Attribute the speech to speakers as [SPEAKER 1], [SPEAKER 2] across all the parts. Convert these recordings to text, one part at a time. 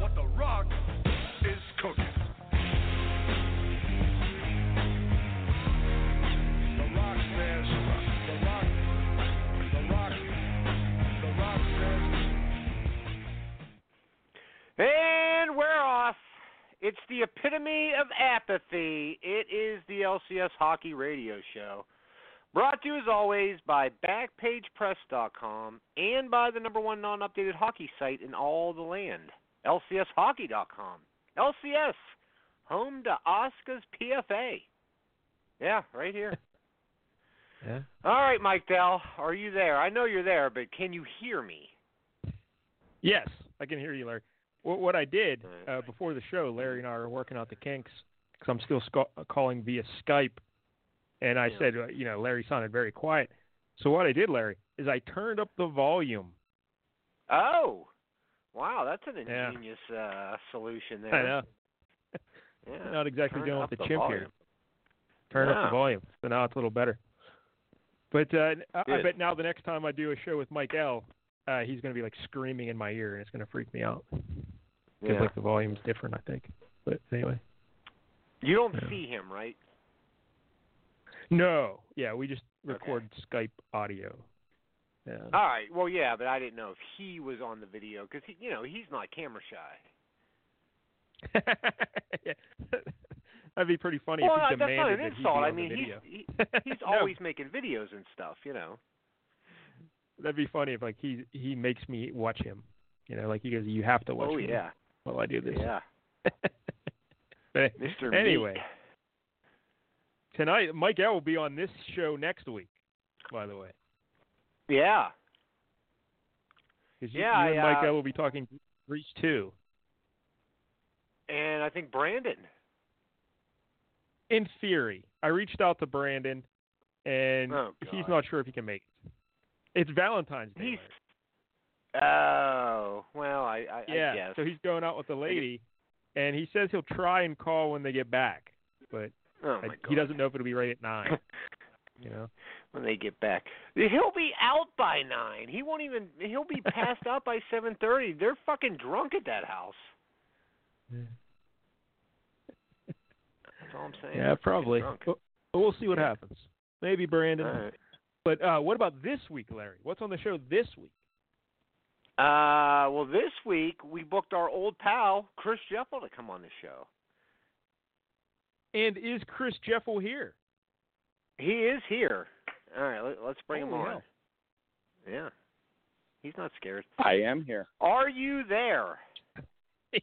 [SPEAKER 1] what the rock is cooking. The rock says, the rock, the rock, the rock says.
[SPEAKER 2] And we're off. It's the epitome of apathy. It is the LCS Hockey Radio Show. Brought to you as always by BackpagePress.com and by the number one non updated hockey site in all the land, LCSHockey.com. LCS, home to Oscar's PFA. Yeah, right here.
[SPEAKER 3] Yeah.
[SPEAKER 2] All right, Mike Dell, are you there? I know you're there, but can you hear me?
[SPEAKER 3] Yes, I can hear you, Larry. What, what I did
[SPEAKER 2] Alright.
[SPEAKER 3] uh, before the show, Larry and I are working out the kinks because I'm still sc- calling via Skype, and I
[SPEAKER 2] Yeah.
[SPEAKER 3] said, uh, you know, Larry sounded very quiet. So what I did, Larry, is I turned up the volume.
[SPEAKER 2] Oh, wow, that's an
[SPEAKER 3] Yeah.
[SPEAKER 2] ingenious uh, solution there.
[SPEAKER 3] I know,
[SPEAKER 2] Yeah.
[SPEAKER 3] not exactly
[SPEAKER 2] Turn
[SPEAKER 3] dealing
[SPEAKER 2] up
[SPEAKER 3] with the, chimp here.
[SPEAKER 2] volume.
[SPEAKER 3] Turn up
[SPEAKER 2] Yeah.
[SPEAKER 3] the volume, so now it's a little better. But uh, n- I, I
[SPEAKER 2] Good.
[SPEAKER 3] bet now the next time I do a show with Mike L, uh, he's going to be like screaming in my ear, and it's going to freak me out because
[SPEAKER 2] Yeah.
[SPEAKER 3] like the volume's different, I think. But anyway.
[SPEAKER 2] You don't
[SPEAKER 3] Yeah.
[SPEAKER 2] see him, right?
[SPEAKER 3] No. Yeah, we just
[SPEAKER 2] Okay. Ah.
[SPEAKER 3] record Skype audio. Yeah.
[SPEAKER 2] All right. Well, yeah, but I didn't know if he was on the video because you know he's not camera shy.
[SPEAKER 3] Yeah. That'd be pretty funny
[SPEAKER 2] well,
[SPEAKER 3] if he
[SPEAKER 2] that's not
[SPEAKER 3] demanded
[SPEAKER 2] an
[SPEAKER 3] that he be
[SPEAKER 2] insult.
[SPEAKER 3] on
[SPEAKER 2] I
[SPEAKER 3] the
[SPEAKER 2] mean, he's
[SPEAKER 3] video.
[SPEAKER 2] he, he's
[SPEAKER 3] No,
[SPEAKER 2] always making videos and stuff, you know.
[SPEAKER 3] That'd be funny if like he he makes me watch him. You know, like he goes, "You have to watch
[SPEAKER 2] oh
[SPEAKER 3] me
[SPEAKER 2] yeah,
[SPEAKER 3] while I do this."
[SPEAKER 2] yeah,
[SPEAKER 3] But
[SPEAKER 2] Mr.
[SPEAKER 3] Anyway.
[SPEAKER 2] Meek.
[SPEAKER 3] tonight, Mike L will be on this show next week. By the way,
[SPEAKER 2] Yeah.
[SPEAKER 3] 'Cause you,
[SPEAKER 2] Yeah,
[SPEAKER 3] you and
[SPEAKER 2] I,
[SPEAKER 3] Mike
[SPEAKER 2] uh,
[SPEAKER 3] L will be talking Breach Two.
[SPEAKER 2] And I think Brandon.
[SPEAKER 3] In theory, I reached out to Brandon, and
[SPEAKER 2] Oh,
[SPEAKER 3] he's
[SPEAKER 2] God.
[SPEAKER 3] not sure if he can make it. It's Valentine's Day.
[SPEAKER 2] He's.
[SPEAKER 3] Larry.
[SPEAKER 2] Oh well, I I,
[SPEAKER 3] yeah.
[SPEAKER 2] I guess.
[SPEAKER 3] So he's going out with the lady, and he says he'll try and call when they get back, but
[SPEAKER 2] oh
[SPEAKER 3] I-
[SPEAKER 2] my God.
[SPEAKER 3] he doesn't know if it'll be right at nine. you know.
[SPEAKER 2] when they get back. He'll be out by nine. He won't even. He'll be passed out by seven thirty. They're fucking drunk at that house. That's all I'm saying.
[SPEAKER 3] Yeah, probably.
[SPEAKER 2] drunk.
[SPEAKER 3] But but we'll see what happens. Maybe Brandon.
[SPEAKER 2] All right.
[SPEAKER 3] But uh, what about this week, Larry? What's on the show this week?
[SPEAKER 2] Uh, well, this week we booked our old pal Chris Jeffel to come on the show.
[SPEAKER 3] And is Chris Jeffel here?
[SPEAKER 2] He is here. All right, let, let's bring him
[SPEAKER 3] Holy
[SPEAKER 2] on.
[SPEAKER 3] hell.
[SPEAKER 2] Yeah, he's not scared.
[SPEAKER 4] I am here.
[SPEAKER 2] Are you there?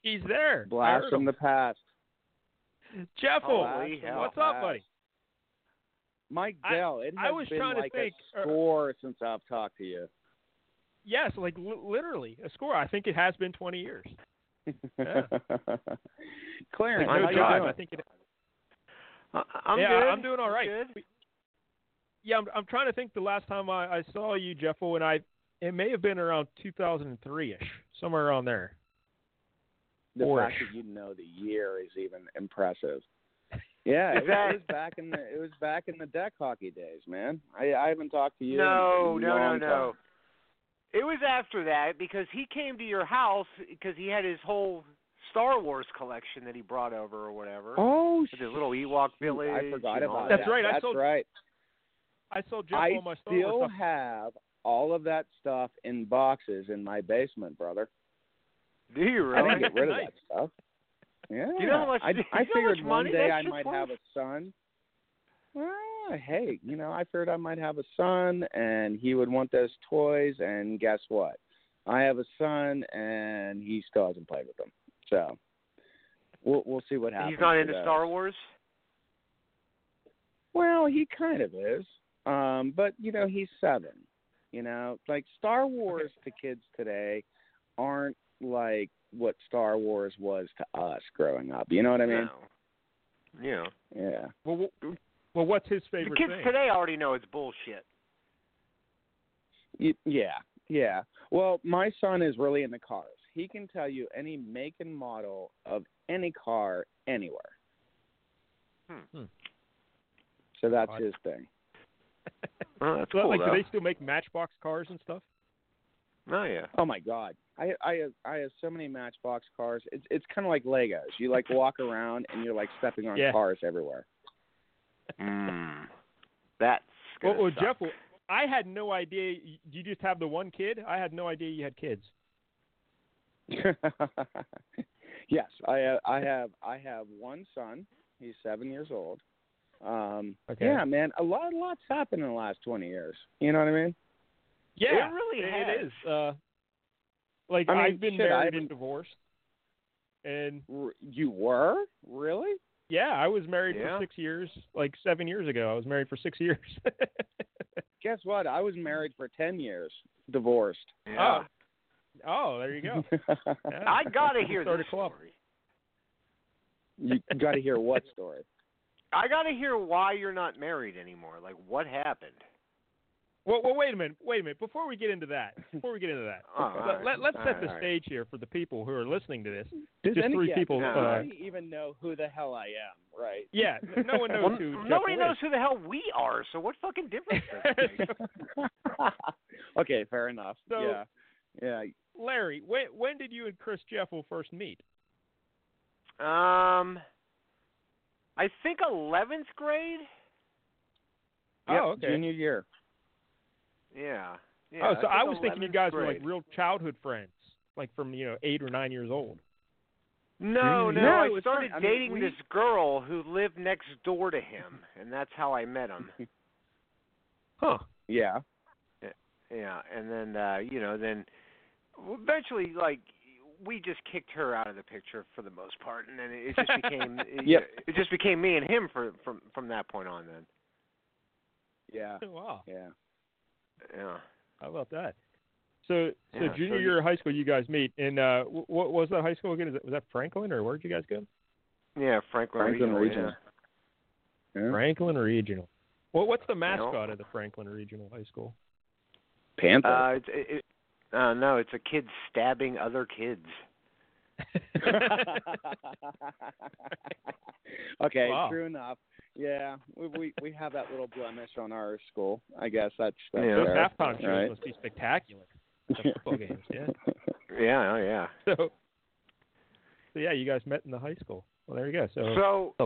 [SPEAKER 3] He's there.
[SPEAKER 4] Blast
[SPEAKER 3] I heard
[SPEAKER 4] from the
[SPEAKER 3] him.
[SPEAKER 4] past.
[SPEAKER 3] Jeffel.
[SPEAKER 2] Holy hell.
[SPEAKER 3] what's up,
[SPEAKER 4] Blast.
[SPEAKER 3] buddy?
[SPEAKER 4] Mike
[SPEAKER 3] I-
[SPEAKER 4] Dell, it
[SPEAKER 3] I
[SPEAKER 4] has
[SPEAKER 3] was
[SPEAKER 4] been
[SPEAKER 3] trying to
[SPEAKER 4] like
[SPEAKER 3] think,
[SPEAKER 4] a
[SPEAKER 3] uh,
[SPEAKER 4] score since I've talked to you.
[SPEAKER 3] Yes, like li- literally a score. I think it has been 20 years. Yeah.
[SPEAKER 4] Clarence,
[SPEAKER 2] Like,
[SPEAKER 3] no
[SPEAKER 4] how
[SPEAKER 3] joke,
[SPEAKER 4] you doing?
[SPEAKER 3] I think it
[SPEAKER 2] I, I'm
[SPEAKER 3] yeah,
[SPEAKER 2] good.
[SPEAKER 3] I'm doing all right.
[SPEAKER 2] Good.
[SPEAKER 3] We- Yeah, I'm, I'm trying to think the last time I, I saw you, Jeffo, and I it may have been around 2003 ish, somewhere around there.
[SPEAKER 4] the fact
[SPEAKER 3] Porsche.
[SPEAKER 4] that you know the year is even impressive. Yeah, it was, it was back in the it was back in the deck hockey days, man. I I haven't talked to you.
[SPEAKER 2] No,
[SPEAKER 4] in a
[SPEAKER 2] no, no,
[SPEAKER 4] long
[SPEAKER 2] no.
[SPEAKER 4] time.
[SPEAKER 2] It was after that because he came to your house because he had his whole Star Wars collection that he brought over or whatever.
[SPEAKER 4] Oh,
[SPEAKER 2] With his little Ewok village.
[SPEAKER 4] I forgot
[SPEAKER 2] and all
[SPEAKER 4] about
[SPEAKER 3] That's
[SPEAKER 4] that.
[SPEAKER 3] right, I
[SPEAKER 4] That's
[SPEAKER 3] told-
[SPEAKER 4] right.
[SPEAKER 3] I saw Jeffo
[SPEAKER 4] I
[SPEAKER 3] on my Star Wars
[SPEAKER 4] still
[SPEAKER 3] stuff.
[SPEAKER 4] have all of that stuff in boxes in my basement, brother.
[SPEAKER 2] Do you
[SPEAKER 4] I
[SPEAKER 2] really?
[SPEAKER 4] didn't get rid of
[SPEAKER 3] Nice.
[SPEAKER 4] that stuff. Yeah.
[SPEAKER 2] you know how much-
[SPEAKER 4] I,
[SPEAKER 2] do you
[SPEAKER 4] I
[SPEAKER 2] know how
[SPEAKER 4] figured
[SPEAKER 2] much
[SPEAKER 4] one
[SPEAKER 2] money
[SPEAKER 4] day
[SPEAKER 2] that
[SPEAKER 4] I
[SPEAKER 2] shit's
[SPEAKER 4] might
[SPEAKER 2] worth?
[SPEAKER 4] have a son. Ah, hey, you know, I figured I might have a son, and he would want those toys. And guess what? I have a son, and he still hasn't played with them. So we'll we'll see what happens.
[SPEAKER 2] He's not
[SPEAKER 4] to
[SPEAKER 2] into
[SPEAKER 4] those.
[SPEAKER 2] Star Wars.
[SPEAKER 4] Well, he kind of is, um, but you know, he's seven. You know, like Star Wars to kids today aren't like what Star Wars was to us growing up. You know what I mean?
[SPEAKER 2] No. Yeah.
[SPEAKER 4] Yeah.
[SPEAKER 3] Well, wh- well, what's his
[SPEAKER 2] The
[SPEAKER 3] favorite
[SPEAKER 2] kids
[SPEAKER 3] thing?
[SPEAKER 2] today already know it's bullshit.
[SPEAKER 4] Y- Yeah, yeah. Well, my son is really into cars. He can tell you any make and model of any car anywhere.
[SPEAKER 2] Hmm.
[SPEAKER 3] Hmm.
[SPEAKER 4] So that's
[SPEAKER 3] Right.
[SPEAKER 4] his thing.
[SPEAKER 2] Oh, that's
[SPEAKER 3] So,
[SPEAKER 2] cool
[SPEAKER 3] like,
[SPEAKER 2] though.
[SPEAKER 3] do they still make Matchbox cars and stuff?
[SPEAKER 2] Oh yeah.
[SPEAKER 4] Oh my god, I I have, I have so many Matchbox cars. It's it's kind of like Legos. You like walk around and you're like stepping on
[SPEAKER 3] Yeah.
[SPEAKER 4] cars everywhere.
[SPEAKER 2] Mm. That's
[SPEAKER 3] Well,
[SPEAKER 2] gonna
[SPEAKER 3] well
[SPEAKER 2] suck.
[SPEAKER 3] Jeff, well, I had no idea. y- You just have the one kid. I had no idea you had kids.
[SPEAKER 4] yes, I have, I have I have one son. He's seven years old. Um,
[SPEAKER 3] Okay.
[SPEAKER 4] Yeah, man, a lot lots happened in the last twenty years. You know what I mean?
[SPEAKER 3] Yeah,
[SPEAKER 2] It really
[SPEAKER 3] it
[SPEAKER 2] has.
[SPEAKER 3] is. Uh, like
[SPEAKER 4] I mean,
[SPEAKER 3] have been
[SPEAKER 4] shit, I
[SPEAKER 3] married
[SPEAKER 4] haven't-
[SPEAKER 3] and divorced, and
[SPEAKER 4] R- you were really?
[SPEAKER 3] yeah, I was married
[SPEAKER 2] Yeah.
[SPEAKER 3] for six years. Like seven years ago, I was married for six years.
[SPEAKER 4] Guess what? I was married for ten years, divorced.
[SPEAKER 3] uh,
[SPEAKER 2] Yeah.
[SPEAKER 3] oh, there you go. Yeah.
[SPEAKER 2] I gotta hear
[SPEAKER 3] Start
[SPEAKER 2] this
[SPEAKER 3] a club.
[SPEAKER 2] story.
[SPEAKER 4] you got to hear what story?
[SPEAKER 2] I gotta hear why you're not married anymore. Like what happened?
[SPEAKER 3] Well, well, wait a minute, wait a minute. Before we get into that, before we get into that,
[SPEAKER 2] Oh, all right.
[SPEAKER 3] let, let, us
[SPEAKER 2] All
[SPEAKER 3] set
[SPEAKER 2] right,
[SPEAKER 3] the
[SPEAKER 2] all right.
[SPEAKER 3] stage here for the people who are listening to this.
[SPEAKER 4] Does
[SPEAKER 3] Just
[SPEAKER 4] any,
[SPEAKER 3] three
[SPEAKER 4] yeah,
[SPEAKER 3] people,
[SPEAKER 4] does
[SPEAKER 2] uh,
[SPEAKER 4] anybody even know who the hell I am? Right?
[SPEAKER 3] Yeah, no one knows
[SPEAKER 2] Well,
[SPEAKER 3] who. Jeff
[SPEAKER 2] nobody
[SPEAKER 3] Lynne
[SPEAKER 2] knows
[SPEAKER 3] is.
[SPEAKER 2] who the hell we are, so what fucking difference does it make?
[SPEAKER 4] okay, fair enough.
[SPEAKER 3] So-
[SPEAKER 4] yeah, yeah.
[SPEAKER 3] Larry, when when did you and Chris Jeffel first meet?
[SPEAKER 2] Um, I think eleventh grade.
[SPEAKER 4] Yep,
[SPEAKER 3] oh, okay.
[SPEAKER 4] Junior year.
[SPEAKER 2] Yeah. yeah
[SPEAKER 3] oh, so I was
[SPEAKER 2] think
[SPEAKER 3] thinking you
[SPEAKER 2] 11th
[SPEAKER 3] guys were
[SPEAKER 2] grade.
[SPEAKER 3] like real childhood friends, like from you know eight or nine years old.
[SPEAKER 2] No, no.
[SPEAKER 4] No, it
[SPEAKER 2] I
[SPEAKER 4] was
[SPEAKER 2] started
[SPEAKER 4] fun. I mean,
[SPEAKER 2] dating
[SPEAKER 4] we-
[SPEAKER 2] this girl who lived next door to him, and that's how I met him.
[SPEAKER 3] Huh?
[SPEAKER 4] Yeah.
[SPEAKER 2] Yeah, and then uh, you know, then eventually, like we just kicked her out of the picture for the most part, and then it just became
[SPEAKER 4] Yep.
[SPEAKER 2] it, it just became me and him for from from that point on. Then
[SPEAKER 4] Yeah.
[SPEAKER 3] Wow.
[SPEAKER 4] Yeah.
[SPEAKER 2] yeah.
[SPEAKER 3] How about that? So, so
[SPEAKER 2] Yeah,
[SPEAKER 3] junior
[SPEAKER 2] so-
[SPEAKER 3] year of high school, you guys meet, and uh, wh- what was that high school again? Is that, was that Franklin or where did you guys go?
[SPEAKER 2] Yeah, Franklin,
[SPEAKER 4] Franklin
[SPEAKER 2] Regional,
[SPEAKER 4] Regional.
[SPEAKER 2] yeah.
[SPEAKER 4] Yeah.
[SPEAKER 3] Franklin Regional. Well, what's the mascot of the Franklin Regional High School?
[SPEAKER 4] Panther.
[SPEAKER 2] Uh, it's, it, it, uh, no, it's a kid stabbing other kids.
[SPEAKER 4] okay,
[SPEAKER 3] Wow.
[SPEAKER 4] true enough. Yeah, we, we we have that little blemish on our school. I guess that's that's
[SPEAKER 2] Yeah.
[SPEAKER 3] Those
[SPEAKER 4] fair,
[SPEAKER 3] halftime shows
[SPEAKER 4] right?
[SPEAKER 3] must be spectacular. The football games, yeah.
[SPEAKER 2] Yeah, oh yeah.
[SPEAKER 3] So, so yeah, you guys met in the high school. Well, there you go. So,
[SPEAKER 2] So,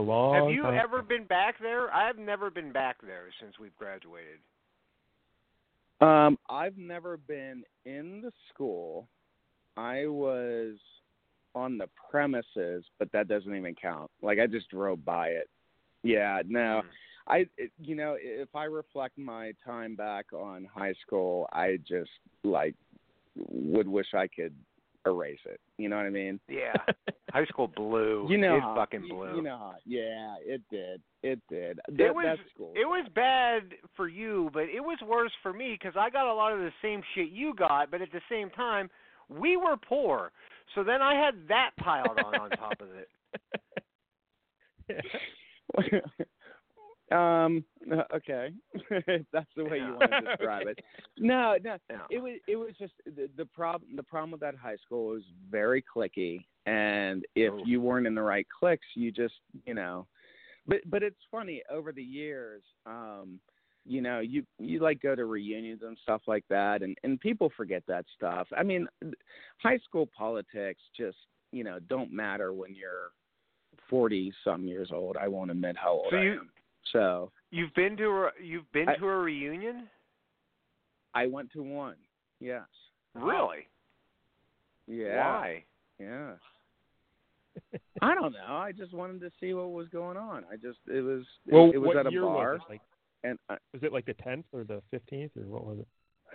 [SPEAKER 3] a long
[SPEAKER 2] have you
[SPEAKER 3] time-
[SPEAKER 2] ever been back there? I've never been back there since we've graduated.
[SPEAKER 4] Um, I've never been in the school. I was on the premises, but that doesn't even count. Like I just drove by it. Yeah, no.
[SPEAKER 2] Hmm.
[SPEAKER 4] I it, you know, if I reflect my time back on high school, I just like would wish I could erase it. You know what I mean?
[SPEAKER 2] Yeah, high school blue.
[SPEAKER 4] You know,
[SPEAKER 2] it
[SPEAKER 4] how-
[SPEAKER 2] fucking
[SPEAKER 4] you-
[SPEAKER 2] blue.
[SPEAKER 4] You know, how- yeah, it did. It did. That,
[SPEAKER 2] was-
[SPEAKER 4] that's cool.
[SPEAKER 2] It was bad for you, but it was worse for me because I got a lot of the same shit you got, but at the same time, we were poor. So then I had that piled on on top of it.
[SPEAKER 4] um. uh, Okay, if that's the way you want to describe it. No, no.
[SPEAKER 2] Yeah.
[SPEAKER 4] It was. It was just the, the problem. The problem with that high school was very clicky, and if
[SPEAKER 2] Oh.
[SPEAKER 4] you weren't in the right cliques, you just you know. But but it's funny over the years. Um, you know, you you like go to reunions and stuff like that, and and people forget that stuff. I mean, high school politics just you know don't matter when you're forty some years old. I won't admit how old
[SPEAKER 2] So
[SPEAKER 4] I
[SPEAKER 2] you-
[SPEAKER 4] am. So
[SPEAKER 2] You've been to a you've been
[SPEAKER 4] I-
[SPEAKER 2] to a reunion?
[SPEAKER 4] I went to one. Yes.
[SPEAKER 2] Really?
[SPEAKER 4] Yeah.
[SPEAKER 2] Why?
[SPEAKER 4] Yeah. I don't know. I just wanted to see what was going on. I just it was it,
[SPEAKER 3] well,
[SPEAKER 4] it was
[SPEAKER 3] what
[SPEAKER 4] at a
[SPEAKER 3] year
[SPEAKER 4] bar
[SPEAKER 3] was it? Like,
[SPEAKER 4] and I,
[SPEAKER 3] was it like the tenth or the fifteenth or what was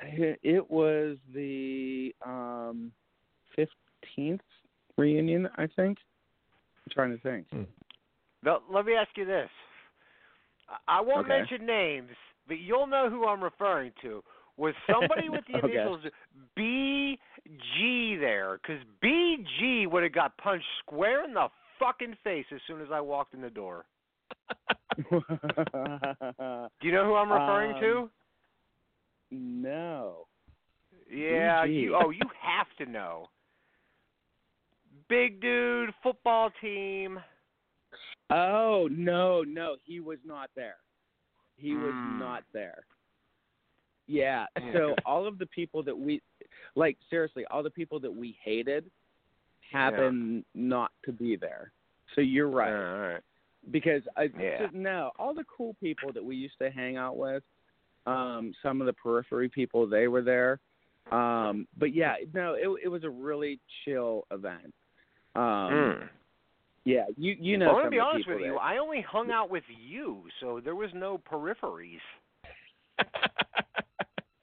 [SPEAKER 3] it?
[SPEAKER 4] it was the um 15th reunion, I think. I'm trying to think.
[SPEAKER 3] Hmm.
[SPEAKER 2] Now, let me ask you this. I- I won't
[SPEAKER 4] Okay.
[SPEAKER 2] mention names, but you'll know who I'm referring to. Was somebody with the
[SPEAKER 4] Okay.
[SPEAKER 2] initials B G there, because BG would have got punched square in the fucking face as soon as I walked in the door. Do you know who I'm referring
[SPEAKER 4] Um,
[SPEAKER 2] to?
[SPEAKER 4] no.
[SPEAKER 2] Yeah,
[SPEAKER 4] BG.
[SPEAKER 2] you, oh, you have to know. Big dude, football team.
[SPEAKER 4] Oh no, no, he was not there. He was
[SPEAKER 2] Hmm.
[SPEAKER 4] not there. Yeah.
[SPEAKER 2] Yeah.
[SPEAKER 4] So all of the people that we like seriously, all the people that we hated happen not to be there. So you're right.
[SPEAKER 2] all right.
[SPEAKER 4] Because I
[SPEAKER 2] Yeah.
[SPEAKER 4] so- no, all the cool people that we used to hang out with, um, some of the periphery people, they were there. Um, but yeah, no, it it was a really chill event. Um, yeah, you you
[SPEAKER 2] Hmm.
[SPEAKER 4] know
[SPEAKER 2] I'm
[SPEAKER 4] some
[SPEAKER 2] gonna be
[SPEAKER 4] of the
[SPEAKER 2] honest
[SPEAKER 4] people
[SPEAKER 2] with you.
[SPEAKER 4] there.
[SPEAKER 2] I only hung out with you, so there was no peripheries.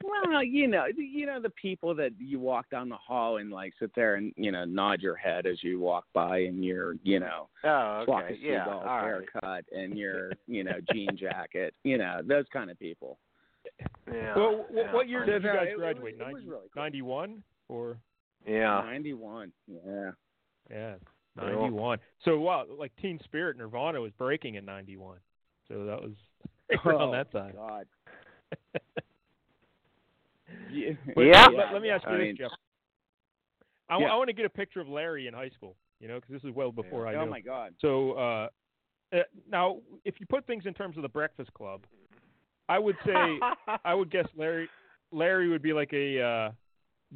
[SPEAKER 4] Well, you know, you know the people that you walk down the hall and like sit there and you know nod your head as you walk by in your you know
[SPEAKER 2] Oh,
[SPEAKER 4] flock
[SPEAKER 2] okay.
[SPEAKER 4] of
[SPEAKER 2] Yeah.
[SPEAKER 4] seagulls
[SPEAKER 2] All right.
[SPEAKER 4] haircut and your you know jean jacket, you know those kind of people.
[SPEAKER 2] Yeah.
[SPEAKER 3] well, what,
[SPEAKER 2] yeah.
[SPEAKER 3] what year did you
[SPEAKER 4] Yeah,
[SPEAKER 3] guys
[SPEAKER 4] it- it was-
[SPEAKER 3] graduate?
[SPEAKER 4] it was
[SPEAKER 3] 90
[SPEAKER 4] really cool.
[SPEAKER 3] 91 or
[SPEAKER 2] Yeah.
[SPEAKER 4] Ninety one, yeah.
[SPEAKER 3] yeah,
[SPEAKER 2] Cool.
[SPEAKER 3] 91. So wow, like Teen Spirit Nirvana was breaking in 91. So that was around
[SPEAKER 4] Oh,
[SPEAKER 3] that time.
[SPEAKER 4] God.
[SPEAKER 3] But
[SPEAKER 2] Yeah.
[SPEAKER 3] Let, let me ask you
[SPEAKER 4] I
[SPEAKER 3] this,
[SPEAKER 4] mean,
[SPEAKER 3] Jeff. I,
[SPEAKER 4] yeah.
[SPEAKER 3] want to get a picture of Larry in high school. You know, because this is well before I
[SPEAKER 4] Oh
[SPEAKER 3] knew.
[SPEAKER 4] my God.
[SPEAKER 3] So uh, uh, now, if you put things in terms of the Breakfast Club, I would say I would guess Larry Larry would be like a uh,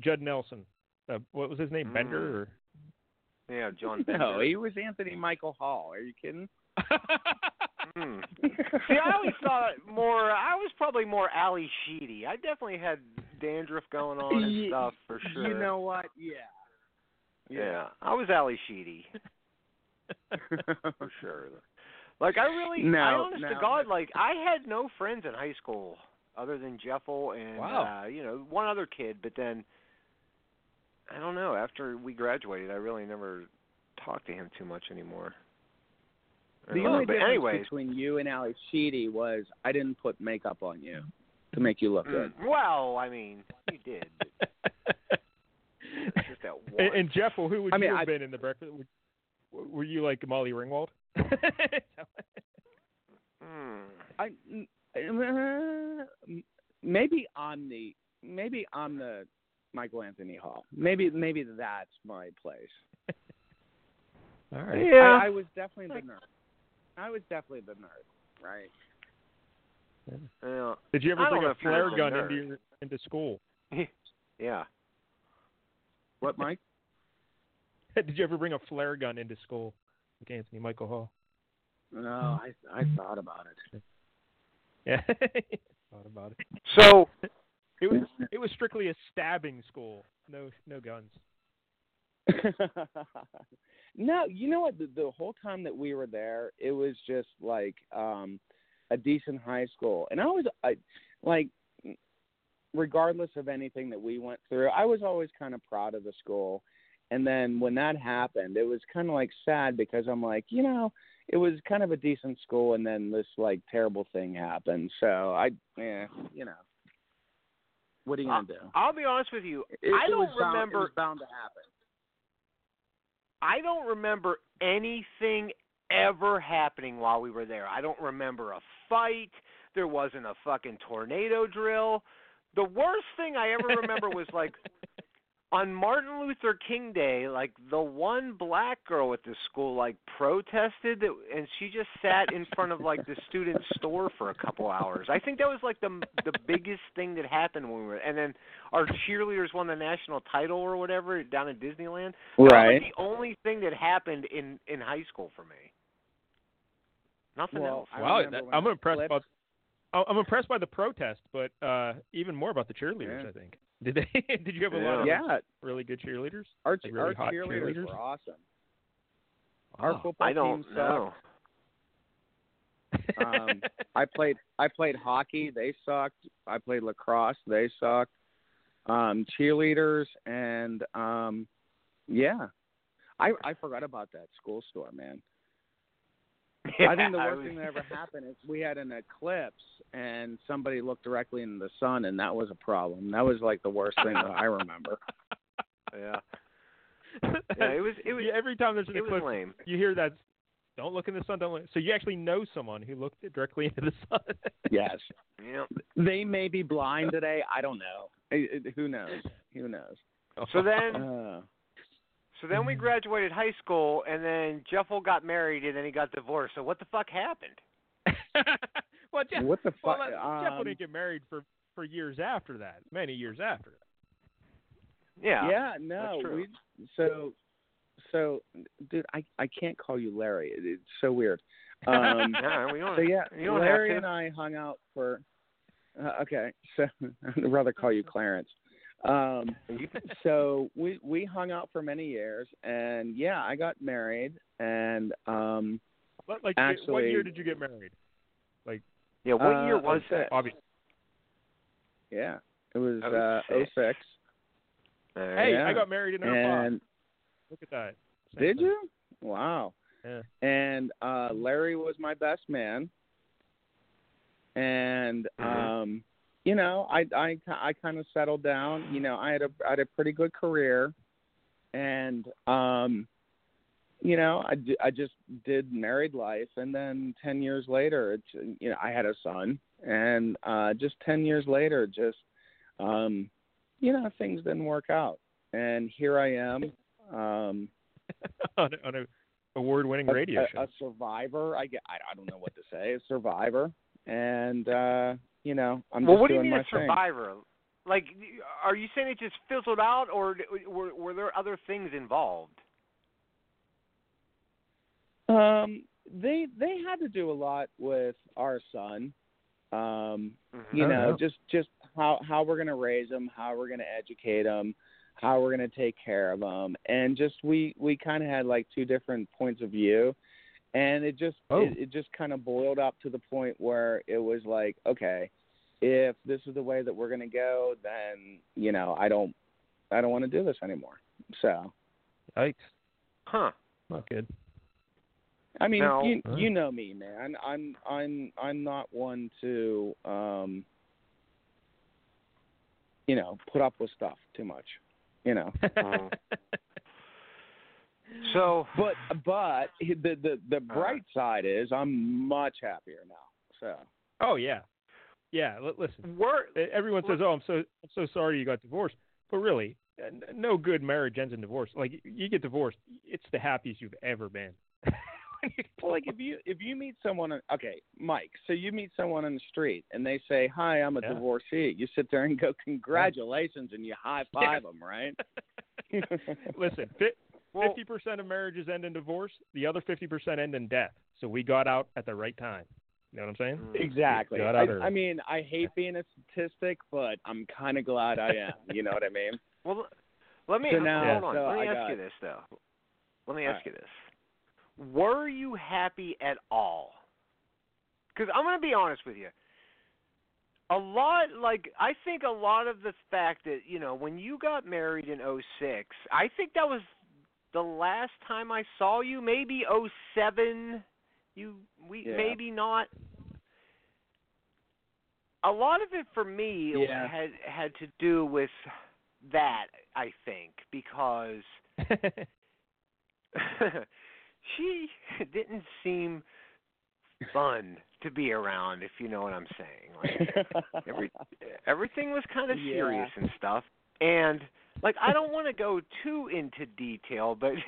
[SPEAKER 3] Judd Nelson. Uh, what was his
[SPEAKER 2] Mm.
[SPEAKER 3] name? Bender? Or...
[SPEAKER 2] yeah, John Bender.
[SPEAKER 4] No, he was Anthony Michael Hall. Are you kidding?
[SPEAKER 2] Hmm. See, I always thought more. I was probably more Ali Sheedy. I definitely had dandruff going on and
[SPEAKER 4] Ye-
[SPEAKER 2] stuff for sure.
[SPEAKER 4] You know what? Yeah.
[SPEAKER 2] yeah. I was Ali Sheedy for sure. Like I really, I
[SPEAKER 4] No,
[SPEAKER 2] honest to
[SPEAKER 4] no,
[SPEAKER 2] God, like I had no friends in high school other than Jeffel and
[SPEAKER 3] Wow.
[SPEAKER 2] uh, you know one other kid. But then I don't know. After we graduated, I really never talked to him too much anymore. I
[SPEAKER 4] The
[SPEAKER 2] don't know,
[SPEAKER 4] only
[SPEAKER 2] but
[SPEAKER 4] difference
[SPEAKER 2] anyways,
[SPEAKER 4] between you and Ali Sheedy was I didn't put makeup on you to make you look good.
[SPEAKER 2] mm, well, I mean, you did. but Just that one.
[SPEAKER 3] and, and Jeff, well, who would
[SPEAKER 4] I mean,
[SPEAKER 3] you have
[SPEAKER 4] I-
[SPEAKER 3] been in the Breakfast? Would, were you like Molly Ringwald?
[SPEAKER 2] Mm.
[SPEAKER 4] I mm, uh, maybe I'm the maybe I'm the Michael Anthony Hall. Maybe maybe that's my place.
[SPEAKER 3] All
[SPEAKER 2] Yeah.
[SPEAKER 4] I, I was definitely the nerd. I was definitely the nerd, right?
[SPEAKER 2] yeah.
[SPEAKER 3] Did you ever
[SPEAKER 2] I don't
[SPEAKER 3] bring
[SPEAKER 2] know
[SPEAKER 3] a
[SPEAKER 2] if you're
[SPEAKER 3] flare
[SPEAKER 2] a
[SPEAKER 3] gun
[SPEAKER 2] nerd.
[SPEAKER 3] into your, into school?
[SPEAKER 2] yeah.
[SPEAKER 4] What, Mike?
[SPEAKER 3] Did you ever bring a flare gun into school? Like Anthony Michael Hall.
[SPEAKER 4] No, Oh, I I thought about it.
[SPEAKER 3] Yeah. Thought about it.
[SPEAKER 2] So
[SPEAKER 3] It was it was strictly a stabbing school. No no guns.
[SPEAKER 4] no, you know what? The, the whole time that we were there, it was just like um a decent high school, and I was I, like, regardless of anything that we went through, I was always kind of proud of the school. And then when that happened, it was kind of like sad because I'm like, you know, it was kind of a decent school, and then this like terrible thing happened. So I, yeah, you know, what are you gonna do?
[SPEAKER 2] I'll be honest with you.
[SPEAKER 4] It-
[SPEAKER 2] I
[SPEAKER 4] it
[SPEAKER 2] don't
[SPEAKER 4] was bound- it
[SPEAKER 2] remember-
[SPEAKER 4] was bound to happen.
[SPEAKER 2] I don't remember anything ever happening while we were there. I don't remember a fight. There wasn't a fucking tornado drill. The worst thing I ever remember was like on Martin Luther King Day, like the one black girl at the school like protested that, and she just sat in front of like the student store for a couple hours. I think that was like the the biggest thing that happened when we were. And then our cheerleaders won the national title or whatever down in Disneyland. That was like, the only thing that happened in in high school for me. Nothing
[SPEAKER 4] Well,
[SPEAKER 2] else.
[SPEAKER 4] I
[SPEAKER 3] wow,
[SPEAKER 4] remember
[SPEAKER 3] that-
[SPEAKER 4] when
[SPEAKER 3] I'm
[SPEAKER 4] that
[SPEAKER 3] impressed
[SPEAKER 4] flipped.
[SPEAKER 3] about. I- I'm impressed by the protest, but uh, even more about the cheerleaders.
[SPEAKER 4] Yeah.
[SPEAKER 3] I think. Did they? did you have a lot of
[SPEAKER 4] Yeah,
[SPEAKER 3] really good cheerleaders?
[SPEAKER 4] our,
[SPEAKER 3] Like really
[SPEAKER 4] our
[SPEAKER 3] hot
[SPEAKER 4] cheerleaders,
[SPEAKER 3] cheerleaders?
[SPEAKER 4] were awesome. Our
[SPEAKER 3] Wow.
[SPEAKER 4] football
[SPEAKER 2] Oh, I don't
[SPEAKER 4] team
[SPEAKER 2] know.
[SPEAKER 4] sucked. Um, I played I played hockey. They sucked. I played lacrosse. They sucked. Um, cheerleaders and um, yeah, I I forgot about that school store, man. I think the
[SPEAKER 2] Yeah,
[SPEAKER 4] worst
[SPEAKER 2] was-
[SPEAKER 4] thing that ever happened is we had an eclipse and somebody looked directly into the sun, and that was a problem. That was like the worst thing that I remember.
[SPEAKER 2] yeah. yeah, it was it was
[SPEAKER 3] Yeah, every time there's an
[SPEAKER 2] it was
[SPEAKER 3] eclipse,
[SPEAKER 2] lame.
[SPEAKER 3] you hear that. Don't look in the sun. Don't look. So you actually know someone who looked directly into the sun.
[SPEAKER 4] Yes.
[SPEAKER 2] Yeah.
[SPEAKER 4] They may be blind today. I don't know. It- it- who knows? Who knows?
[SPEAKER 2] So then
[SPEAKER 4] Uh,
[SPEAKER 2] so then we graduated high school and then Jeffel got married and then he got divorced. So what the fuck happened?
[SPEAKER 3] well, Jeff,
[SPEAKER 4] what the
[SPEAKER 3] well,
[SPEAKER 4] fuck?
[SPEAKER 3] that- Jeff
[SPEAKER 4] um,
[SPEAKER 3] wouldn't get married for for years after that. Many years after. that.
[SPEAKER 2] Yeah.
[SPEAKER 4] yeah, no.
[SPEAKER 2] that's true.
[SPEAKER 4] We, so, so, dude, I I can't call you Larry. It, it's so weird. Um,
[SPEAKER 2] Yeah, we don't,
[SPEAKER 4] so yeah,
[SPEAKER 2] you don't
[SPEAKER 4] Larry
[SPEAKER 2] have
[SPEAKER 4] and
[SPEAKER 2] to.
[SPEAKER 4] I hung out for. Uh, okay, so I'd rather call you Clarence. Um, so we we hung out for many years, and yeah, I got married, and um,
[SPEAKER 3] But, Like, what
[SPEAKER 4] Actually-
[SPEAKER 3] year did you get married?
[SPEAKER 2] yeah, what
[SPEAKER 4] uh,
[SPEAKER 2] year was
[SPEAKER 4] okay.
[SPEAKER 2] that?
[SPEAKER 3] Obviously.
[SPEAKER 4] yeah, it was
[SPEAKER 2] Oh,
[SPEAKER 4] uh, oh
[SPEAKER 2] sick.
[SPEAKER 4] six,
[SPEAKER 3] Hey,
[SPEAKER 4] Yeah.
[SPEAKER 3] I got married in 05.
[SPEAKER 4] and
[SPEAKER 3] Look at that. Same
[SPEAKER 4] Did
[SPEAKER 3] thing.
[SPEAKER 4] you? Wow.
[SPEAKER 3] Yeah.
[SPEAKER 4] And uh Larry was my best man. And
[SPEAKER 3] Mm-hmm.
[SPEAKER 4] um you know, I I I kind of settled down. You know, I had a I had a pretty good career and um you know, I, d- I just did married life and then 10 years later it's you know, I had a son and uh just 10 years later just um you know, things didn't work out. And here I am um
[SPEAKER 3] on, a- on a award-winning
[SPEAKER 4] a-
[SPEAKER 3] radio
[SPEAKER 4] a,
[SPEAKER 3] show.
[SPEAKER 4] a survivor. I, gue- I, I don't know what to say. A survivor, and uh, you know, I'm
[SPEAKER 2] well,
[SPEAKER 4] just
[SPEAKER 2] what do you
[SPEAKER 4] doing
[SPEAKER 2] mean
[SPEAKER 4] my
[SPEAKER 2] a survivor? Like, are you saying it just fizzled out, or d- were, were there other things involved?
[SPEAKER 4] thing. Um, they they had to do a lot with our son. Um,
[SPEAKER 2] Mm-hmm.
[SPEAKER 4] you
[SPEAKER 3] Oh,
[SPEAKER 4] know,
[SPEAKER 3] yeah.
[SPEAKER 4] just just how how we're gonna raise him, how we're gonna educate him, how we're gonna take care of him, and just we we kind of had like two different points of view, and it just
[SPEAKER 3] Oh.
[SPEAKER 4] it, it just kind of boiled up to the point where it was like, okay, if this is the way that we're gonna go, then you know I don't I don't want to do this anymore. So
[SPEAKER 3] Yikes.
[SPEAKER 2] Huh.
[SPEAKER 3] Not good.
[SPEAKER 4] I mean,
[SPEAKER 2] Now-
[SPEAKER 4] you
[SPEAKER 3] Huh.
[SPEAKER 4] you know me, man. I'm I'm I'm not one to um you know put up with stuff too much. You know,
[SPEAKER 2] Oh. So,
[SPEAKER 4] but but the the the bright side is I'm much happier now. So
[SPEAKER 3] oh yeah, yeah. L- listen,
[SPEAKER 2] were
[SPEAKER 3] e- everyone says, "Oh, I'm so I'm so sorry you got divorced," but really, uh, n- no good marriage ends in divorce. Like y- you get divorced, it's the happiest you've ever been. When you-
[SPEAKER 4] well, like if you if you meet someone, on, okay, Mike. So you meet someone on the street and they say, "Hi, I'm a
[SPEAKER 3] Yeah.
[SPEAKER 4] divorcee." You sit there and go, "Congratulations," and you high five them, right?
[SPEAKER 3] listen, fi-
[SPEAKER 2] well,
[SPEAKER 3] 50% of marriages end in divorce. The other 50% end in death. So we got out at the right time. You know what I'm saying?
[SPEAKER 4] Exactly.
[SPEAKER 3] Got
[SPEAKER 4] I,
[SPEAKER 3] other-
[SPEAKER 4] I mean, I hate being a statistic, but I'm kind of glad I am. You know what I mean?
[SPEAKER 2] well, let me
[SPEAKER 4] So now-
[SPEAKER 2] hold on.
[SPEAKER 4] so
[SPEAKER 2] let me
[SPEAKER 4] I
[SPEAKER 2] ask
[SPEAKER 4] got-
[SPEAKER 2] you this though. Let me
[SPEAKER 4] All
[SPEAKER 2] ask you this: Were you happy at all? Because I'm going to be honest with you. A lot, like I think, a lot of the fact that you know when you got married in '06, I think that was the last time I saw you. Maybe '07. You we
[SPEAKER 4] Yeah.
[SPEAKER 2] maybe not. A lot of it for me
[SPEAKER 4] Yeah.
[SPEAKER 2] had had to do with that, I think, because she didn't seem fun to be around, if you know what I'm saying. Like every everything was kind of
[SPEAKER 4] Yeah.
[SPEAKER 2] serious and stuff. And like I don't want to go too into detail, but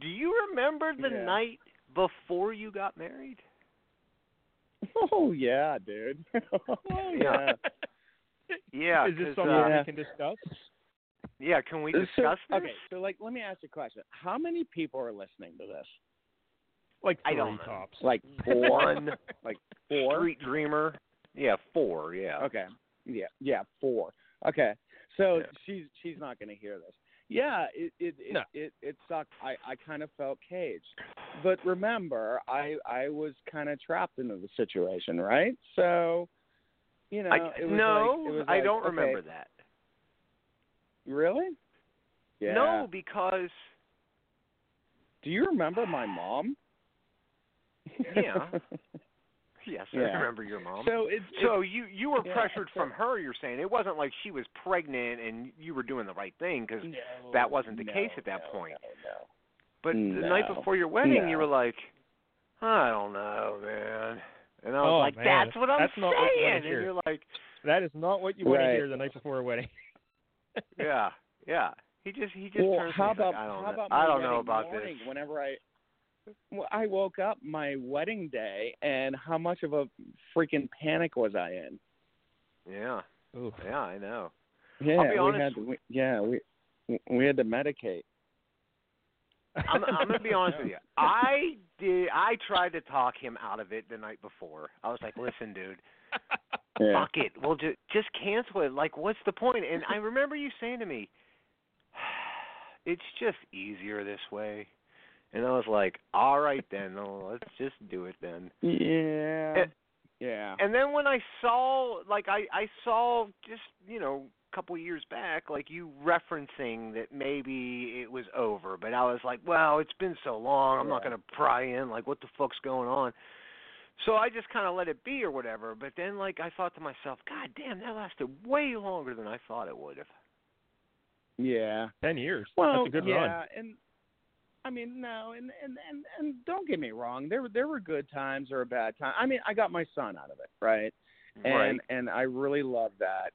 [SPEAKER 2] do you remember the
[SPEAKER 4] Yeah.
[SPEAKER 2] night before you got married?
[SPEAKER 4] oh yeah, dude. oh yeah.
[SPEAKER 2] Yeah. Yeah,
[SPEAKER 3] Is this
[SPEAKER 2] 'cause,
[SPEAKER 3] something
[SPEAKER 2] uh,
[SPEAKER 4] Yeah.
[SPEAKER 3] we can discuss?
[SPEAKER 2] yeah, can we
[SPEAKER 4] So-
[SPEAKER 2] discuss this?
[SPEAKER 4] okay, so like, let me ask you a question. How many people are listening to this?
[SPEAKER 3] Like
[SPEAKER 2] I
[SPEAKER 3] three
[SPEAKER 2] don't know.
[SPEAKER 3] tops.
[SPEAKER 4] Like four?
[SPEAKER 2] One
[SPEAKER 4] like four?
[SPEAKER 2] street dreamer. Yeah, four, yeah.
[SPEAKER 4] Okay. Yeah. Yeah. Four. Okay. So
[SPEAKER 2] Yeah.
[SPEAKER 4] she's she's not going to hear this. Yeah. It it it,
[SPEAKER 3] No.
[SPEAKER 4] it, it sucked. I I kind of felt caged, but remember, I I was kind of trapped into the situation, right? So, you know,
[SPEAKER 2] I,
[SPEAKER 4] it was
[SPEAKER 2] no,
[SPEAKER 4] like- it was
[SPEAKER 2] I
[SPEAKER 4] like,
[SPEAKER 2] don't
[SPEAKER 4] okay,
[SPEAKER 2] remember that.
[SPEAKER 4] Really? Yeah.
[SPEAKER 2] No, because
[SPEAKER 4] Do you remember my mom?
[SPEAKER 2] Yeah. Yes, I
[SPEAKER 4] Yeah.
[SPEAKER 2] remember your mom.
[SPEAKER 4] So it's, it's
[SPEAKER 2] So you you were
[SPEAKER 4] Yeah,
[SPEAKER 2] pressured
[SPEAKER 4] so-
[SPEAKER 2] from her. You're saying it wasn't like she was pregnant and you were doing the right thing because.
[SPEAKER 4] no,
[SPEAKER 2] that wasn't the
[SPEAKER 4] no,
[SPEAKER 2] case at that
[SPEAKER 4] no,
[SPEAKER 2] point.
[SPEAKER 4] No, no.
[SPEAKER 2] But the night
[SPEAKER 4] No.
[SPEAKER 2] before your wedding, you
[SPEAKER 4] No.
[SPEAKER 2] were like, I don't know, man. And I was
[SPEAKER 3] Oh,
[SPEAKER 2] like,
[SPEAKER 3] man.
[SPEAKER 2] that's what I'm
[SPEAKER 3] That's
[SPEAKER 2] saying.
[SPEAKER 3] not what you wanna
[SPEAKER 2] and
[SPEAKER 3] hear.
[SPEAKER 2] you're like,
[SPEAKER 3] That is not what you want to
[SPEAKER 4] Right.
[SPEAKER 3] hear the night before a wedding.
[SPEAKER 2] yeah, yeah. He just he just
[SPEAKER 4] well,
[SPEAKER 2] turns
[SPEAKER 4] how
[SPEAKER 2] to me, he's
[SPEAKER 4] about
[SPEAKER 2] like, I don't
[SPEAKER 4] how
[SPEAKER 2] know,
[SPEAKER 4] about
[SPEAKER 2] I
[SPEAKER 4] my
[SPEAKER 2] don't know
[SPEAKER 4] wedding
[SPEAKER 2] about
[SPEAKER 4] morning
[SPEAKER 2] this.
[SPEAKER 4] Whenever I well, I woke up my wedding day, and how much of a freaking panic was I in?
[SPEAKER 2] Yeah,
[SPEAKER 3] Ooh.
[SPEAKER 2] yeah, I know.
[SPEAKER 4] Yeah,
[SPEAKER 2] be
[SPEAKER 4] we
[SPEAKER 2] honest
[SPEAKER 4] had to, we, yeah we we had to medicate.
[SPEAKER 2] I'm, I'm gonna be honest with you. I did. I tried to talk him out of it the night before. I was like, listen, dude.
[SPEAKER 4] Yeah.
[SPEAKER 2] fuck it. Well, just just cancel it. Like, what's the point? And I remember you saying to me, "It's just easier this way." And I was like, "All right then, well, let's just do it then."
[SPEAKER 4] Yeah.
[SPEAKER 2] And-
[SPEAKER 4] Yeah.
[SPEAKER 2] And then when I saw, like, I I saw just you know a couple years back, like you referencing that maybe it was over, but I was like, "Well, it's been so long. I'm not
[SPEAKER 4] Yeah.
[SPEAKER 2] gonna pry in. Like, what the fuck's going on?" So I just kind of let it be or whatever. But then, like, I thought to myself, "God damn, that lasted way longer than I thought it would have."
[SPEAKER 4] Yeah.
[SPEAKER 3] Ten years.
[SPEAKER 4] Well,
[SPEAKER 3] That's a good
[SPEAKER 4] yeah,
[SPEAKER 3] run.
[SPEAKER 4] and I mean, no, and and and and don't get me wrong. There were there were good times or a bad time. I mean, I got my son out of it, right? And
[SPEAKER 2] right.
[SPEAKER 4] and I really love that.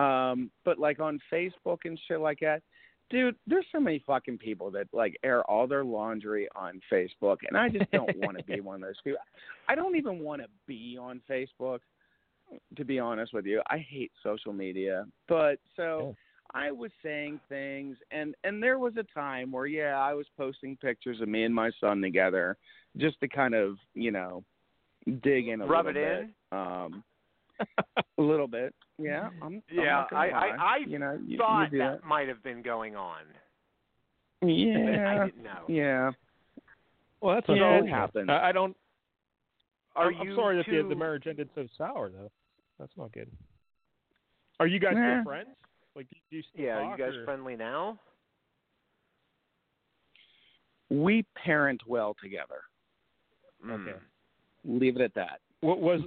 [SPEAKER 4] Um, but like on Facebook and shit like that, dude, there's so many fucking people that like air all their laundry on Facebook, and I just don't want to be one of those people. I don't even want to be on Facebook, to be honest with you. I hate social media, but so I was saying things, and and there was a time where yeah, I was posting pictures of me and my son together, just to kind of you know dig in a
[SPEAKER 2] Rub
[SPEAKER 4] little
[SPEAKER 2] it
[SPEAKER 4] bit. Um, a little bit, yeah. I'm, I'm
[SPEAKER 2] Yeah,
[SPEAKER 4] not gonna
[SPEAKER 2] I- I-
[SPEAKER 4] lie.
[SPEAKER 2] I
[SPEAKER 4] you know you, you
[SPEAKER 2] Thought
[SPEAKER 4] do
[SPEAKER 2] that might have been going on.
[SPEAKER 4] that.
[SPEAKER 2] I
[SPEAKER 4] Yeah,
[SPEAKER 2] didn't know.
[SPEAKER 4] yeah.
[SPEAKER 3] Well, that's
[SPEAKER 4] Yeah, it
[SPEAKER 3] unfortunate.
[SPEAKER 4] happens.
[SPEAKER 3] I, I don't.
[SPEAKER 2] Are
[SPEAKER 3] I'm, I'm
[SPEAKER 2] you
[SPEAKER 3] sorry that
[SPEAKER 2] two...
[SPEAKER 3] the, the marriage ended so sour, though. That's not good. Are you guys
[SPEAKER 4] Nah.
[SPEAKER 3] still friends? Like, do you still
[SPEAKER 2] Yeah, are you
[SPEAKER 3] talk,
[SPEAKER 2] guys
[SPEAKER 3] or-
[SPEAKER 2] friendly now?
[SPEAKER 4] We parent well together.
[SPEAKER 2] Mm.
[SPEAKER 3] Okay.
[SPEAKER 4] Leave it at that.
[SPEAKER 3] What was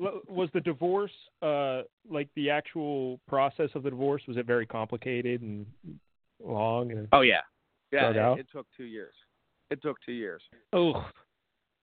[SPEAKER 3] L- was the divorce uh like the actual process of the divorce was it very complicated and long and
[SPEAKER 4] oh yeah, yeah.
[SPEAKER 3] Drug out?
[SPEAKER 4] It, it took two years. It took two years.
[SPEAKER 3] oh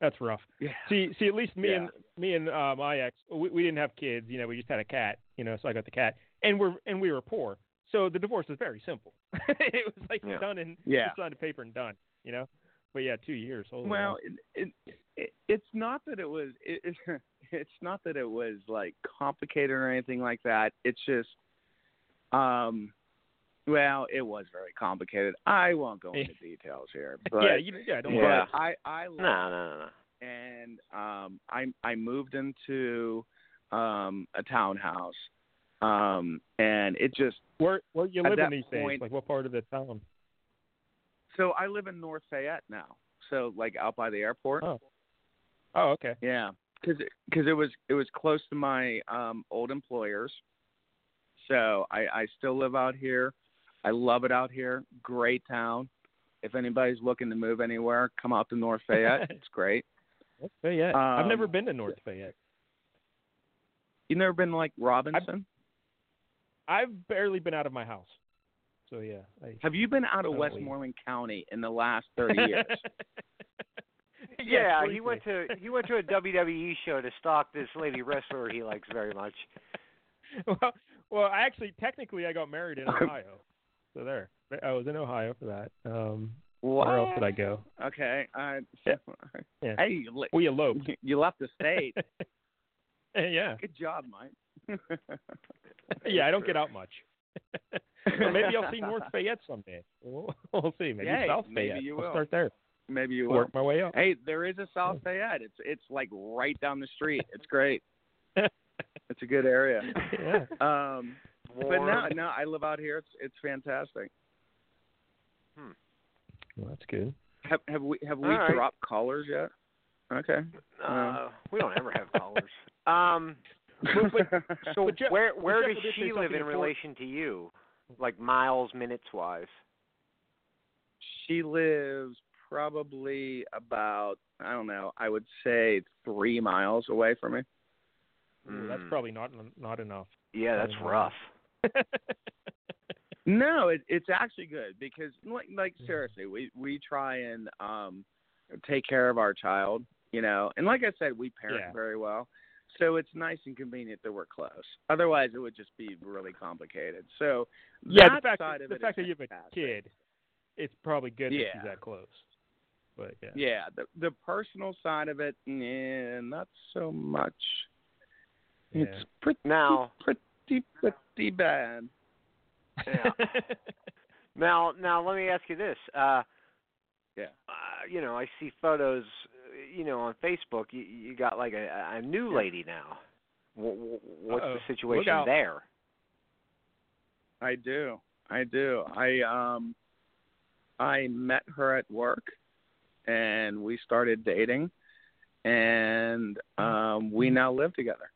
[SPEAKER 3] that's rough
[SPEAKER 4] Yeah.
[SPEAKER 3] see see at least me
[SPEAKER 4] Yeah.
[SPEAKER 3] and me and uh, my ex we, we didn't have kids you know we just had a cat you know so i got the cat and we're and we were poor so the divorce was very simple it was like
[SPEAKER 2] Yeah.
[SPEAKER 3] done and
[SPEAKER 4] Yeah.
[SPEAKER 3] just signed a paper and done you know but Oh, yeah two years holy
[SPEAKER 4] Well, it, it, it, it's not that it was. It, it, it's not that it was like complicated or anything like that. It's just, um, well, it was very complicated. I won't go into details here,
[SPEAKER 3] hell.
[SPEAKER 4] but
[SPEAKER 3] yeah you, yeah don't
[SPEAKER 4] but
[SPEAKER 3] worry.
[SPEAKER 2] Yeah.
[SPEAKER 4] I I
[SPEAKER 2] No, no, no, no.
[SPEAKER 4] and um I I moved into um a townhouse, um, and it just
[SPEAKER 3] where where you
[SPEAKER 4] At
[SPEAKER 3] living
[SPEAKER 4] that
[SPEAKER 3] these days
[SPEAKER 4] point-
[SPEAKER 3] like what part of the town
[SPEAKER 4] so I live in North Fayette now, so like out by the airport.
[SPEAKER 3] Oh. oh okay
[SPEAKER 4] Yeah, because because it was it was close to my um, old employers, so I, I still live out here. I love it out here. Great town. If anybody's looking to move anywhere, come out to North Fayette. it's great.
[SPEAKER 3] North Fayette. I've
[SPEAKER 4] Um,
[SPEAKER 3] never been to North Fayette.
[SPEAKER 4] You never been to, like Robinson?
[SPEAKER 3] I've barely been out of my house. So yeah. I,
[SPEAKER 4] Have you been out of
[SPEAKER 3] Oh, wait.
[SPEAKER 4] Westmoreland County in the last thirty years?
[SPEAKER 2] Yeah, he went to he went to a WWE show to stalk this lady wrestler he likes very much.
[SPEAKER 3] well, well, I actually technically I got married in Ohio. so there. I was in Ohio for that. Um where else did I go?
[SPEAKER 4] Okay. I,
[SPEAKER 3] Yeah. Yeah.
[SPEAKER 4] Hey, you, le-
[SPEAKER 3] We eloped.
[SPEAKER 4] you left the state.
[SPEAKER 3] yeah.
[SPEAKER 4] Good job, Mike.
[SPEAKER 3] Yeah, I don't get out much. so maybe I'll see North Fayette someday. We'll, we'll see. Maybe
[SPEAKER 4] Yay,
[SPEAKER 3] South
[SPEAKER 4] maybe
[SPEAKER 3] Fayette.
[SPEAKER 4] you
[SPEAKER 3] I'll
[SPEAKER 4] will.
[SPEAKER 3] start there.
[SPEAKER 4] Maybe you will.
[SPEAKER 3] Work my way up.
[SPEAKER 4] Hey, there is a South Fayette. It's it's like right down the street. It's great. it's a good area.
[SPEAKER 3] yeah.
[SPEAKER 4] Um, but
[SPEAKER 2] Warm.
[SPEAKER 4] no, no, I live out here. It's it's fantastic.
[SPEAKER 3] Well, that's good.
[SPEAKER 4] Have have we have we
[SPEAKER 2] All right.
[SPEAKER 4] dropped callers yet? Okay.
[SPEAKER 2] Uh, we don't ever have callers. Um, so
[SPEAKER 3] But Jeff-
[SPEAKER 2] where
[SPEAKER 3] but
[SPEAKER 2] where
[SPEAKER 3] Jeff
[SPEAKER 2] does
[SPEAKER 3] did say
[SPEAKER 2] she live
[SPEAKER 3] something
[SPEAKER 2] in
[SPEAKER 3] important.
[SPEAKER 2] relation to you, like miles, minutes wise?
[SPEAKER 4] she lives probably about I don't know. I would say three miles away from me.
[SPEAKER 3] Ooh, that's
[SPEAKER 2] Mm.
[SPEAKER 3] probably not en- not enough.
[SPEAKER 2] Yeah, that's
[SPEAKER 3] probably
[SPEAKER 2] rough.
[SPEAKER 4] No, it, it's actually good because, like, like
[SPEAKER 3] Mm-hmm.
[SPEAKER 4] seriously, we we try and um take care of our child, you know, and like I said, we parent
[SPEAKER 3] Yeah.
[SPEAKER 4] very well, so it's nice and convenient that we're close. Otherwise, it would just be really complicated. So
[SPEAKER 3] yeah, the
[SPEAKER 4] that
[SPEAKER 3] fact
[SPEAKER 4] side of
[SPEAKER 3] the
[SPEAKER 4] it
[SPEAKER 3] fact
[SPEAKER 4] is
[SPEAKER 3] that you have a
[SPEAKER 4] fantastic.
[SPEAKER 3] kid, it's probably good that
[SPEAKER 4] Yeah.
[SPEAKER 3] she's that close. But yeah,
[SPEAKER 4] yeah, the the personal side of it, eh, not so much.
[SPEAKER 3] Yeah.
[SPEAKER 4] It's pretty
[SPEAKER 2] Now,
[SPEAKER 4] pretty pretty bad.
[SPEAKER 2] Yeah. Now, now let me ask you this. Uh,
[SPEAKER 4] Yeah.
[SPEAKER 2] Uh, you know, I see photos. uh, You know, on Facebook, you, you got like a, a new lady now. W- what's
[SPEAKER 3] Uh-oh.
[SPEAKER 2] the situation
[SPEAKER 3] out.
[SPEAKER 2] there?
[SPEAKER 4] I do. I do. I um I met her at work and we started dating and um we
[SPEAKER 2] Mm-hmm.
[SPEAKER 4] now live together.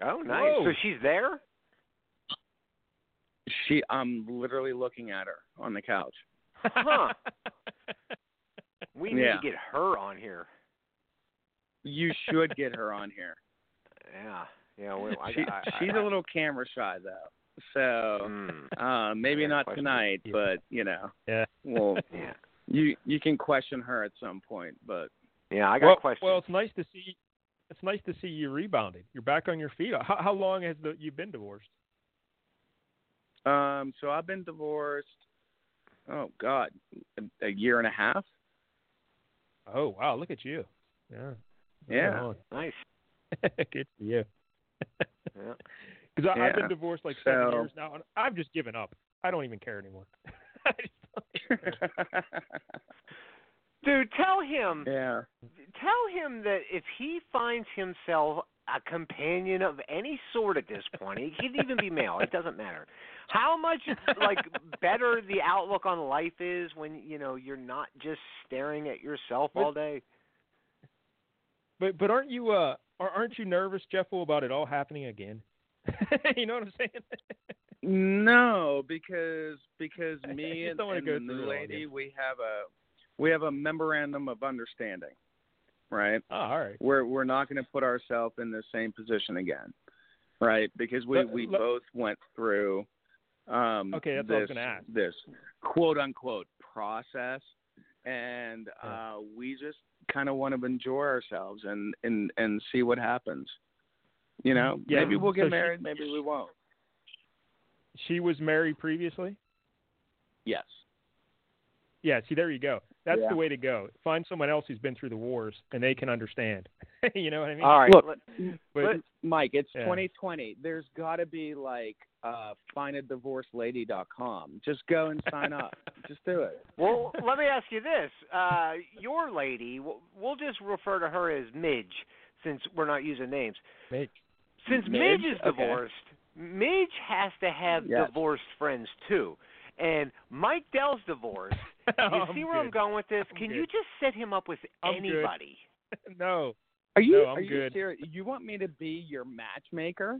[SPEAKER 2] Oh, nice.
[SPEAKER 3] Whoa.
[SPEAKER 2] So she's there.
[SPEAKER 4] She I'm literally looking at her on the couch.
[SPEAKER 2] Huh. We need
[SPEAKER 4] Yeah.
[SPEAKER 2] to get her on here.
[SPEAKER 4] You should get her on here.
[SPEAKER 2] Yeah. Yeah. Well, I,
[SPEAKER 4] She,
[SPEAKER 2] I, I,
[SPEAKER 4] she's a little camera shy though. So
[SPEAKER 2] Mm,
[SPEAKER 4] uh maybe
[SPEAKER 2] Yeah,
[SPEAKER 4] not
[SPEAKER 2] question.
[SPEAKER 4] tonight,
[SPEAKER 3] Yeah.
[SPEAKER 4] but you know.
[SPEAKER 3] Yeah.
[SPEAKER 4] Well,
[SPEAKER 2] yeah.
[SPEAKER 4] you you can question her at some point, but
[SPEAKER 2] Yeah. I got
[SPEAKER 3] well,
[SPEAKER 2] questions.
[SPEAKER 3] well, it's nice to see. It's nice to see you rebounded. You're back on your feet. How, how long has the, you been divorced?
[SPEAKER 4] um so I've been divorced oh god, a, a year and a half.
[SPEAKER 3] Oh wow, look at you. Yeah.
[SPEAKER 4] Yeah.
[SPEAKER 3] Right
[SPEAKER 2] nice.
[SPEAKER 3] on. Good for you.
[SPEAKER 2] Yeah.
[SPEAKER 3] Because I've
[SPEAKER 4] Yeah.
[SPEAKER 3] been divorced like seven
[SPEAKER 4] So-
[SPEAKER 3] years now, and I've just given up. I don't even care anymore. I just don't even care.
[SPEAKER 2] Dude, tell him.
[SPEAKER 4] yeah.
[SPEAKER 2] tell him that if he finds himself a companion of any sort at this point, he could even be male. It doesn't matter. How much like better the outlook on life is when you know you're not just staring at yourself all day.
[SPEAKER 3] but but aren't you uh ar- aren't you nervous, Jeffel, about it all happening again? you know what I'm saying?
[SPEAKER 4] No, because because
[SPEAKER 3] I
[SPEAKER 4] me
[SPEAKER 3] just
[SPEAKER 4] and,
[SPEAKER 3] don't wanna
[SPEAKER 4] and
[SPEAKER 3] go
[SPEAKER 4] the
[SPEAKER 3] through it
[SPEAKER 4] new
[SPEAKER 3] all
[SPEAKER 4] lady,
[SPEAKER 3] again.
[SPEAKER 4] we have a we have a memorandum of understanding, right?
[SPEAKER 3] oh, all right.
[SPEAKER 4] We're we're not going to put ourselves in the same position again, right? Because we
[SPEAKER 3] Let-
[SPEAKER 4] we
[SPEAKER 3] let-
[SPEAKER 4] both went through um
[SPEAKER 3] Okay, that's what I was
[SPEAKER 4] this
[SPEAKER 3] gonna ask.
[SPEAKER 4] this quote unquote process, and
[SPEAKER 3] Yeah.
[SPEAKER 4] uh we just kind of want to enjoy ourselves and and and see what happens. You know,
[SPEAKER 3] Mm-hmm. Yeah,
[SPEAKER 4] maybe we'll
[SPEAKER 3] so
[SPEAKER 4] get
[SPEAKER 3] she-
[SPEAKER 4] married, maybe we won't.
[SPEAKER 3] She was married previously.
[SPEAKER 4] Yes.
[SPEAKER 3] Yeah. See, there you go. That's
[SPEAKER 4] Yeah.
[SPEAKER 3] the way to go. Find someone else who's been through the wars, and they can understand. you know what I mean?
[SPEAKER 2] All right,
[SPEAKER 4] Look,
[SPEAKER 2] let-
[SPEAKER 3] but
[SPEAKER 2] but-
[SPEAKER 4] Mike, it's
[SPEAKER 3] Yeah.
[SPEAKER 4] 2020. There's got to be like uh, findadivorcelady.com. Just go and sign up. Just do it.
[SPEAKER 2] well, let me ask you this: uh, your lady, we'll, we'll just refer to her as Midge since we're not using names.
[SPEAKER 3] Mitch,
[SPEAKER 2] since Midge,
[SPEAKER 4] Midge?
[SPEAKER 2] is
[SPEAKER 4] Okay.
[SPEAKER 2] divorced, Midge has to have
[SPEAKER 4] Yes.
[SPEAKER 2] divorced friends too. And Mike Dell's divorced. You
[SPEAKER 3] Oh, I'm
[SPEAKER 2] see where I'm
[SPEAKER 3] good.
[SPEAKER 2] going with this?
[SPEAKER 3] I'm
[SPEAKER 2] Can
[SPEAKER 3] good.
[SPEAKER 2] you just set him up with
[SPEAKER 3] I'm good.
[SPEAKER 2] anybody?
[SPEAKER 3] No.
[SPEAKER 4] Are you
[SPEAKER 3] No, I'm
[SPEAKER 4] are you
[SPEAKER 3] good.
[SPEAKER 4] serious? You want me to be your matchmaker?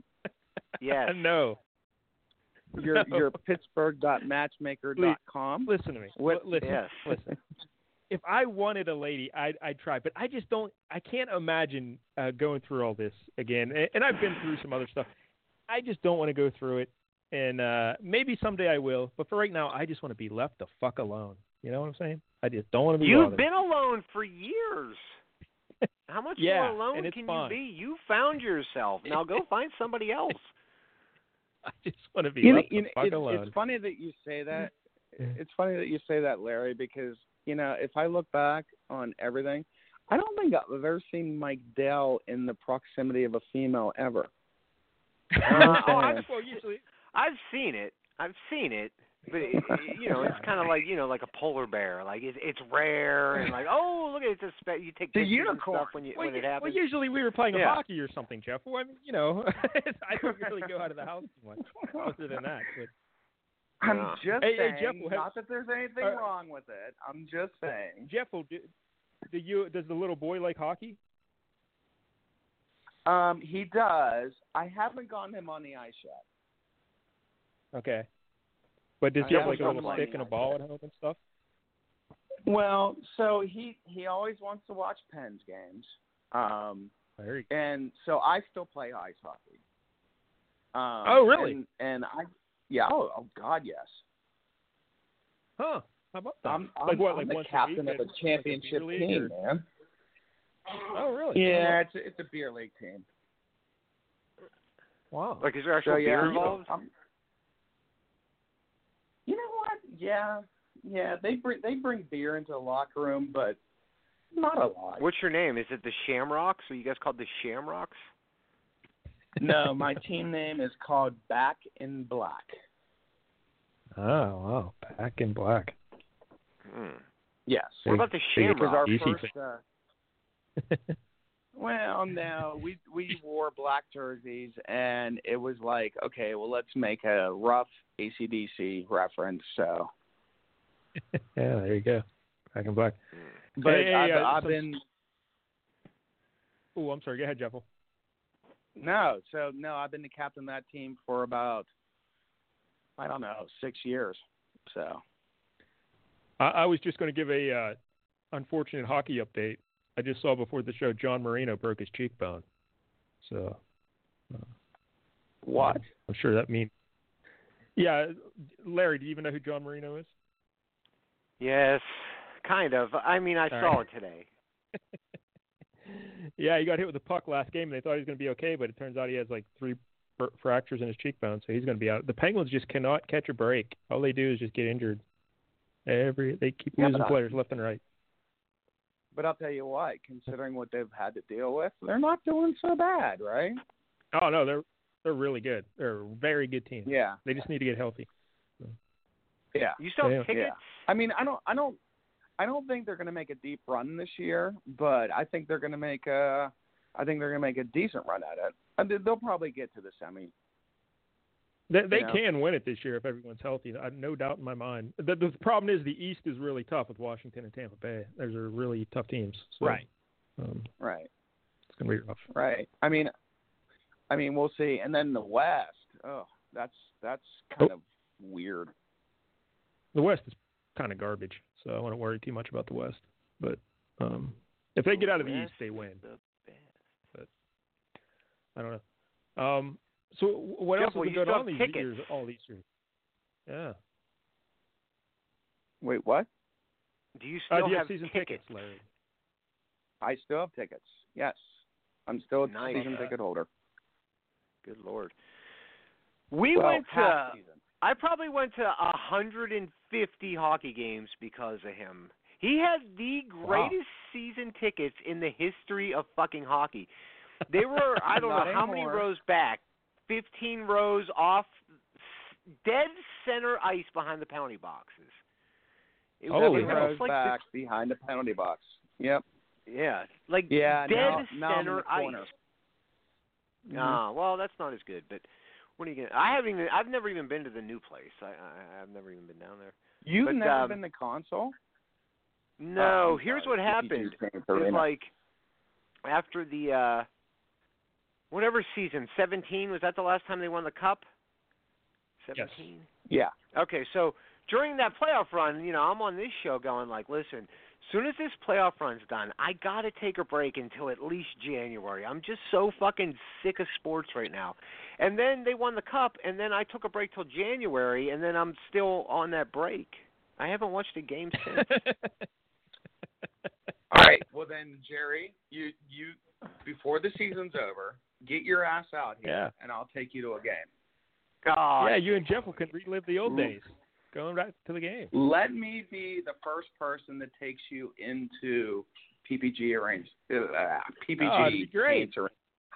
[SPEAKER 2] Yes.
[SPEAKER 3] No.
[SPEAKER 4] Your
[SPEAKER 3] No.
[SPEAKER 4] your pittsburgh.matchmaker.com?
[SPEAKER 3] Listen to me.
[SPEAKER 4] What-
[SPEAKER 3] Li- listen.
[SPEAKER 2] Yes.
[SPEAKER 3] Listen. If I wanted a lady, I'd, I'd try, but I just don't. I can't imagine uh, going through all this again. And, and I've been through some other stuff. I just don't want to go through it. And uh, maybe someday I will, but for right now, I just want to be left the fuck alone. You know what I'm saying? I just don't want to be.
[SPEAKER 2] You've
[SPEAKER 3] bothered.
[SPEAKER 2] been alone for years. How much
[SPEAKER 3] Yeah,
[SPEAKER 2] more alone
[SPEAKER 3] and it's
[SPEAKER 2] can
[SPEAKER 3] fine.
[SPEAKER 2] you be? You found yourself. Now go find somebody else.
[SPEAKER 3] I just want to be
[SPEAKER 4] You know-
[SPEAKER 3] left
[SPEAKER 4] you
[SPEAKER 3] the
[SPEAKER 4] know,
[SPEAKER 3] fuck
[SPEAKER 4] it-
[SPEAKER 3] alone.
[SPEAKER 4] it's funny that you say that.
[SPEAKER 3] Yeah.
[SPEAKER 4] It's funny that you say that, Larry, because you know if I look back on everything, I don't think I've ever seen Mike Dell in the proximity of a female ever.
[SPEAKER 2] Uh, oh,
[SPEAKER 3] I
[SPEAKER 2] I've,
[SPEAKER 3] just, well, usually,
[SPEAKER 2] I've seen it. I've seen it. But it, it- you know, it's kind of like you know, like a polar bear. Like it's it's rare and like oh look at it, it's a spe- you take
[SPEAKER 4] The
[SPEAKER 2] pictures and
[SPEAKER 4] unicorn.
[SPEAKER 2] stuff when you
[SPEAKER 3] well,
[SPEAKER 2] when
[SPEAKER 3] u-
[SPEAKER 2] it happens.
[SPEAKER 3] well, usually we were playing
[SPEAKER 2] Yeah.
[SPEAKER 3] hockey or something, Jeff. Well, I mean, you know, I don't really go out of the house too much. Other than that, but
[SPEAKER 4] I'm
[SPEAKER 2] Yeah.
[SPEAKER 4] just
[SPEAKER 3] Hey, hey,
[SPEAKER 4] saying,
[SPEAKER 3] Jeff, have-
[SPEAKER 4] not that there's anything
[SPEAKER 3] Uh,
[SPEAKER 4] wrong with it. I'm just saying.
[SPEAKER 3] Jeff, will do, do you does the little boy like hockey?
[SPEAKER 4] Um, he does. I haven't gotten him on the ice yet.
[SPEAKER 3] Okay. But does
[SPEAKER 4] I
[SPEAKER 3] he have
[SPEAKER 4] have
[SPEAKER 3] like a
[SPEAKER 4] some
[SPEAKER 3] little
[SPEAKER 4] money
[SPEAKER 3] stick and a
[SPEAKER 4] on
[SPEAKER 3] ball
[SPEAKER 4] it.
[SPEAKER 3] at home and stuff?
[SPEAKER 4] Well, so he he always wants to watch Penn's games. Um,
[SPEAKER 3] Very
[SPEAKER 4] and so I still play ice hockey. Um,
[SPEAKER 3] Oh, really?
[SPEAKER 4] And, and I, yeah. Oh, oh God, yes.
[SPEAKER 3] Huh. How about that?
[SPEAKER 4] I'm,
[SPEAKER 3] like
[SPEAKER 4] I'm,
[SPEAKER 3] what?
[SPEAKER 4] I'm
[SPEAKER 3] like
[SPEAKER 4] the
[SPEAKER 3] once
[SPEAKER 4] captain
[SPEAKER 3] a week
[SPEAKER 4] of
[SPEAKER 3] and-
[SPEAKER 4] a championship
[SPEAKER 3] like a beer league
[SPEAKER 4] team,
[SPEAKER 3] or-
[SPEAKER 4] man.
[SPEAKER 3] Oh, really?
[SPEAKER 4] Yeah, it's a, it's a beer league team.
[SPEAKER 3] Wow.
[SPEAKER 2] Like, is there actual
[SPEAKER 4] So Oh, yeah,
[SPEAKER 2] beer
[SPEAKER 4] I'm-
[SPEAKER 2] involved?
[SPEAKER 4] I'm- you know what? Yeah, yeah. They bring they bring beer into the locker room, but not a lot.
[SPEAKER 2] What's your name? Is it the Shamrocks? Are you guys called the Shamrocks?
[SPEAKER 4] no, my team name is called Back in Black.
[SPEAKER 3] Oh, wow. Back in black.
[SPEAKER 2] Hmm.
[SPEAKER 4] Yes.
[SPEAKER 2] What about the
[SPEAKER 3] Big-
[SPEAKER 4] It was our
[SPEAKER 2] Shamrocks?
[SPEAKER 3] Easy.
[SPEAKER 4] first. Uh, well, no, we we wore black jerseys, and it was like, okay, well, let's make a rough ACDC reference. So,
[SPEAKER 3] yeah, there you go. Back in black.
[SPEAKER 4] but
[SPEAKER 3] Hey, hey,
[SPEAKER 4] I've,
[SPEAKER 3] uh,
[SPEAKER 4] I've
[SPEAKER 3] some-
[SPEAKER 4] been
[SPEAKER 3] Oh, I'm sorry. Go ahead, Jeffel.
[SPEAKER 4] No, so no, I've been the captain of that team for about I don't know six years. So
[SPEAKER 3] I, I was just going to give a uh, unfortunate hockey update. I just saw before the show John Marino broke his cheekbone. So uh,
[SPEAKER 4] what?
[SPEAKER 3] I'm sure that means. Yeah, Larry, do you even know who John Marino is?
[SPEAKER 2] Yes, kind of. I mean, I
[SPEAKER 3] Sorry.
[SPEAKER 2] saw it today.
[SPEAKER 3] yeah, he got hit with a puck last game, and they thought he was going to be okay, but it turns out he has like three fr- fractures in his cheekbone, so he's going to be out. The Penguins just cannot catch a break. All they do is just get injured. Every they keep
[SPEAKER 4] Yeah,
[SPEAKER 3] losing
[SPEAKER 4] but I-
[SPEAKER 3] players left and right.
[SPEAKER 4] But I'll tell you what, considering what they've had to deal with, they're not doing so bad, right?
[SPEAKER 3] Oh no, they're they're really good. They're a very good team.
[SPEAKER 4] Yeah,
[SPEAKER 3] They just need to get healthy.
[SPEAKER 4] yeah.
[SPEAKER 2] You sell
[SPEAKER 3] Yeah.
[SPEAKER 2] tickets?
[SPEAKER 4] I mean, I don't, I don't, I don't think they're going to make a deep run this year, but I think they're going to make a, I think they're going to make a decent run at it. And they- they'll probably get to the semi.
[SPEAKER 3] They, they
[SPEAKER 4] Yeah.
[SPEAKER 3] can win it this year if everyone's healthy. I no doubt in my mind. The, the problem is the East is really tough with Washington and Tampa Bay. Those are really tough teams. So,
[SPEAKER 2] Right.
[SPEAKER 3] Um,
[SPEAKER 4] Right.
[SPEAKER 3] it's gonna be rough.
[SPEAKER 4] Right. I mean, I mean, we'll see. And then the West. Oh, that's that's kind of weird.
[SPEAKER 3] the West is kind of garbage, so I wouldn't worry too much about the West. But um, if they get out of the East, they win.
[SPEAKER 2] The best.
[SPEAKER 3] I don't know. Um, so what
[SPEAKER 2] Yeah,
[SPEAKER 3] else
[SPEAKER 2] well,
[SPEAKER 3] has
[SPEAKER 2] you
[SPEAKER 3] been going
[SPEAKER 2] still
[SPEAKER 3] on
[SPEAKER 2] have
[SPEAKER 3] these
[SPEAKER 2] tickets.
[SPEAKER 3] years? All these years. Yeah.
[SPEAKER 4] Wait, what?
[SPEAKER 2] Do you
[SPEAKER 3] Uh,
[SPEAKER 2] still
[SPEAKER 3] do you have
[SPEAKER 2] have
[SPEAKER 3] season
[SPEAKER 2] tickets?
[SPEAKER 3] Larry?
[SPEAKER 4] I still have tickets. Yes, I'm still a
[SPEAKER 2] Nice.
[SPEAKER 4] season ticket holder.
[SPEAKER 2] Good lord. We
[SPEAKER 4] well,
[SPEAKER 2] went to.
[SPEAKER 4] half season.
[SPEAKER 2] I probably went to 150 hockey games because of him. He had the
[SPEAKER 4] Wow.
[SPEAKER 2] greatest season tickets in the history of fucking hockey. They were I don't know
[SPEAKER 4] Not
[SPEAKER 2] how many
[SPEAKER 4] anymore.
[SPEAKER 2] rows back, 15 rows off s- dead center ice behind the penalty boxes. It was,
[SPEAKER 3] Holy
[SPEAKER 2] it
[SPEAKER 4] Seven
[SPEAKER 2] was
[SPEAKER 3] hell.
[SPEAKER 4] rows
[SPEAKER 2] like
[SPEAKER 4] back behind the penalty box. Yep.
[SPEAKER 2] The, yeah, like
[SPEAKER 4] Yeah.
[SPEAKER 2] dead
[SPEAKER 4] now, now I'm in
[SPEAKER 2] center
[SPEAKER 4] the corner.
[SPEAKER 2] ice. Nah, well, that's not as good. But what are you gonna? I haven't even. I've never even been to the new place. I, I I've never even been down there.
[SPEAKER 4] You've
[SPEAKER 2] But,
[SPEAKER 4] never
[SPEAKER 2] um,
[SPEAKER 4] been to console.
[SPEAKER 2] No,
[SPEAKER 4] Oh, I'm
[SPEAKER 2] here's what
[SPEAKER 4] sorry. If you
[SPEAKER 2] happened.
[SPEAKER 4] choose Saints
[SPEAKER 2] It's
[SPEAKER 4] Arena.
[SPEAKER 2] like after the uh whatever season, seventeen, was that the last time they won the cup?
[SPEAKER 3] Yes.
[SPEAKER 2] Seventeen?
[SPEAKER 4] yeah.
[SPEAKER 2] Okay, so during that playoff run, you know, I'm on this show going like, listen, soon as this playoff run's done, I gotta take a break until at least January. I'm just so fucking sick of sports right now. And then they won the cup, and then I took a break till January, and then I'm still on that break. I haven't watched a game since.
[SPEAKER 4] All right. Well then, Jerry, you you before the season's over, get your ass out here,
[SPEAKER 3] Yeah.
[SPEAKER 4] and I'll take you to a game.
[SPEAKER 2] God.
[SPEAKER 3] yeah, you and Jeff can relive the old
[SPEAKER 4] Ooh.
[SPEAKER 3] days, going back to the game.
[SPEAKER 4] Let me be the first person that takes you into PPG arrange uh, PPG.
[SPEAKER 3] Oh, that'd be great.
[SPEAKER 4] Saints Arena.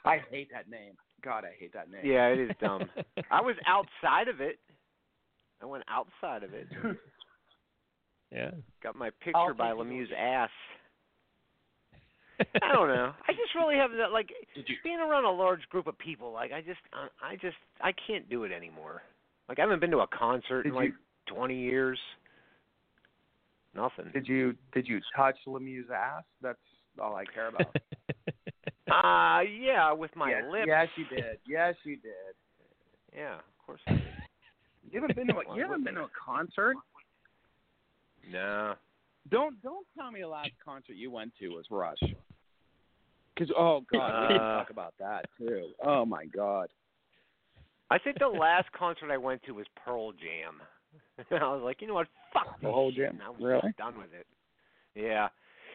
[SPEAKER 4] I hate that name. God, I hate that name.
[SPEAKER 2] Yeah, it is dumb. I was outside of it. I went outside of it.
[SPEAKER 3] yeah.
[SPEAKER 2] Got my picture by
[SPEAKER 4] take you to
[SPEAKER 2] Lemieux's ass. I don't know. I just really have that like
[SPEAKER 4] Did you?
[SPEAKER 2] being around a large group of people. Like I just, I, I just, I can't do it anymore. Like I haven't been to a concert
[SPEAKER 4] Did
[SPEAKER 2] in like 20 years. Nothing.
[SPEAKER 4] Did you? Did you touch Lemieux's ass? That's all I care about.
[SPEAKER 2] Uh yeah, with my
[SPEAKER 4] yes,
[SPEAKER 2] lips.
[SPEAKER 4] Yes, you did. Yes, you did.
[SPEAKER 2] Yeah, of course. I did.
[SPEAKER 4] You haven't been to a, you haven't been to a concert?
[SPEAKER 2] no.
[SPEAKER 4] Don't don't tell me the last concert you went to was Rush. Because oh god, we didn't
[SPEAKER 2] Uh.
[SPEAKER 4] talk about that too. Oh my god.
[SPEAKER 2] I think the last concert I went to was Pearl Jam. And I was like, you know what? Fuck
[SPEAKER 4] The
[SPEAKER 2] this
[SPEAKER 4] whole
[SPEAKER 2] shit.
[SPEAKER 4] jam.
[SPEAKER 2] and I'm
[SPEAKER 4] Really?
[SPEAKER 2] done with it. Yeah.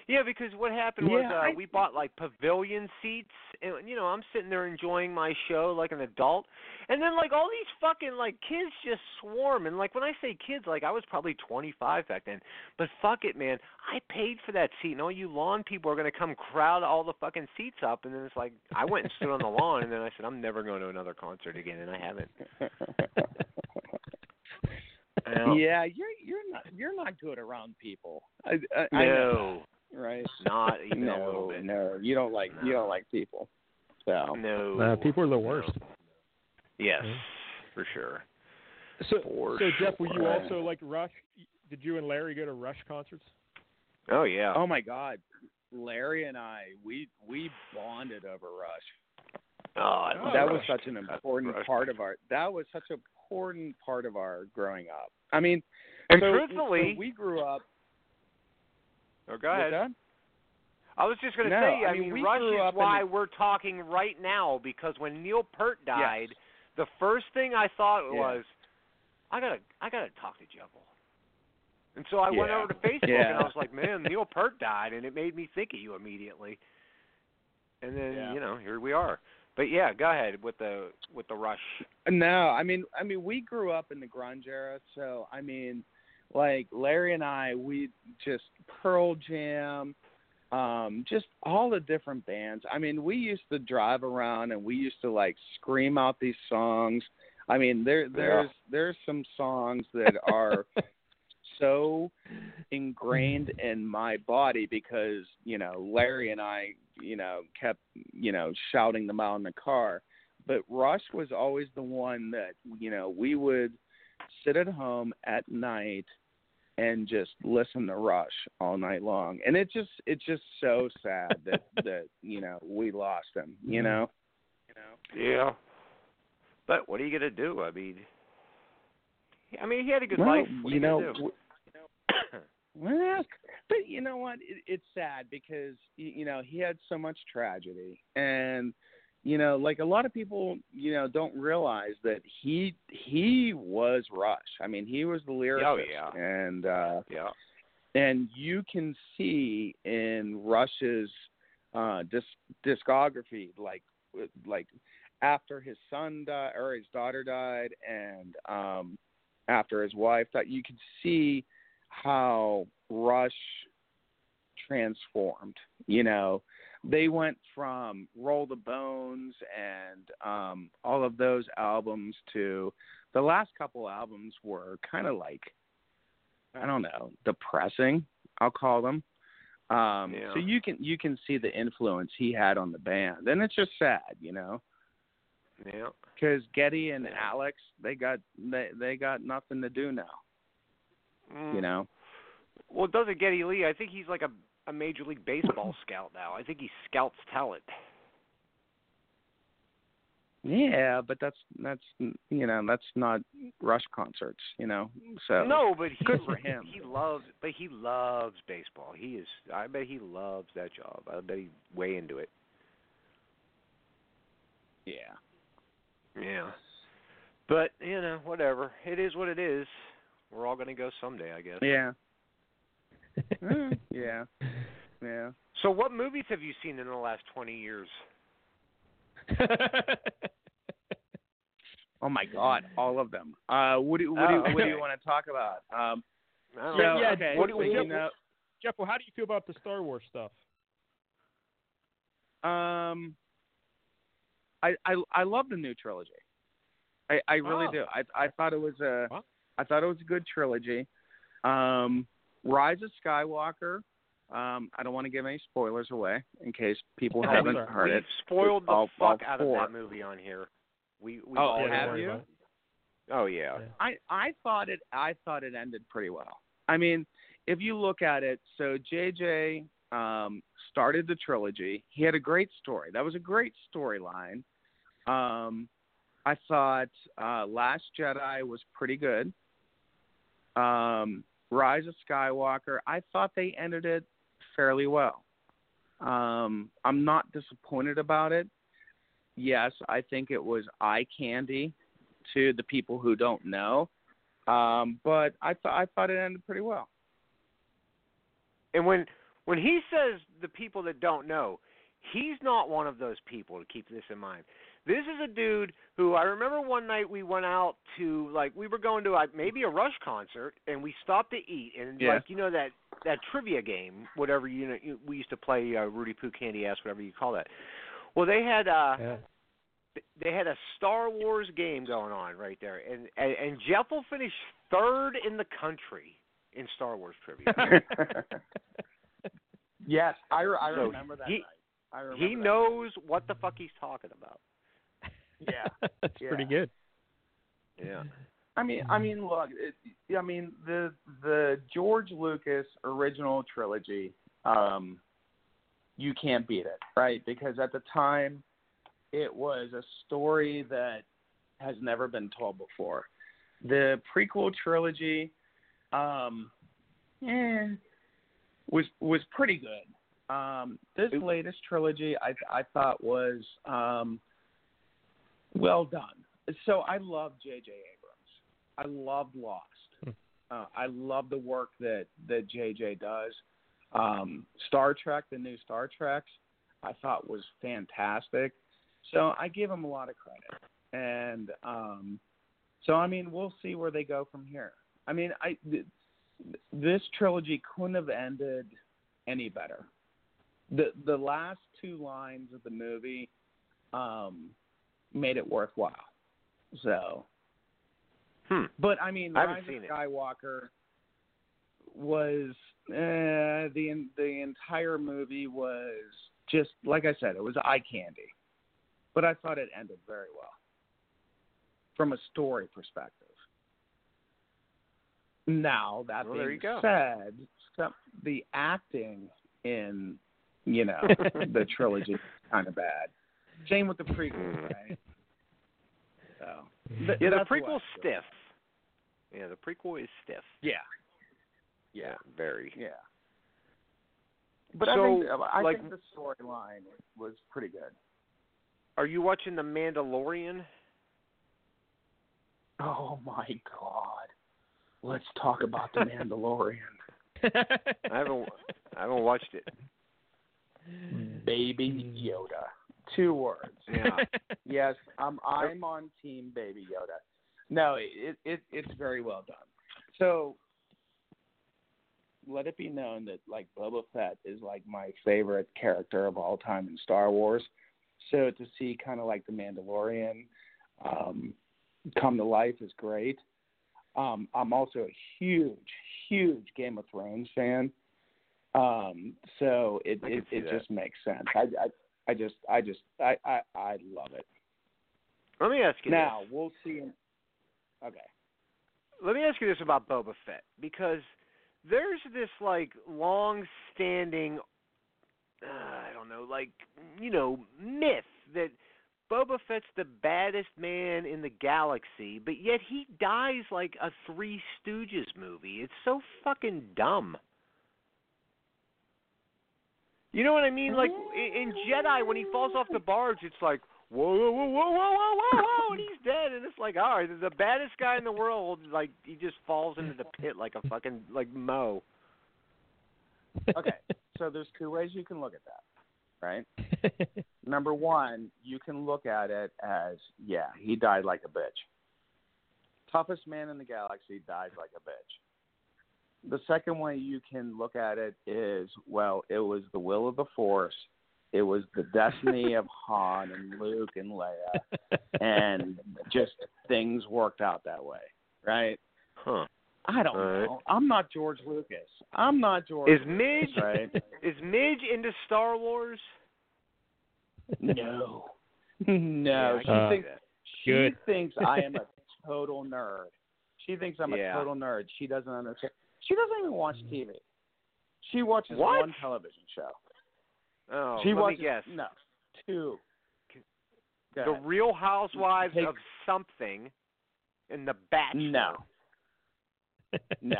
[SPEAKER 2] Yeah, because what happened was
[SPEAKER 4] Yeah,
[SPEAKER 2] uh,
[SPEAKER 4] I-
[SPEAKER 2] we bought like pavilion seats, and you know I'm sitting there enjoying my show like an adult, and then like all these fucking like kids just swarm, and like when I say kids, like I was probably 25 back then, but fuck it, man, I paid for that seat, and all you lawn people are gonna come crowd all the fucking seats up, and then it's like I went and stood on the lawn, and then I said I'm never going to another concert again, and I haven't.
[SPEAKER 4] yeah, you're you're not you're not good around people. I, I, I know
[SPEAKER 2] No,
[SPEAKER 4] that, right?
[SPEAKER 2] not even a little
[SPEAKER 4] no,
[SPEAKER 2] bit.
[SPEAKER 4] no, you don't like you don't like people. So
[SPEAKER 2] No.
[SPEAKER 3] Uh, people are the worst.
[SPEAKER 2] Yes,
[SPEAKER 3] Yeah.
[SPEAKER 2] for sure.
[SPEAKER 3] So,
[SPEAKER 2] For
[SPEAKER 3] so Jeff, were you
[SPEAKER 4] sure.
[SPEAKER 3] also like Rush? Did you and Larry go to Rush concerts?
[SPEAKER 2] Oh yeah.
[SPEAKER 4] Oh my God, Larry and I, we we bonded over Rush.
[SPEAKER 2] Oh, I
[SPEAKER 3] Oh,
[SPEAKER 2] love
[SPEAKER 4] that was
[SPEAKER 2] Rush.
[SPEAKER 4] such an important
[SPEAKER 2] Rush.
[SPEAKER 4] part of our. That was such an important part of our growing up. I mean,
[SPEAKER 2] And
[SPEAKER 4] so-
[SPEAKER 2] truthfully,
[SPEAKER 4] so we grew up.
[SPEAKER 2] oh, go ahead.
[SPEAKER 4] What's that?
[SPEAKER 2] I was just going to
[SPEAKER 4] No,
[SPEAKER 2] say,
[SPEAKER 4] I
[SPEAKER 2] I,
[SPEAKER 4] mean,
[SPEAKER 2] mean,
[SPEAKER 4] we
[SPEAKER 2] Rush
[SPEAKER 4] grew
[SPEAKER 2] is
[SPEAKER 4] up in
[SPEAKER 2] why
[SPEAKER 4] the-
[SPEAKER 2] we're talking right now because when Neil Peart
[SPEAKER 4] Yes.
[SPEAKER 2] died, the first thing I thought
[SPEAKER 4] Yeah.
[SPEAKER 2] was, I gotta, I gotta talk to Jevil. And so I went
[SPEAKER 4] Yeah.
[SPEAKER 2] over to Facebook and
[SPEAKER 4] Yeah.
[SPEAKER 2] I was like, man, Neil Peart died, and it made me think of you immediately. And then
[SPEAKER 4] Yeah.
[SPEAKER 2] you know, here we are. But yeah, go ahead with the with the Rush.
[SPEAKER 4] No, I mean, I mean, we grew up in the grunge era, so I mean, like Larry and I, we just Pearl Jam, um, just all the different bands. I mean, we used to drive around and we used to like scream out these songs. I mean, there there's there's some songs that are so ingrained in my body because you know Larry and I, you know, kept you know shouting them out in the car. But Rush was always the one that you know we would sit at home at night and just listen to Rush all night long. And it just it's just so sad that that you know we lost him.
[SPEAKER 2] Mm-hmm.
[SPEAKER 4] You know.
[SPEAKER 2] Yeah. But what are you gonna do? I mean, I mean, he had a good
[SPEAKER 4] Well,
[SPEAKER 2] life. What are
[SPEAKER 4] you know.
[SPEAKER 2] gonna do?
[SPEAKER 4] w- Well, but you know what? It, it's sad because y- you know he had so much tragedy, and you know, like a lot of people, you know, don't realize that he he was Rush. I mean, he was the lyricist,
[SPEAKER 2] Oh, yeah.
[SPEAKER 4] and uh,
[SPEAKER 2] yeah.
[SPEAKER 4] and you can see in Rush's uh, disc- discography, like with- like after his son died or his daughter died, and um, after his wife died, you could see how Rush transformed. You know, they went from Roll the Bones and um, all of those albums to the last couple albums were kind of like I don't know, depressing. I'll call them. Um,
[SPEAKER 2] Yeah.
[SPEAKER 4] So you can you can see the influence he had on the band, and it's just sad, you know,
[SPEAKER 2] Yeah.
[SPEAKER 4] because Getty and
[SPEAKER 2] Yeah.
[SPEAKER 4] Alex they got they they got nothing to do now,
[SPEAKER 2] Mm.
[SPEAKER 4] you know.
[SPEAKER 2] Well, it doesn't Getty Lee. I think he's like a a major league baseball scout now. I think he scouts talent.
[SPEAKER 4] Yeah, but that's that's you know that's not Rush concerts, you know. So
[SPEAKER 2] no, but he
[SPEAKER 4] good for him.
[SPEAKER 2] he loves but he loves baseball. He is I bet he loves that job. I bet he's way into it.
[SPEAKER 4] yeah,
[SPEAKER 2] Yeah. But, you know, whatever. It is what it is. We're all going to go someday, I guess.
[SPEAKER 4] yeah, Mm, yeah, yeah.
[SPEAKER 2] So what movies have you seen in the last 20 years?
[SPEAKER 4] Oh my God, all of them. Uh, what do what do,
[SPEAKER 2] Oh,
[SPEAKER 4] what do
[SPEAKER 2] okay.
[SPEAKER 4] you want to talk about? Um,
[SPEAKER 2] I don't
[SPEAKER 4] so,
[SPEAKER 2] know.
[SPEAKER 3] yeah,
[SPEAKER 4] okay,
[SPEAKER 2] what do-
[SPEAKER 4] so, you
[SPEAKER 3] what-
[SPEAKER 4] know,
[SPEAKER 3] Jeff, well, how do you feel about the Star Wars stuff?
[SPEAKER 4] Um, I I I love the new trilogy. I I really
[SPEAKER 3] Oh.
[SPEAKER 4] do. I I thought it was a
[SPEAKER 3] Wow.
[SPEAKER 4] I thought it was a good trilogy. Um, Rise of Skywalker. Um, I don't want to give any spoilers away in case people
[SPEAKER 3] Oh,
[SPEAKER 4] haven't
[SPEAKER 3] sorry.
[SPEAKER 4] heard
[SPEAKER 2] We've
[SPEAKER 4] it.
[SPEAKER 2] spoiled the
[SPEAKER 4] all- all
[SPEAKER 2] fuck out of
[SPEAKER 4] four.
[SPEAKER 2] that movie on here. We we
[SPEAKER 4] Oh,
[SPEAKER 2] all
[SPEAKER 3] yeah, don't
[SPEAKER 4] have
[SPEAKER 3] worry
[SPEAKER 4] you?
[SPEAKER 3] about it.
[SPEAKER 2] Oh yeah.
[SPEAKER 3] Yeah.
[SPEAKER 4] I I thought it I thought it ended pretty well. I mean, if you look at it, so JJ um, started the trilogy. He had a great story. That was a great storyline. Um, I thought uh, Last Jedi was pretty good. Um, Rise of Skywalker, I thought they ended it fairly well. Um, I'm not disappointed about it. Yes, I think it was eye candy to the people who don't know, um, but I thought I thought it ended pretty well.
[SPEAKER 2] And when when he says the people that don't know, he's not one of those people to keep this in mind. This is a dude who I remember one night we went out to like we were going to like maybe a Rush concert and we stopped to eat and
[SPEAKER 4] Yeah.
[SPEAKER 2] like you know that that trivia game whatever you know you- we used to play uh, Rudy Poo Candy Ass whatever you call that. Well, they had uh they had a Star Wars game going on right there, and and, and Jeff will finish third in the country in Star Wars trivia.
[SPEAKER 4] yes, I, re- I
[SPEAKER 2] So
[SPEAKER 4] remember that.
[SPEAKER 2] he-
[SPEAKER 4] night. I remember
[SPEAKER 2] he
[SPEAKER 4] that.
[SPEAKER 2] knows what the fuck he's talking about.
[SPEAKER 4] Yeah.
[SPEAKER 3] That's pretty
[SPEAKER 4] Yeah.
[SPEAKER 3] good.
[SPEAKER 2] Yeah.
[SPEAKER 4] I mean, I mean, look, it, I mean the the George Lucas original trilogy, um, you can't beat it, right? Because at the time, it was a story that has never been told before. The prequel trilogy, um, eh, was was pretty good. Um, this latest trilogy, I I thought was um, well done. So I love J.J. Abrams. I loved Lost.
[SPEAKER 3] Hmm.
[SPEAKER 4] Uh, I love the work that that J.J. does. Um, Star Trek, the new Star Treks, I thought was fantastic. So I give him a lot of credit, and um, so I mean we'll see where they go from here. I mean, I th- this trilogy couldn't have ended any better. The the last two lines of the movie um, made it worthwhile. So
[SPEAKER 2] Hmm.
[SPEAKER 4] but I mean,
[SPEAKER 2] I haven't
[SPEAKER 4] Rise
[SPEAKER 2] seen it.
[SPEAKER 4] of Skywalker was uh, the the entire movie was just like I said, it was eye candy. But I thought it ended very well from a story perspective. Now that
[SPEAKER 2] Well,
[SPEAKER 4] being
[SPEAKER 2] there you go.
[SPEAKER 4] said, some, the acting in you know the trilogy is kind of bad. Same with the prequel, right? So th-
[SPEAKER 2] Yeah, the
[SPEAKER 4] that's
[SPEAKER 2] prequel's
[SPEAKER 4] what-
[SPEAKER 2] stiff. Yeah, the prequel is stiff.
[SPEAKER 4] Yeah,
[SPEAKER 2] Yeah, very.
[SPEAKER 4] yeah. But
[SPEAKER 2] So,
[SPEAKER 4] I think uh, I
[SPEAKER 2] like-
[SPEAKER 4] think the storyline was pretty good.
[SPEAKER 2] Are you watching The Mandalorian?
[SPEAKER 4] Oh my god! Let's talk about the Mandalorian,
[SPEAKER 2] I haven't. I haven't watched it.
[SPEAKER 4] baby Yoda. Two words.
[SPEAKER 2] Yeah.
[SPEAKER 4] yes, I'm I'm on team Baby Yoda. No, it, it it's very well done. So let it be known that like Boba Fett is like my favorite character of all time in Star Wars. So to see kind of like the Mandalorian um, come to life is great. Um, I'm also a huge, huge Game of Thrones fan. Um, so it
[SPEAKER 2] I can
[SPEAKER 4] it,
[SPEAKER 2] see
[SPEAKER 4] it
[SPEAKER 2] that.
[SPEAKER 4] just makes sense. I, I I just, I just, I, I, I love it.
[SPEAKER 2] Let me ask you
[SPEAKER 4] Now
[SPEAKER 2] this.
[SPEAKER 4] we'll see. In, okay.
[SPEAKER 2] Let me ask you this about Boba Fett because there's this like long-standing, uh, I don't know, like you know, myth that Boba Fett's the baddest man in the galaxy, but yet he dies like a Three Stooges movie. It's so fucking dumb. You know what I mean? Like i- in Jedi, when he falls off the barge, it's like whoa, whoa, whoa, whoa, whoa, whoa, whoa, whoa, and he's dead. And it's like, all right, the baddest guy in the world, like he just falls into the pit like a fucking like Mo.
[SPEAKER 4] Okay. So there's two ways you can look at that, right? Number one, you can look at it as, yeah, he died like a bitch. Toughest man in the galaxy died like a bitch. The second way you can look at it is, well, it was the will of the Force. It was the destiny of Han and Luke and Leia, and just things worked out that way, right?
[SPEAKER 2] Huh.
[SPEAKER 4] I don't
[SPEAKER 2] Right.
[SPEAKER 4] know. I'm not George Lucas. I'm not George.
[SPEAKER 2] Is Midge
[SPEAKER 4] right?
[SPEAKER 2] is Midge into Star Wars?
[SPEAKER 4] no, no.
[SPEAKER 2] Yeah, I
[SPEAKER 4] she
[SPEAKER 2] can
[SPEAKER 3] Uh,
[SPEAKER 2] see
[SPEAKER 4] thinks
[SPEAKER 2] that.
[SPEAKER 4] she
[SPEAKER 3] Good.
[SPEAKER 4] thinks I am a total nerd. She thinks I'm
[SPEAKER 2] Yeah.
[SPEAKER 4] a total nerd. She doesn't understand. She doesn't even watch TV. She watches
[SPEAKER 2] What?
[SPEAKER 4] one television show.
[SPEAKER 2] Oh,
[SPEAKER 4] she
[SPEAKER 2] let
[SPEAKER 4] watches
[SPEAKER 2] me guess.
[SPEAKER 4] no two. Go
[SPEAKER 2] The
[SPEAKER 4] ahead.
[SPEAKER 2] Real Housewives
[SPEAKER 4] Take-
[SPEAKER 2] of something, and The Bachelor.
[SPEAKER 4] no, no.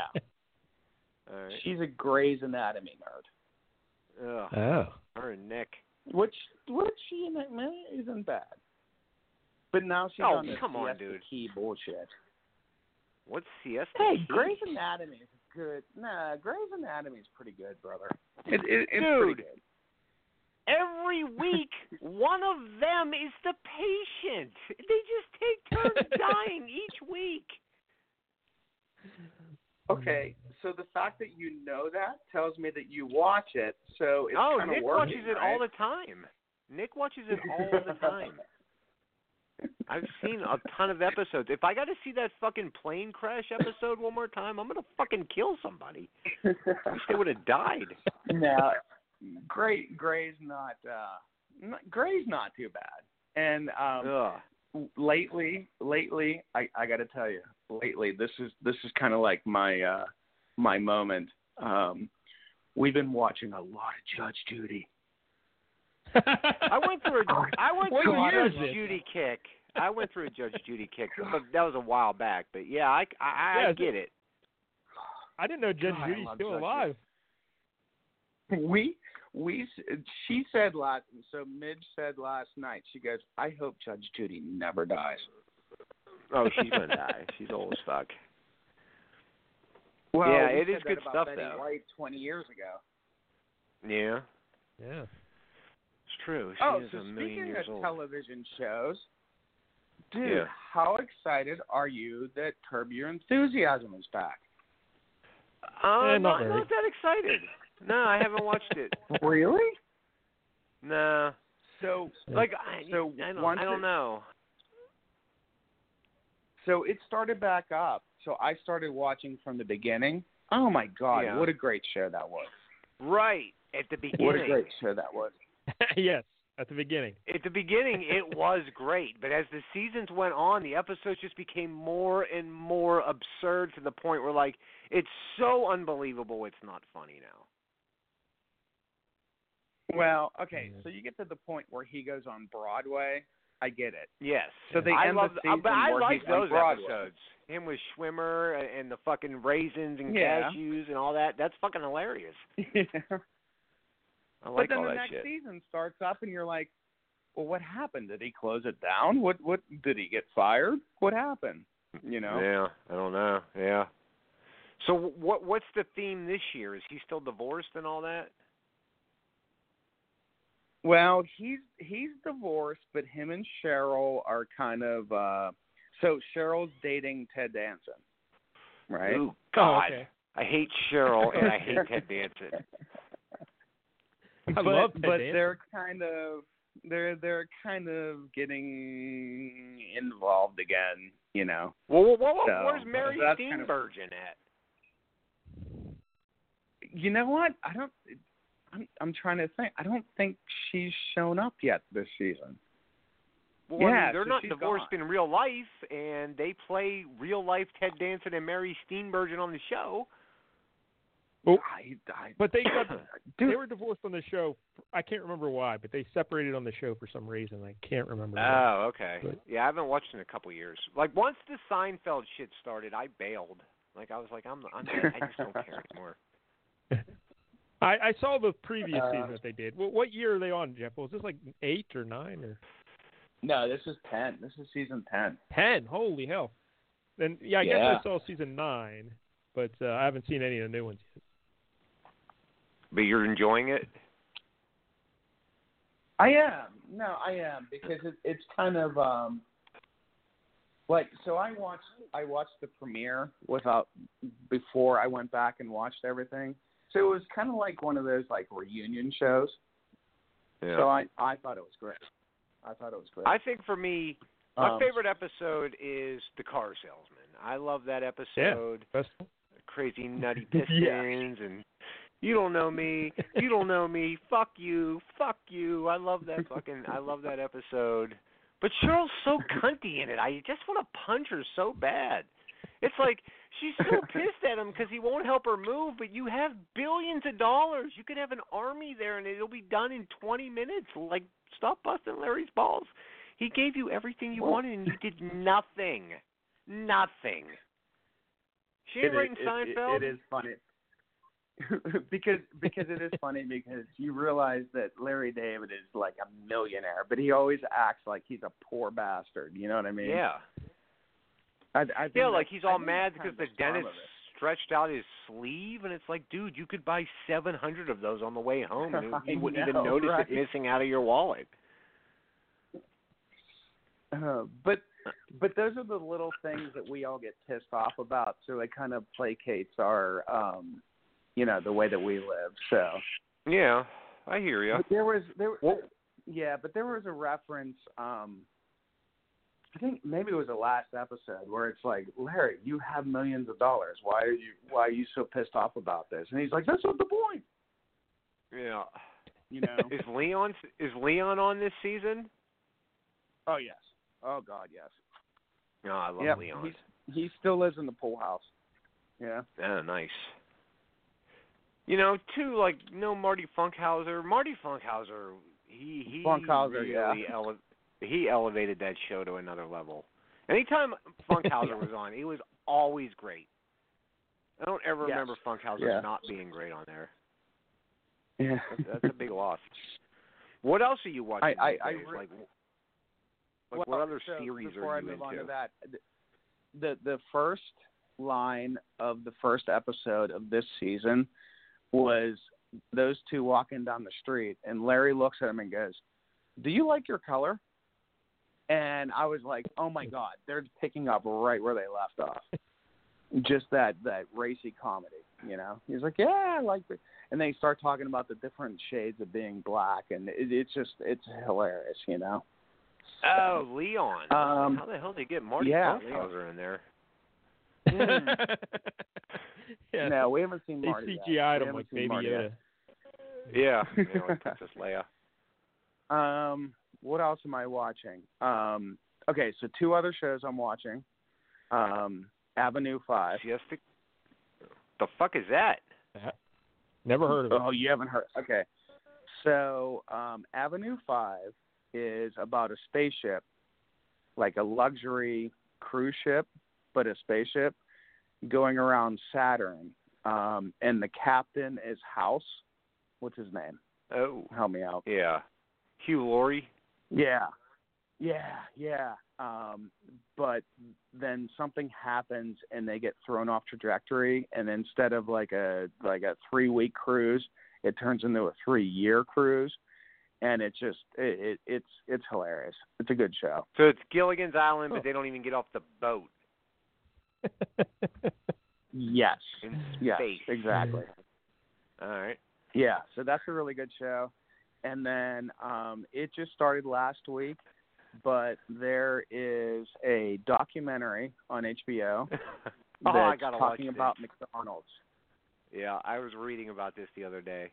[SPEAKER 2] All right.
[SPEAKER 4] She's a Grey's Anatomy nerd,
[SPEAKER 2] Ugh,
[SPEAKER 5] Oh.
[SPEAKER 2] her and Nick.
[SPEAKER 4] which which she in that man isn't bad. But now she's
[SPEAKER 2] Oh,
[SPEAKER 4] on this
[SPEAKER 2] come on,
[SPEAKER 4] Siesta
[SPEAKER 2] dude.
[SPEAKER 4] Key bullshit.
[SPEAKER 2] What's CS?
[SPEAKER 4] Hey, Grey's Anatomy is good. Nah, Grey's Anatomy is pretty good, brother. It, it, it's
[SPEAKER 2] Dude.
[SPEAKER 4] pretty good.
[SPEAKER 2] Every week, one of them is the patient. They just take turns dying each week.
[SPEAKER 4] Okay, so the fact that you know that tells me that you watch it, so it's
[SPEAKER 2] oh,
[SPEAKER 4] kind
[SPEAKER 2] Nick
[SPEAKER 4] of working.
[SPEAKER 2] watches it all the time. Nick watches it all the time. I've seen a ton of episodes. If I got to see that fucking plane crash episode one more time, I'm gonna fucking kill somebody.
[SPEAKER 4] the
[SPEAKER 2] I wish they would have died.
[SPEAKER 4] no, Gray Gray's not uh not, Gray's not too bad. And um
[SPEAKER 2] Ugh.
[SPEAKER 4] lately, lately I I got to tell you, lately this is this is kind of like my uh my moment. Um we've been watching a lot of Judge Judy.
[SPEAKER 2] I went through a I went
[SPEAKER 5] What
[SPEAKER 2] through a
[SPEAKER 5] year is
[SPEAKER 2] Judge
[SPEAKER 5] it?
[SPEAKER 2] Judy kick. I went through a Judge Judy kick, but that was a while back. But yeah, I I, I
[SPEAKER 3] Yeah, is
[SPEAKER 2] get it.
[SPEAKER 3] I didn't know Judge
[SPEAKER 4] God, I
[SPEAKER 3] Judy's
[SPEAKER 4] love
[SPEAKER 3] still
[SPEAKER 4] Judge
[SPEAKER 3] alive.
[SPEAKER 4] We we s- she said last so Midge said last night. She goes, "I hope Judge Judy never dies."
[SPEAKER 2] Oh, she's gonna die. She's old as fuck.
[SPEAKER 4] Well,
[SPEAKER 2] Yeah,
[SPEAKER 4] we
[SPEAKER 2] it
[SPEAKER 4] said
[SPEAKER 2] is
[SPEAKER 4] that
[SPEAKER 2] good
[SPEAKER 4] about
[SPEAKER 2] stuff,
[SPEAKER 4] Betty
[SPEAKER 2] though.
[SPEAKER 4] White 20 years ago.
[SPEAKER 2] Yeah,
[SPEAKER 5] Yeah.
[SPEAKER 2] it's true. She
[SPEAKER 4] Oh,
[SPEAKER 2] is
[SPEAKER 4] so
[SPEAKER 2] a million
[SPEAKER 4] speaking
[SPEAKER 2] years
[SPEAKER 4] of
[SPEAKER 2] old.
[SPEAKER 4] television shows, dude,
[SPEAKER 2] Yeah.
[SPEAKER 4] how excited are you that Curb Your Enthusiasm is back?
[SPEAKER 2] Uh,
[SPEAKER 3] Eh, not
[SPEAKER 2] not,
[SPEAKER 3] very.
[SPEAKER 2] not that excited. No, I haven't watched it.
[SPEAKER 4] Really?
[SPEAKER 2] No,
[SPEAKER 4] So,
[SPEAKER 2] like I,
[SPEAKER 4] So
[SPEAKER 2] I don't,
[SPEAKER 4] once
[SPEAKER 2] I don't
[SPEAKER 4] it-
[SPEAKER 2] know.
[SPEAKER 4] so it started back up. So I started watching from the beginning. Oh my god,
[SPEAKER 2] Yeah.
[SPEAKER 4] what a great show that was!
[SPEAKER 2] Right at the
[SPEAKER 4] What a
[SPEAKER 2] beginning,
[SPEAKER 4] great show that was.
[SPEAKER 3] yes, at the beginning.
[SPEAKER 2] at the beginning it was great, but as the seasons went on, the episodes just became more and more absurd to the point where like it's so unbelievable it's not funny now.
[SPEAKER 4] Well, okay, so you get to the point where he goes on Broadway. I get it.
[SPEAKER 2] Yes.
[SPEAKER 4] So they
[SPEAKER 2] I
[SPEAKER 4] end
[SPEAKER 2] love
[SPEAKER 4] the
[SPEAKER 2] uh, but
[SPEAKER 4] season
[SPEAKER 2] I
[SPEAKER 4] where
[SPEAKER 2] like
[SPEAKER 4] he's on
[SPEAKER 2] those
[SPEAKER 4] Broadway.
[SPEAKER 2] episodes. Him with Schwimmer and- and the fucking raisins and
[SPEAKER 4] Yeah.
[SPEAKER 2] cashews and all that. That's fucking hilarious. I
[SPEAKER 4] but
[SPEAKER 2] like
[SPEAKER 4] then
[SPEAKER 2] all
[SPEAKER 4] the
[SPEAKER 2] that
[SPEAKER 4] next
[SPEAKER 2] shit.
[SPEAKER 4] season starts up, and you're like, "Well, what happened? Did he close it down? What? What? Did he get fired? What happened? You know?
[SPEAKER 2] Yeah, I don't know. Yeah. So what what's the theme this year? Is he still divorced and all that?
[SPEAKER 4] Well, he's he's divorced, but him and Cheryl are kind of uh so Cheryl's dating Ted Danson, right?
[SPEAKER 2] Ooh, God.
[SPEAKER 3] Oh, okay.
[SPEAKER 2] I hate Cheryl and I hate Ted Danson.
[SPEAKER 3] I
[SPEAKER 4] but
[SPEAKER 3] love Ted
[SPEAKER 4] but
[SPEAKER 3] Danson.
[SPEAKER 4] they're kind of they're they're kind of getting involved again, you know.
[SPEAKER 2] Well, well, well, well,
[SPEAKER 4] So,
[SPEAKER 2] where's Mary
[SPEAKER 4] that's kind of-
[SPEAKER 2] Steenburgen at?
[SPEAKER 4] You know what? I don't. I'm I'm trying to think. I don't think she's shown up yet this season.
[SPEAKER 2] Well, I mean,
[SPEAKER 4] Yeah,
[SPEAKER 2] they're
[SPEAKER 4] so
[SPEAKER 2] not
[SPEAKER 4] she's
[SPEAKER 2] divorced
[SPEAKER 4] gone.
[SPEAKER 2] in real life, and they play real life Ted Danson and Mary Steenburgen on the show.
[SPEAKER 3] Oh.
[SPEAKER 4] I, I,
[SPEAKER 3] But they got
[SPEAKER 4] dude,
[SPEAKER 3] they were divorced on the show. I can't remember why, but they separated on the show for some reason. I can't remember. why.
[SPEAKER 2] Oh, okay.
[SPEAKER 3] But-
[SPEAKER 2] Yeah, I haven't watched in a couple years. Like once the Seinfeld shit started, I bailed. Like I was like, I'm, I'm I just don't care anymore.
[SPEAKER 3] I, I saw the previous
[SPEAKER 4] Uh,
[SPEAKER 3] season that they did. What, what year are they on, Jeff? Was this like eight or nine or
[SPEAKER 4] no, this is ten. This is season ten.
[SPEAKER 3] ten? Holy hell! Then yeah, I
[SPEAKER 4] Yeah.
[SPEAKER 3] guess I saw season nine, but uh, I haven't seen any of the new ones yet.
[SPEAKER 2] But you're enjoying it.
[SPEAKER 4] I am. No, I am because it, it's kind of um like so I watched I watched the premiere without before I went back and watched everything. So it was kind of like one of those like reunion shows. So I I thought it was great. I thought it was great.
[SPEAKER 2] I think for me, my
[SPEAKER 4] Um,
[SPEAKER 2] favorite episode is the car salesman. I love that episode.
[SPEAKER 3] Festival?
[SPEAKER 2] Crazy nutty
[SPEAKER 3] Yeah.
[SPEAKER 2] pistons and you don't know me. You don't know me. Fuck you. Fuck you. I love that fucking. I love that episode. But Cheryl's so cunty in it. I just want to punch her so bad. It's like she's so pissed at him because he won't help her move. But you have billions of dollars. You could have an army there, and it'll be done in 20 minutes. Like, stop busting Larry's balls. He gave you everything you wanted, and you did nothing. Nothing. She ain't
[SPEAKER 4] It
[SPEAKER 2] writing
[SPEAKER 4] is- it-
[SPEAKER 2] Seinfeld.
[SPEAKER 4] it is funny. because because it is funny because you realize that Larry David is like a millionaire, but he always acts like he's a poor bastard. You know what I mean?
[SPEAKER 2] yeah.
[SPEAKER 4] I, I think
[SPEAKER 2] Yeah,
[SPEAKER 4] that-
[SPEAKER 2] like he's
[SPEAKER 4] I
[SPEAKER 2] all
[SPEAKER 4] think
[SPEAKER 2] mad
[SPEAKER 4] that's kind
[SPEAKER 2] because
[SPEAKER 4] of
[SPEAKER 2] the
[SPEAKER 4] charm
[SPEAKER 2] dentist
[SPEAKER 4] of it.
[SPEAKER 2] stretched out his sleeve, and it's like, dude, you could buy 700 of those on the way home, and
[SPEAKER 4] I
[SPEAKER 2] you wouldn't
[SPEAKER 4] know,
[SPEAKER 2] even notice
[SPEAKER 4] right?
[SPEAKER 2] it missing out of your wallet.
[SPEAKER 4] Uh, but but those are the little things that we all get pissed off about. So it kind of placates our, um, you know, the way that we live. So
[SPEAKER 2] Yeah, I hear you.
[SPEAKER 4] But there was there.
[SPEAKER 2] Well-
[SPEAKER 4] yeah, but there was a reference. Um, I think maybe it was the last episode where it's like, Larry, you have millions of dollars. Why are you Why are you so pissed off about this? And he's like, That's not the point.
[SPEAKER 2] Yeah.
[SPEAKER 4] You know.
[SPEAKER 2] Is Leon is Leon on this season?
[SPEAKER 4] oh yes. Oh God, yes.
[SPEAKER 2] No, I love
[SPEAKER 4] Yeah,
[SPEAKER 2] Leon.
[SPEAKER 4] he's he still lives in the pool house. Yeah.
[SPEAKER 2] Oh, nice. You know, too, like no Marty Funkhauser. Marty Funkhauser, he he
[SPEAKER 4] Funkhauser, yeah.
[SPEAKER 2] really ele- he elevated that show to another level. Anytime Funkhauser was on, he was always great. I don't ever
[SPEAKER 4] Yes.
[SPEAKER 2] remember Funkhauser
[SPEAKER 4] Yeah.
[SPEAKER 2] not being great on there.
[SPEAKER 4] Yeah.
[SPEAKER 2] That's, that's a big loss. What else are you watching?
[SPEAKER 4] I-
[SPEAKER 2] these
[SPEAKER 4] I
[SPEAKER 2] days?
[SPEAKER 4] re-
[SPEAKER 2] like, like
[SPEAKER 4] Well,
[SPEAKER 2] what other
[SPEAKER 4] so
[SPEAKER 2] series
[SPEAKER 4] before
[SPEAKER 2] are
[SPEAKER 4] I
[SPEAKER 2] you
[SPEAKER 4] move
[SPEAKER 2] into?
[SPEAKER 4] on to that, th- the the first line of the first episode of this season was those two walking down the street, and Larry looks at him and goes, "Do you like your color?" And I was like, "Oh my God, they're picking up right where they left off." Just that that racy comedy, you know. He's like, "Yeah, I like it," and they start talking about the different shades of being black, and it, it's just it's hilarious, you know.
[SPEAKER 2] Oh, Leon.
[SPEAKER 4] Um,
[SPEAKER 2] How the hell did they get Marty
[SPEAKER 4] yeah.
[SPEAKER 2] Funkhauser in there?
[SPEAKER 3] yeah.
[SPEAKER 4] No, we haven't seen
[SPEAKER 3] They
[SPEAKER 4] Marty. yet.
[SPEAKER 3] CGI'd
[SPEAKER 4] We
[SPEAKER 3] him
[SPEAKER 4] haven't
[SPEAKER 3] like
[SPEAKER 4] seen
[SPEAKER 3] Baby
[SPEAKER 4] Marty
[SPEAKER 3] Yoda.
[SPEAKER 4] yet.
[SPEAKER 2] Yeah, you know, like Princess Leia.
[SPEAKER 4] Um, what else am I watching? Um, okay, so two other shows I'm watching. Um, Avenue Five.
[SPEAKER 2] Siesta- The fuck is that?
[SPEAKER 3] Never heard of it.
[SPEAKER 4] Oh, you haven't heard? Okay. So um, Avenue Five is about a spaceship, like a luxury cruise ship, but a spaceship going around Saturn. Um, and the captain is House. What's his name?
[SPEAKER 2] Oh,
[SPEAKER 4] Help me out.
[SPEAKER 2] yeah. Hugh Laurie.
[SPEAKER 4] Yeah. Yeah, yeah. Um, but then something happens and they get thrown off trajectory and instead of like a like a three week cruise, it turns into a three year cruise and it's just it, it it's it's hilarious. It's a good show.
[SPEAKER 2] So it's Gilligan's Island,
[SPEAKER 3] Oh.
[SPEAKER 2] but they don't even get off the boat
[SPEAKER 4] Oh. Yes.
[SPEAKER 2] in
[SPEAKER 4] Yes,
[SPEAKER 2] space.
[SPEAKER 4] exactly.
[SPEAKER 2] All right.
[SPEAKER 4] Yeah, so that's a really good show. And then um, it just started last week, but there is a documentary on HBO
[SPEAKER 2] Oh, I
[SPEAKER 4] that's
[SPEAKER 2] gotta watch
[SPEAKER 4] talking
[SPEAKER 2] this.
[SPEAKER 4] about McDonald's.
[SPEAKER 2] yeah, I was reading about this the other day.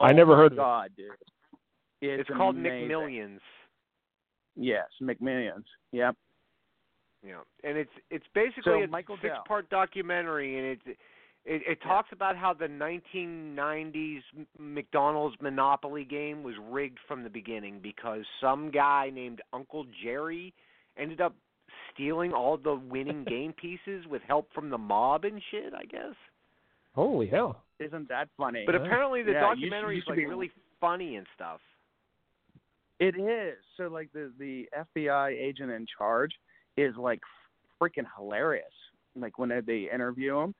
[SPEAKER 3] I never heard of it.
[SPEAKER 4] Oh God, dude. It's,
[SPEAKER 2] It's, called
[SPEAKER 4] amazing.
[SPEAKER 2] McMillions.
[SPEAKER 4] Yes, McMillions. Yep.
[SPEAKER 2] Yeah, and it's it's basically
[SPEAKER 4] So,
[SPEAKER 2] a
[SPEAKER 4] Michael Dell.
[SPEAKER 2] six-part documentary, and it it, it talks about how the 1990s M- McDonald's Monopoly game was rigged from the beginning because some guy named Uncle Jerry ended up stealing all the winning game pieces with help from the mob and shit. I guess,
[SPEAKER 3] Holy hell.
[SPEAKER 4] Isn't that funny?
[SPEAKER 2] but
[SPEAKER 3] Yeah.
[SPEAKER 2] apparently the
[SPEAKER 4] Yeah, you should-
[SPEAKER 2] documentary
[SPEAKER 4] you
[SPEAKER 2] is
[SPEAKER 4] should
[SPEAKER 2] like
[SPEAKER 4] be-
[SPEAKER 2] really funny and stuff.
[SPEAKER 4] it is. So like the the FBI agent in charge is like freaking hilarious. Like when they interview him,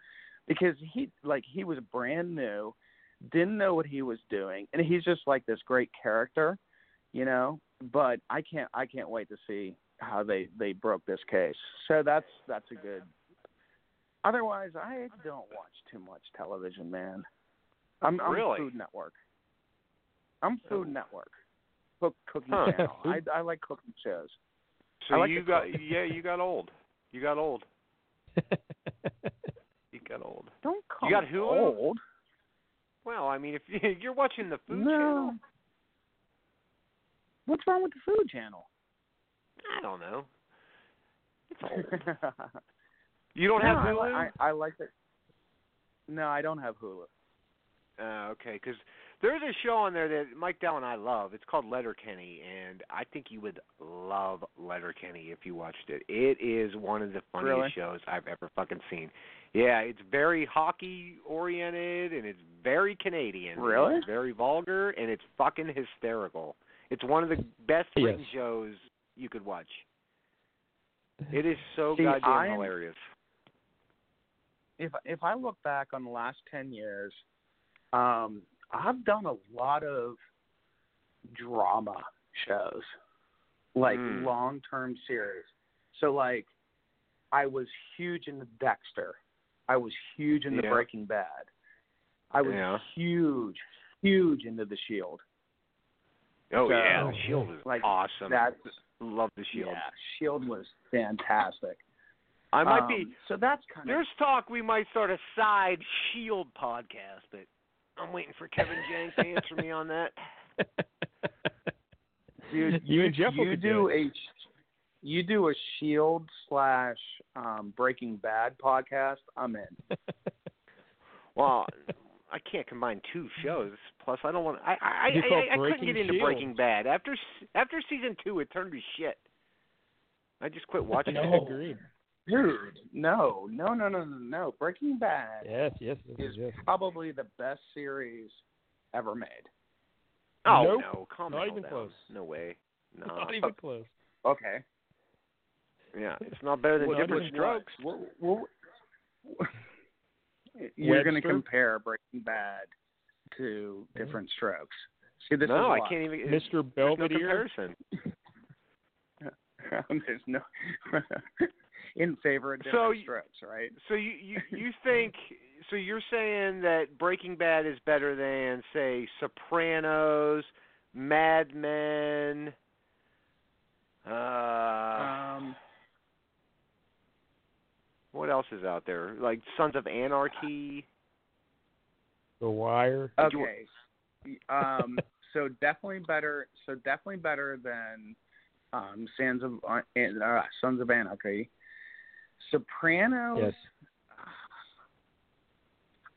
[SPEAKER 4] because he like he was brand new, didn't know what he was doing, and he's just like this great character, you know. But I can't I can't wait to see how they they broke this case. So that's that's a good. Otherwise, I don't watch too much television, man. I'm, I'm
[SPEAKER 2] Really?
[SPEAKER 4] Food Network. I'm Food
[SPEAKER 2] Oh.
[SPEAKER 4] Network. Cook Cooking
[SPEAKER 2] Huh.
[SPEAKER 4] Channel. I I like cooking shows.
[SPEAKER 2] So
[SPEAKER 4] I like
[SPEAKER 2] you
[SPEAKER 4] to
[SPEAKER 2] got
[SPEAKER 4] cook.
[SPEAKER 2] yeah, you got old. You got old. You got old.
[SPEAKER 4] Don't call
[SPEAKER 2] got
[SPEAKER 4] me
[SPEAKER 2] Hulu?
[SPEAKER 4] old.
[SPEAKER 2] Well, I mean, if you- you're watching the Food
[SPEAKER 4] no.
[SPEAKER 2] Channel,
[SPEAKER 4] What's wrong with the Food Channel?
[SPEAKER 2] I don't know. It's old. You don't
[SPEAKER 4] no,
[SPEAKER 2] have Hulu?
[SPEAKER 4] I, li- I, I like it. No, I don't have Hulu.
[SPEAKER 2] Uh, okay, because there's a show on there that Mike Dell and I love. It's called Letterkenny, and I think you would love Letterkenny if you watched it. It is one of the funniest
[SPEAKER 4] Really?
[SPEAKER 2] shows I've ever fucking seen. Yeah, it's very hockey oriented, and it's very Canadian.
[SPEAKER 4] Really?
[SPEAKER 2] It's very vulgar, and it's fucking hysterical. It's one of the best
[SPEAKER 5] Yes.
[SPEAKER 2] written shows you could watch. It is so
[SPEAKER 4] See,
[SPEAKER 2] goddamn
[SPEAKER 4] I'm-
[SPEAKER 2] hilarious.
[SPEAKER 4] if if I look back on the last ten years, um, I've done a lot of drama shows, like
[SPEAKER 2] Hmm.
[SPEAKER 4] long term series. So like, I was huge into Dexter. I was huge into
[SPEAKER 2] Yeah.
[SPEAKER 4] Breaking Bad. I was
[SPEAKER 2] Yeah.
[SPEAKER 4] huge, huge into The Shield.
[SPEAKER 2] Oh
[SPEAKER 4] So,
[SPEAKER 2] yeah, the Shield is
[SPEAKER 4] Oh, like,
[SPEAKER 2] awesome.
[SPEAKER 4] That's
[SPEAKER 2] Love the Shield.
[SPEAKER 4] yeah, Shield was fantastic.
[SPEAKER 2] I might be
[SPEAKER 4] Um, so that's kind of
[SPEAKER 2] There's talk we might start a side Shield podcast, but I'm waiting for Kevin Jenks to answer me on that.
[SPEAKER 4] Dude,
[SPEAKER 3] You and Jeff will
[SPEAKER 4] you
[SPEAKER 3] could
[SPEAKER 4] do
[SPEAKER 3] do
[SPEAKER 4] a you do a Shield slash um, Breaking Bad podcast. I'm in.
[SPEAKER 2] Well, I can't combine two shows. Plus, I don't want. I I
[SPEAKER 3] It'd be
[SPEAKER 2] I,
[SPEAKER 3] called
[SPEAKER 2] I, I couldn't
[SPEAKER 3] Breaking
[SPEAKER 2] get into
[SPEAKER 3] Shield.
[SPEAKER 2] Breaking Bad after s- after season two. It turned to shit. I just quit watching it.
[SPEAKER 3] Agreed.
[SPEAKER 4] Dude, no, no, no, no, no, no. Breaking Bad
[SPEAKER 3] Yes, yes, yes,
[SPEAKER 4] is
[SPEAKER 3] yes.
[SPEAKER 4] probably the best series ever made.
[SPEAKER 2] Oh
[SPEAKER 3] Nope.
[SPEAKER 2] no, calm
[SPEAKER 3] Not
[SPEAKER 2] the hell
[SPEAKER 3] even
[SPEAKER 2] down.
[SPEAKER 3] close.
[SPEAKER 2] No way. No.
[SPEAKER 3] Not even close.
[SPEAKER 4] Okay.
[SPEAKER 2] Yeah, it's not better than
[SPEAKER 3] Not
[SPEAKER 2] Different
[SPEAKER 3] even
[SPEAKER 2] Strokes.
[SPEAKER 4] What, what, what- you're going to
[SPEAKER 3] Webster?
[SPEAKER 4] compare Breaking Bad to Different Strokes. See, this is
[SPEAKER 2] no, I
[SPEAKER 4] why.
[SPEAKER 2] can't even. it's-
[SPEAKER 3] Mr.
[SPEAKER 2] there's no
[SPEAKER 3] Belvedere.
[SPEAKER 2] comparison.
[SPEAKER 4] There's no in favor of
[SPEAKER 2] So
[SPEAKER 4] Different
[SPEAKER 2] you-
[SPEAKER 4] Strokes, right?
[SPEAKER 2] So you you you think so you're saying that Breaking Bad is better than say Sopranos, Mad Men, uh,
[SPEAKER 4] Um,
[SPEAKER 2] what else is out there? Like Sons of Anarchy.
[SPEAKER 3] the Wire.
[SPEAKER 2] Did you-
[SPEAKER 4] Okay. um, so definitely better. So definitely better than um, Sons of uh, uh, Sons of Anarchy. Sopranos.
[SPEAKER 3] Yes.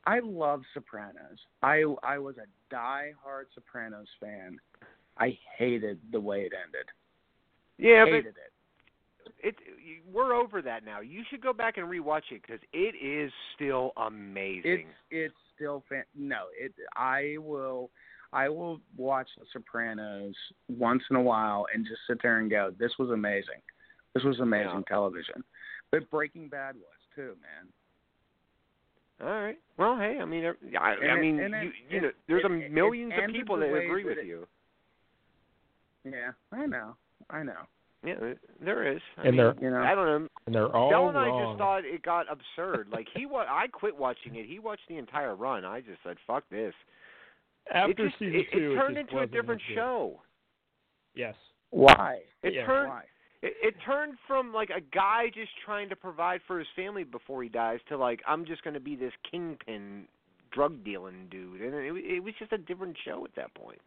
[SPEAKER 4] I love Sopranos. I I was a diehard Sopranos fan. I hated the way it ended.
[SPEAKER 2] Yeah,
[SPEAKER 4] hated it.
[SPEAKER 2] but it you- we're over that now. You should go back and rewatch it because it is still amazing.
[SPEAKER 4] It's it's still fan- no. It I will I will watch The Sopranos once in a while and just sit there and go, this was amazing. This was amazing
[SPEAKER 2] Yeah.
[SPEAKER 4] television. But Breaking Bad was too, man.
[SPEAKER 2] All right. Well, hey, I mean, I, I
[SPEAKER 4] And it-
[SPEAKER 2] mean,
[SPEAKER 4] and it-
[SPEAKER 2] you, you
[SPEAKER 4] it-
[SPEAKER 2] know, there's a
[SPEAKER 4] it- it
[SPEAKER 2] millions of
[SPEAKER 4] ended
[SPEAKER 2] people
[SPEAKER 4] the
[SPEAKER 2] that
[SPEAKER 4] way
[SPEAKER 2] agree
[SPEAKER 4] that
[SPEAKER 2] with
[SPEAKER 4] it-
[SPEAKER 2] you.
[SPEAKER 4] Yeah, I know, I know.
[SPEAKER 2] Yeah, there is. I
[SPEAKER 3] And
[SPEAKER 2] mean,
[SPEAKER 3] they're-
[SPEAKER 4] You know,
[SPEAKER 2] I don't know.
[SPEAKER 3] And they're all
[SPEAKER 2] Dell and I
[SPEAKER 3] wrong.
[SPEAKER 2] just thought it got absurd. Like he wa- I quit watching it. He watched the entire run. I just said, "Fuck this."
[SPEAKER 3] After
[SPEAKER 2] it just,
[SPEAKER 3] season
[SPEAKER 2] it,
[SPEAKER 3] two,
[SPEAKER 2] it turned
[SPEAKER 3] just
[SPEAKER 2] into a
[SPEAKER 3] wasn't
[SPEAKER 2] different
[SPEAKER 3] as good.
[SPEAKER 2] show.
[SPEAKER 3] Yes.
[SPEAKER 4] Why?
[SPEAKER 2] It
[SPEAKER 3] Yeah.
[SPEAKER 2] turned
[SPEAKER 4] Why?
[SPEAKER 2] it, it turned from like a guy just trying to provide for his family before he dies to like I'm just going to be this kingpin drug dealing dude, and it, it was just a different show at that point.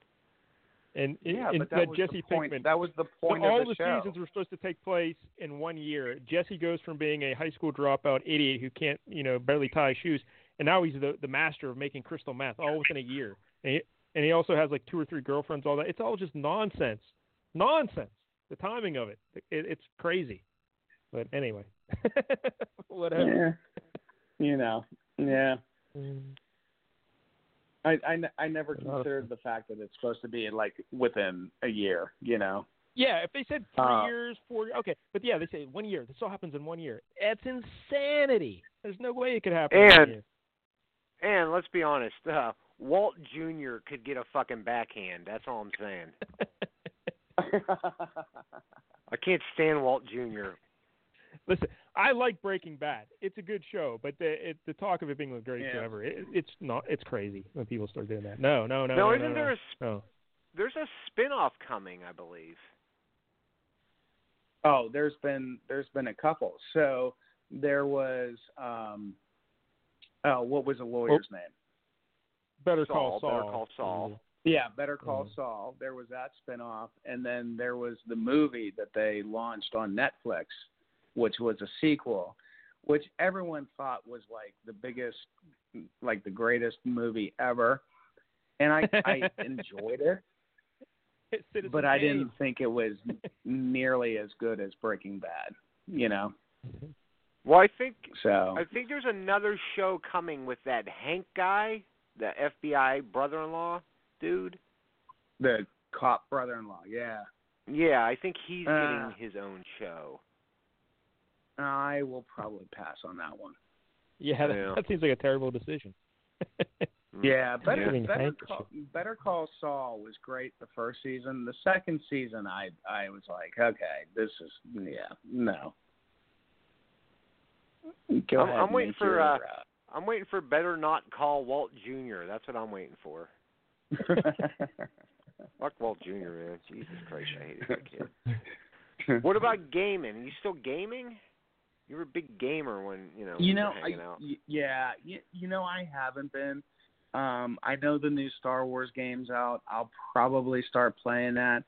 [SPEAKER 3] And
[SPEAKER 4] Yeah,
[SPEAKER 3] and
[SPEAKER 4] but that
[SPEAKER 3] that
[SPEAKER 4] was
[SPEAKER 3] Jesse
[SPEAKER 4] the point.
[SPEAKER 3] Pinkman.
[SPEAKER 4] That was the point
[SPEAKER 3] so all
[SPEAKER 4] of the, show.
[SPEAKER 3] seasons were supposed to take place in one year. Jesse goes from being a high school dropout idiot who can't, you know, barely tie his shoes, and now he's the the master of making crystal meth all within a year. And he, and he also has like two or three girlfriends. All that. It's all just nonsense. Nonsense. The timing of it. it it's crazy. But anyway. Whatever.
[SPEAKER 4] yeah. You know. Yeah. I, I, ne- I never
[SPEAKER 3] Not a-
[SPEAKER 4] considered the fact that it's supposed to be like within a year, you know.
[SPEAKER 3] Yeah, if they said three
[SPEAKER 4] Uh,
[SPEAKER 3] years, four okay, but yeah, they say one year. This all happens in one year. That's insanity. There's no way it could happen. in one
[SPEAKER 2] And-
[SPEAKER 3] year.
[SPEAKER 2] And let's be honest, uh, Walt Jr. could get a fucking backhand. That's all I'm saying. I can't stand Walt Jr.
[SPEAKER 3] Listen, I like Breaking Bad. It's a good show, but the it, the talk of it being the greatest show
[SPEAKER 4] Yeah.
[SPEAKER 3] ever, it, it's not. It's crazy when people start doing that. No, no, no.
[SPEAKER 2] now,
[SPEAKER 3] no,
[SPEAKER 2] isn't
[SPEAKER 3] no,
[SPEAKER 2] there a
[SPEAKER 3] no. No.
[SPEAKER 2] there's a spin-off coming, I believe.
[SPEAKER 4] Oh, there's been there's been a couple. So there was um oh, what was the lawyer's name?
[SPEAKER 3] Better Call
[SPEAKER 2] Saul,
[SPEAKER 3] Saul.
[SPEAKER 2] Better Call Saul.
[SPEAKER 4] Yeah, Better Call
[SPEAKER 3] Mm.
[SPEAKER 4] Saul. There was that spinoff and then there was the movie that they launched on Netflix, which was a sequel, which everyone thought was like the biggest like the greatest movie ever, and I I enjoyed it,
[SPEAKER 3] Citizen
[SPEAKER 4] but I
[SPEAKER 3] Kane.
[SPEAKER 4] didn't think it was nearly as good as Breaking Bad. You know,
[SPEAKER 2] Well, I think
[SPEAKER 4] so
[SPEAKER 2] I think there's another show coming with that Hank guy, the FBI brother-in-law dude.
[SPEAKER 4] the cop brother-in-law, yeah.
[SPEAKER 2] Yeah, I think he's
[SPEAKER 4] Uh.
[SPEAKER 2] getting his own show.
[SPEAKER 4] I will probably pass on that one.
[SPEAKER 3] Yeah, that,
[SPEAKER 2] Yeah.
[SPEAKER 3] that seems like a terrible decision.
[SPEAKER 2] Hmm.
[SPEAKER 4] Yeah, better
[SPEAKER 3] Yeah.
[SPEAKER 4] better
[SPEAKER 3] Thank you.
[SPEAKER 4] call, better call Saul was great the first season. The second season, I I was like, okay, this is yeah, no. Go
[SPEAKER 2] I'm-
[SPEAKER 4] ahead,
[SPEAKER 2] I'm waiting
[SPEAKER 4] make
[SPEAKER 2] for,
[SPEAKER 4] your,
[SPEAKER 2] uh, I'm waiting for better not call Walt Jr. That's what I'm waiting for. uh, Fuck Walt Jr. Man, Jesus Christ, I hate that kid. What about gaming? Are you still gaming? You were a big gamer when you know. we
[SPEAKER 4] you know,
[SPEAKER 2] were
[SPEAKER 4] I,
[SPEAKER 2] hanging out.
[SPEAKER 4] y- yeah, you, you know, I haven't been. Um, I know the new Star Wars game's out. I'll probably start playing that.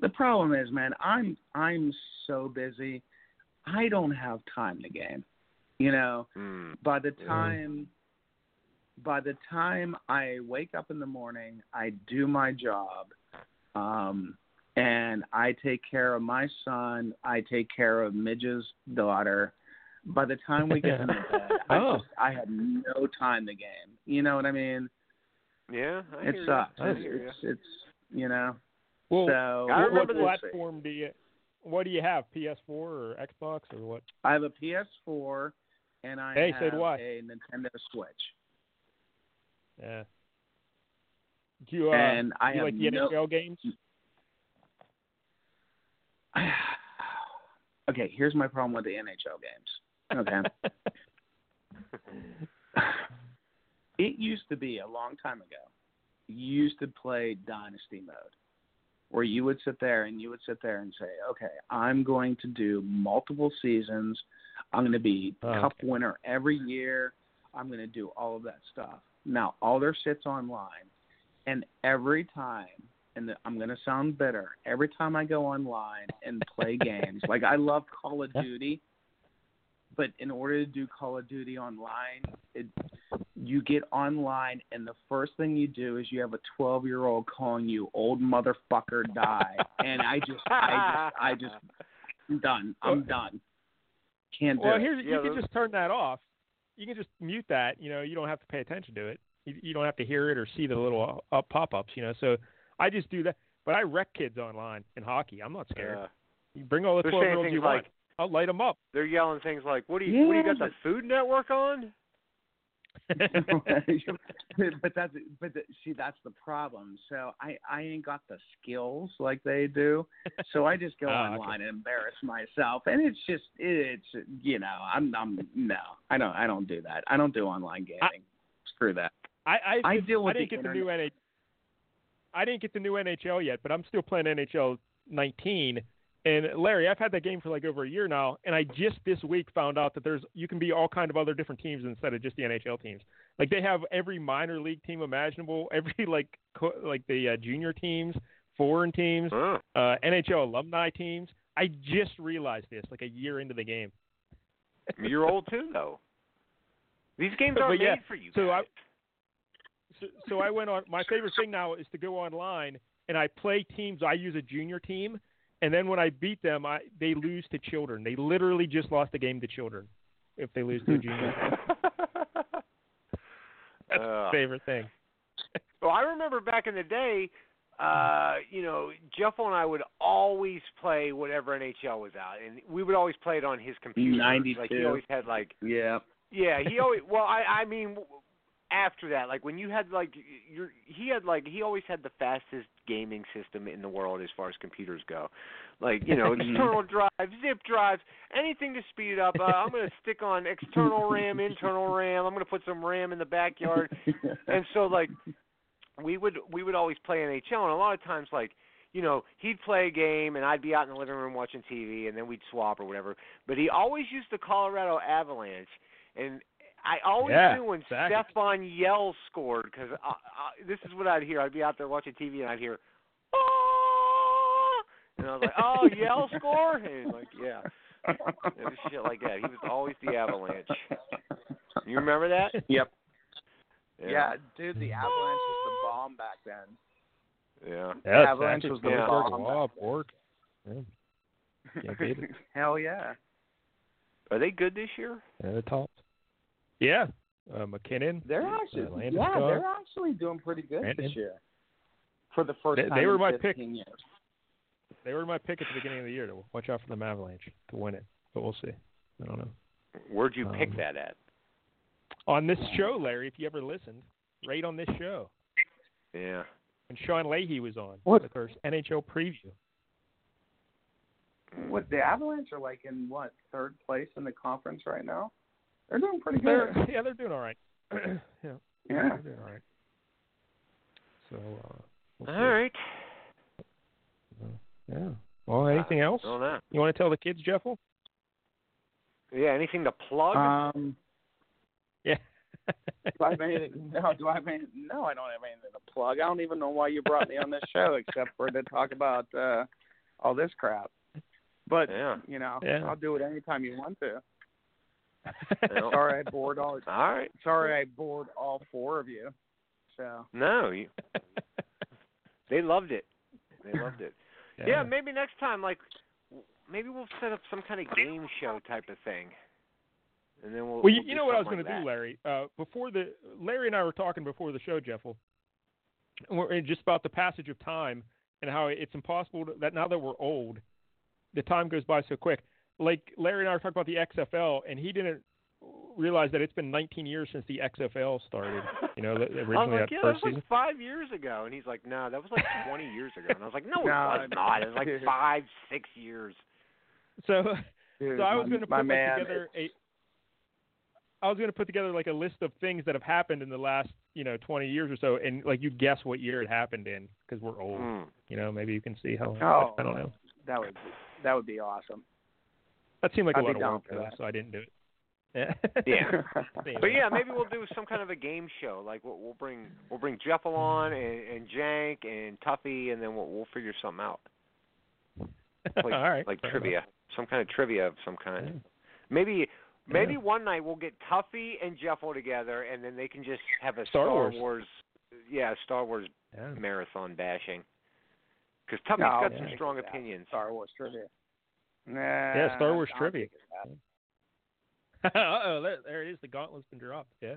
[SPEAKER 4] The problem is, man, I'm I'm so busy. I don't have time to game. You know,
[SPEAKER 2] Hmm.
[SPEAKER 4] by the
[SPEAKER 3] Yeah.
[SPEAKER 4] time by the time I wake up in the morning, I do my job, um, and I take care of my son. I take care of Midge's daughter. By the time we get into bed, I,
[SPEAKER 3] Oh.
[SPEAKER 4] just, I have no time to game. You know what I mean?
[SPEAKER 2] Yeah, I
[SPEAKER 4] It
[SPEAKER 2] hear ya.
[SPEAKER 4] sucks.
[SPEAKER 2] I
[SPEAKER 4] It's,
[SPEAKER 2] hear ya.
[SPEAKER 4] it's, it's you know.
[SPEAKER 3] Well,
[SPEAKER 4] So
[SPEAKER 2] I
[SPEAKER 3] Uh, what, what
[SPEAKER 2] remember this-
[SPEAKER 3] platform do you? What do you have? PS4 or Xbox or what?
[SPEAKER 4] I have a PS4, and I
[SPEAKER 3] Hey, so
[SPEAKER 4] have
[SPEAKER 3] do I.
[SPEAKER 4] a Nintendo Switch,
[SPEAKER 3] Yeah. Do you, uh,
[SPEAKER 4] and I
[SPEAKER 3] you
[SPEAKER 4] have
[SPEAKER 3] like the
[SPEAKER 4] no
[SPEAKER 3] NFL games?
[SPEAKER 4] okay, here's my problem with the NHL games. Okay. it used to be a long time ago, you used to play dynasty mode where you would sit there and you would sit there and say, okay, I'm going to do multiple seasons. I'm going to be
[SPEAKER 3] Oh,
[SPEAKER 4] cup winner every year. I'm going to do all of that stuff. Now, all their shit's online. And every time, and I'm going to sound bitter, every time I go online and play games, like I love Call of Duty, but in order to do Call of Duty online, it, you get online, and the first thing you do is you have a 12 year old calling you old motherfucker die. and I just, I just, I just, I'm done. I'm done. Can't do
[SPEAKER 3] well,
[SPEAKER 4] it.
[SPEAKER 3] here's
[SPEAKER 2] Yeah,
[SPEAKER 3] you can
[SPEAKER 2] those-
[SPEAKER 3] just turn that off. You can just mute that. You know, you don't have to pay attention to it. You, you don't have to hear it or see the little uh, pop ups. You know, so I just do that. But I wreck kids online in hockey. I'm not scared.
[SPEAKER 2] Yeah.
[SPEAKER 3] You bring all the
[SPEAKER 2] They're
[SPEAKER 3] twelve
[SPEAKER 2] saying
[SPEAKER 3] year olds you
[SPEAKER 2] things Uh, like
[SPEAKER 3] want. I'll light them up.
[SPEAKER 2] they're yelling things like, "What do you? What do you got
[SPEAKER 4] Yeah,
[SPEAKER 2] the Food Network on?"
[SPEAKER 4] but that's but the, see that's the problem. So I I ain't got the skills like they do. So I just go
[SPEAKER 3] Oh, okay.
[SPEAKER 4] online and embarrass myself, and it's just it's you know I'm I'm no I don't I don't do that. I don't do online gaming. Screw that.
[SPEAKER 3] I I,
[SPEAKER 4] I
[SPEAKER 3] just-
[SPEAKER 4] deal with
[SPEAKER 3] I didn't
[SPEAKER 4] the
[SPEAKER 3] get the new NH. I didn't get the new NHL yet, but I'm still playing NHL 19. And Larry, I've had that game for like over a year now, and I just this week found out that there's you can be all kind of other different teams instead of just the NHL teams. Like they have every minor league team imaginable, every like co- like the uh, junior teams, foreign teams,
[SPEAKER 2] Huh.
[SPEAKER 3] uh, NHL alumni teams. I just realized this like a year into the game.
[SPEAKER 2] You're old too, though. These games
[SPEAKER 3] But
[SPEAKER 2] aren't
[SPEAKER 3] yeah,
[SPEAKER 2] made for you.
[SPEAKER 3] so I-
[SPEAKER 2] guys.
[SPEAKER 3] so, so I went on. My favorite thing now is to go online and I play teams. I use a junior team, and then when I beat them, I they lose to children. They literally just lost a game to children if they lose to a junior. That's my
[SPEAKER 2] Ugh.
[SPEAKER 3] favorite thing.
[SPEAKER 2] Well, I remember back in the day, uh, you know, Jeff and I would always play whatever NHL was out, and we would always play it on his computer. Like he
[SPEAKER 4] 92.
[SPEAKER 2] always had like,
[SPEAKER 4] Yeah.
[SPEAKER 2] yeah, he always. Well, I, I mean, w- after that, like when you had like, your, he had like, he always had the fastest gaming system in the world as far as computers go. Like you know, external drive, zip drives, anything to speed it up. Uh, I'm gonna stick on external RAM, internal RAM. I'm gonna put some RAM in the backyard and so like we would we would always play NHL and a lot of times like you know he'd play a game and I'd be out in the living room watching TV and then we'd swap or whatever but he always used the Colorado Avalanche and I always
[SPEAKER 3] Yeah,
[SPEAKER 2] knew when
[SPEAKER 3] exactly.
[SPEAKER 2] Stefan Yell scored cuz I, I, this is what I'd hear I'd be out there watching TV and I'd hear oh and I was like oh Yell score and like yeah it was shit like that he was always the Avalanche you remember that
[SPEAKER 4] Yep. Yeah, dude, the Avalanche was the bomb back then.
[SPEAKER 2] Yeah.
[SPEAKER 3] Yeah,
[SPEAKER 4] Avalanche
[SPEAKER 3] Sakic,
[SPEAKER 4] was the
[SPEAKER 3] Forsberg,
[SPEAKER 4] bomb.
[SPEAKER 3] Law, Bork. Yeah. Can't beat it.
[SPEAKER 4] Hell yeah.
[SPEAKER 2] Are they good this year?
[SPEAKER 3] Yeah, the top. Yeah, uh, McKinnon.
[SPEAKER 4] They're actually
[SPEAKER 3] Uh, Landeskog.
[SPEAKER 4] yeah, they're actually doing pretty good
[SPEAKER 3] Brandon.
[SPEAKER 4] this year. For the first
[SPEAKER 3] They-
[SPEAKER 4] time
[SPEAKER 3] they were
[SPEAKER 4] in
[SPEAKER 3] my
[SPEAKER 4] 15
[SPEAKER 3] pick.
[SPEAKER 4] years.
[SPEAKER 3] They were my pick at the beginning of the year to watch out for the Avalanche to win it, but we'll see. I don't know.
[SPEAKER 2] Where'd you pick
[SPEAKER 3] Um,
[SPEAKER 2] that at?
[SPEAKER 3] On this show, Larry, if you ever listened, right on this show,
[SPEAKER 2] Yeah.
[SPEAKER 3] when Sean Leahy was on
[SPEAKER 4] What?
[SPEAKER 3] with our NHL preview.
[SPEAKER 4] What the Avalanche are like in what third place in the conference right now? They're doing pretty
[SPEAKER 3] They're,
[SPEAKER 4] good.
[SPEAKER 3] yeah, they're doing all right. yeah,
[SPEAKER 4] Yeah.
[SPEAKER 3] they're doing all right. So, uh, we'll
[SPEAKER 2] All
[SPEAKER 3] see.
[SPEAKER 2] right.
[SPEAKER 3] Yeah. Well,
[SPEAKER 4] Uh,
[SPEAKER 3] anything else?
[SPEAKER 2] I don't know.
[SPEAKER 3] You want to tell the kids, Jeffel?
[SPEAKER 2] Yeah. Anything to plug?
[SPEAKER 4] Um,
[SPEAKER 3] Yeah.
[SPEAKER 4] do I have anything? No, do I have any, No, I don't have anything to plug. I don't even know why you brought me on this show except for to talk about uh, all this crap. But
[SPEAKER 2] yeah.
[SPEAKER 4] you know,
[SPEAKER 3] Yeah.
[SPEAKER 4] I'll do it anytime you want to.
[SPEAKER 2] Well,
[SPEAKER 4] Sorry, I bored all.
[SPEAKER 2] All right.
[SPEAKER 4] Sorry, I bored all four of you. So
[SPEAKER 2] No, you, they loved it. They loved it. yeah. maybe next time, like, w- maybe we'll set up some kind of game show type of thing, and then we'll.
[SPEAKER 3] Well, you,
[SPEAKER 2] we'll
[SPEAKER 3] you
[SPEAKER 2] do
[SPEAKER 3] know what I was
[SPEAKER 2] something
[SPEAKER 3] going to
[SPEAKER 2] like
[SPEAKER 3] do,
[SPEAKER 2] that.
[SPEAKER 3] Larry. Uh, before the Larry and I were talking before the show, Jeffel, and we're, and just about the passage of time and how it's impossible to, that now that we're old, the time goes by so quick. Like Larry and I were talking about the XFL, and he didn't realize that it's been 19 years since the XFL started. You know, the-
[SPEAKER 2] I was
[SPEAKER 3] originally
[SPEAKER 2] like,
[SPEAKER 3] that
[SPEAKER 2] yeah, that
[SPEAKER 3] first
[SPEAKER 2] was like
[SPEAKER 3] season.
[SPEAKER 2] five years ago, and he's like, no, that was like 20 years ago, and I was like, no, it
[SPEAKER 4] No,
[SPEAKER 2] was not. It was like
[SPEAKER 4] dude.
[SPEAKER 2] five, six years.
[SPEAKER 3] So
[SPEAKER 4] dude,
[SPEAKER 3] So I was
[SPEAKER 4] my-
[SPEAKER 3] going to put
[SPEAKER 4] my
[SPEAKER 3] like,
[SPEAKER 4] man,
[SPEAKER 3] together a. I was going to put together like a list of things that have happened in the last you know 20 years or so, and like you guess what year it happened in because we're old.
[SPEAKER 2] Mm.
[SPEAKER 3] You know, maybe you can see how.
[SPEAKER 4] Hmm. Oh.
[SPEAKER 3] I don't know.
[SPEAKER 4] that would be, that would be awesome.
[SPEAKER 3] That seemed like
[SPEAKER 4] I'd
[SPEAKER 3] a
[SPEAKER 4] be
[SPEAKER 3] lot of
[SPEAKER 4] down
[SPEAKER 3] work,
[SPEAKER 4] for
[SPEAKER 3] though,
[SPEAKER 4] that.
[SPEAKER 3] so I didn't do it. Yeah.
[SPEAKER 2] Yeah.
[SPEAKER 3] Anyway.
[SPEAKER 2] But yeah, maybe we'll do some kind of a game show. Like we'll, we'll bring we'll bring Jeffel on and, and Jank and Tuffy, and then we'll we'll figure something out. Like,
[SPEAKER 3] All right.
[SPEAKER 2] like
[SPEAKER 3] fair
[SPEAKER 2] trivia, some kind of trivia of some kind. Maybe maybe one night we'll get Tuffy and Jeffel together, and then they can just have a
[SPEAKER 3] Star Wars. Hmm.
[SPEAKER 2] yeah, Star Wars
[SPEAKER 3] enough. Yeah.
[SPEAKER 2] marathon bashing. Because Tuffy's
[SPEAKER 4] No,
[SPEAKER 2] got
[SPEAKER 3] yeah.
[SPEAKER 2] some strong opinions.
[SPEAKER 4] Star Wars trivia. Nah,
[SPEAKER 3] Yeah, Star Wars
[SPEAKER 4] I'll
[SPEAKER 3] trivia.
[SPEAKER 4] think of
[SPEAKER 3] uh oh, there, there it is. The gauntlet's been dropped. Yeah.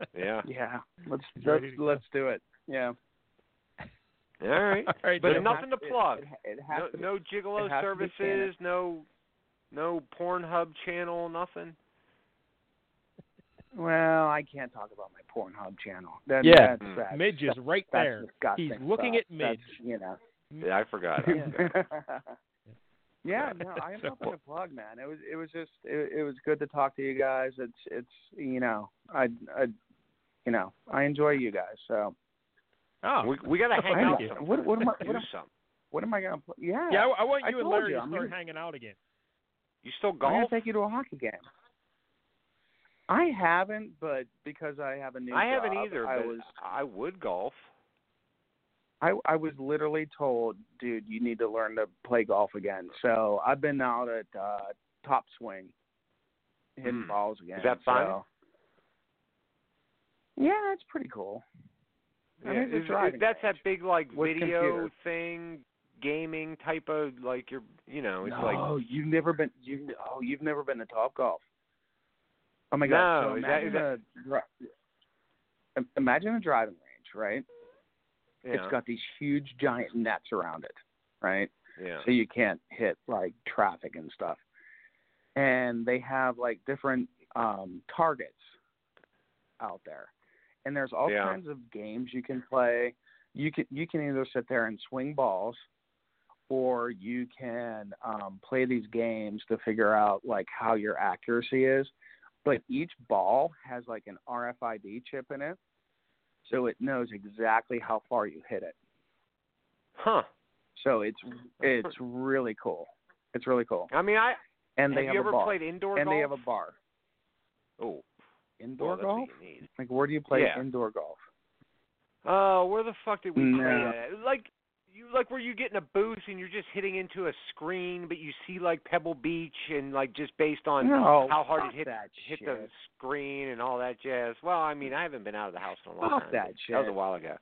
[SPEAKER 2] Yeah.
[SPEAKER 4] that. Yeah, let's
[SPEAKER 3] He's
[SPEAKER 4] let's
[SPEAKER 3] ready to go.
[SPEAKER 4] let's do it. Yeah,
[SPEAKER 2] All right.
[SPEAKER 3] All right.
[SPEAKER 2] But
[SPEAKER 3] Jeffel.
[SPEAKER 2] enough- nothing to
[SPEAKER 4] It- it-
[SPEAKER 2] plug.
[SPEAKER 4] It, it has
[SPEAKER 2] No,
[SPEAKER 4] to be-
[SPEAKER 2] no gigolo
[SPEAKER 4] it has to be
[SPEAKER 2] services. No, no Pornhub channel. Nothing.
[SPEAKER 4] Well, I can't talk about my Pornhub channel. That,
[SPEAKER 3] Yeah.
[SPEAKER 4] that's,
[SPEAKER 2] Mm.
[SPEAKER 4] that's,
[SPEAKER 3] Midge is
[SPEAKER 4] that's,
[SPEAKER 3] right there.
[SPEAKER 4] disgusting
[SPEAKER 3] He's looking
[SPEAKER 4] stuff.
[SPEAKER 3] at Midge.
[SPEAKER 4] That's, you know.
[SPEAKER 3] Hmm.
[SPEAKER 2] Yeah, I forgot. I forgot.
[SPEAKER 4] yeah, no, I have
[SPEAKER 3] So-
[SPEAKER 4] nothing to plug, man. It was it was just it, it was good to talk to you guys. It's it's you know I I you know I enjoy you guys. So
[SPEAKER 3] Oh.
[SPEAKER 2] we we gotta hang
[SPEAKER 4] Thank
[SPEAKER 2] out.
[SPEAKER 4] you.
[SPEAKER 2] sometime.
[SPEAKER 4] What- what am I-
[SPEAKER 2] Do
[SPEAKER 4] what am-
[SPEAKER 2] something.
[SPEAKER 4] what am I gonna plug? Yeah,
[SPEAKER 3] yeah, I, I want
[SPEAKER 4] I
[SPEAKER 3] you and
[SPEAKER 4] told
[SPEAKER 3] Larry
[SPEAKER 4] you,
[SPEAKER 3] to
[SPEAKER 4] I'm
[SPEAKER 3] start
[SPEAKER 4] gonna-
[SPEAKER 3] hanging out again.
[SPEAKER 2] You still
[SPEAKER 4] I'm gonna
[SPEAKER 2] golf?
[SPEAKER 4] take you to a hockey game. I haven't, but because I have a new
[SPEAKER 2] I haven't
[SPEAKER 4] job,
[SPEAKER 2] either.
[SPEAKER 4] I
[SPEAKER 2] but
[SPEAKER 4] was
[SPEAKER 2] I would golf.
[SPEAKER 4] I I was literally told, dude, you need to learn to play golf again. So I've been out at uh Top Swing, hitting
[SPEAKER 2] Hmm.
[SPEAKER 4] balls again.
[SPEAKER 2] Is that fun?
[SPEAKER 4] so- Yeah, it's pretty cool. I
[SPEAKER 2] Yeah,
[SPEAKER 4] think it's
[SPEAKER 2] is-
[SPEAKER 4] driving
[SPEAKER 2] is- that's that
[SPEAKER 4] range
[SPEAKER 2] big like
[SPEAKER 4] with
[SPEAKER 2] video
[SPEAKER 4] computer.
[SPEAKER 2] thing, gaming type of like you're you know it's
[SPEAKER 4] no,
[SPEAKER 2] like
[SPEAKER 4] Oh, you've never been you oh you've never been to Top Golf. Oh my
[SPEAKER 2] No,
[SPEAKER 4] god! so
[SPEAKER 2] is that- is
[SPEAKER 4] imagine a dri- im- imagine a driving range, right?
[SPEAKER 2] yeah,
[SPEAKER 4] It's got these huge giant nets around it, right?
[SPEAKER 2] yeah.
[SPEAKER 4] so you can't hit like traffic and stuff. And they have like different um, targets out there, and there's all
[SPEAKER 2] Yeah.
[SPEAKER 4] kinds of games you can play. You can you can either sit there and swing balls, or you can um, play these games to figure out like how your accuracy is. But each ball has like an RFID chip in it, so it knows exactly how far you hit it.
[SPEAKER 2] Huh.
[SPEAKER 4] So it's it's really cool. It's really cool.
[SPEAKER 2] I mean, I
[SPEAKER 4] And they
[SPEAKER 2] have
[SPEAKER 4] have,
[SPEAKER 2] you
[SPEAKER 4] a
[SPEAKER 2] ever
[SPEAKER 4] bar.
[SPEAKER 2] played indoor
[SPEAKER 4] and
[SPEAKER 2] golf?
[SPEAKER 4] they have a bar.
[SPEAKER 2] oh,
[SPEAKER 4] Indoor
[SPEAKER 2] well, that's what
[SPEAKER 4] golf?
[SPEAKER 2] you need.
[SPEAKER 4] Like where do you play
[SPEAKER 2] Yeah.
[SPEAKER 4] indoor golf?
[SPEAKER 2] Oh, where the fuck did we play
[SPEAKER 4] No.
[SPEAKER 2] that? Like you like where you get in a booth and you're just hitting into a screen, but you see like Pebble Beach and like just based on
[SPEAKER 4] No,
[SPEAKER 2] how hard
[SPEAKER 4] fuck
[SPEAKER 2] it hit
[SPEAKER 4] that
[SPEAKER 2] hit the
[SPEAKER 4] shit.
[SPEAKER 2] screen and all that jazz. Well, I mean, I haven't been out of the house in a long
[SPEAKER 4] Fuck
[SPEAKER 2] time.
[SPEAKER 4] that
[SPEAKER 2] That was a
[SPEAKER 4] shit.
[SPEAKER 2] while ago.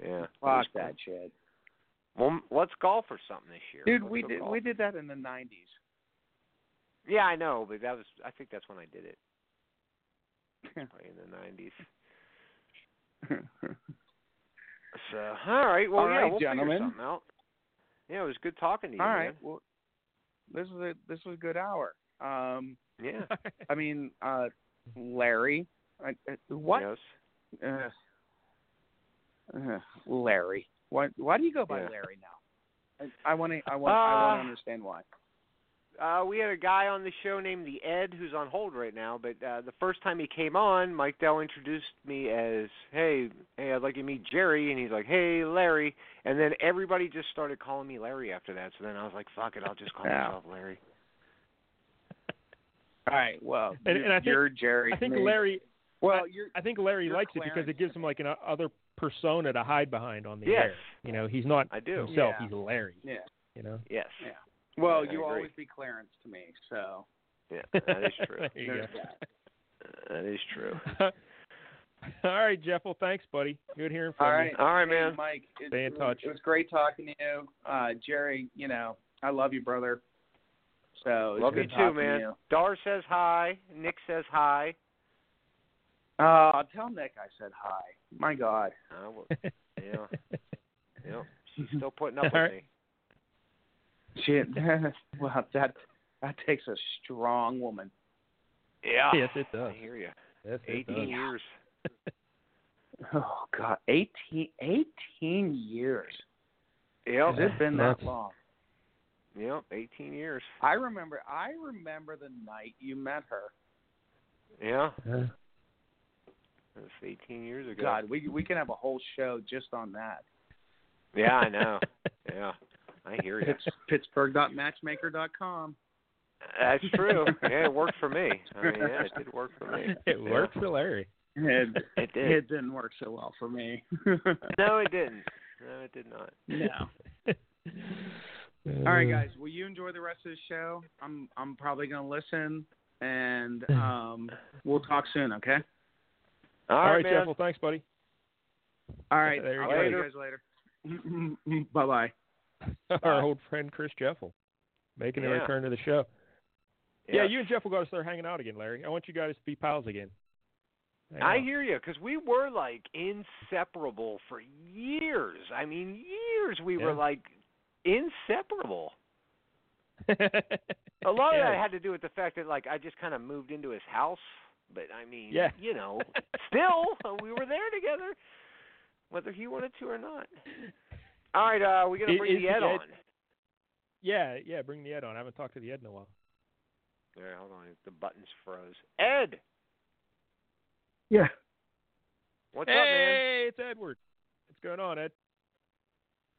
[SPEAKER 2] Yeah.
[SPEAKER 4] Fuck that shit,
[SPEAKER 2] Well, m- let's golf or something this year.
[SPEAKER 4] dude.
[SPEAKER 2] Let's
[SPEAKER 4] We
[SPEAKER 2] go
[SPEAKER 4] did
[SPEAKER 2] golf.
[SPEAKER 4] we did that in the nineties.
[SPEAKER 2] Yeah, I know, but that was I think that's when I did it. Probably in the nineties. So all right, well
[SPEAKER 4] All
[SPEAKER 2] yeah,
[SPEAKER 4] right,
[SPEAKER 2] we'll
[SPEAKER 4] gentlemen.
[SPEAKER 2] figure something out. Yeah, it was good talking to you.
[SPEAKER 4] All right,
[SPEAKER 2] man.
[SPEAKER 4] well, this was a this was a good hour. Um,
[SPEAKER 2] Yeah.
[SPEAKER 4] I mean, uh, Larry, I, uh, what?
[SPEAKER 2] Yes.
[SPEAKER 4] Uh, uh, Larry, why why do you go by
[SPEAKER 2] Yeah.
[SPEAKER 4] Larry now? I want to I want I want
[SPEAKER 2] Uh,
[SPEAKER 4] to understand why.
[SPEAKER 2] Uh, we had a guy on the show named the Ed who's on hold right now. But uh, the first time he came on, Mike Dell introduced me as, "Hey, hey, I'd like you to meet Jerry," and he's like, "Hey, Larry," and then everybody just started calling me Larry after that. So then I was like, "Fuck it, I'll just call
[SPEAKER 4] Yeah.
[SPEAKER 2] myself Larry."
[SPEAKER 4] All right, well,
[SPEAKER 3] And-
[SPEAKER 4] you-
[SPEAKER 3] and I think-
[SPEAKER 4] you're Jerry.
[SPEAKER 3] I think
[SPEAKER 4] me.
[SPEAKER 3] Larry.
[SPEAKER 4] Well, you're
[SPEAKER 3] I think Larry
[SPEAKER 4] You're
[SPEAKER 3] likes it because
[SPEAKER 4] Clarence.
[SPEAKER 3] it gives him like an uh, other persona to hide behind on the
[SPEAKER 2] yes,
[SPEAKER 3] air. You know, he's not
[SPEAKER 2] I do.
[SPEAKER 3] himself.
[SPEAKER 4] Yeah.
[SPEAKER 3] He's Larry.
[SPEAKER 4] yeah.
[SPEAKER 3] You know.
[SPEAKER 2] Yes.
[SPEAKER 4] Yeah. Well,
[SPEAKER 2] I
[SPEAKER 4] you
[SPEAKER 2] agree.
[SPEAKER 4] always be Clarence to me, so
[SPEAKER 2] Yeah, that is true.
[SPEAKER 3] There you
[SPEAKER 4] there's
[SPEAKER 3] go.
[SPEAKER 4] that.
[SPEAKER 2] that is true.
[SPEAKER 3] All right, Jeff. Well, thanks, buddy. Good hearing from
[SPEAKER 4] All right,
[SPEAKER 2] All right,
[SPEAKER 4] Hey,
[SPEAKER 2] man.
[SPEAKER 4] Mike, it,
[SPEAKER 3] Stay in
[SPEAKER 4] it was-
[SPEAKER 3] touch.
[SPEAKER 4] It was great talking to you, uh, Jerry. You know, I love you, brother. So it's
[SPEAKER 2] Love you
[SPEAKER 4] good
[SPEAKER 2] too,
[SPEAKER 4] talking to
[SPEAKER 2] man.
[SPEAKER 4] you.
[SPEAKER 2] Dar says hi. Nick says hi.
[SPEAKER 4] Uh, tell Nick I said hi. My God.
[SPEAKER 2] Uh, well,
[SPEAKER 3] you.
[SPEAKER 2] Yeah. yeah. She's still putting up
[SPEAKER 3] All
[SPEAKER 2] with
[SPEAKER 3] right.
[SPEAKER 2] me.
[SPEAKER 4] Shit. well, that that takes a strong woman.
[SPEAKER 2] Yeah.
[SPEAKER 3] Yes, it does.
[SPEAKER 2] I hear you.
[SPEAKER 3] Yes, it
[SPEAKER 2] 18
[SPEAKER 3] does.
[SPEAKER 2] years.
[SPEAKER 4] Oh God, 18, 18 years.
[SPEAKER 2] Yep.
[SPEAKER 4] Has it been
[SPEAKER 3] That's-
[SPEAKER 4] that long?
[SPEAKER 2] Yep. 18 years.
[SPEAKER 4] I remember. I remember the night you met her.
[SPEAKER 2] Yeah.
[SPEAKER 3] Uh,
[SPEAKER 2] That's 18 years ago.
[SPEAKER 4] God, we we can have a whole show just on that.
[SPEAKER 2] Yeah, I know. yeah. I hear you.
[SPEAKER 4] Pitts, Pittsburgh.matchmaker.com.
[SPEAKER 2] That's true. Yeah, it worked for me. I mean, yeah, it did work for me.
[SPEAKER 3] It worked for Larry.
[SPEAKER 4] It,
[SPEAKER 2] It did.
[SPEAKER 4] it didn't work so well for me.
[SPEAKER 2] No, Uh, it didn't. No, it did not.
[SPEAKER 4] no. All right, guys. Will you enjoy the rest of the show? I'm I'm probably gonna listen, and um, we'll talk soon. Okay.
[SPEAKER 2] All right,
[SPEAKER 3] Jeff.
[SPEAKER 2] man.
[SPEAKER 3] Well, thanks, buddy.
[SPEAKER 4] All right.
[SPEAKER 3] There you
[SPEAKER 4] I'll
[SPEAKER 3] go.
[SPEAKER 4] see you guys later. bye bye.
[SPEAKER 3] Our old friend Chris Jeffel making a
[SPEAKER 2] Yeah.
[SPEAKER 3] return to the show. Yeah,
[SPEAKER 2] Yes.
[SPEAKER 3] you and Jeff will go start hanging out again, Larry. I want you guys to be pals again.
[SPEAKER 2] I
[SPEAKER 3] know.
[SPEAKER 2] hear you, because we were like inseparable for years. I mean, years we
[SPEAKER 3] Yeah.
[SPEAKER 2] were like inseparable. A lot of that had to do with the fact that like I just kind of moved into his house, but I mean,
[SPEAKER 3] Yeah.
[SPEAKER 2] you know, still uh, we were there together, whether he wanted to or not. All right, uh, we're gonna
[SPEAKER 3] Is-
[SPEAKER 2] bring
[SPEAKER 3] is
[SPEAKER 2] the Ed
[SPEAKER 3] the Ed-
[SPEAKER 2] on.
[SPEAKER 3] Yeah, yeah. Bring the Ed on. I haven't talked to the Ed in a while.
[SPEAKER 2] All right, hold on, the buttons froze. Ed,
[SPEAKER 4] Yeah.
[SPEAKER 2] what's
[SPEAKER 3] hey,
[SPEAKER 2] up, man?
[SPEAKER 3] it's Edward. What's going on, Ed?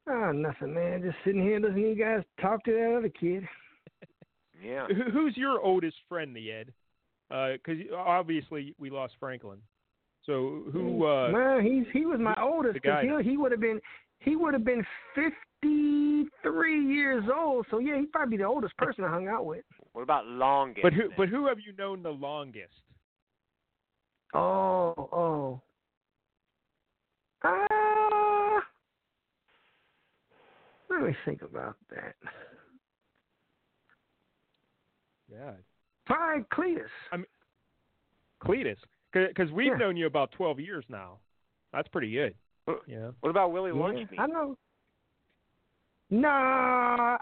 [SPEAKER 5] Oh, nothing, man. Just sitting here listening to you guys talk to that other kid.
[SPEAKER 2] Yeah,
[SPEAKER 3] Who- Who's your oldest friend, the Ed? Because obviously we lost Franklin. So who? Uh,
[SPEAKER 5] Man, he's he was my oldest.
[SPEAKER 3] the guy.
[SPEAKER 5] 'cause He, he would have been he would have been fifty three years old. So yeah, he'd probably be the oldest person I hung out with.
[SPEAKER 2] what about Longest?
[SPEAKER 3] but who? But who have you known the longest?
[SPEAKER 5] Oh, oh. Ah. let me think about that.
[SPEAKER 3] Yeah,
[SPEAKER 5] Probably Cletus.
[SPEAKER 3] Cletus. Because we've
[SPEAKER 5] Yeah.
[SPEAKER 3] known you about twelve years now. That's pretty good.
[SPEAKER 2] Uh,
[SPEAKER 3] Yeah.
[SPEAKER 2] what about Willie
[SPEAKER 5] Yeah,
[SPEAKER 2] Lunchmeat?
[SPEAKER 5] I know. Nah,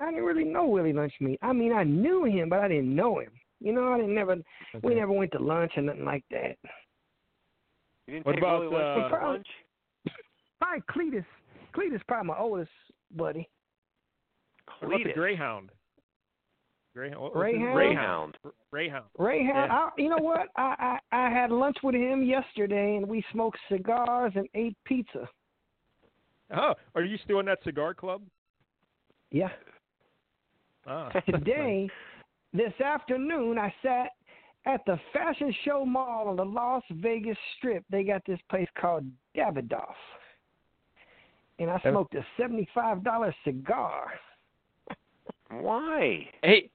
[SPEAKER 5] I didn't really know Willie Lunchmeat. I mean, I knew him, but I didn't know him. You know, I didn't never. We
[SPEAKER 3] Okay.
[SPEAKER 5] never went to lunch or nothing like that.
[SPEAKER 2] You didn't
[SPEAKER 3] What
[SPEAKER 2] take
[SPEAKER 3] about,
[SPEAKER 2] Willie Lunchmeat
[SPEAKER 5] uh,
[SPEAKER 2] to lunch?
[SPEAKER 5] Probably Cletus. Cletus probably my oldest buddy.
[SPEAKER 3] What about the
[SPEAKER 2] Cletus.
[SPEAKER 3] Greyhound? Greyhound. what- what's his-
[SPEAKER 5] Greyhound?
[SPEAKER 2] Greyhound.
[SPEAKER 3] Greyhound.
[SPEAKER 5] Ray, had,
[SPEAKER 3] Yeah.
[SPEAKER 5] I, you know what? I, I I had lunch with him yesterday, and we smoked cigars and ate pizza.
[SPEAKER 3] Oh, are you still in that cigar club?
[SPEAKER 5] Yeah.
[SPEAKER 3] Ah,
[SPEAKER 5] Today, this afternoon, I sat at the fashion show mall on the Las Vegas Strip. They got this place called Davidoff. and I
[SPEAKER 3] That-
[SPEAKER 5] smoked a seventy-five dollar cigar.
[SPEAKER 2] Why?
[SPEAKER 6] Hey,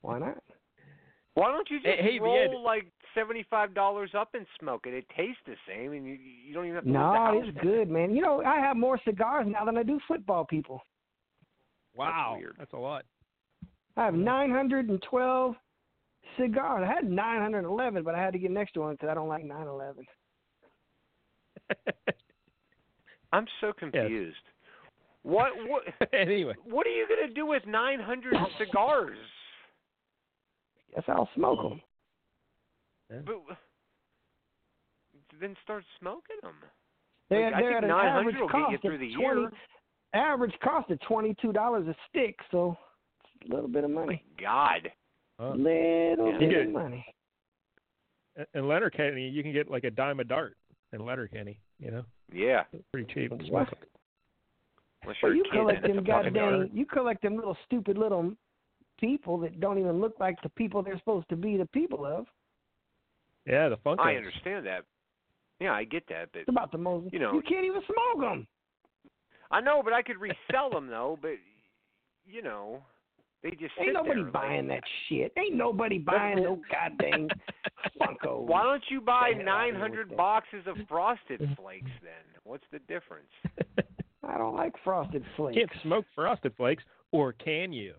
[SPEAKER 5] Why not?
[SPEAKER 2] Why don't you just
[SPEAKER 6] Hey- hey,
[SPEAKER 2] roll
[SPEAKER 6] Ed.
[SPEAKER 2] like seventy-five dollars up and smoke it? It tastes the same, and you you don't even have to. leave the
[SPEAKER 5] No,
[SPEAKER 2] house
[SPEAKER 5] it's
[SPEAKER 2] for
[SPEAKER 5] good, man. You know, I have more cigars now than I do football people.
[SPEAKER 3] Wow,
[SPEAKER 2] weird.
[SPEAKER 3] that's a lot.
[SPEAKER 5] I have 912 cigars. I had 911, but I had to get an extra one because I don't like 911.
[SPEAKER 2] I'm so confused. What what
[SPEAKER 3] anyway,
[SPEAKER 2] what are you gonna do with nine hundred cigars?
[SPEAKER 5] Guess I'll smoke
[SPEAKER 2] Oh.
[SPEAKER 5] them.
[SPEAKER 2] But, then start smoking them.
[SPEAKER 5] They're,
[SPEAKER 2] Like, I
[SPEAKER 5] they're
[SPEAKER 2] think
[SPEAKER 5] at an
[SPEAKER 2] 900
[SPEAKER 5] average
[SPEAKER 2] will get
[SPEAKER 5] cost
[SPEAKER 2] you through
[SPEAKER 5] of
[SPEAKER 2] the
[SPEAKER 5] 20,
[SPEAKER 2] year.
[SPEAKER 5] Average cost of twenty-two dollars a stick, so it's a little bit of money.
[SPEAKER 2] Oh God,
[SPEAKER 5] Little
[SPEAKER 2] Yeah.
[SPEAKER 5] bit
[SPEAKER 3] Yeah.
[SPEAKER 5] of money.
[SPEAKER 3] and- and Leonard Kenny, you can get like a dime a dart in Leonard Kenny. You know,
[SPEAKER 2] yeah.
[SPEAKER 3] pretty cheap.
[SPEAKER 5] What?
[SPEAKER 3] Smoke it.
[SPEAKER 2] Unless
[SPEAKER 5] Well,
[SPEAKER 2] you're
[SPEAKER 5] you
[SPEAKER 2] a kid,
[SPEAKER 5] collect
[SPEAKER 2] then
[SPEAKER 5] them
[SPEAKER 2] it's a fucking
[SPEAKER 5] goddamn.
[SPEAKER 2] dollar.
[SPEAKER 5] You collect them little stupid little people that don't even look like the people they're supposed to be the people of.
[SPEAKER 3] Yeah, the Funkos.
[SPEAKER 2] I understand that. Yeah, I get that,
[SPEAKER 5] It's
[SPEAKER 2] but
[SPEAKER 5] about the most.
[SPEAKER 2] You know-
[SPEAKER 5] you can't even smoke them.
[SPEAKER 2] I know, but I could resell them though. But you know, they just
[SPEAKER 5] Ain't
[SPEAKER 2] sit
[SPEAKER 5] nobody
[SPEAKER 2] there, like- uh,
[SPEAKER 5] buying that shit. Ain't nobody buying no goddamn Funko.
[SPEAKER 2] Why don't you buy
[SPEAKER 5] Damn, I
[SPEAKER 2] nine
[SPEAKER 5] hate
[SPEAKER 2] hundred
[SPEAKER 5] that.
[SPEAKER 2] boxes of Frosted Flakes then? What's the difference?
[SPEAKER 5] I don't like frosted flakes.
[SPEAKER 3] Can't smoke frosted flakes, or can you?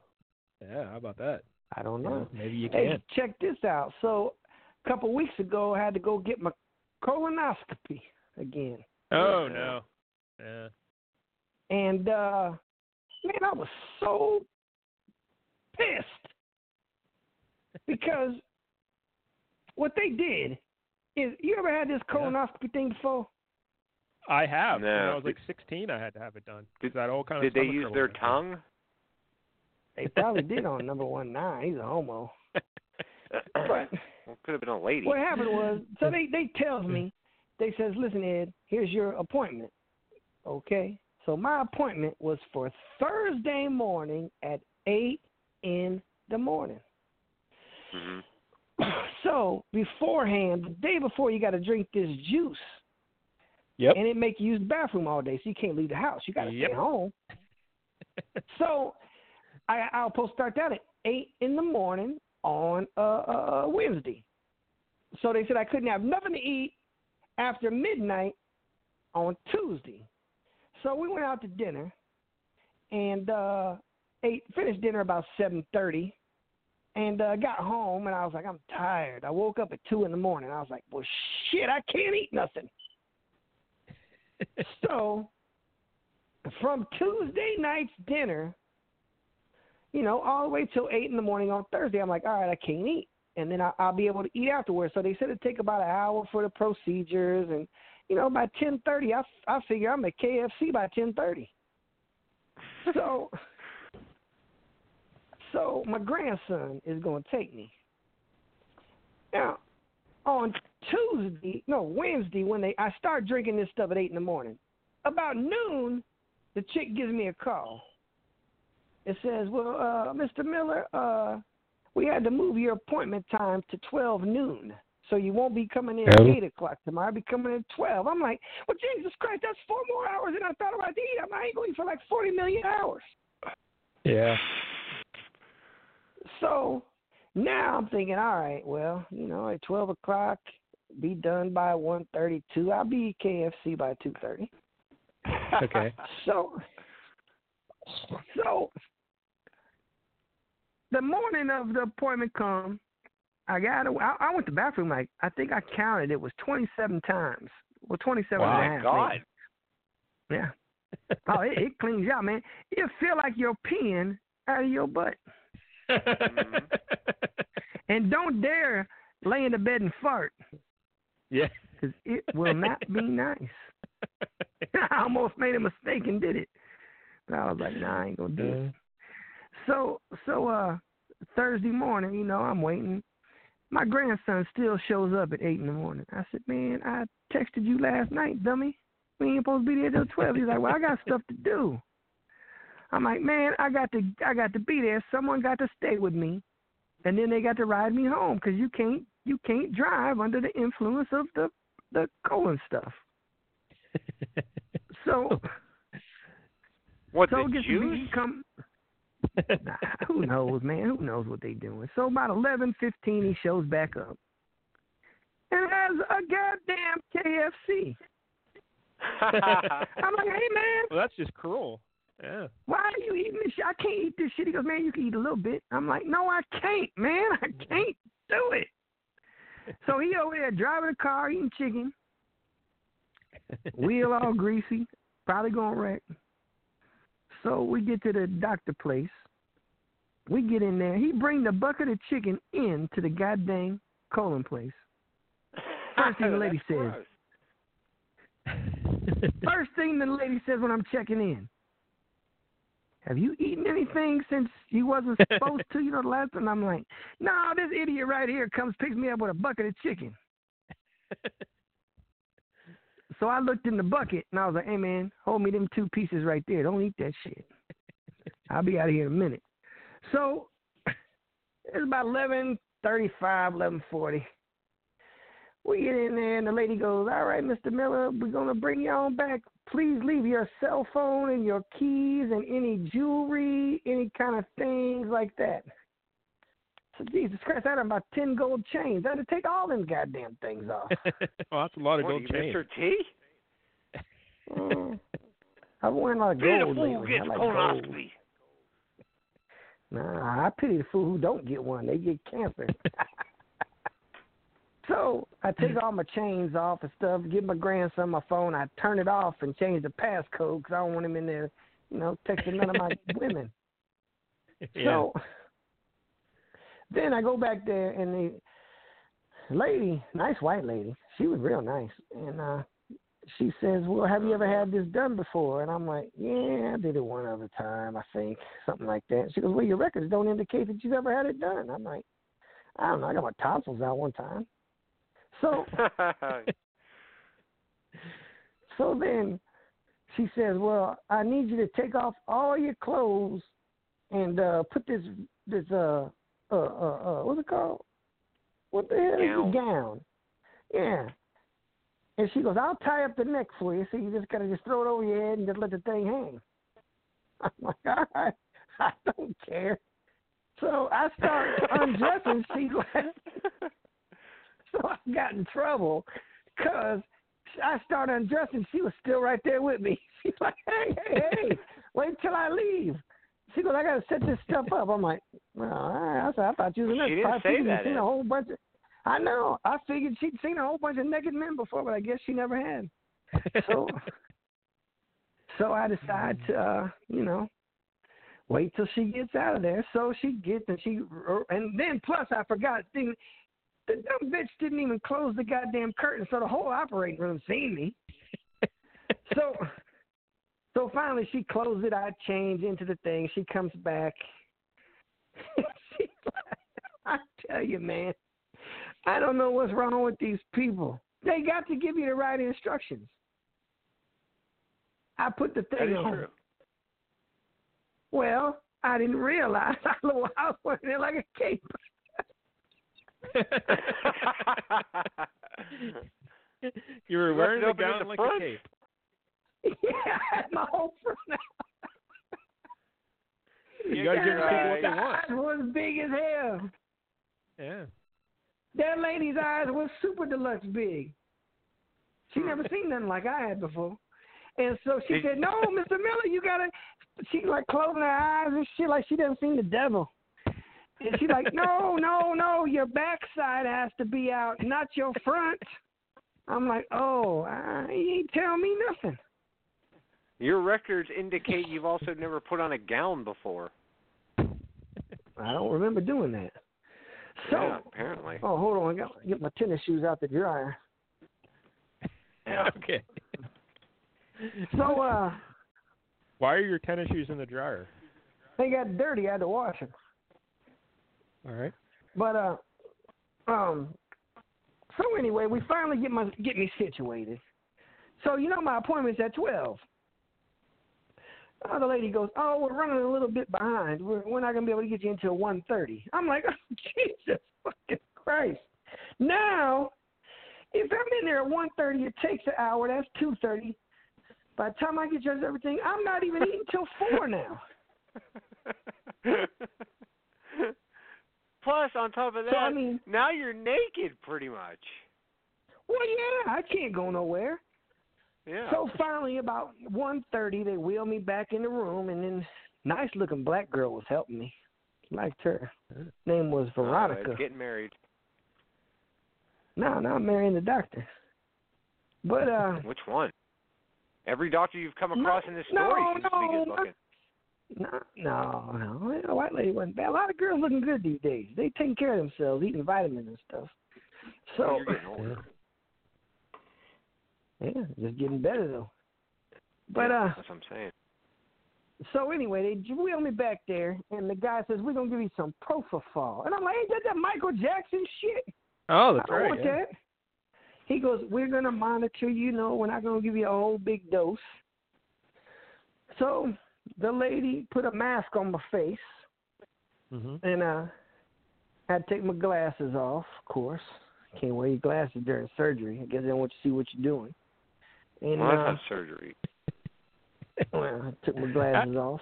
[SPEAKER 3] Yeah, how about that?
[SPEAKER 5] I don't
[SPEAKER 3] You
[SPEAKER 5] know.
[SPEAKER 3] know, maybe you
[SPEAKER 5] Hey,
[SPEAKER 3] can.
[SPEAKER 5] check this out. So, a couple weeks ago, I had to go get my colonoscopy again,
[SPEAKER 3] Oh no. Yeah.
[SPEAKER 5] and uh man, I was so pissed because what they did is you ever had this colonoscopy thing before?
[SPEAKER 3] I have. When
[SPEAKER 2] No.
[SPEAKER 3] I was like 16, I had to have it done.
[SPEAKER 2] Did-
[SPEAKER 3] that all kind
[SPEAKER 2] Did
[SPEAKER 3] of
[SPEAKER 2] they
[SPEAKER 3] stomach
[SPEAKER 2] use
[SPEAKER 3] trouble
[SPEAKER 2] their
[SPEAKER 3] thing.
[SPEAKER 2] tongue?
[SPEAKER 5] They probably did on number one nine. He's a homo.
[SPEAKER 2] well,
[SPEAKER 5] But
[SPEAKER 2] could have been a lady.
[SPEAKER 5] What happened was, so they they tells me, they says, listen, Ed, here's your appointment. Okay, so my appointment was for Thursday morning at eight in the morning.
[SPEAKER 2] Mhm.
[SPEAKER 5] So beforehand, the day before, you got to drink this juice,
[SPEAKER 3] Yep.
[SPEAKER 5] and it make you use the bathroom all day, so you can't leave the house. You got to
[SPEAKER 3] Yep.
[SPEAKER 5] stay home. so I, I'll post start that at eight in the morning on uh, uh, Wednesday. So they said I couldn't have nothing to eat after midnight on Tuesday. So we went out to dinner and uh, ate finished dinner about seven thirty. And uh, got home and I was like, I'm tired. I woke up at two in the morning. I was like, well, shit, I can't eat nothing. so, from Tuesday night's dinner, you know, all the way till eight in the morning on Thursday, I'm like, all right, I can't eat, and then I, I'll be able to eat afterwards. So they said it'd take about an hour for the procedures, and you know, by ten thirty, I I figure I'm at KFC by ten thirty. So, so my grandson is going to take me. Now, on Tuesday, no Wednesday, when they I start drinking this stuff at eight in the morning. About noon, the chick gives me a call. It says, "Well, uh, Mr. Miller, uh, we had to move your appointment time to twelve noon, so you won't be coming in at
[SPEAKER 3] Oh.
[SPEAKER 5] eight o'clock tomorrow. I'll be coming in at 12. I'm like, "Well, Jesus Christ, that's four more hours than I thought about to eat. I'm not going to eat for like forty million hours."
[SPEAKER 3] Yeah.
[SPEAKER 5] So now I'm thinking, all right, well, you know, at twelve o'clock, be done by one thirty-two. I'll be at KFC by two thirty.
[SPEAKER 3] Okay.
[SPEAKER 5] So, so the morning of the appointment come, I got. a- I, I went to the bathroom like I think I counted. It was twenty-seven times. Well, twenty-seven
[SPEAKER 2] Oh
[SPEAKER 5] and a
[SPEAKER 2] my
[SPEAKER 5] half,
[SPEAKER 2] God.
[SPEAKER 5] maybe. Yeah. Oh, it, it cleans you out, man. You feel like you're peeing out of your butt.
[SPEAKER 3] Mm-hmm.
[SPEAKER 5] And don't dare lay in the bed and fart,
[SPEAKER 3] yeah.
[SPEAKER 5] 'cause it will not be nice. I almost made a mistake and did it. But I was like, nah, I ain't gonna do it. So so uh Thursday morning, you know, I'm waiting. My grandson still shows up at eight in the morning. I said, Man, I texted you last night, dummy. We ain't supposed to be there till twelve. He's like, Well, I got stuff to do. I'm like, Man, I got to I got to be there. Someone got to stay with me. And then they got to ride me home because you can't you can't drive under the influence of the the colon stuff. So
[SPEAKER 2] What
[SPEAKER 5] so
[SPEAKER 2] the
[SPEAKER 5] it gets to
[SPEAKER 2] Jews?
[SPEAKER 5] be come. Nah, who knows, man? Who knows what they doing? So about eleven fifteen, he shows back up, and has a goddamn KFC. I'm like, hey man,
[SPEAKER 3] well, that's just cruel. Yeah.
[SPEAKER 5] why are you eating this shit? I can't eat this shit. He goes, man, you can eat a little bit. I'm like, no, I can't, man. I can't do it. So he over there driving a car, eating chicken, wheel all greasy, probably going to wreck. So we get to the doctor place. We get in there. He bring the bucket of chicken in to the goddamn colon place. First thing the lady
[SPEAKER 2] That's
[SPEAKER 5] says.
[SPEAKER 2] gross.
[SPEAKER 5] First thing the lady says when I'm checking in. Have you eaten anything since you wasn't supposed to? You know, the last time I'm like, no, this idiot right here comes picks me up with a bucket of chicken. so I looked in the bucket and I was like, hey man, hold me them two pieces right there. Don't eat that shit. I'll be out of here in a minute. So it's about 11:35, 11:40. We get in there, and the lady goes, "All right, Mr. Miller, we're gonna bring you on back. Please leave your cell phone and your keys and any jewelry, any kind of things like that." So Jesus Christ, I had about ten gold chains. I had to take all them goddamn things off.
[SPEAKER 3] well, that's a lot of
[SPEAKER 2] What,
[SPEAKER 3] gold
[SPEAKER 2] you
[SPEAKER 3] chain.
[SPEAKER 2] Mr. T?
[SPEAKER 5] Mm. I've been wearing a lot of
[SPEAKER 2] Being a
[SPEAKER 5] gold
[SPEAKER 2] fool
[SPEAKER 5] lately. I
[SPEAKER 2] gets
[SPEAKER 5] like gold.
[SPEAKER 2] colonoscopy.
[SPEAKER 5] Nah, I pity the fool who don't get one. They get cancer. so I take all my chains off and stuff, give my grandson my phone, I turn it off and change the passcode because I don't want him in there, you know, texting none of my women.
[SPEAKER 3] Yeah.
[SPEAKER 5] So then I go back there and the lady, nice white lady, she was real nice, and uh she says, Well, have you ever had this done before? And I'm like, Yeah, I did it one other time, I think, something like that. She goes, Well, your records don't indicate that you've ever had it done. I'm like, I don't know, I got my tonsils out one time. So so then she says, "Well, I need you to take off all your clothes and uh put this this uh uh uh, uh what's it called? What the hell is
[SPEAKER 2] Gown.
[SPEAKER 5] the gown? Yeah." And she goes, "I'll tie up the neck for you. So you just gotta just throw it over your head and just let the thing hang." I'm like, "All right, Oh, I don't care." So I start undressing. She's like, so I got in trouble because I started undressing. She was still right there with me. She's like, hey, hey, hey, wait till I leave. She goes, I got to set this stuff up. I'm like, well, all right. I said, I thought you was in
[SPEAKER 2] She
[SPEAKER 5] there.
[SPEAKER 2] didn't
[SPEAKER 5] Five
[SPEAKER 2] say
[SPEAKER 5] people, you
[SPEAKER 2] that,
[SPEAKER 5] Seen
[SPEAKER 2] Ed.
[SPEAKER 5] a whole bunch of, I know. I figured she'd seen a whole bunch of naked men before, but I guess she never had. So, so I decide to, uh, you know, wait till she gets out of there. So she gets and she, er, and then plus I forgot thing, the dumb bitch didn't even close the goddamn curtain, so the whole operating room seen me. so, so finally she closed it. I change into the thing. She comes back. She's like, I tell you, man, I don't know what's wrong with these people. They got to give you the right instructions. I put the
[SPEAKER 2] that
[SPEAKER 5] thing
[SPEAKER 2] is
[SPEAKER 5] on.
[SPEAKER 2] true.
[SPEAKER 5] Well, I didn't realize I was wearing it like a cape.
[SPEAKER 3] you were
[SPEAKER 2] You left
[SPEAKER 3] wearing
[SPEAKER 2] it
[SPEAKER 3] a
[SPEAKER 2] open in
[SPEAKER 3] gown
[SPEAKER 2] the
[SPEAKER 3] like
[SPEAKER 2] front?
[SPEAKER 3] a cape.
[SPEAKER 5] Yeah, I had my whole front out.
[SPEAKER 3] You gotta give
[SPEAKER 2] Yeah,
[SPEAKER 3] people what they
[SPEAKER 5] That
[SPEAKER 3] want.
[SPEAKER 5] eyes was big as hell.
[SPEAKER 3] Yeah.
[SPEAKER 5] That lady's eyes was super deluxe big. She never seen nothing like I had before. And so she
[SPEAKER 2] Did-
[SPEAKER 5] said, No, Mr. Miller, you gotta she like closing her eyes and shit like she doesn't seen the devil. And she like, No, no, no, your backside has to be out, not your front. I'm like, Oh, uh, he ain't tell me nothing.
[SPEAKER 2] Your records indicate you've also never put on a gown before.
[SPEAKER 5] I don't remember doing that. So
[SPEAKER 2] yeah, apparently.
[SPEAKER 5] Oh, hold on. I got to get my tennis shoes out the dryer.
[SPEAKER 3] Okay.
[SPEAKER 5] So uh,
[SPEAKER 3] Why are your tennis shoes in the dryer?
[SPEAKER 5] they got dirty. I had to wash them.
[SPEAKER 3] All right.
[SPEAKER 5] But uh, um, so anyway, we finally get my get me situated. So you know my appointment's at twelve. Uh, the lady goes, "Oh, we're running a little bit behind. We're, we're not gonna be able to get you until one thirty. I'm like, oh, "Jesus fucking Christ!" Now, if I'm in there at one thirty, it takes an hour. That's two thirty. By the time I get dressed, and everything, I'm not even eating till four now.
[SPEAKER 2] Plus, on top of that,
[SPEAKER 5] So I mean,
[SPEAKER 2] now you're naked pretty much.
[SPEAKER 5] well, yeah, I can't go nowhere.
[SPEAKER 2] Yeah.
[SPEAKER 5] So finally, about one thirty, they wheel me back in the room, and then nice looking black girl was helping me. Liked her. Name was
[SPEAKER 2] Uh,
[SPEAKER 5] Veronica.
[SPEAKER 2] getting married.
[SPEAKER 5] No, no, I'm marrying the doctor. But uh,
[SPEAKER 2] Which one? Every doctor you've come
[SPEAKER 5] No,
[SPEAKER 2] across in this
[SPEAKER 5] no,
[SPEAKER 2] story seems to be
[SPEAKER 5] no,
[SPEAKER 2] good
[SPEAKER 5] no.
[SPEAKER 2] looking.
[SPEAKER 5] no, no, no, the white lady wasn't bad. A lot of girls looking good these days. They taking care of themselves, eating vitamins and stuff. So
[SPEAKER 2] You're getting older.
[SPEAKER 5] yeah, just getting better though. But
[SPEAKER 2] Yeah,
[SPEAKER 5] uh,
[SPEAKER 2] that's what I'm saying.
[SPEAKER 5] so anyway, they j- wheeled me back there, and the guy says, "We're gonna give you some propofol," and I'm like, "Ain't that that Michael Jackson shit?"
[SPEAKER 3] Oh, that's
[SPEAKER 5] I don't
[SPEAKER 3] right.
[SPEAKER 5] want
[SPEAKER 3] yeah.
[SPEAKER 5] that. He goes, We're gonna monitor you, know, we're not gonna give you a whole big dose. So the lady put a mask on my face
[SPEAKER 3] Mhm.
[SPEAKER 5] and uh I had to take my glasses off, of course. Can't wear your glasses during surgery. I guess they don't want you to see what you're doing. And
[SPEAKER 2] well, that's
[SPEAKER 5] uh,
[SPEAKER 2] not surgery.
[SPEAKER 5] well, I took my glasses off.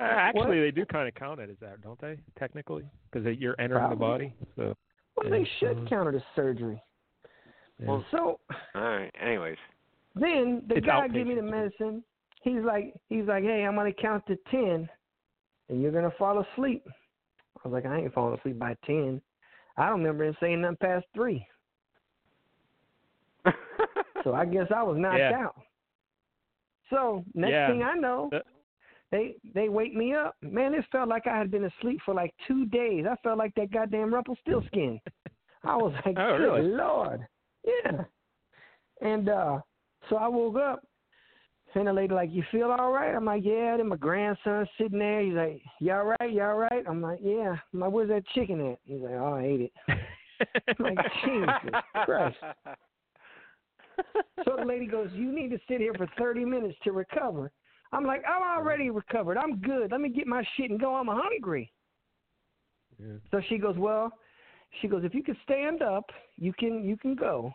[SPEAKER 3] Uh, actually, they do kind of count it as that, don't they? Technically, because you're entering the body.
[SPEAKER 5] Probably.
[SPEAKER 3] So
[SPEAKER 5] Well, they
[SPEAKER 3] Yeah,
[SPEAKER 5] should
[SPEAKER 3] so-
[SPEAKER 5] counter the surgery.
[SPEAKER 3] Well-
[SPEAKER 5] so
[SPEAKER 2] All right. Anyways.
[SPEAKER 5] Then the
[SPEAKER 3] It's
[SPEAKER 5] guy give me the
[SPEAKER 3] outpatient.
[SPEAKER 5] medicine. He's like, he's like, hey, I'm gonna count to ten, and you're gonna fall asleep. I was like, I ain't falling asleep by ten. I don't remember him saying nothing past three, so I guess I was knocked
[SPEAKER 3] Yeah.
[SPEAKER 5] out. So next
[SPEAKER 3] Yeah. Uh,
[SPEAKER 5] thing I know,
[SPEAKER 3] The-
[SPEAKER 5] they they wake me up. Man, it felt like I had been asleep for like two days. I felt like that goddamn Rumpelstiltskin. I was like,
[SPEAKER 3] Oh,
[SPEAKER 5] good
[SPEAKER 3] really?
[SPEAKER 5] lord, yeah. And uh so I woke up, and the lady like, you feel all right? I'm like, yeah. Then my grandson's sitting there. He's like, you all right? You all right? I'm like, yeah. I'm like, where's that chicken at? He's like, oh, I ate it. I'm like, Jesus Christ. So the lady goes, You need to sit here for 30 minutes to recover. I'm like, I'm already recovered. I'm good. Let me get my shit and go. I'm hungry.
[SPEAKER 3] Yeah.
[SPEAKER 5] So she goes, Well, she goes, If you can stand up, you can you can go.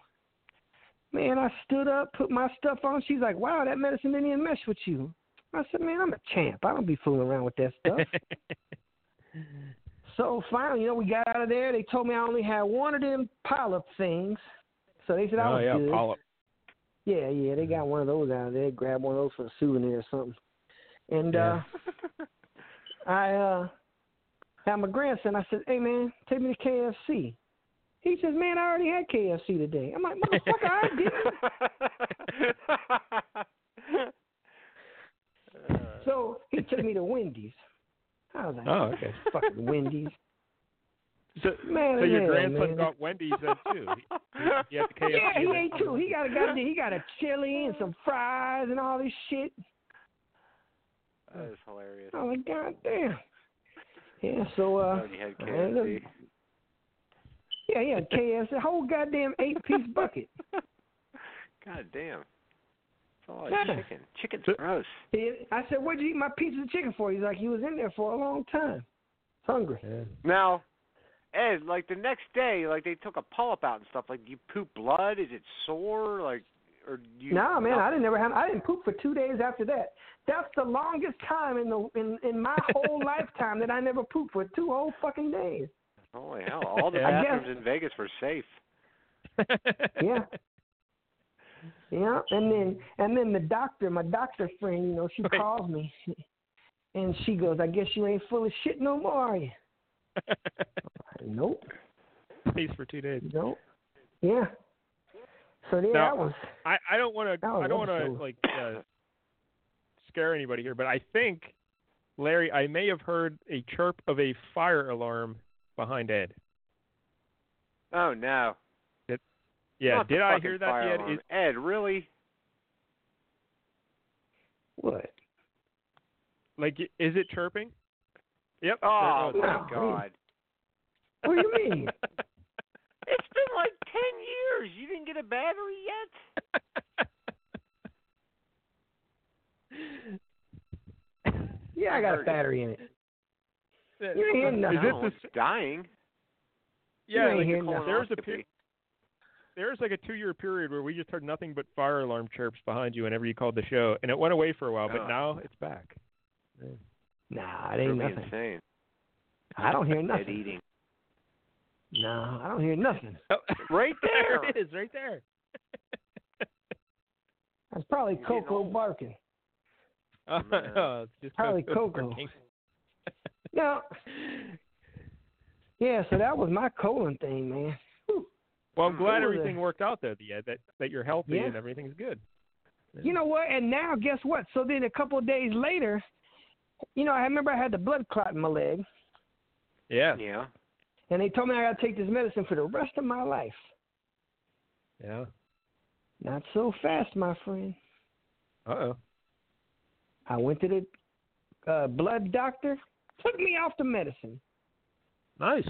[SPEAKER 5] Man, I stood up, put my stuff on. She's like, Wow, that medicine didn't even mess with you. I said, Man, I'm a champ. I don't be fooling around with that stuff. So finally, you know, we got out of there. They told me I only had one of them polyp things. So they said I
[SPEAKER 3] oh
[SPEAKER 5] was
[SPEAKER 3] yeah,
[SPEAKER 5] good.
[SPEAKER 3] polyp.
[SPEAKER 5] Yeah, yeah, they
[SPEAKER 3] Mm-hmm.
[SPEAKER 5] got one of those out there. Grab one of those for a souvenir or something. And
[SPEAKER 3] Yeah.
[SPEAKER 5] uh I uh had my grandson. I said, "Hey man, take me to KFC." He says, "Man, I already had KFC today." I'm like, "Motherfucker, I didn't." Uh, So he took me to Wendy's. I was like,
[SPEAKER 3] Oh, okay.
[SPEAKER 5] "Fucking Wendy's,
[SPEAKER 3] So,
[SPEAKER 5] man."
[SPEAKER 3] so your
[SPEAKER 5] yeah,
[SPEAKER 3] grandson
[SPEAKER 5] man.
[SPEAKER 3] got Wendy's then too. He, he had the KFC.
[SPEAKER 5] Yeah, he
[SPEAKER 3] then.
[SPEAKER 5] ate too. He got a goddamn, he got a chili and some fries and all this shit.
[SPEAKER 2] that is hilarious.
[SPEAKER 5] I'm like, "God damn." Yeah, so uh
[SPEAKER 3] Oh,
[SPEAKER 2] Already had
[SPEAKER 5] I
[SPEAKER 2] KFC.
[SPEAKER 5] Yeah, yeah, KFC, a whole goddamn eight piece bucket.
[SPEAKER 2] God damn. It's a lot
[SPEAKER 5] Yeah.
[SPEAKER 2] of chicken. Chicken's
[SPEAKER 3] So-
[SPEAKER 2] gross.
[SPEAKER 5] He- I said, "What'd you eat my piece of chicken for?" He's like, "He was in there for a long time, hungry."
[SPEAKER 2] Now, Ed, like the next day, like they took a polyp out and stuff. Like, do you poop blood? Is it sore? Like, or do you? Oh,
[SPEAKER 5] nah, man,
[SPEAKER 2] no.
[SPEAKER 5] I didn't ever have. I didn't poop for two days after that. That's the longest time in the in in my whole lifetime that I never pooped for two whole fucking days.
[SPEAKER 2] Holy hell! All the
[SPEAKER 3] I
[SPEAKER 5] guess-
[SPEAKER 2] bathrooms in Vegas were safe.
[SPEAKER 5] Yeah. Yeah, and then and then the doctor, my doctor friend, you know, she
[SPEAKER 3] Right.
[SPEAKER 5] calls me, and she goes, "I guess you ain't full of shit no more, are you?" I, nope,
[SPEAKER 3] Peace for two days.
[SPEAKER 5] nope. Yeah. So there,
[SPEAKER 3] Now-
[SPEAKER 5] I was.
[SPEAKER 3] I, I don't want to.
[SPEAKER 5] Oh,
[SPEAKER 3] I don't want to
[SPEAKER 5] wonderful.
[SPEAKER 3] like uh, scare anybody here, but I think Larry, I may have heard a chirp of a fire alarm behind Ed.
[SPEAKER 2] Oh no!
[SPEAKER 3] Yeah,
[SPEAKER 2] Not the
[SPEAKER 3] did I
[SPEAKER 2] fucking
[SPEAKER 3] hear that
[SPEAKER 2] fire
[SPEAKER 3] yet?
[SPEAKER 2] alarm.
[SPEAKER 3] Is-
[SPEAKER 2] Ed, really?
[SPEAKER 5] What?
[SPEAKER 3] like, is it chirping? Yep.
[SPEAKER 2] Oh
[SPEAKER 3] there it was.
[SPEAKER 2] my
[SPEAKER 5] no.
[SPEAKER 2] God!
[SPEAKER 5] What do you mean?
[SPEAKER 2] It's been like ten years. You didn't get a battery yet?
[SPEAKER 5] Yeah, I got a battery in it. You ain't hearing
[SPEAKER 3] Is
[SPEAKER 5] nothing.
[SPEAKER 3] it
[SPEAKER 2] no,
[SPEAKER 3] the
[SPEAKER 2] it's dying.
[SPEAKER 3] yeah?
[SPEAKER 5] ain't
[SPEAKER 3] like,
[SPEAKER 5] hearing nothing.
[SPEAKER 3] there's a pe- there was like a two year period where we just heard nothing but fire alarm chirps behind you whenever you called the show, and it went away for a while, but
[SPEAKER 2] Oh.
[SPEAKER 3] now it's back.
[SPEAKER 5] Nah, it ain't
[SPEAKER 2] really
[SPEAKER 5] nothing.
[SPEAKER 2] insane.
[SPEAKER 5] I don't hear
[SPEAKER 2] Dead
[SPEAKER 5] nothing.
[SPEAKER 2] eating.
[SPEAKER 5] No, I don't hear nothing.
[SPEAKER 2] Oh, Right there.
[SPEAKER 3] it is, right there.
[SPEAKER 5] That's probably
[SPEAKER 2] You're getting
[SPEAKER 5] Coco
[SPEAKER 2] old.
[SPEAKER 5] barking.
[SPEAKER 3] Uh,
[SPEAKER 2] Oh, Man.
[SPEAKER 3] no, it's just
[SPEAKER 5] Probably
[SPEAKER 3] Coco
[SPEAKER 5] Coco.
[SPEAKER 3] barking.
[SPEAKER 5] No. Yeah, so that was my colon thing, man.
[SPEAKER 3] Well,
[SPEAKER 2] Mm.
[SPEAKER 3] I'm glad
[SPEAKER 5] Ooh,
[SPEAKER 3] everything
[SPEAKER 5] the-
[SPEAKER 3] worked out though, yeah, that that you're healthy
[SPEAKER 5] Yeah.
[SPEAKER 3] and everything's good.
[SPEAKER 5] You know what? And now, guess what? So then, a couple of days later, you know, I remember I had the blood clot in my leg,
[SPEAKER 3] Yeah.
[SPEAKER 2] Yeah.
[SPEAKER 5] and they told me I got to take this medicine for the rest of my life.
[SPEAKER 3] Yeah.
[SPEAKER 5] Not so fast, my friend.
[SPEAKER 3] Uh oh.
[SPEAKER 5] I went to the uh, blood doctor, took me off the medicine,
[SPEAKER 3] Nice.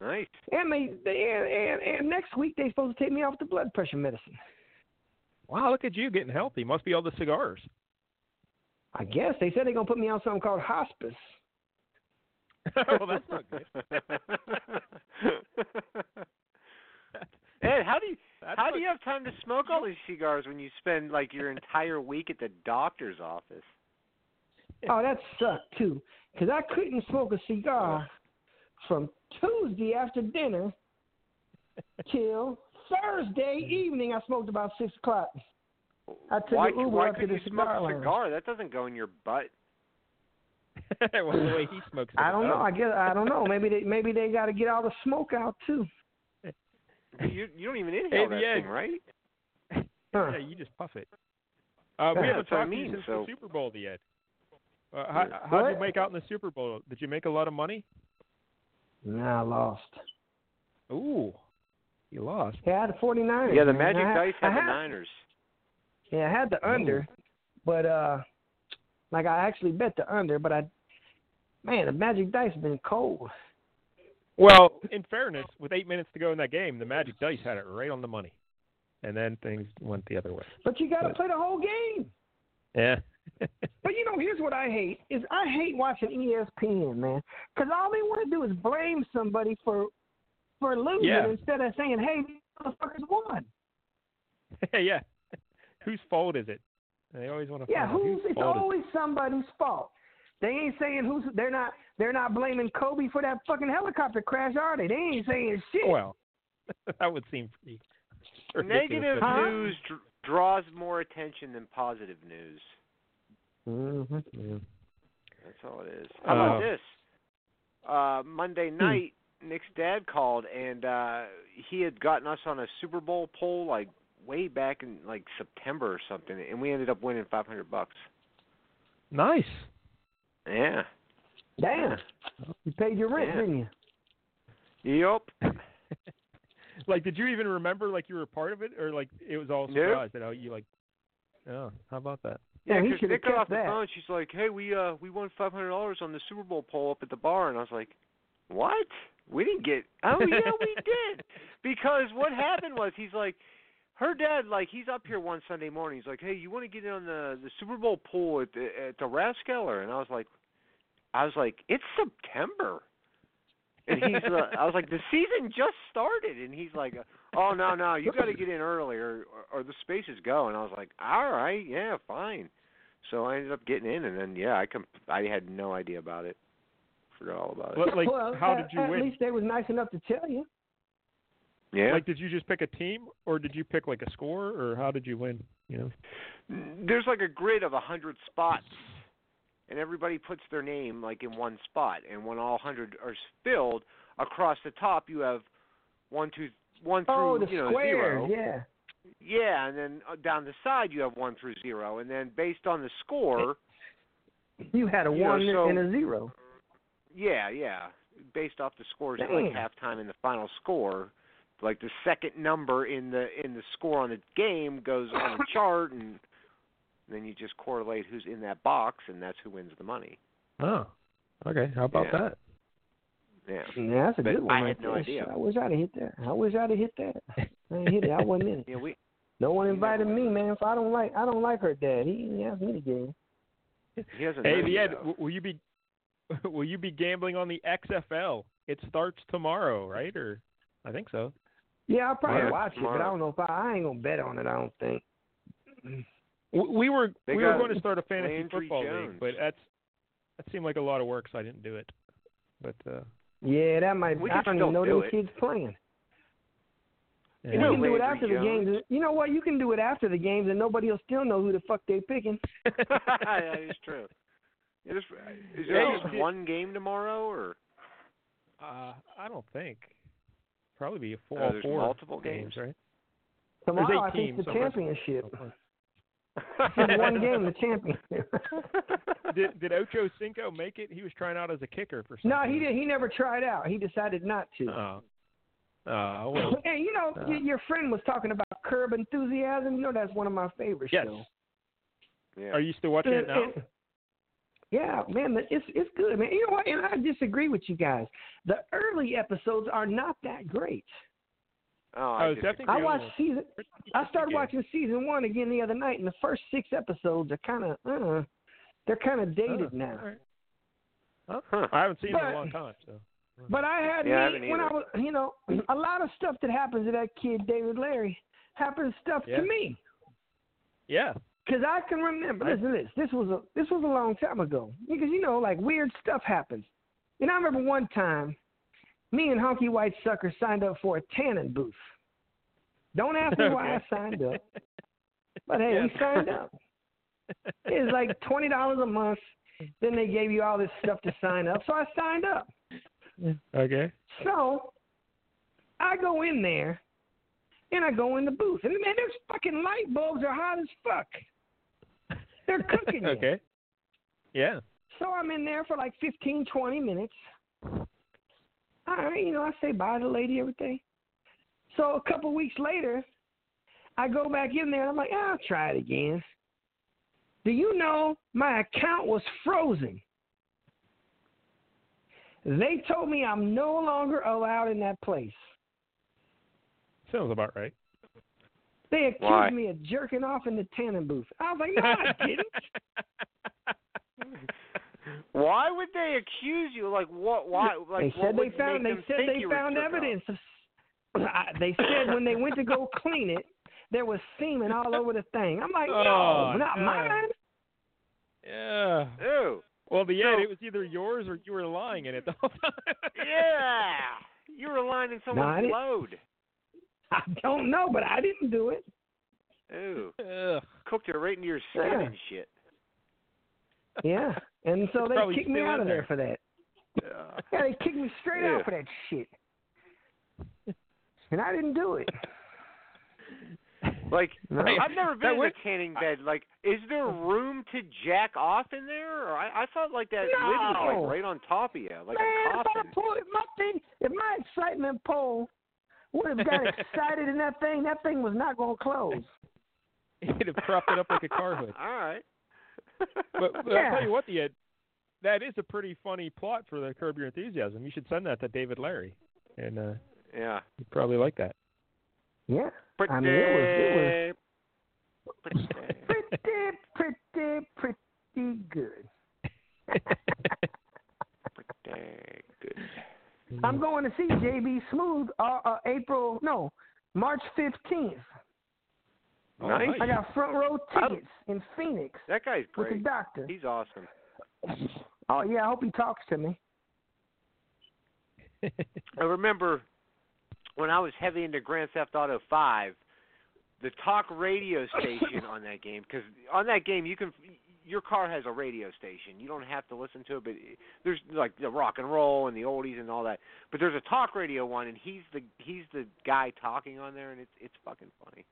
[SPEAKER 2] Nice.
[SPEAKER 5] and they and, and and next week they supposed to take me off the blood pressure medicine.
[SPEAKER 3] Wow, look at you getting healthy. Must be all the cigars.
[SPEAKER 5] I guess they said they're gonna put me on something called hospice.
[SPEAKER 3] well, that's not good.
[SPEAKER 2] Ed, how do you
[SPEAKER 3] That's
[SPEAKER 2] how
[SPEAKER 3] not-
[SPEAKER 2] do you have time to smoke all these cigars when you spend like your entire week at the doctor's office?
[SPEAKER 5] Oh, that sucked too, because I couldn't smoke a cigar from Tuesday after dinner till Thursday evening. I smoked about six o'clock. I took
[SPEAKER 2] why
[SPEAKER 5] an Uber
[SPEAKER 2] why
[SPEAKER 5] up to
[SPEAKER 2] couldn't
[SPEAKER 5] the
[SPEAKER 2] you smoke
[SPEAKER 5] cigar
[SPEAKER 2] a
[SPEAKER 5] lounge.
[SPEAKER 2] cigar? That doesn't go in your butt.
[SPEAKER 3] well, the way he smokes.
[SPEAKER 5] I don't know.
[SPEAKER 3] cigars.
[SPEAKER 5] I guess I don't know. Maybe they maybe they got to get all the smoke out too.
[SPEAKER 2] You you don't even inhale
[SPEAKER 3] Hey,
[SPEAKER 2] that
[SPEAKER 3] the
[SPEAKER 2] thing,
[SPEAKER 3] egg.
[SPEAKER 2] right?
[SPEAKER 5] Huh.
[SPEAKER 3] Yeah, you just puff it. Uh, we
[SPEAKER 5] Yeah,
[SPEAKER 3] haven't
[SPEAKER 2] that's what I
[SPEAKER 3] talked to you
[SPEAKER 2] mean,
[SPEAKER 3] since
[SPEAKER 2] so-
[SPEAKER 3] the Super Bowl yet. Uh, how how did you
[SPEAKER 5] What?
[SPEAKER 3] make out in the Super Bowl? Did you make a lot of money?
[SPEAKER 5] Nah, I lost.
[SPEAKER 3] Ooh, you lost.
[SPEAKER 5] Yeah, I had the 49ers.
[SPEAKER 2] Yeah, the
[SPEAKER 5] man.
[SPEAKER 2] Magic
[SPEAKER 5] I had-
[SPEAKER 2] Dice
[SPEAKER 5] I
[SPEAKER 2] have the
[SPEAKER 5] had-
[SPEAKER 2] Niners. Hmm.
[SPEAKER 5] Yeah, I had the under, but uh, like I actually bet the under, but I, man, the Magic Dice been cold.
[SPEAKER 3] Well, in fairness, with eight minutes to go in that game, the Magic Dice had it right on the money, and then things went the other way.
[SPEAKER 5] But you got to
[SPEAKER 3] But-
[SPEAKER 5] play the whole game.
[SPEAKER 3] Yeah.
[SPEAKER 5] But you know, here's what I hate is I hate watching E ESPN, man, because all they want to do is blame somebody for for losing
[SPEAKER 3] Yeah.
[SPEAKER 5] instead of saying, "Hey, these motherfuckers won."
[SPEAKER 3] yeah. Whose fault is it? They always want to.
[SPEAKER 5] Yeah,
[SPEAKER 3] find out
[SPEAKER 5] who's it's
[SPEAKER 3] fault is it.
[SPEAKER 5] always somebody's fault. They ain't saying who's they're not they're not blaming Kobe for that fucking helicopter crash, are they? They ain't saying shit.
[SPEAKER 3] Well, that would seem pretty. ridiculous,
[SPEAKER 2] Negative
[SPEAKER 3] wouldn't it?
[SPEAKER 2] news dr- draws more attention than positive news.
[SPEAKER 3] Yeah.
[SPEAKER 2] That's all it is. How about
[SPEAKER 3] Uh,
[SPEAKER 2] this? Uh, Monday
[SPEAKER 3] Hmm.
[SPEAKER 2] night, Nick's dad called, and uh, he had gotten us on a Super Bowl poll like way back in like September or something, and we ended up winning 500 bucks.
[SPEAKER 3] Nice.
[SPEAKER 2] Yeah.
[SPEAKER 5] Damn. You paid your rent,
[SPEAKER 2] Yeah.
[SPEAKER 5] didn't you?
[SPEAKER 2] Yep.
[SPEAKER 3] Like, did you even remember like you were a part of it, or like it was all a
[SPEAKER 2] Nope.
[SPEAKER 3] surprise that oh, you like? Oh, how about that?
[SPEAKER 5] Yeah, he
[SPEAKER 2] 'cause
[SPEAKER 5] should have
[SPEAKER 2] Nick got off
[SPEAKER 5] kept
[SPEAKER 2] the
[SPEAKER 5] that.
[SPEAKER 2] phone. She's like, "Hey, we uh we won five hundred dollars on the Super Bowl poll up at the bar," and I was like, "What? We didn't get? Oh yeah, we did." Because what happened was he's like, her dad like he's up here one Sunday morning. He's like, "Hey, you want to get in on the the Super Bowl pool at the at the Raskeller?" And I was like, I was like, "It's September." And he's, uh, I was like, the season just started, and he's like, "Oh no, no, you got to get in early, or, or or the spaces go." And I was like, "All right, yeah, fine." So I ended up getting in, and then yeah, I com- I had no idea about it. Forgot all about it.
[SPEAKER 3] But, like,
[SPEAKER 5] well,
[SPEAKER 3] how
[SPEAKER 5] at,
[SPEAKER 3] did you
[SPEAKER 5] at
[SPEAKER 3] win?
[SPEAKER 5] least they was nice enough to tell you.
[SPEAKER 2] yeah.
[SPEAKER 3] Like, did you just pick a team, or did you pick like a score, or how did you win? You know.
[SPEAKER 2] there's like a grid of a hundred spots, and everybody puts their name like in one spot. And when all hundred are filled, across the top you have one, two, one
[SPEAKER 5] Oh,
[SPEAKER 2] through
[SPEAKER 5] the
[SPEAKER 2] you know zero.
[SPEAKER 5] squares, yeah.
[SPEAKER 2] Yeah, and then uh, down the side you have one through zero, and then based on the score,
[SPEAKER 5] You had a
[SPEAKER 2] You know,
[SPEAKER 5] one
[SPEAKER 2] so-
[SPEAKER 5] and a zero.
[SPEAKER 2] yeah, yeah, based off the scores at
[SPEAKER 5] Damn.
[SPEAKER 2] like halftime and the final score, like the second number in the in the score on the game goes on the chart, and then you just correlate who's in that box, and that's who wins the money.
[SPEAKER 3] Oh. Okay. How
[SPEAKER 2] about Yeah.
[SPEAKER 3] that?
[SPEAKER 2] Yeah.
[SPEAKER 5] Yeah, that's a
[SPEAKER 2] But
[SPEAKER 5] good one.
[SPEAKER 2] I
[SPEAKER 5] right
[SPEAKER 2] had no
[SPEAKER 5] there.
[SPEAKER 2] idea.
[SPEAKER 5] Shit, I wish I'd have hit that. I wish I'd have hit that. I ain't hit it. I wasn't in it.
[SPEAKER 2] Yeah, we
[SPEAKER 5] No one
[SPEAKER 2] You
[SPEAKER 5] invited
[SPEAKER 2] never
[SPEAKER 5] me, man. If I don't like, I don't like her dad. He didn't ask me to game.
[SPEAKER 2] he hasn't.
[SPEAKER 3] Hey,
[SPEAKER 2] known
[SPEAKER 3] the
[SPEAKER 2] you,
[SPEAKER 3] Ed,
[SPEAKER 2] though.
[SPEAKER 3] w- will you be will you be gambling on the XFL? It starts tomorrow, right? Or I think so.
[SPEAKER 5] Yeah, I'll probably
[SPEAKER 2] Right.
[SPEAKER 5] watch it,
[SPEAKER 2] Smart.
[SPEAKER 5] but I don't know if I, I ain't gonna bet on it. I don't think.
[SPEAKER 3] W- We were
[SPEAKER 2] They
[SPEAKER 3] we
[SPEAKER 2] got
[SPEAKER 3] were going to start a fantasy
[SPEAKER 2] Landry
[SPEAKER 3] football
[SPEAKER 2] Jones.
[SPEAKER 3] league, but that's that seemed like a lot of work, so I didn't do it. But uh,
[SPEAKER 5] Yeah, that might.
[SPEAKER 2] We
[SPEAKER 5] I
[SPEAKER 2] could
[SPEAKER 5] don't
[SPEAKER 2] still
[SPEAKER 5] even know
[SPEAKER 2] do
[SPEAKER 5] those
[SPEAKER 2] it.
[SPEAKER 5] kids playing.
[SPEAKER 3] yeah.
[SPEAKER 5] You can do it
[SPEAKER 2] Landry
[SPEAKER 5] after the
[SPEAKER 2] Jones.
[SPEAKER 5] games. You know what? You can do it after the games, and nobody will still know who the fuck they picking.
[SPEAKER 2] that is true. Is, is there
[SPEAKER 3] Yeah.
[SPEAKER 2] just one game tomorrow, or
[SPEAKER 3] uh, I don't think probably be a four
[SPEAKER 2] Oh, there's
[SPEAKER 3] four
[SPEAKER 2] multiple games.
[SPEAKER 3] right? There's
[SPEAKER 5] Tomorrow,
[SPEAKER 3] eight
[SPEAKER 5] I think
[SPEAKER 3] teams,
[SPEAKER 5] it's the
[SPEAKER 3] so we're-
[SPEAKER 5] championship. It's one game, the championship.
[SPEAKER 3] did did Ocho Cinco make it? He was trying out as a kicker for some.
[SPEAKER 5] no, he did. He never tried out. He decided not to.
[SPEAKER 2] Uh,
[SPEAKER 3] Oh, oh well.
[SPEAKER 5] Hey, you know,
[SPEAKER 3] Uh.
[SPEAKER 5] y your friend was talking about Curb Enthusiasm. You know, that's one of my favorite
[SPEAKER 3] Yes.
[SPEAKER 5] shows.
[SPEAKER 2] yeah.
[SPEAKER 3] Are you still watching it now?
[SPEAKER 5] And- and- yeah, man, it's it's good, man. You know what? And I disagree with you guys. The early episodes are not that great.
[SPEAKER 2] oh,
[SPEAKER 3] I was
[SPEAKER 2] did-
[SPEAKER 3] definitely-
[SPEAKER 5] I
[SPEAKER 3] Yeah.
[SPEAKER 5] watched season. I started
[SPEAKER 3] Yeah.
[SPEAKER 5] watching season one again the other night, and the first six episodes are kind of, uh, they're kind of dated
[SPEAKER 3] Oh,
[SPEAKER 5] now.
[SPEAKER 3] all right. Huh?
[SPEAKER 2] Huh.
[SPEAKER 3] I haven't seen it in
[SPEAKER 5] But-
[SPEAKER 3] a long time. So.
[SPEAKER 5] But I had
[SPEAKER 2] Yeah, I
[SPEAKER 5] me
[SPEAKER 2] haven't
[SPEAKER 5] when I
[SPEAKER 2] either.
[SPEAKER 5] was, you know, a lot of stuff that happens to that kid David Larry happens stuff
[SPEAKER 3] Yeah.
[SPEAKER 5] to me
[SPEAKER 3] Yeah,
[SPEAKER 5] because I can remember. Listen, to this this was a this was a long time ago because you know, like weird stuff happens. And I remember one time, me and Honky White Sucker signed up for a tanning booth. Don't ask me why
[SPEAKER 3] Okay.
[SPEAKER 5] I signed up, but hey, we
[SPEAKER 3] Yeah.
[SPEAKER 5] signed up. It was like twenty dollars a month. Then they gave you all this stuff to sign up, so I signed up.
[SPEAKER 3] okay.
[SPEAKER 5] So I go in there and I go in the booth. And man, those fucking light bulbs are hot as fuck. They're cooking. you.
[SPEAKER 3] okay. Yeah.
[SPEAKER 5] So I'm in there for like 15, 20 minutes. All right, you know, I say bye to the lady, everything. So a couple weeks later, I go back in there and I'm like, I'll try it again. Do you know my account was frozen? They told me I'm no longer allowed in that place.
[SPEAKER 3] Sounds about right.
[SPEAKER 5] They accused
[SPEAKER 2] Why?
[SPEAKER 5] me of jerking off in the tanning booth. I was like, no, I didn't.
[SPEAKER 2] Why would they accuse you? Like what? Why? Like
[SPEAKER 5] they
[SPEAKER 2] what
[SPEAKER 5] said they
[SPEAKER 2] would
[SPEAKER 5] found.
[SPEAKER 2] make
[SPEAKER 5] They
[SPEAKER 2] them
[SPEAKER 5] said
[SPEAKER 2] think
[SPEAKER 5] they
[SPEAKER 2] you were
[SPEAKER 5] found
[SPEAKER 2] jerk off?
[SPEAKER 5] evidence. Of, I, they said when they went to go clean it, there was semen all over the thing. I'm like,
[SPEAKER 3] Oh,
[SPEAKER 5] no, not
[SPEAKER 3] no.
[SPEAKER 5] mine.
[SPEAKER 3] Yeah.
[SPEAKER 2] Ew.
[SPEAKER 3] Well, the end,
[SPEAKER 2] So-
[SPEAKER 3] it was either yours or you were lying in it the whole time.
[SPEAKER 2] Yeah. You were lying in
[SPEAKER 5] I
[SPEAKER 2] someone's
[SPEAKER 5] didn't-
[SPEAKER 2] load.
[SPEAKER 5] I don't know, but I didn't do it.
[SPEAKER 2] Ew.
[SPEAKER 3] Ugh.
[SPEAKER 2] Cooked it right into your skin
[SPEAKER 5] Yeah.
[SPEAKER 2] and shit.
[SPEAKER 5] Yeah, and so
[SPEAKER 3] It's
[SPEAKER 5] they
[SPEAKER 3] probably
[SPEAKER 5] kicked me
[SPEAKER 3] still
[SPEAKER 5] out
[SPEAKER 3] in
[SPEAKER 5] of there
[SPEAKER 3] there.
[SPEAKER 5] for that.
[SPEAKER 2] Uh,
[SPEAKER 5] Yeah, they kicked me straight
[SPEAKER 2] Yeah.
[SPEAKER 5] out for that shit. And I didn't do it. Oh,
[SPEAKER 2] like
[SPEAKER 5] No.
[SPEAKER 2] I've never
[SPEAKER 3] That
[SPEAKER 2] been in
[SPEAKER 3] would-
[SPEAKER 2] a tanning bed. Like, is there room to jack off in there? Or I, I thought like that lid was
[SPEAKER 5] No.
[SPEAKER 2] like right on top of you, like
[SPEAKER 5] Man,
[SPEAKER 2] a
[SPEAKER 5] if I
[SPEAKER 2] coffin.
[SPEAKER 5] pulled if my thing, if my excitement pole would have got excited in that thing, that thing was not going to close.
[SPEAKER 3] It'd have propped it up like a car hood.
[SPEAKER 2] All right.
[SPEAKER 3] But, but
[SPEAKER 5] Yeah.
[SPEAKER 3] I'll tell you what, the end, that is a pretty funny plot for the Curb Your Enthusiasm. You should send that to David Larry, and uh,
[SPEAKER 2] yeah.
[SPEAKER 3] he'd probably like that.
[SPEAKER 5] Yeah.
[SPEAKER 2] But
[SPEAKER 5] I mean, it was- it was- pretty, pretty, pretty good. I'm going to see JB Smooth uh, uh, April, no, March 15th.
[SPEAKER 3] Oh,
[SPEAKER 2] Nice.
[SPEAKER 3] nice.
[SPEAKER 5] I got front row
[SPEAKER 3] Oh.
[SPEAKER 5] tickets in Phoenix
[SPEAKER 2] That guy's
[SPEAKER 5] with the
[SPEAKER 2] great.
[SPEAKER 5] doctor.
[SPEAKER 2] He's awesome.
[SPEAKER 5] Oh, yeah, I hope he talks to me.
[SPEAKER 2] I remember when I was heavy into Grand Theft Auto Five, the talk radio station on that game because on that game you can your car has a radio station. You don't have to listen to it, but there's like the rock and roll and the oldies and all that. But there's a talk radio one, and he's the he's the guy talking on there, and it's it's fucking funny.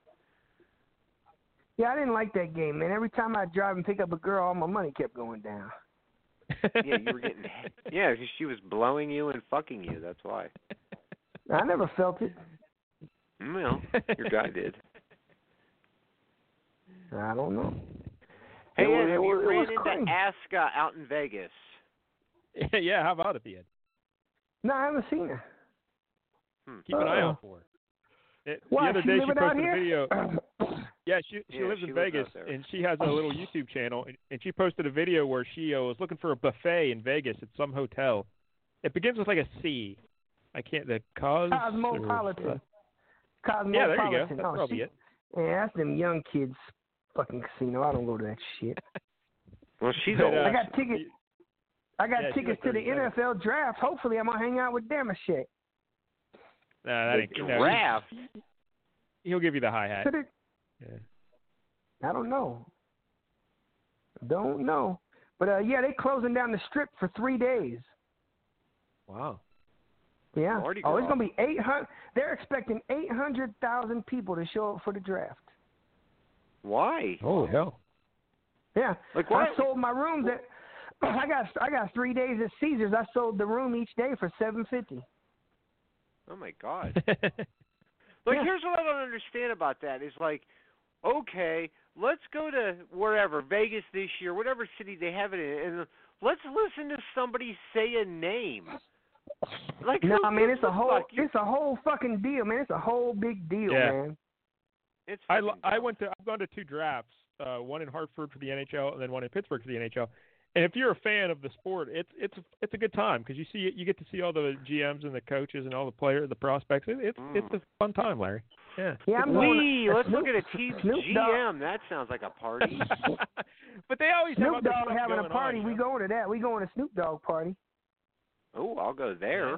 [SPEAKER 5] Yeah, I didn't like that game, man. Every time I drive and pick up a girl, all my money kept going down.
[SPEAKER 2] Yeah, you were getting yeah, 'cause she was blowing you and fucking you. That's why.
[SPEAKER 5] I never felt it.
[SPEAKER 2] Well, your guy did.
[SPEAKER 5] I don't know.
[SPEAKER 2] Hey,
[SPEAKER 5] It
[SPEAKER 2] Ed,
[SPEAKER 5] was-
[SPEAKER 2] have
[SPEAKER 5] it
[SPEAKER 2] you
[SPEAKER 5] was- it
[SPEAKER 2] ran
[SPEAKER 5] was
[SPEAKER 2] into
[SPEAKER 5] crazy.
[SPEAKER 2] Aska out in Vegas?
[SPEAKER 3] yeah, how about it, the end?
[SPEAKER 5] No, I haven't seen her.
[SPEAKER 2] Hmm.
[SPEAKER 3] Keep an eye
[SPEAKER 5] Uh-oh.
[SPEAKER 3] out for her. It,
[SPEAKER 5] Why,
[SPEAKER 3] the other
[SPEAKER 5] Uh, she
[SPEAKER 3] day she
[SPEAKER 5] living out
[SPEAKER 3] posted
[SPEAKER 5] here?
[SPEAKER 3] a video. Yeah, she she
[SPEAKER 2] Yeah,
[SPEAKER 3] lives
[SPEAKER 2] she
[SPEAKER 3] in
[SPEAKER 2] lives out
[SPEAKER 3] Vegas
[SPEAKER 2] there.
[SPEAKER 3] and she has a little YouTube channel and, and she posted a video where she uh, was looking for a buffet in Vegas at some hotel. It begins with like a C. I can't the cause or-
[SPEAKER 5] Cosmopolitan.
[SPEAKER 3] uh, Yeah, there you go.
[SPEAKER 5] Cosmopolitan.
[SPEAKER 3] That's
[SPEAKER 5] Uh, oh,
[SPEAKER 3] probably
[SPEAKER 5] shit.
[SPEAKER 3] it.
[SPEAKER 5] Yeah, that's them young kids fucking casino. I don't go to that shit.
[SPEAKER 2] Well, she's
[SPEAKER 3] But,
[SPEAKER 2] old.
[SPEAKER 3] uh,
[SPEAKER 5] I got tickets. I got
[SPEAKER 3] Yeah, she's
[SPEAKER 5] tickets
[SPEAKER 3] like
[SPEAKER 5] to the
[SPEAKER 3] 37.
[SPEAKER 5] NFL draft. Hopefully, I'm gonna hang out with Damashek.
[SPEAKER 3] Nah, that ain't, no, he-
[SPEAKER 2] Giraffe.
[SPEAKER 3] he'll give you the hi
[SPEAKER 5] To
[SPEAKER 3] hat.
[SPEAKER 5] the,
[SPEAKER 3] Yeah.
[SPEAKER 5] I don't know. Don't know. But uh, yeah, they closing down the strip for three days.
[SPEAKER 3] Wow.
[SPEAKER 5] Yeah.
[SPEAKER 2] Mardi
[SPEAKER 5] Oh, it's
[SPEAKER 2] Gras.
[SPEAKER 5] gonna be eight hundred. They're expecting eight hundred thousand people to show up for the draft.
[SPEAKER 2] Why?
[SPEAKER 3] Holy hell.
[SPEAKER 5] Yeah.
[SPEAKER 2] Like why?
[SPEAKER 5] I sold my rooms at. I got I got three days at Caesars. I sold the room each day for seven fifty.
[SPEAKER 2] Oh my god. Like
[SPEAKER 5] Yeah.
[SPEAKER 2] here's what I don't understand about that is like, okay, let's go to wherever Vegas this year, whatever city they have it in, and let's listen to somebody say a name. Like
[SPEAKER 5] No,
[SPEAKER 2] who
[SPEAKER 5] man,
[SPEAKER 2] gives
[SPEAKER 5] it's a whole
[SPEAKER 2] fuck? You-
[SPEAKER 5] it's a whole fucking deal, man. It's a whole big deal,
[SPEAKER 3] Yeah.
[SPEAKER 5] man.
[SPEAKER 2] it's
[SPEAKER 3] I,
[SPEAKER 2] fucking
[SPEAKER 3] lo- I
[SPEAKER 2] dumb.
[SPEAKER 3] went to I've gone to two drafts, uh, one in Hartford for the NHL and then one in Pittsburgh for the NHL. And if you're a fan of the sport, it's it's it's a good time because you see you get to see all the GMs and the coaches and all the players, the prospects. It, it's
[SPEAKER 2] Mm.
[SPEAKER 3] it's a fun time, Larry. Yeah.
[SPEAKER 5] Yeah, I'm going.
[SPEAKER 2] Wee, let's look at a team
[SPEAKER 5] Snoop Dogg-
[SPEAKER 2] GM. That sounds like a party.
[SPEAKER 3] but they always have
[SPEAKER 5] Snoop
[SPEAKER 3] other
[SPEAKER 5] Dogg
[SPEAKER 3] stuff
[SPEAKER 5] having a
[SPEAKER 3] going
[SPEAKER 5] party.
[SPEAKER 3] On,
[SPEAKER 5] we
[SPEAKER 3] you know?
[SPEAKER 5] going to that. We going to Snoop Dogg party.
[SPEAKER 2] oh, I'll go there.
[SPEAKER 3] Yeah.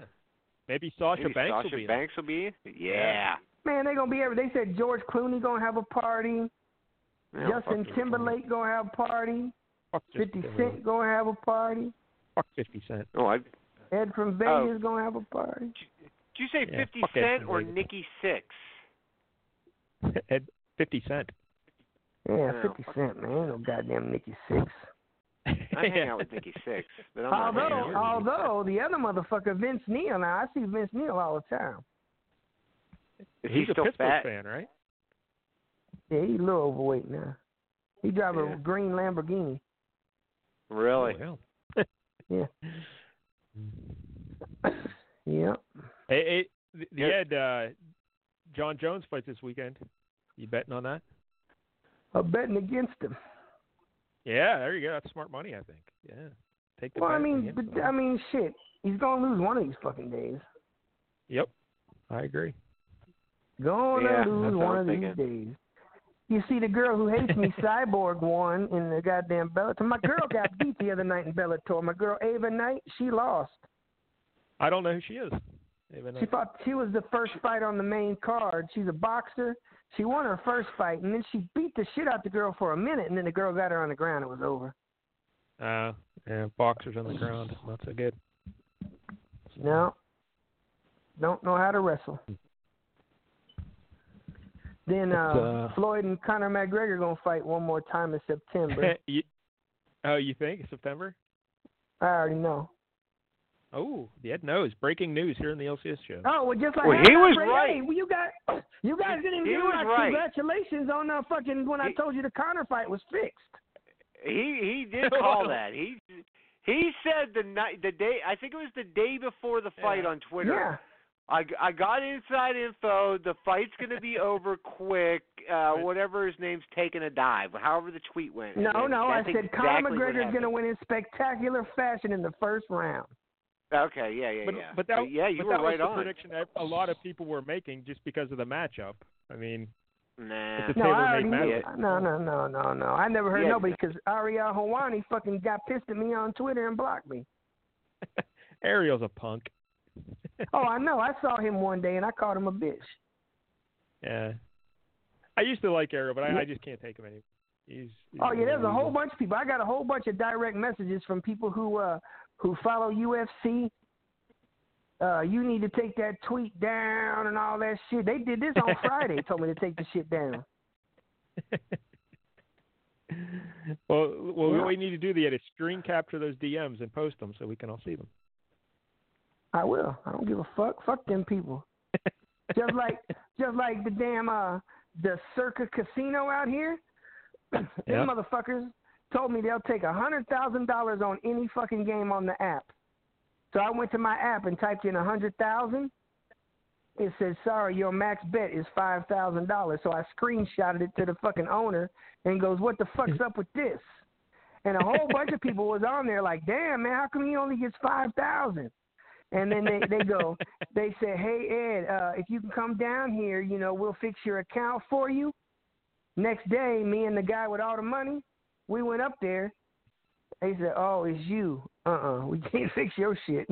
[SPEAKER 3] Maybe Sasha
[SPEAKER 2] Maybe
[SPEAKER 3] Banks
[SPEAKER 2] Sasha
[SPEAKER 3] will be. there.
[SPEAKER 2] Banks will be. in? Yeah.
[SPEAKER 5] Man, they gonna be every. They said George Clooney gonna have a party.
[SPEAKER 2] Yeah,
[SPEAKER 5] Justin
[SPEAKER 3] fuck
[SPEAKER 5] Timberlake gonna have a party.
[SPEAKER 3] Fuck
[SPEAKER 5] Fifty
[SPEAKER 3] Justin Timberlake.
[SPEAKER 5] Cent gonna have a party.
[SPEAKER 3] Fuck Fifty Cent.
[SPEAKER 2] Oh, I. Did
[SPEAKER 5] Ed from
[SPEAKER 2] Oh.
[SPEAKER 5] Vegas gonna have a party.
[SPEAKER 2] you say
[SPEAKER 3] Yeah,
[SPEAKER 2] Fifty
[SPEAKER 3] fuck
[SPEAKER 2] Cent
[SPEAKER 3] Anthony
[SPEAKER 2] or
[SPEAKER 3] Davis.
[SPEAKER 2] Nikki Six?
[SPEAKER 3] Ed Fifty Cent.
[SPEAKER 5] Yeah,
[SPEAKER 2] Yeah,
[SPEAKER 5] Fifty
[SPEAKER 2] fuck
[SPEAKER 5] Cent, man. Ain't No goddamn Nikki Six.
[SPEAKER 2] I hang out with Nikki Six,
[SPEAKER 3] Oh,
[SPEAKER 2] but I'm not hanging out
[SPEAKER 5] Although,
[SPEAKER 2] with
[SPEAKER 5] although the other motherfucker Vince Neil. Now I see Vince Neil all the time.
[SPEAKER 2] Is
[SPEAKER 3] He's
[SPEAKER 2] he still
[SPEAKER 3] a Pittsburgh
[SPEAKER 2] fat?
[SPEAKER 3] fan, right?
[SPEAKER 5] Yeah, he a little overweight now. He drive
[SPEAKER 3] Yeah.
[SPEAKER 5] a green Lamborghini.
[SPEAKER 2] Really?
[SPEAKER 3] Holy hell.
[SPEAKER 5] Yep.
[SPEAKER 3] Hey, hey, the, the
[SPEAKER 2] Yeah.
[SPEAKER 3] Ed uh, John Jones fight this weekend. You betting on that?
[SPEAKER 5] I'm betting against him.
[SPEAKER 3] Yeah, there you go. That's smart money, I think. Yeah, take the.
[SPEAKER 5] Well, I
[SPEAKER 3] bet
[SPEAKER 5] mean,
[SPEAKER 3] against
[SPEAKER 5] but,
[SPEAKER 3] it.
[SPEAKER 5] I mean, shit. He's gonna lose one of these fucking days.
[SPEAKER 3] yep, I agree.
[SPEAKER 5] Gonna
[SPEAKER 2] Yeah, that's
[SPEAKER 5] lose
[SPEAKER 2] what
[SPEAKER 5] one
[SPEAKER 2] I'm
[SPEAKER 5] of these days. You see, the girl who hates me, Cyborg, won in the goddamn Bellator. My girl got beat the other night in Bellator. My girl Ava Knight, she lost.
[SPEAKER 3] I don't know who she is. uh, Even
[SPEAKER 5] She fought. She was the first fight on the main card. She's a boxer. She won her first fight, and then she beat the shit out the girl for a minute, and then the girl got her on the ground. It was over.
[SPEAKER 3] uh, yeah, boxers on the ground, not so good.
[SPEAKER 5] No. Don't know how to wrestle. Then uh,
[SPEAKER 3] It's, uh,
[SPEAKER 5] Floyd and Conor McGregor gonna fight one more time in September.
[SPEAKER 3] you, oh, you think September?
[SPEAKER 5] I already know.
[SPEAKER 3] Oh, the Ed knows. Breaking news here in the LCS show.
[SPEAKER 5] Oh well, just like
[SPEAKER 2] Well,
[SPEAKER 5] I
[SPEAKER 2] he was
[SPEAKER 5] said,
[SPEAKER 2] right.
[SPEAKER 5] Hey, well, you got you guys didn't
[SPEAKER 2] He
[SPEAKER 5] give
[SPEAKER 2] was
[SPEAKER 5] my
[SPEAKER 2] right.
[SPEAKER 5] congratulations on the fucking when I
[SPEAKER 2] He-
[SPEAKER 5] told you the Conor fight was fixed.
[SPEAKER 2] He he did call that. He he said the night the day I think it was the day before the fight
[SPEAKER 3] Yeah.
[SPEAKER 2] on Twitter. I I got inside info. The fight's gonna be over quick. Uh, whatever his name's taking a dive. However the tweet went.
[SPEAKER 5] Yeah. No,
[SPEAKER 2] And
[SPEAKER 5] no. I
[SPEAKER 2] that's
[SPEAKER 5] said Conor
[SPEAKER 2] exactly what
[SPEAKER 5] McGregor's
[SPEAKER 2] happened.
[SPEAKER 5] gonna win in spectacular fashion in the first round.
[SPEAKER 2] Okay, yeah, yeah,
[SPEAKER 3] but,
[SPEAKER 2] yeah.
[SPEAKER 3] but that
[SPEAKER 2] yeah, you
[SPEAKER 3] but
[SPEAKER 2] were
[SPEAKER 3] that
[SPEAKER 2] right
[SPEAKER 3] was the
[SPEAKER 2] on.
[SPEAKER 3] prediction that a lot of people were making just because of the matchup. I mean,
[SPEAKER 2] Nah.
[SPEAKER 3] It's a
[SPEAKER 5] No, I already
[SPEAKER 3] tailor-made
[SPEAKER 5] knew.
[SPEAKER 3] match.
[SPEAKER 5] it. No, no, no, no, no. I never heard
[SPEAKER 2] Yeah.
[SPEAKER 5] nobody because Ariel Hawani fucking got pissed at me on Twitter and blocked me.
[SPEAKER 3] Ariel's a punk.
[SPEAKER 5] Oh, I know. I saw him one day and I called him a bitch.
[SPEAKER 3] Yeah. I used to like Ariel, but I, I just can't take him anymore. He's, he's
[SPEAKER 5] Oh yeah, there's a
[SPEAKER 2] Mm.
[SPEAKER 5] whole bunch of people. I got a whole bunch of direct messages from people who uh who follow UFC. Uh, you need to take that tweet down and all that shit. They did this on Friday. told me to take the shit down.
[SPEAKER 3] well, well,
[SPEAKER 5] Yeah.
[SPEAKER 3] what we need to do the is screen capture those DMs and post them so we can all see them.
[SPEAKER 5] I will. I don't give a fuck. Fuck them people. just like just like the damn uh the Circa Casino out here. Them
[SPEAKER 3] Yeah.
[SPEAKER 5] motherfuckers told me they'll take a hundred thousand dollars on any fucking game on the app. So I went to my app and typed in a hundred thousand. It says, "Sorry, your max bet is five thousand dollars." So I screenshotted it to the fucking owner and goes, "What the fuck's up with this?" And a whole bunch of people was on there like, "Damn man, how come he only gets five thousand? And then they, they go, they say, hey, Ed, uh, if you can come down here, you know, we'll fix your account for you. Next day, me and the guy with all the money, we went up there. They said, oh, it's you. Uh-uh, we can't fix your shit.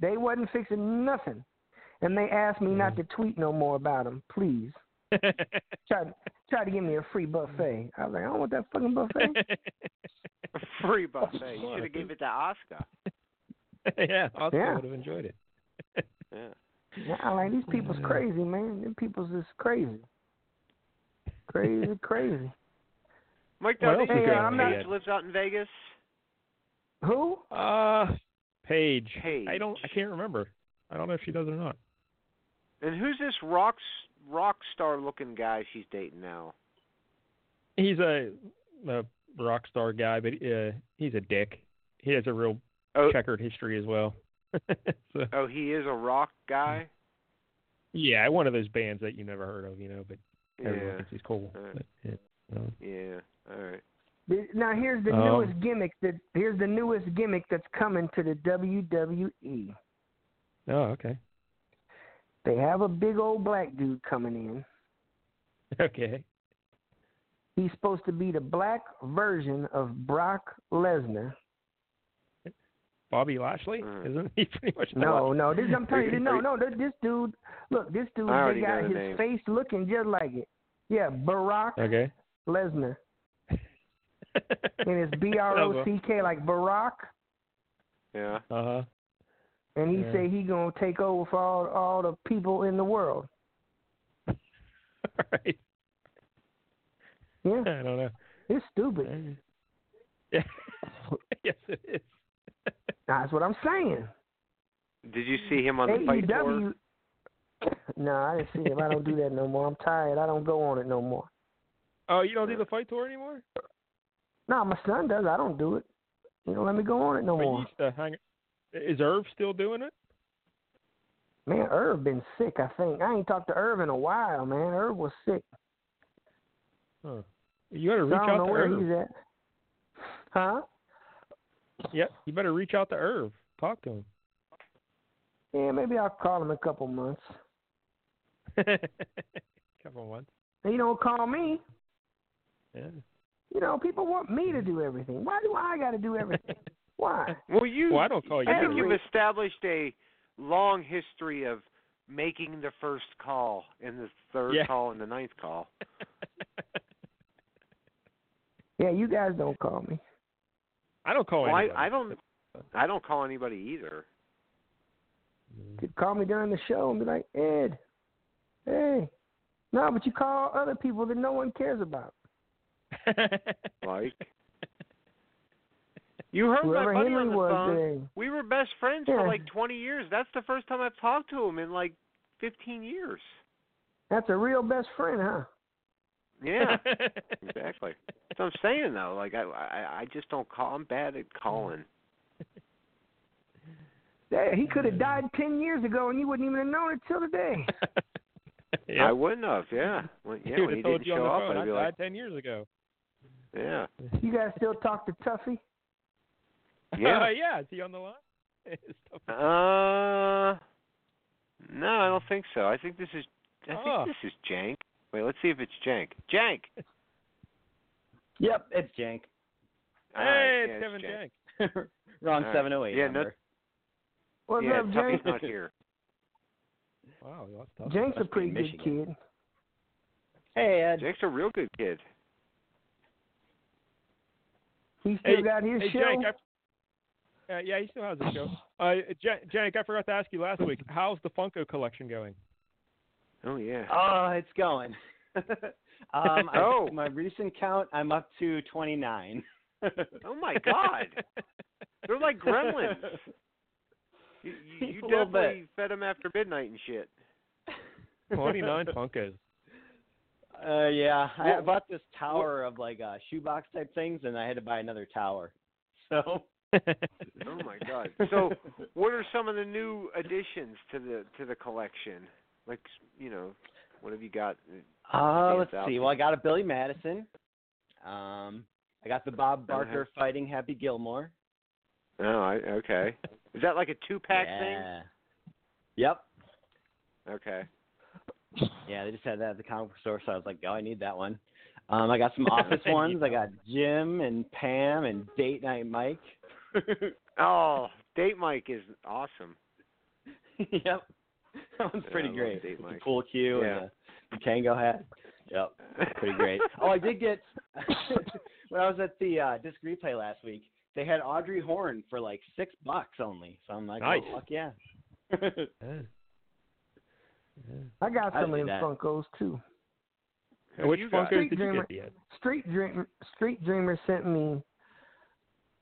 [SPEAKER 5] they wasn't fixing nothing. And they asked me not to tweet no more about them, please. Try, try to give me a free buffet. I was like, I don't want that fucking buffet.
[SPEAKER 2] Free buffet. You should have gave it to Oscar.
[SPEAKER 3] yeah, Oscar
[SPEAKER 5] Yeah.
[SPEAKER 3] would have enjoyed it.
[SPEAKER 2] Yeah.
[SPEAKER 5] Yeah, I like these people's crazy, man. Them people's is crazy. Crazy, crazy.
[SPEAKER 3] What
[SPEAKER 2] Mike Dowdy,
[SPEAKER 3] else is
[SPEAKER 2] hey,
[SPEAKER 3] going
[SPEAKER 2] uh,
[SPEAKER 3] on
[SPEAKER 2] Paige
[SPEAKER 3] yet?
[SPEAKER 2] lives out in Vegas.
[SPEAKER 5] Who?
[SPEAKER 3] Uh, Paige. I don't. I
[SPEAKER 2] Paige. can't
[SPEAKER 3] can't remember. I don't know if she does or not.
[SPEAKER 2] And who's this rock rock star looking guy she's dating now?
[SPEAKER 3] He's a, a rock star guy, but uh, he's a dick. He has a real
[SPEAKER 2] Oh,
[SPEAKER 3] checkered history as well. so,
[SPEAKER 2] oh, he is a rock guy.
[SPEAKER 3] yeah, one of those bands that you never heard of, you know, but everyone
[SPEAKER 2] Yeah.
[SPEAKER 3] thinks he's cool.
[SPEAKER 2] Uh.
[SPEAKER 3] But, yeah, um,
[SPEAKER 2] Yeah. All right.
[SPEAKER 5] The- Now here's the
[SPEAKER 3] Um,
[SPEAKER 5] newest gimmick that here's the newest gimmick that's coming to the WWE.
[SPEAKER 3] oh, okay.
[SPEAKER 5] They have a big old black dude coming in.
[SPEAKER 3] Okay.
[SPEAKER 5] He's supposed to be the black version of Brock Lesnar.
[SPEAKER 3] Bobby Lashley?
[SPEAKER 2] Mm.
[SPEAKER 3] Isn't he pretty much the
[SPEAKER 5] No,
[SPEAKER 3] Lash-
[SPEAKER 5] no, this I'm telling you,
[SPEAKER 2] Are
[SPEAKER 5] no,
[SPEAKER 2] you-
[SPEAKER 5] no, this this dude. Look, this dude,
[SPEAKER 2] I
[SPEAKER 5] they
[SPEAKER 2] already know
[SPEAKER 5] got
[SPEAKER 2] the
[SPEAKER 5] his
[SPEAKER 2] name.
[SPEAKER 5] face looking just like it. Yeah, Barack
[SPEAKER 3] Okay.
[SPEAKER 5] Lesnar, and it's B R O C K like Barack.
[SPEAKER 2] Yeah.
[SPEAKER 3] Uh huh.
[SPEAKER 5] And he
[SPEAKER 3] Yeah.
[SPEAKER 5] say he gonna take over for all all the people in the world.
[SPEAKER 3] All right.
[SPEAKER 5] Yeah,
[SPEAKER 3] I don't know.
[SPEAKER 5] it's stupid.
[SPEAKER 3] Yeah. yes, it is.
[SPEAKER 5] That's what I'm saying.
[SPEAKER 2] Did you see him on the
[SPEAKER 3] E
[SPEAKER 2] fight tour?
[SPEAKER 5] AEW. No, I didn't see him. I don't do that no more. I'm tired. I don't go on it no more.
[SPEAKER 3] Oh, you don't do the fight tour anymore?
[SPEAKER 5] No, my son does. I don't do it. He don't let me go on it no
[SPEAKER 3] But you
[SPEAKER 5] more.
[SPEAKER 3] used to hang. Is Irv still doing it?
[SPEAKER 5] Man, Irv been sick. I think I ain't talked to Irv in a while. Man, Irv was sick.
[SPEAKER 3] Huh. You gotta
[SPEAKER 5] So
[SPEAKER 3] reach
[SPEAKER 5] I don't know
[SPEAKER 3] out to
[SPEAKER 5] where
[SPEAKER 3] Irv.
[SPEAKER 5] he's at. Huh?
[SPEAKER 3] Yeah, you better reach out to Irv. Talk to him.
[SPEAKER 5] Yeah, maybe I'll call him in a couple months.
[SPEAKER 3] Couple months.
[SPEAKER 5] He don't call me.
[SPEAKER 3] Yeah.
[SPEAKER 5] You know, people want me to do everything. Why do I got to do everything? Why?
[SPEAKER 2] Well, you.
[SPEAKER 3] Well, I don't call you.
[SPEAKER 2] I think
[SPEAKER 3] Irv.
[SPEAKER 2] you've established a long history of making the first call and the third
[SPEAKER 3] Yeah.
[SPEAKER 2] call and the ninth call.
[SPEAKER 5] Yeah, you guys don't call me.
[SPEAKER 3] I don't call
[SPEAKER 2] well, I,
[SPEAKER 3] Oh, anybody.
[SPEAKER 2] I don't. I don't call anybody either.
[SPEAKER 5] You call me during the show and be like, Ed, hey. No, but you call other people that no one cares about.
[SPEAKER 2] Like. You heard
[SPEAKER 5] Whoever
[SPEAKER 2] my buddy
[SPEAKER 5] Henry
[SPEAKER 2] on the
[SPEAKER 5] was uh,
[SPEAKER 2] phone.
[SPEAKER 5] today.
[SPEAKER 2] We were best friends
[SPEAKER 5] Yeah.
[SPEAKER 2] for like 20 years. That's the first time I've talked to him in like 15 years.
[SPEAKER 5] That's a real best friend, huh?
[SPEAKER 2] Yeah, exactly. That's what I'm saying though. Like I, I, I just don't call. I'm bad at calling.
[SPEAKER 5] Yeah, he could have died ten years ago and you wouldn't even have known it till today.
[SPEAKER 3] yeah.
[SPEAKER 2] I wouldn't have. Yeah, when, yeah.
[SPEAKER 3] He
[SPEAKER 2] when
[SPEAKER 3] would've
[SPEAKER 2] he
[SPEAKER 3] told
[SPEAKER 2] didn't
[SPEAKER 3] you on
[SPEAKER 2] show
[SPEAKER 3] the
[SPEAKER 2] up,
[SPEAKER 3] phone.
[SPEAKER 2] I'd be
[SPEAKER 3] I
[SPEAKER 2] like,
[SPEAKER 3] died ten years ago.
[SPEAKER 2] yeah,
[SPEAKER 5] You guys still talk to Tuffy?
[SPEAKER 2] yeah.
[SPEAKER 3] Uh, yeah. Is he on the line? Stuff-
[SPEAKER 2] Uh, no, I don't think so. I think this is. I think
[SPEAKER 3] Oh.
[SPEAKER 2] this is Jank. Wait, let's see if it's Jank. Jank.
[SPEAKER 6] Yep, it's Jank.
[SPEAKER 2] All right,
[SPEAKER 3] hey,
[SPEAKER 2] yeah,
[SPEAKER 3] it's Kevin
[SPEAKER 2] Jank.
[SPEAKER 3] Jank.
[SPEAKER 6] Wrong
[SPEAKER 2] Alright.
[SPEAKER 6] 708
[SPEAKER 2] Yeah, no-
[SPEAKER 6] number.
[SPEAKER 5] What's
[SPEAKER 2] Yeah,
[SPEAKER 5] up,
[SPEAKER 2] Tuffy's
[SPEAKER 5] Jenks?
[SPEAKER 2] not here.
[SPEAKER 3] Wow, that's tough.
[SPEAKER 5] Jenks a
[SPEAKER 6] Must be
[SPEAKER 5] pretty
[SPEAKER 6] in
[SPEAKER 5] good
[SPEAKER 6] Michigan.
[SPEAKER 5] kid.
[SPEAKER 6] hey, Ed.
[SPEAKER 2] Jank's a real good kid.
[SPEAKER 5] He still
[SPEAKER 3] Hey,
[SPEAKER 5] got his
[SPEAKER 3] Hey,
[SPEAKER 5] show.
[SPEAKER 3] Jank. I, uh, yeah, he still has a show. Uh, Jan- Jank, I forgot to ask you last week. How's the Funko collection going?
[SPEAKER 2] Oh yeah.
[SPEAKER 6] Oh, it's going. um, I,
[SPEAKER 2] Oh.
[SPEAKER 6] My recent count, I'm up to 29.
[SPEAKER 2] Oh my God. They're like gremlins. You, you, you
[SPEAKER 6] A little bit.
[SPEAKER 2] definitely fed them after midnight and shit.
[SPEAKER 3] Twenty-nine Funkos.
[SPEAKER 6] Uh, yeah, I bought this tower of like uh, shoebox type things, and I had to buy another tower. So.
[SPEAKER 2] Oh my God. So, what are some of the new additions to the to the collection? Like, you know, what have you got?
[SPEAKER 6] Uh,
[SPEAKER 2] Stands
[SPEAKER 6] let's
[SPEAKER 2] out.
[SPEAKER 6] see. Well, I got a Billy Madison. Um, I got the Bob Barker fighting Happy Gilmore.
[SPEAKER 7] Oh, I, okay. Is that like a two pack
[SPEAKER 6] yeah. Yep.
[SPEAKER 7] thing? Okay.
[SPEAKER 6] Yeah, they just had that at the comic book store, so I was like, oh, I need that one. Um, I got some office ones. I got Jim and Pam and Date Night Mike.
[SPEAKER 7] Oh, date Mike is awesome.
[SPEAKER 6] yep. That one's
[SPEAKER 7] Yeah,
[SPEAKER 6] pretty
[SPEAKER 7] I love
[SPEAKER 6] great.
[SPEAKER 7] Date
[SPEAKER 6] With the
[SPEAKER 7] Mike.
[SPEAKER 6] pool cue
[SPEAKER 7] Yeah.
[SPEAKER 6] and the tango hat. Yep. Pretty great. oh, I did get when I was at the uh, disc replay last week. They had Audrey Horn for like six bucks only. So I'm like,
[SPEAKER 3] Nice.
[SPEAKER 6] oh, fuck yeah.
[SPEAKER 5] I got
[SPEAKER 6] I
[SPEAKER 5] some of them
[SPEAKER 6] did that.
[SPEAKER 5] Funkos too.
[SPEAKER 7] Have
[SPEAKER 3] Which
[SPEAKER 7] you got-
[SPEAKER 3] Funkos did you
[SPEAKER 5] Dreamer.
[SPEAKER 3] get yet?
[SPEAKER 5] Street Dream Street Dreamer sent me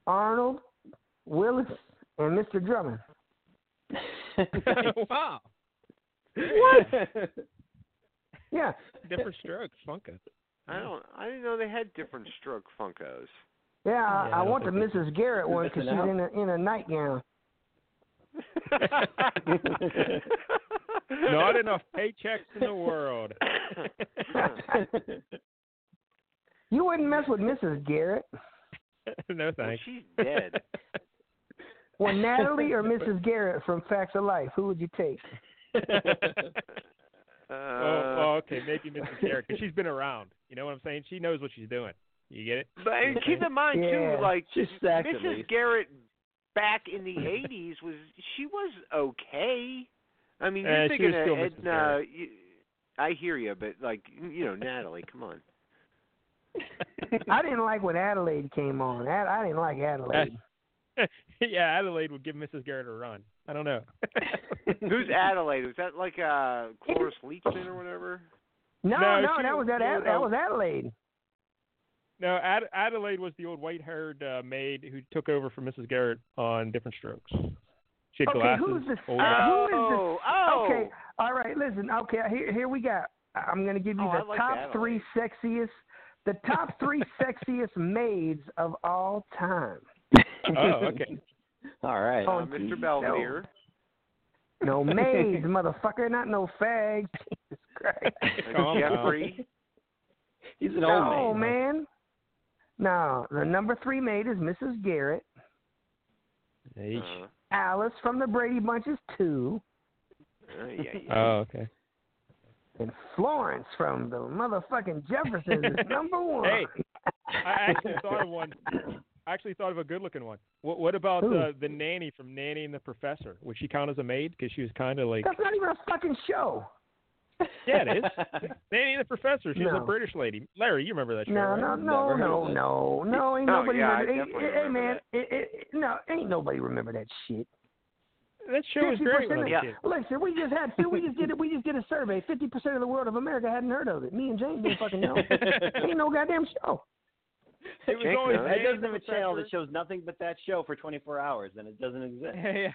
[SPEAKER 5] Arnold, Willis, and Mr. Drummond.
[SPEAKER 3] wow.
[SPEAKER 6] what?
[SPEAKER 5] Yeah,
[SPEAKER 3] Different strokes, Funko.
[SPEAKER 7] I don't. I didn't know they had different stroke Funkos.
[SPEAKER 5] yeah. I,
[SPEAKER 3] Yeah, I
[SPEAKER 5] I
[SPEAKER 3] don't
[SPEAKER 5] want the
[SPEAKER 3] think
[SPEAKER 5] Mrs. Garrett one because she's
[SPEAKER 6] missing out.
[SPEAKER 5] in a in a nightgown.
[SPEAKER 3] Not enough paychecks in the world.
[SPEAKER 5] You wouldn't mess with Mrs. Garrett.
[SPEAKER 3] no
[SPEAKER 7] Well,
[SPEAKER 3] thanks.
[SPEAKER 7] she's dead.
[SPEAKER 5] Well, Natalie or Mrs. Garrett from Facts of Life, who would you take?
[SPEAKER 7] Uh,
[SPEAKER 3] oh, well, okay, maybe Mrs. Garrett, 'cause she's been around. You know what I'm saying? She knows what she's doing. You get it?
[SPEAKER 2] But and keep in mind
[SPEAKER 5] Yeah.
[SPEAKER 2] too, like
[SPEAKER 6] She's stacked at
[SPEAKER 2] Mrs.
[SPEAKER 6] least.
[SPEAKER 2] Garrett back in the '80s was she was okay. I mean, you're
[SPEAKER 3] Eh, she
[SPEAKER 2] thinking
[SPEAKER 3] was still
[SPEAKER 2] of
[SPEAKER 3] Mrs.
[SPEAKER 2] Edna. You, I hear you, but like you know, Natalie, come on.
[SPEAKER 5] I didn't like when Adelaide came on. Ad, I didn't like Adelaide.
[SPEAKER 3] yeah, Adelaide would give Mrs. Garrett a run. I don't know.
[SPEAKER 2] Who's Adelaide? Was that like uh Cloris Leachman or whatever?
[SPEAKER 5] No,
[SPEAKER 3] No,
[SPEAKER 5] no,
[SPEAKER 3] she
[SPEAKER 5] that
[SPEAKER 3] was-
[SPEAKER 5] was that.
[SPEAKER 3] she
[SPEAKER 5] Ad,
[SPEAKER 3] was
[SPEAKER 5] that
[SPEAKER 3] out.
[SPEAKER 5] was Adelaide.
[SPEAKER 3] no, Ad- Adelaide was the old white-haired uh, maid who took over for Mrs. Garrett on Different Strokes. She had
[SPEAKER 5] Okay,
[SPEAKER 3] glasses.
[SPEAKER 5] who's this-
[SPEAKER 3] old-
[SPEAKER 5] uh, who is
[SPEAKER 2] oh, oh,
[SPEAKER 5] Okay, all right. Listen, okay. Here, here we got. I'm gonna give you
[SPEAKER 2] Oh, I
[SPEAKER 5] the
[SPEAKER 2] like
[SPEAKER 5] top
[SPEAKER 2] Adelaide.
[SPEAKER 5] three sexiest, the top three sexiest maids of all time.
[SPEAKER 3] oh, okay.
[SPEAKER 6] All right.
[SPEAKER 5] Oh,
[SPEAKER 2] Uh, Mr. Belvedere.
[SPEAKER 5] No maids, motherfucker. Not no fags. Jesus Christ.
[SPEAKER 3] Calm down.
[SPEAKER 2] Jeffrey.
[SPEAKER 6] He's an
[SPEAKER 5] no
[SPEAKER 6] old man.
[SPEAKER 5] man. No, the number three maid is Mrs. Garrett.
[SPEAKER 3] Eesh.
[SPEAKER 7] uh,
[SPEAKER 5] Alice from the Brady Bunch is two,
[SPEAKER 7] uh, yeah, yeah.
[SPEAKER 3] Oh, okay.
[SPEAKER 5] and Florence from the motherfucking Jeffersons is number one.
[SPEAKER 3] Hey, I actually thought of one. I actually thought of a good-looking one. What, what about
[SPEAKER 5] Who?
[SPEAKER 3] uh, the nanny from Nanny and the Professor? Would she count as a maid? Because she was kind of like
[SPEAKER 5] That's not even a fucking show.
[SPEAKER 3] Yeah, it is. Nanny the Professor. She's a
[SPEAKER 5] No.
[SPEAKER 3] British lady. Larry, you remember that show?
[SPEAKER 5] No,
[SPEAKER 3] right?
[SPEAKER 5] no, no,
[SPEAKER 6] Never heard
[SPEAKER 5] no,
[SPEAKER 6] of
[SPEAKER 5] no, no. Ain't
[SPEAKER 7] Oh,
[SPEAKER 5] nobody.
[SPEAKER 7] yeah, I
[SPEAKER 5] remember,
[SPEAKER 7] definitely
[SPEAKER 5] hey, hey,
[SPEAKER 7] remember
[SPEAKER 5] man,
[SPEAKER 7] that.
[SPEAKER 5] It, it, no, ain't nobody remember that shit.
[SPEAKER 3] That show was great when I was a
[SPEAKER 5] 50%
[SPEAKER 3] kid.
[SPEAKER 5] of, listen, we just had we just did it. We just did a survey. Fifty percent of the world of America hadn't heard of it. Me and James didn't fucking know. ain't no goddamn show.
[SPEAKER 3] It was
[SPEAKER 7] Jake,
[SPEAKER 3] always
[SPEAKER 7] no?
[SPEAKER 3] Nanny
[SPEAKER 6] It doesn't
[SPEAKER 3] the
[SPEAKER 6] have a channel that
[SPEAKER 3] Professor.
[SPEAKER 6] shows nothing but that show for 24 hours, and it doesn't exist.
[SPEAKER 3] Yeah, yeah.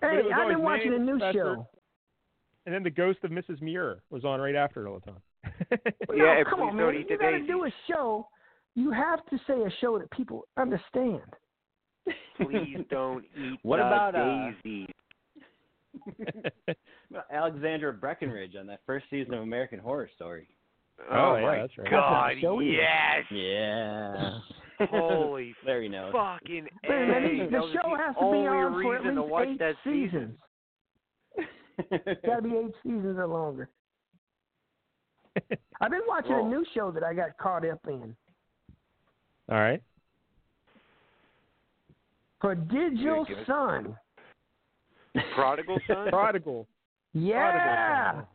[SPEAKER 3] But it
[SPEAKER 5] Hey,
[SPEAKER 3] was
[SPEAKER 5] I've
[SPEAKER 3] always
[SPEAKER 5] been watching a
[SPEAKER 3] Nanny the
[SPEAKER 5] new
[SPEAKER 3] Professor.
[SPEAKER 5] show.
[SPEAKER 3] And then the Ghost of Mrs. Muir was on right after it all the time.
[SPEAKER 5] No,
[SPEAKER 7] Yeah, if
[SPEAKER 5] come
[SPEAKER 7] we
[SPEAKER 5] on,
[SPEAKER 7] don't
[SPEAKER 5] man.
[SPEAKER 7] eat
[SPEAKER 5] If you
[SPEAKER 7] the
[SPEAKER 5] gotta
[SPEAKER 7] daisies.
[SPEAKER 5] do a show. You have to say a show that people understand.
[SPEAKER 2] Please don't eat
[SPEAKER 6] What
[SPEAKER 2] the
[SPEAKER 6] about, uh,
[SPEAKER 2] daisies.
[SPEAKER 6] Alexandra Breckenridge on that first season of American Horror Story.
[SPEAKER 7] Oh,
[SPEAKER 3] oh, yeah,
[SPEAKER 7] my
[SPEAKER 3] that's right.
[SPEAKER 2] God,
[SPEAKER 5] show either.
[SPEAKER 2] yes.
[SPEAKER 6] Yeah.
[SPEAKER 2] Holy
[SPEAKER 6] Larry knows.
[SPEAKER 2] fucking A.
[SPEAKER 5] Wait a minute,
[SPEAKER 2] That
[SPEAKER 5] the
[SPEAKER 2] was
[SPEAKER 5] show
[SPEAKER 2] the
[SPEAKER 5] has to
[SPEAKER 2] only
[SPEAKER 5] be on for at
[SPEAKER 2] reason
[SPEAKER 5] least
[SPEAKER 2] to watch
[SPEAKER 5] eight
[SPEAKER 2] that
[SPEAKER 5] seasons. Gotta be eight seasons or longer. I've been watching
[SPEAKER 7] Whoa.
[SPEAKER 5] a new show that I got caught up in.
[SPEAKER 3] All right.
[SPEAKER 5] Prodigal
[SPEAKER 7] give it-
[SPEAKER 5] Son.
[SPEAKER 7] Prodigal son.
[SPEAKER 3] Prodigal.
[SPEAKER 5] Yeah.
[SPEAKER 3] Prodigal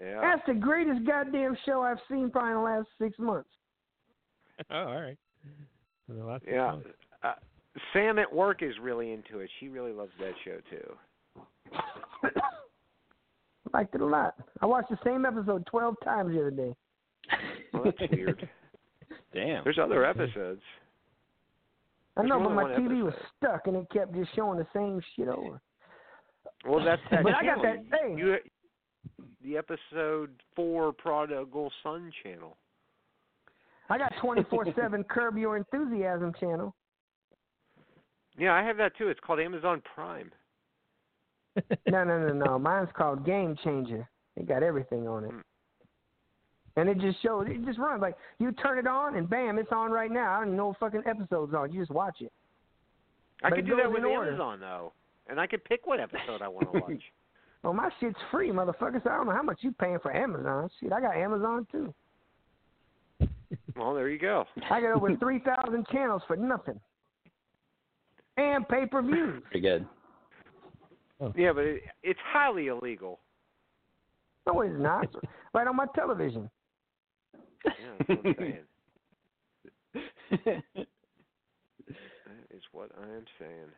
[SPEAKER 7] yeah.
[SPEAKER 5] That's the greatest goddamn show I've seen probably in the last six months.
[SPEAKER 3] Oh, all right. Well, that's
[SPEAKER 7] Yeah.
[SPEAKER 3] fun.
[SPEAKER 7] Uh, Sam at work is really into it. She really loves that show too.
[SPEAKER 5] Liked it a lot. I watched the same episode twelve times the other day.
[SPEAKER 7] Well, that's weird.
[SPEAKER 6] Damn.
[SPEAKER 7] There's other episodes.
[SPEAKER 5] I
[SPEAKER 7] There's
[SPEAKER 5] know,
[SPEAKER 7] more
[SPEAKER 5] but
[SPEAKER 7] than
[SPEAKER 5] my
[SPEAKER 7] one
[SPEAKER 5] TV was
[SPEAKER 7] episode.
[SPEAKER 5] stuck and it kept just showing the same shit over.
[SPEAKER 7] Well, that's that.
[SPEAKER 5] But I got
[SPEAKER 7] channel.
[SPEAKER 5] that thing.
[SPEAKER 7] You, the episode four Prodigal Son channel.
[SPEAKER 5] I got twenty four seven Curb Your Enthusiasm channel.
[SPEAKER 7] Yeah, I have that too. It's called Amazon Prime.
[SPEAKER 5] No, no, no, no. Mine's called Game Changer. It got everything on it. And it just shows, it just runs. Like, you turn it on, and bam, it's on right now. I don't even know what fucking episode's on. You just watch it.
[SPEAKER 2] I
[SPEAKER 5] But
[SPEAKER 2] could
[SPEAKER 5] it
[SPEAKER 2] do that
[SPEAKER 5] goes
[SPEAKER 2] with
[SPEAKER 5] in order.
[SPEAKER 2] Amazon though, and I could pick what episode I want to watch.
[SPEAKER 5] Well, my shit's free, motherfucker, so I don't know how much you paying for Amazon. Shit, I got Amazon, too.
[SPEAKER 2] well, there you go.
[SPEAKER 5] I got over 3,000 channels for nothing. And pay per views.
[SPEAKER 6] Pretty good.
[SPEAKER 2] Yeah, but it, it's highly illegal.
[SPEAKER 5] No, it's not. right on my television.
[SPEAKER 2] Yeah, that's what I'm saying. That is what I am saying.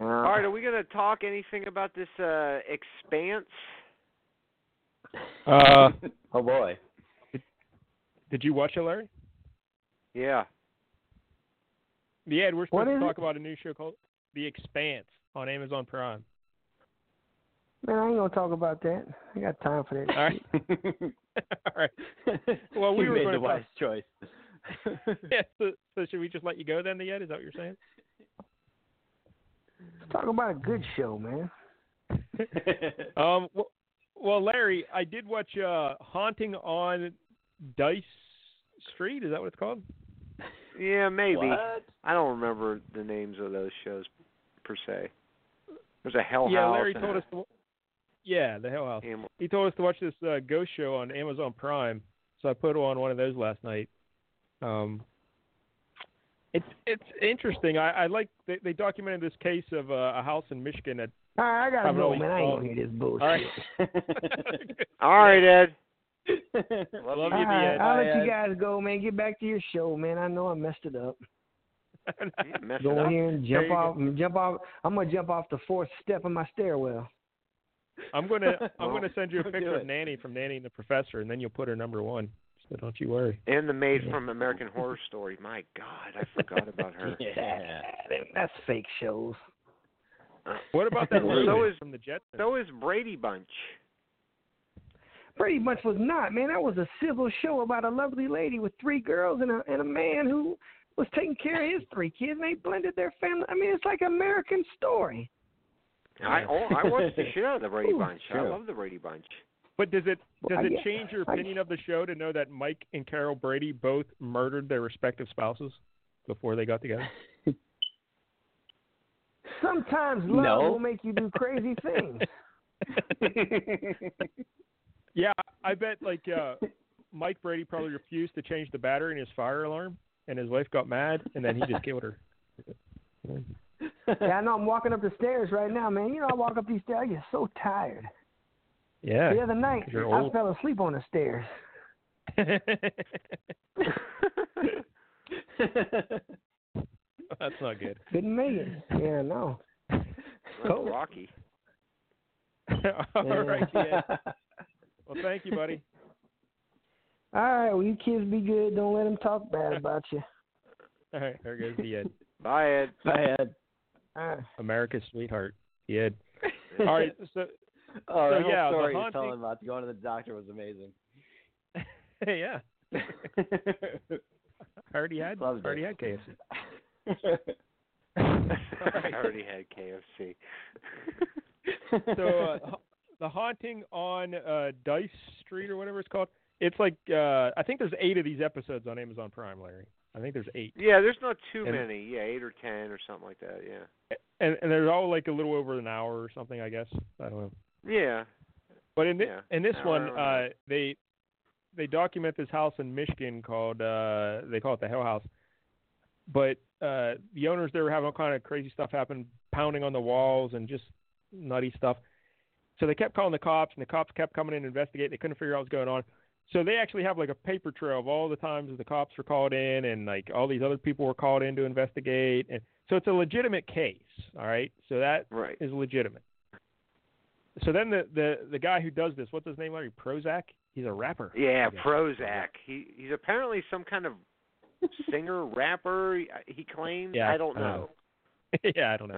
[SPEAKER 5] Uh,
[SPEAKER 2] All right, are we going to talk anything about this uh expanse?
[SPEAKER 3] Uh,
[SPEAKER 6] oh boy.
[SPEAKER 3] did you watch it, Larry?
[SPEAKER 2] Yeah.
[SPEAKER 3] Yeah, we're
[SPEAKER 5] What
[SPEAKER 3] supposed to
[SPEAKER 5] is
[SPEAKER 3] talk about a new show called The Expanse on Amazon Prime.
[SPEAKER 5] Man, I ain't going to talk about that. I got time for that.
[SPEAKER 3] All right. All right. Well, we
[SPEAKER 6] You
[SPEAKER 3] were
[SPEAKER 6] made
[SPEAKER 3] gonna
[SPEAKER 6] the
[SPEAKER 3] talk-
[SPEAKER 6] wise choice.
[SPEAKER 3] Yeah, so, so should we just let you go then, Yet? Is that what you're saying?
[SPEAKER 5] Let's talk about a good show, man.
[SPEAKER 3] Um, well, well, Larry, I did watch uh, Haunting on Dice Street. Is that what it's called?
[SPEAKER 2] Yeah, maybe.
[SPEAKER 6] What?
[SPEAKER 2] I don't remember the names of those shows per se. There's a Hell
[SPEAKER 3] yeah,
[SPEAKER 2] House.
[SPEAKER 3] Larry
[SPEAKER 2] and
[SPEAKER 3] told
[SPEAKER 2] a
[SPEAKER 3] us. To, yeah, the Hell House.
[SPEAKER 2] Ham-
[SPEAKER 3] He told us to watch this uh, ghost show on Amazon Prime, so I put on one of those last night. Um, it's it's interesting. I, I like they, they documented this case of uh, a house in Michigan that.
[SPEAKER 5] All right, I got to
[SPEAKER 3] I'm
[SPEAKER 5] go,
[SPEAKER 3] really
[SPEAKER 5] man. I ain't
[SPEAKER 3] sorry.
[SPEAKER 5] going to hear this bullshit.
[SPEAKER 3] All right.
[SPEAKER 2] All right, Ed.
[SPEAKER 3] Love,
[SPEAKER 5] All
[SPEAKER 3] you,
[SPEAKER 5] right, I'll let
[SPEAKER 6] Ed.
[SPEAKER 5] you guys go, man. Get back to your show, man. I know I messed it up.
[SPEAKER 3] Ed.
[SPEAKER 2] You messed it
[SPEAKER 5] Go
[SPEAKER 2] up.
[SPEAKER 5] in here and
[SPEAKER 3] you
[SPEAKER 5] jump
[SPEAKER 3] go.
[SPEAKER 5] off. Jump off. I'm gonna jump off the fourth step of my stairwell.
[SPEAKER 3] I'm gonna I'm
[SPEAKER 6] Well,
[SPEAKER 3] gonna send you a
[SPEAKER 6] don't
[SPEAKER 3] picture
[SPEAKER 6] do
[SPEAKER 3] of
[SPEAKER 6] it.
[SPEAKER 3] Nanny from Nanny and the Professor, and then you'll put her number one. So don't you worry.
[SPEAKER 2] And the maid from American Horror Story. My God, I forgot about her.
[SPEAKER 6] yeah.
[SPEAKER 5] That's fake shows.
[SPEAKER 3] What about that
[SPEAKER 6] Really?
[SPEAKER 3] so
[SPEAKER 2] So
[SPEAKER 3] is
[SPEAKER 2] is-
[SPEAKER 3] from the Jetsons?
[SPEAKER 2] So is Brady Bunch.
[SPEAKER 5] Pretty much was not, man. That was a civil show about a lovely lady with three girls and a and a man who was taking care of his three kids. and They blended their family. I mean, it's like American Story.
[SPEAKER 2] I oh, I watched the shit out of the Brady
[SPEAKER 5] Ooh,
[SPEAKER 2] Bunch.
[SPEAKER 6] sure.
[SPEAKER 2] I love the Brady Bunch.
[SPEAKER 3] but does it
[SPEAKER 5] Well,
[SPEAKER 3] does
[SPEAKER 5] I
[SPEAKER 3] it
[SPEAKER 5] guess-
[SPEAKER 3] change your
[SPEAKER 5] I-
[SPEAKER 3] opinion of the show to know that Mike and Carol Brady both murdered their respective spouses before they got together?
[SPEAKER 5] Sometimes love
[SPEAKER 6] No.
[SPEAKER 5] will make you do crazy things.
[SPEAKER 3] Yeah, I bet like uh, Mike Brady probably refused to change the battery in his fire alarm, and his wife got mad, and then he just killed her.
[SPEAKER 5] Yeah, I know. I'm walking up the stairs right now, man. You know, I walk up these stairs. I get so tired.
[SPEAKER 3] Yeah.
[SPEAKER 5] The other night,
[SPEAKER 3] You're
[SPEAKER 5] I
[SPEAKER 3] old.
[SPEAKER 5] fell asleep on the stairs.
[SPEAKER 3] That's not good.
[SPEAKER 5] Couldn't make it. Yeah, no.
[SPEAKER 2] Well, Rocky.
[SPEAKER 3] All right, yeah. Well, thank you, buddy.
[SPEAKER 5] All right, well, you kids be good. Don't let them talk bad about you.
[SPEAKER 3] All right, there goes the uh, Ed.
[SPEAKER 2] Bye, Ed.
[SPEAKER 6] Bye, Ed.
[SPEAKER 5] All right.
[SPEAKER 3] America's sweetheart. The Ed. All right, so
[SPEAKER 6] Oh,
[SPEAKER 3] So,
[SPEAKER 6] the whole
[SPEAKER 3] yeah, the
[SPEAKER 6] story you're
[SPEAKER 3] haunting-
[SPEAKER 6] telling about going to the doctor was amazing.
[SPEAKER 3] hey, yeah, I already had,
[SPEAKER 6] Loved it.
[SPEAKER 3] already had KFC.
[SPEAKER 2] I already had KFC.
[SPEAKER 3] So uh, ha- the haunting on uh, Dice Street or whatever it's called. It's like uh, I think there's eight of these episodes on Amazon Prime, Larry. I think there's eight,
[SPEAKER 2] Yeah, there's not too
[SPEAKER 3] And-
[SPEAKER 2] many. Yeah, eight or ten or something like that. Yeah.
[SPEAKER 3] and and they're all like a little over an hour or something, I guess. I don't know.
[SPEAKER 2] Yeah.
[SPEAKER 3] But in this
[SPEAKER 2] Yeah.
[SPEAKER 3] in this
[SPEAKER 2] I don't
[SPEAKER 3] one,
[SPEAKER 2] know.
[SPEAKER 3] uh, they they document this house in Michigan called uh, they call it the Hell House. But uh, the owners there were having all kind of crazy stuff happen, pounding on the walls and just nutty stuff. So they kept calling the cops, and the cops kept coming in to investigate. They couldn't figure out what was going on. So they actually have like a paper trail of all the times that the cops were called in, and like all these other people were called in to investigate. And so it's a legitimate case, all right. So that
[SPEAKER 2] Right.
[SPEAKER 3] is legitimate. So then the, the the guy who does this, what's his name, Larry Prozac? He's a rapper.
[SPEAKER 2] Yeah,
[SPEAKER 3] Yeah.
[SPEAKER 2] Prozac. He he's apparently some kind of singer, rapper. he- uh, He claims.
[SPEAKER 3] Yeah,
[SPEAKER 2] I don't
[SPEAKER 3] I don't
[SPEAKER 2] know.
[SPEAKER 3] know. yeah, I don't know.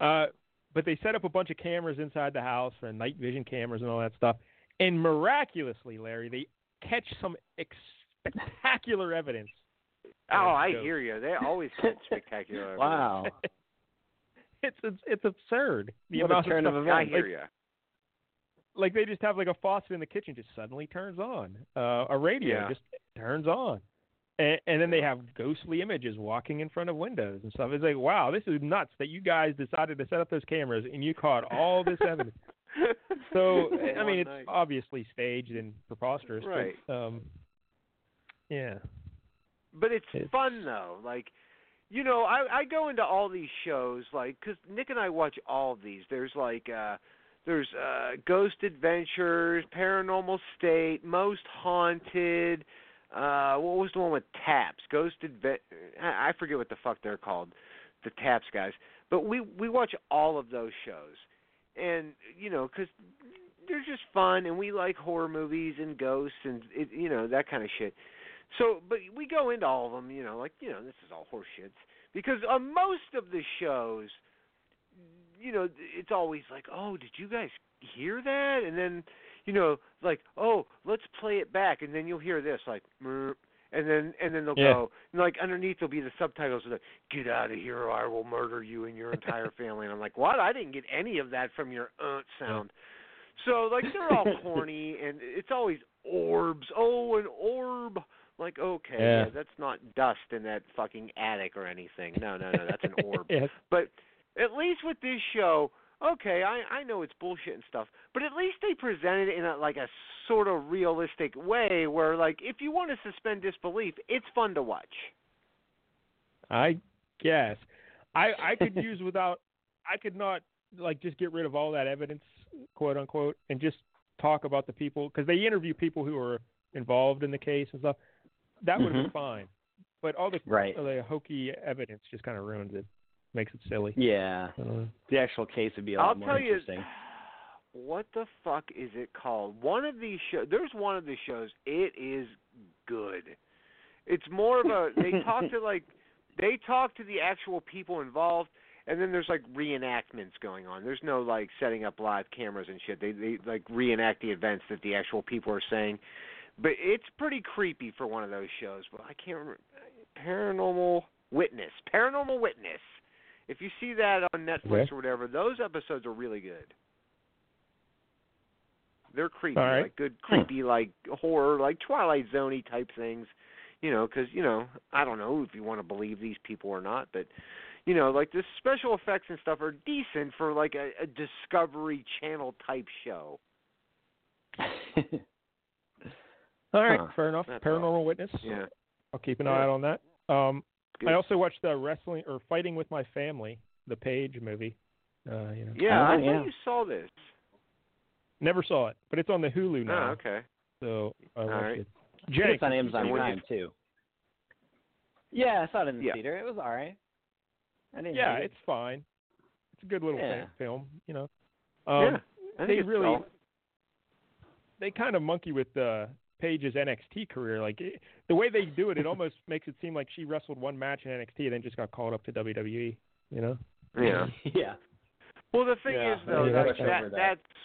[SPEAKER 2] All right.
[SPEAKER 3] Uh, but they set up a bunch of cameras inside the house and night vision cameras and all that stuff. And miraculously, Larry, they catch some ex- spectacular evidence.
[SPEAKER 2] Oh, I
[SPEAKER 3] Joke.
[SPEAKER 2] hear you. They always get spectacular.
[SPEAKER 6] wow.
[SPEAKER 3] It's it's, it's absurd. The
[SPEAKER 6] What a
[SPEAKER 3] amount
[SPEAKER 6] turn of
[SPEAKER 3] of stuff.
[SPEAKER 2] I hear you.
[SPEAKER 3] like they just have like a faucet in the kitchen just suddenly turns on. Uh, a radio
[SPEAKER 2] Yeah.
[SPEAKER 3] just turns on. And, and then they have ghostly images walking in front of windows and stuff. It's like, wow, this is nuts that you guys decided to set up those cameras and you caught all this evidence. So I
[SPEAKER 2] One
[SPEAKER 3] mean, it's
[SPEAKER 2] night.
[SPEAKER 3] obviously staged and preposterous,
[SPEAKER 2] Right.
[SPEAKER 3] but um, yeah,
[SPEAKER 2] But it's,
[SPEAKER 3] It's-
[SPEAKER 2] fun though. Like, you know, I I go into all these shows like because Nick and I watch all of these. There's like uh there's uh Ghost Adventures, Paranormal State, Most Haunted. Uh, what was the one with Taps? Ghost Advent. I I forget what the fuck they're called, the Taps guys. But we we watch all of those shows, and you know, because they're just fun, and we like horror movies and ghosts and it, you know that kind of shit. So, but we go into all of them, you know, like you know, this is all horseshits because on most of the shows, you know, it's always like, oh, did you guys hear that? And then, you know, like, oh, let's play it back, and then you'll hear this, like, "Mer," and then and then they'll
[SPEAKER 3] Yeah.
[SPEAKER 2] go, and like underneath there'll be the subtitles, like, get out of here, or I will murder you and your entire family. And I'm like, what? I didn't get any of that from your aunt sound. So like they're all corny, and it's always orbs. Oh, an orb. Like okay,
[SPEAKER 3] Yeah.
[SPEAKER 2] that's not dust in that fucking attic or anything. No, no, no, that's an orb.
[SPEAKER 3] yeah,
[SPEAKER 2] But at least with this show, okay, I I know it's bullshit and stuff, but at least they presented it in a, like a sort of realistic way where like if you want to suspend disbelief, it's fun to watch.
[SPEAKER 3] I guess I I could use without I could not like just get rid of all that evidence, quote unquote, and just talk about the people because they interview people who are involved in the case and stuff. That would have been
[SPEAKER 2] Mm-hmm.
[SPEAKER 6] Mhm.
[SPEAKER 3] fine, but all the
[SPEAKER 6] Right.
[SPEAKER 3] all the hokey evidence just kind of ruins it, makes it silly.
[SPEAKER 6] Yeah.
[SPEAKER 3] Uh,
[SPEAKER 6] The actual case would be a lot
[SPEAKER 2] I'll
[SPEAKER 6] more
[SPEAKER 2] tell you
[SPEAKER 6] interesting.
[SPEAKER 2] what the fuck is it called? One of these shows. There's one of the shows. It is good. It's more of a they talk to like they talk to the actual people involved, and then there's like reenactments going on. There's no like setting up live cameras and shit. They they like reenact the events that the actual people are saying. But it's pretty creepy for one of those shows. But I can't remember. Paranormal Witness. Paranormal Witness. If you see that on Netflix
[SPEAKER 3] Okay.
[SPEAKER 2] or whatever, those episodes are really good. They're creepy,
[SPEAKER 3] All right.
[SPEAKER 2] like good creepy, like horror, like Twilight Zoney type things, you know. Because you know, I don't know if you want to believe these people or not, but you know, like the special effects and stuff are decent for like a, a Discovery Channel type show.
[SPEAKER 3] all right,
[SPEAKER 6] Huh.
[SPEAKER 3] fair enough.
[SPEAKER 2] That's all.
[SPEAKER 3] Paranormal witness.
[SPEAKER 2] Yeah,
[SPEAKER 3] I'll keep an eye out on that. Um,
[SPEAKER 2] Good.
[SPEAKER 3] I also watched the wrestling or fighting with my family, the Page movie. Uh, you know,
[SPEAKER 2] yeah. I
[SPEAKER 6] Oh,
[SPEAKER 2] thought
[SPEAKER 6] yeah.
[SPEAKER 2] you saw this.
[SPEAKER 3] never saw it, but it's on the Hulu now.
[SPEAKER 2] Oh, okay.
[SPEAKER 3] So I watched
[SPEAKER 2] right.
[SPEAKER 3] it.
[SPEAKER 6] it's
[SPEAKER 3] Jenks,
[SPEAKER 6] on Amazon
[SPEAKER 2] And when
[SPEAKER 6] Prime too. Yeah, I saw it in the
[SPEAKER 2] Yeah.
[SPEAKER 6] theater. It was all right. I didn't.
[SPEAKER 3] yeah,
[SPEAKER 6] hate it.
[SPEAKER 3] it's fine. It's a good little fi-
[SPEAKER 6] Yeah.
[SPEAKER 3] film, you know. Um,
[SPEAKER 2] yeah. I think
[SPEAKER 3] they
[SPEAKER 2] it's
[SPEAKER 3] really
[SPEAKER 2] all-
[SPEAKER 3] they kind of monkey with uh, Paige's NXT career. Like it, the way they do it, it almost makes it seem like she wrestled one match in NXT and then just got called up to WWE. You know?
[SPEAKER 2] Yeah.
[SPEAKER 6] yeah.
[SPEAKER 2] Well, the thing
[SPEAKER 6] Yeah,
[SPEAKER 2] is though,
[SPEAKER 3] they
[SPEAKER 2] like,
[SPEAKER 3] rush
[SPEAKER 2] that,
[SPEAKER 6] over that.
[SPEAKER 2] that's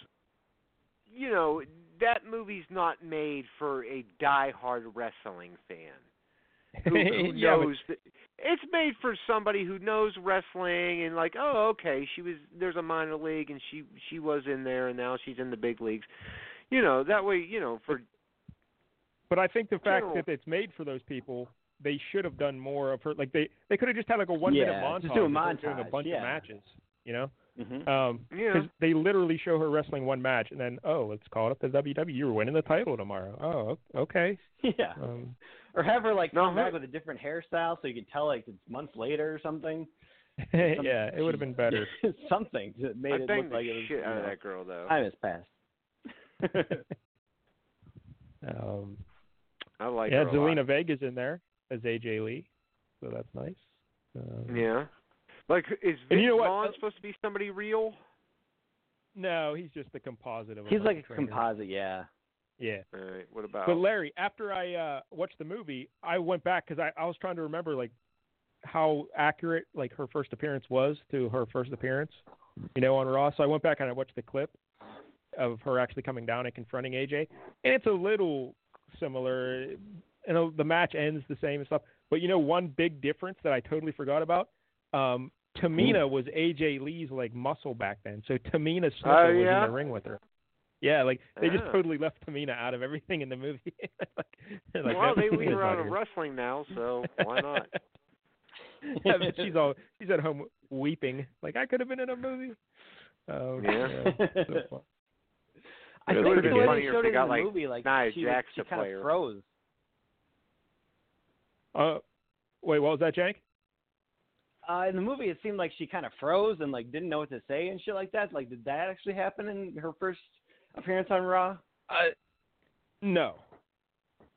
[SPEAKER 2] you know that movie's not made for a die-hard wrestling fan who, who
[SPEAKER 3] yeah, but-
[SPEAKER 2] knows. That, it's made for somebody who knows wrestling and like, oh, okay, she was there's a minor league and she she was in there and now she's in the big leagues. You know that way, you know for
[SPEAKER 3] But I think the fact
[SPEAKER 2] General.
[SPEAKER 3] that it's made for those people, they should have done more of her. Like they they could have just had like a one minute
[SPEAKER 6] Yeah,
[SPEAKER 3] montage.
[SPEAKER 6] just do a
[SPEAKER 3] of her doing a
[SPEAKER 6] montage,
[SPEAKER 3] bunch
[SPEAKER 6] yeah.
[SPEAKER 3] of matches. You know,
[SPEAKER 6] Mhm.
[SPEAKER 3] because
[SPEAKER 2] Yeah.
[SPEAKER 3] Um, they literally show her wrestling one match and then oh let's call it up to WWE. You're E. winning the title tomorrow. Oh o- okay.
[SPEAKER 6] Yeah.
[SPEAKER 3] Um,
[SPEAKER 6] Or have her like
[SPEAKER 2] No,
[SPEAKER 6] come back
[SPEAKER 2] her-
[SPEAKER 6] with a different hairstyle so you can tell like it's months later or something.
[SPEAKER 3] yeah, it would have been better.
[SPEAKER 6] something that made
[SPEAKER 2] I
[SPEAKER 6] it
[SPEAKER 2] banged
[SPEAKER 6] look
[SPEAKER 2] the
[SPEAKER 6] like it was.
[SPEAKER 2] shit
[SPEAKER 6] you
[SPEAKER 2] out of
[SPEAKER 6] know,
[SPEAKER 2] that girl though.
[SPEAKER 6] Time has passed.
[SPEAKER 3] um,
[SPEAKER 2] I like
[SPEAKER 3] yeah,
[SPEAKER 2] her a lot.
[SPEAKER 3] Zelina Vega's in there as AJ Lee, so that's nice. Um,
[SPEAKER 2] Yeah, like is Vince
[SPEAKER 3] And you know what?
[SPEAKER 2] Vaughn supposed to be somebody real?
[SPEAKER 3] No, he's just the composite of. A
[SPEAKER 6] He's
[SPEAKER 3] bunch
[SPEAKER 6] like
[SPEAKER 3] of
[SPEAKER 6] a
[SPEAKER 3] trainers.
[SPEAKER 6] composite, yeah.
[SPEAKER 3] Yeah.
[SPEAKER 2] All right, what about?
[SPEAKER 3] But Larry, after I uh, watched the movie, I went back because I, I was trying to remember like how accurate like her first appearance was to her first appearance, you know, on Raw. So I went back and I watched the clip of her actually coming down and confronting AJ, and it's a little similar. You know, the match ends the same and stuff. But you know, one big difference that I totally forgot about. Um,
[SPEAKER 2] Hmm.
[SPEAKER 3] Tamina was AJ Lee's like muscle back then, so Tamina's slipper
[SPEAKER 2] Oh, yeah?
[SPEAKER 3] was in the ring with her. Yeah, like they just
[SPEAKER 2] Ah.
[SPEAKER 3] totally left Tamina out of everything in the movie. like, they're like,
[SPEAKER 2] well,
[SPEAKER 3] "Nope,
[SPEAKER 2] they
[SPEAKER 3] Tamina's
[SPEAKER 2] leave her
[SPEAKER 3] not
[SPEAKER 2] out of
[SPEAKER 3] here."
[SPEAKER 2] wrestling now, so why not?
[SPEAKER 3] Yeah, but she's all she's at home weeping, like I could have been in a movie. Oh
[SPEAKER 2] Yeah.
[SPEAKER 3] yeah, so fun.
[SPEAKER 6] I
[SPEAKER 3] It
[SPEAKER 6] think
[SPEAKER 3] would've
[SPEAKER 6] the
[SPEAKER 3] been
[SPEAKER 6] way they
[SPEAKER 2] funnier if
[SPEAKER 6] showed
[SPEAKER 2] they
[SPEAKER 6] it
[SPEAKER 2] got,
[SPEAKER 6] in the
[SPEAKER 2] like,
[SPEAKER 6] movie, like
[SPEAKER 2] Nia
[SPEAKER 6] she, was-
[SPEAKER 2] Jax
[SPEAKER 6] she
[SPEAKER 2] to
[SPEAKER 6] kind
[SPEAKER 2] play her.
[SPEAKER 6] of froze.
[SPEAKER 3] Uh, wait, what was that, Jank?
[SPEAKER 6] Uh, in the movie, it seemed like she kind of froze and like didn't know what to say and shit like that. Like, did that actually happen in her first appearance on Raw?
[SPEAKER 3] Uh, no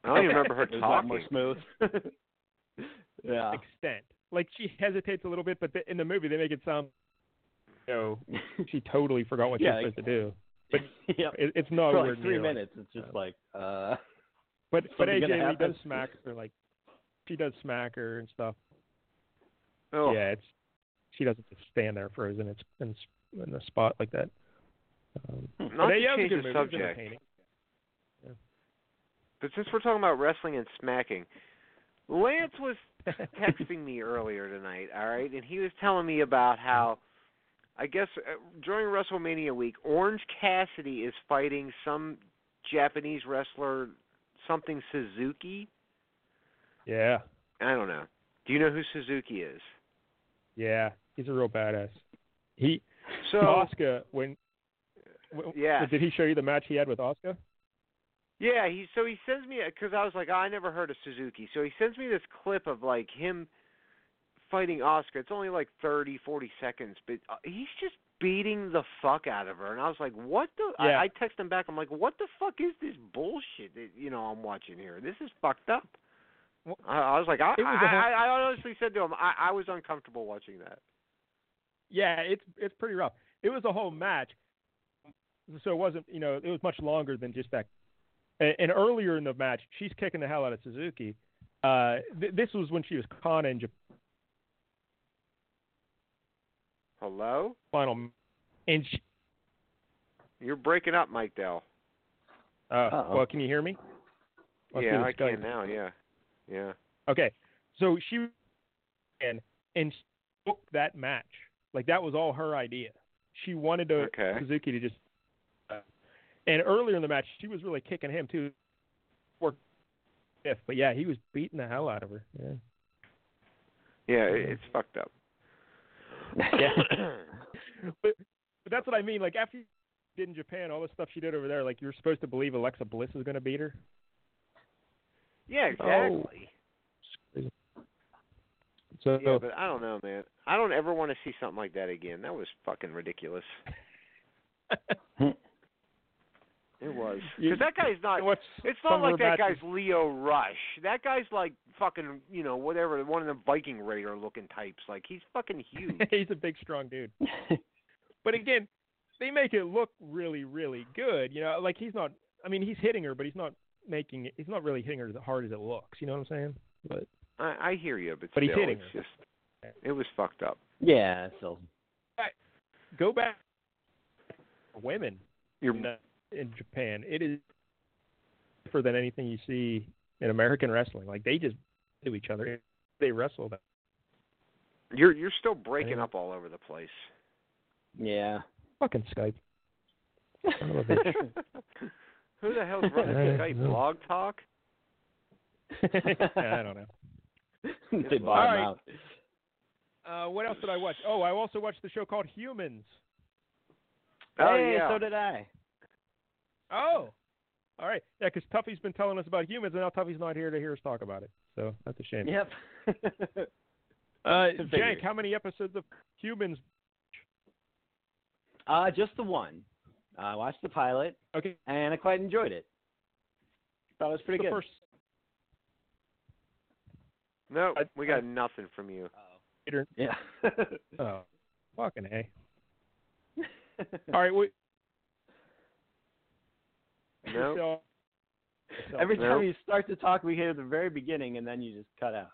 [SPEAKER 2] I don't even remember her
[SPEAKER 6] It was a lot
[SPEAKER 2] talking.
[SPEAKER 6] more smooth. yeah.
[SPEAKER 3] extent. Like she hesitates a little bit, but th- in the movie they make it sound, you know, she totally forgot what she
[SPEAKER 6] Yeah,
[SPEAKER 3] was
[SPEAKER 6] like-
[SPEAKER 3] supposed to do. But
[SPEAKER 6] yep.
[SPEAKER 3] it, it's not
[SPEAKER 6] For
[SPEAKER 3] weird.
[SPEAKER 6] like three
[SPEAKER 3] nearly.
[SPEAKER 6] minutes, it's just like, uh,
[SPEAKER 3] But but
[SPEAKER 6] Something
[SPEAKER 3] AJ
[SPEAKER 6] gonna
[SPEAKER 3] Lee
[SPEAKER 6] happen?
[SPEAKER 3] does smack her like she does smack her and stuff.
[SPEAKER 2] Oh,
[SPEAKER 3] Yeah, it's she doesn't just stand there frozen. It's in, s- in the spot like that. Um,
[SPEAKER 2] not
[SPEAKER 3] but
[SPEAKER 2] to
[SPEAKER 3] yeah, it was a good
[SPEAKER 2] change
[SPEAKER 3] movie.
[SPEAKER 2] the
[SPEAKER 3] It was
[SPEAKER 2] subject,
[SPEAKER 3] entertaining.
[SPEAKER 2] but since we're talking about wrestling and smacking, Lance was texting me earlier tonight, all right, and he was telling me about how I guess uh, during WrestleMania week, Orange Cassidy is fighting some Japanese wrestler, something Suzuki.
[SPEAKER 3] yeah,
[SPEAKER 2] I don't know. Do you know who Suzuki is?
[SPEAKER 3] yeah, he's a real badass. He
[SPEAKER 2] So
[SPEAKER 3] Oscar when. w-
[SPEAKER 2] Yeah.
[SPEAKER 3] Did he show you the match he had with Oscar?
[SPEAKER 2] Yeah, he so he sends me because I was like, oh, I never heard of Suzuki. So he sends me this clip of like him fighting Oscar. It's only like thirty, forty seconds, but uh, he's just beating the fuck out of her. And I was like, what the?
[SPEAKER 3] Yeah.
[SPEAKER 2] I, I text him back. I'm like, what the fuck is this bullshit that you know I'm watching here? This is fucked up.
[SPEAKER 3] Well,
[SPEAKER 2] I, I was like, I,
[SPEAKER 3] it was a
[SPEAKER 2] I,
[SPEAKER 3] whole-
[SPEAKER 2] I, I honestly said to him, I, I was uncomfortable watching that.
[SPEAKER 3] Yeah, it's it's pretty rough. It was a whole match, so it wasn't you know it was much longer than just that. And, and earlier in the match, she's kicking the hell out of Suzuki. Uh, th- this was when she was Kana in Japan.
[SPEAKER 2] Hello,
[SPEAKER 3] Final, m- and she,
[SPEAKER 2] you're breaking up, Mike Dell.
[SPEAKER 3] uh,
[SPEAKER 2] Uh-huh.
[SPEAKER 6] Uh-oh.
[SPEAKER 3] well, can you hear me? Must be
[SPEAKER 2] yeah,
[SPEAKER 3] the
[SPEAKER 2] I
[SPEAKER 3] Skype.
[SPEAKER 2] can now. Yeah, yeah.
[SPEAKER 3] Okay, so she and and she booked that match. Like that was all her idea. She wanted to
[SPEAKER 2] Okay.
[SPEAKER 3] Suzuki to just. uh, and earlier in the match, she was really kicking him too. Worked stiff, but yeah, he was beating the hell out of her. Yeah.
[SPEAKER 2] Yeah, it- it's fucked up.
[SPEAKER 3] but, but that's what I mean. Like after you did in Japan, all the stuff she did over there, like you're supposed to believe Alexa Bliss is going to beat her. Oh,
[SPEAKER 2] Yeah, exactly.
[SPEAKER 3] So
[SPEAKER 2] Yeah, but I don't know, man. I don't ever want to see something like that again. That was fucking ridiculous.
[SPEAKER 6] Oh.
[SPEAKER 2] It was
[SPEAKER 3] You-
[SPEAKER 2] because that guy's not.
[SPEAKER 3] what's
[SPEAKER 2] It's
[SPEAKER 3] some
[SPEAKER 2] not
[SPEAKER 3] of
[SPEAKER 2] like
[SPEAKER 3] her
[SPEAKER 2] that
[SPEAKER 3] matches-
[SPEAKER 2] guy's Leo Rush. That guy's like fucking, you know, whatever, one of them Viking Raider looking types. Like he's fucking huge.
[SPEAKER 3] he's a big, strong dude. But again, they make it look really, really good. You know, like he's not. I mean, he's hitting her, but he's not making. He's not really hitting her as hard as it looks. You know what I'm saying? But
[SPEAKER 2] I, I hear you, but,
[SPEAKER 3] But he's
[SPEAKER 2] still,
[SPEAKER 3] hitting
[SPEAKER 2] it's just it was fucked up.
[SPEAKER 6] yeah. So
[SPEAKER 3] go back, to women
[SPEAKER 2] You're
[SPEAKER 3] in, uh, in Japan. It is different than anything you see in American wrestling. Like they just do each other. They wrestle. That.
[SPEAKER 2] you're you're still breaking
[SPEAKER 3] Anyway.
[SPEAKER 2] up all over the place.
[SPEAKER 6] yeah.
[SPEAKER 3] Fucking Skype. Son of a bitch.
[SPEAKER 2] Who the hell's running
[SPEAKER 3] I
[SPEAKER 2] Skype
[SPEAKER 3] know.
[SPEAKER 2] blog talk?
[SPEAKER 3] I don't know.
[SPEAKER 6] they bought
[SPEAKER 3] All
[SPEAKER 6] him
[SPEAKER 3] right.
[SPEAKER 6] out.
[SPEAKER 3] Uh, what else did I watch? Oh, I also watched the show called Humans.
[SPEAKER 2] Oh
[SPEAKER 6] hey,
[SPEAKER 2] yeah.
[SPEAKER 6] so did I.
[SPEAKER 3] Oh, all right. Yeah, because Tuffy's been telling us about humans, and now Tuffy's not here to hear us talk about it. So that's a shame.
[SPEAKER 6] Yep.
[SPEAKER 3] Uh,
[SPEAKER 6] Figured.
[SPEAKER 3] Jank, how many episodes of humans?
[SPEAKER 6] uh, just the one. I watched the pilot
[SPEAKER 3] Okay,
[SPEAKER 6] and I quite enjoyed it. Thought it was pretty
[SPEAKER 3] the
[SPEAKER 6] good.
[SPEAKER 3] first.
[SPEAKER 2] no,
[SPEAKER 3] I-
[SPEAKER 2] we
[SPEAKER 3] I-
[SPEAKER 2] got nothing from you.
[SPEAKER 6] Uh, Yeah.
[SPEAKER 3] Oh, fucking a. All right, we.
[SPEAKER 2] No.
[SPEAKER 3] so-
[SPEAKER 6] Every
[SPEAKER 2] No.
[SPEAKER 6] time you start to talk, we hear the very beginning and then you just cut out.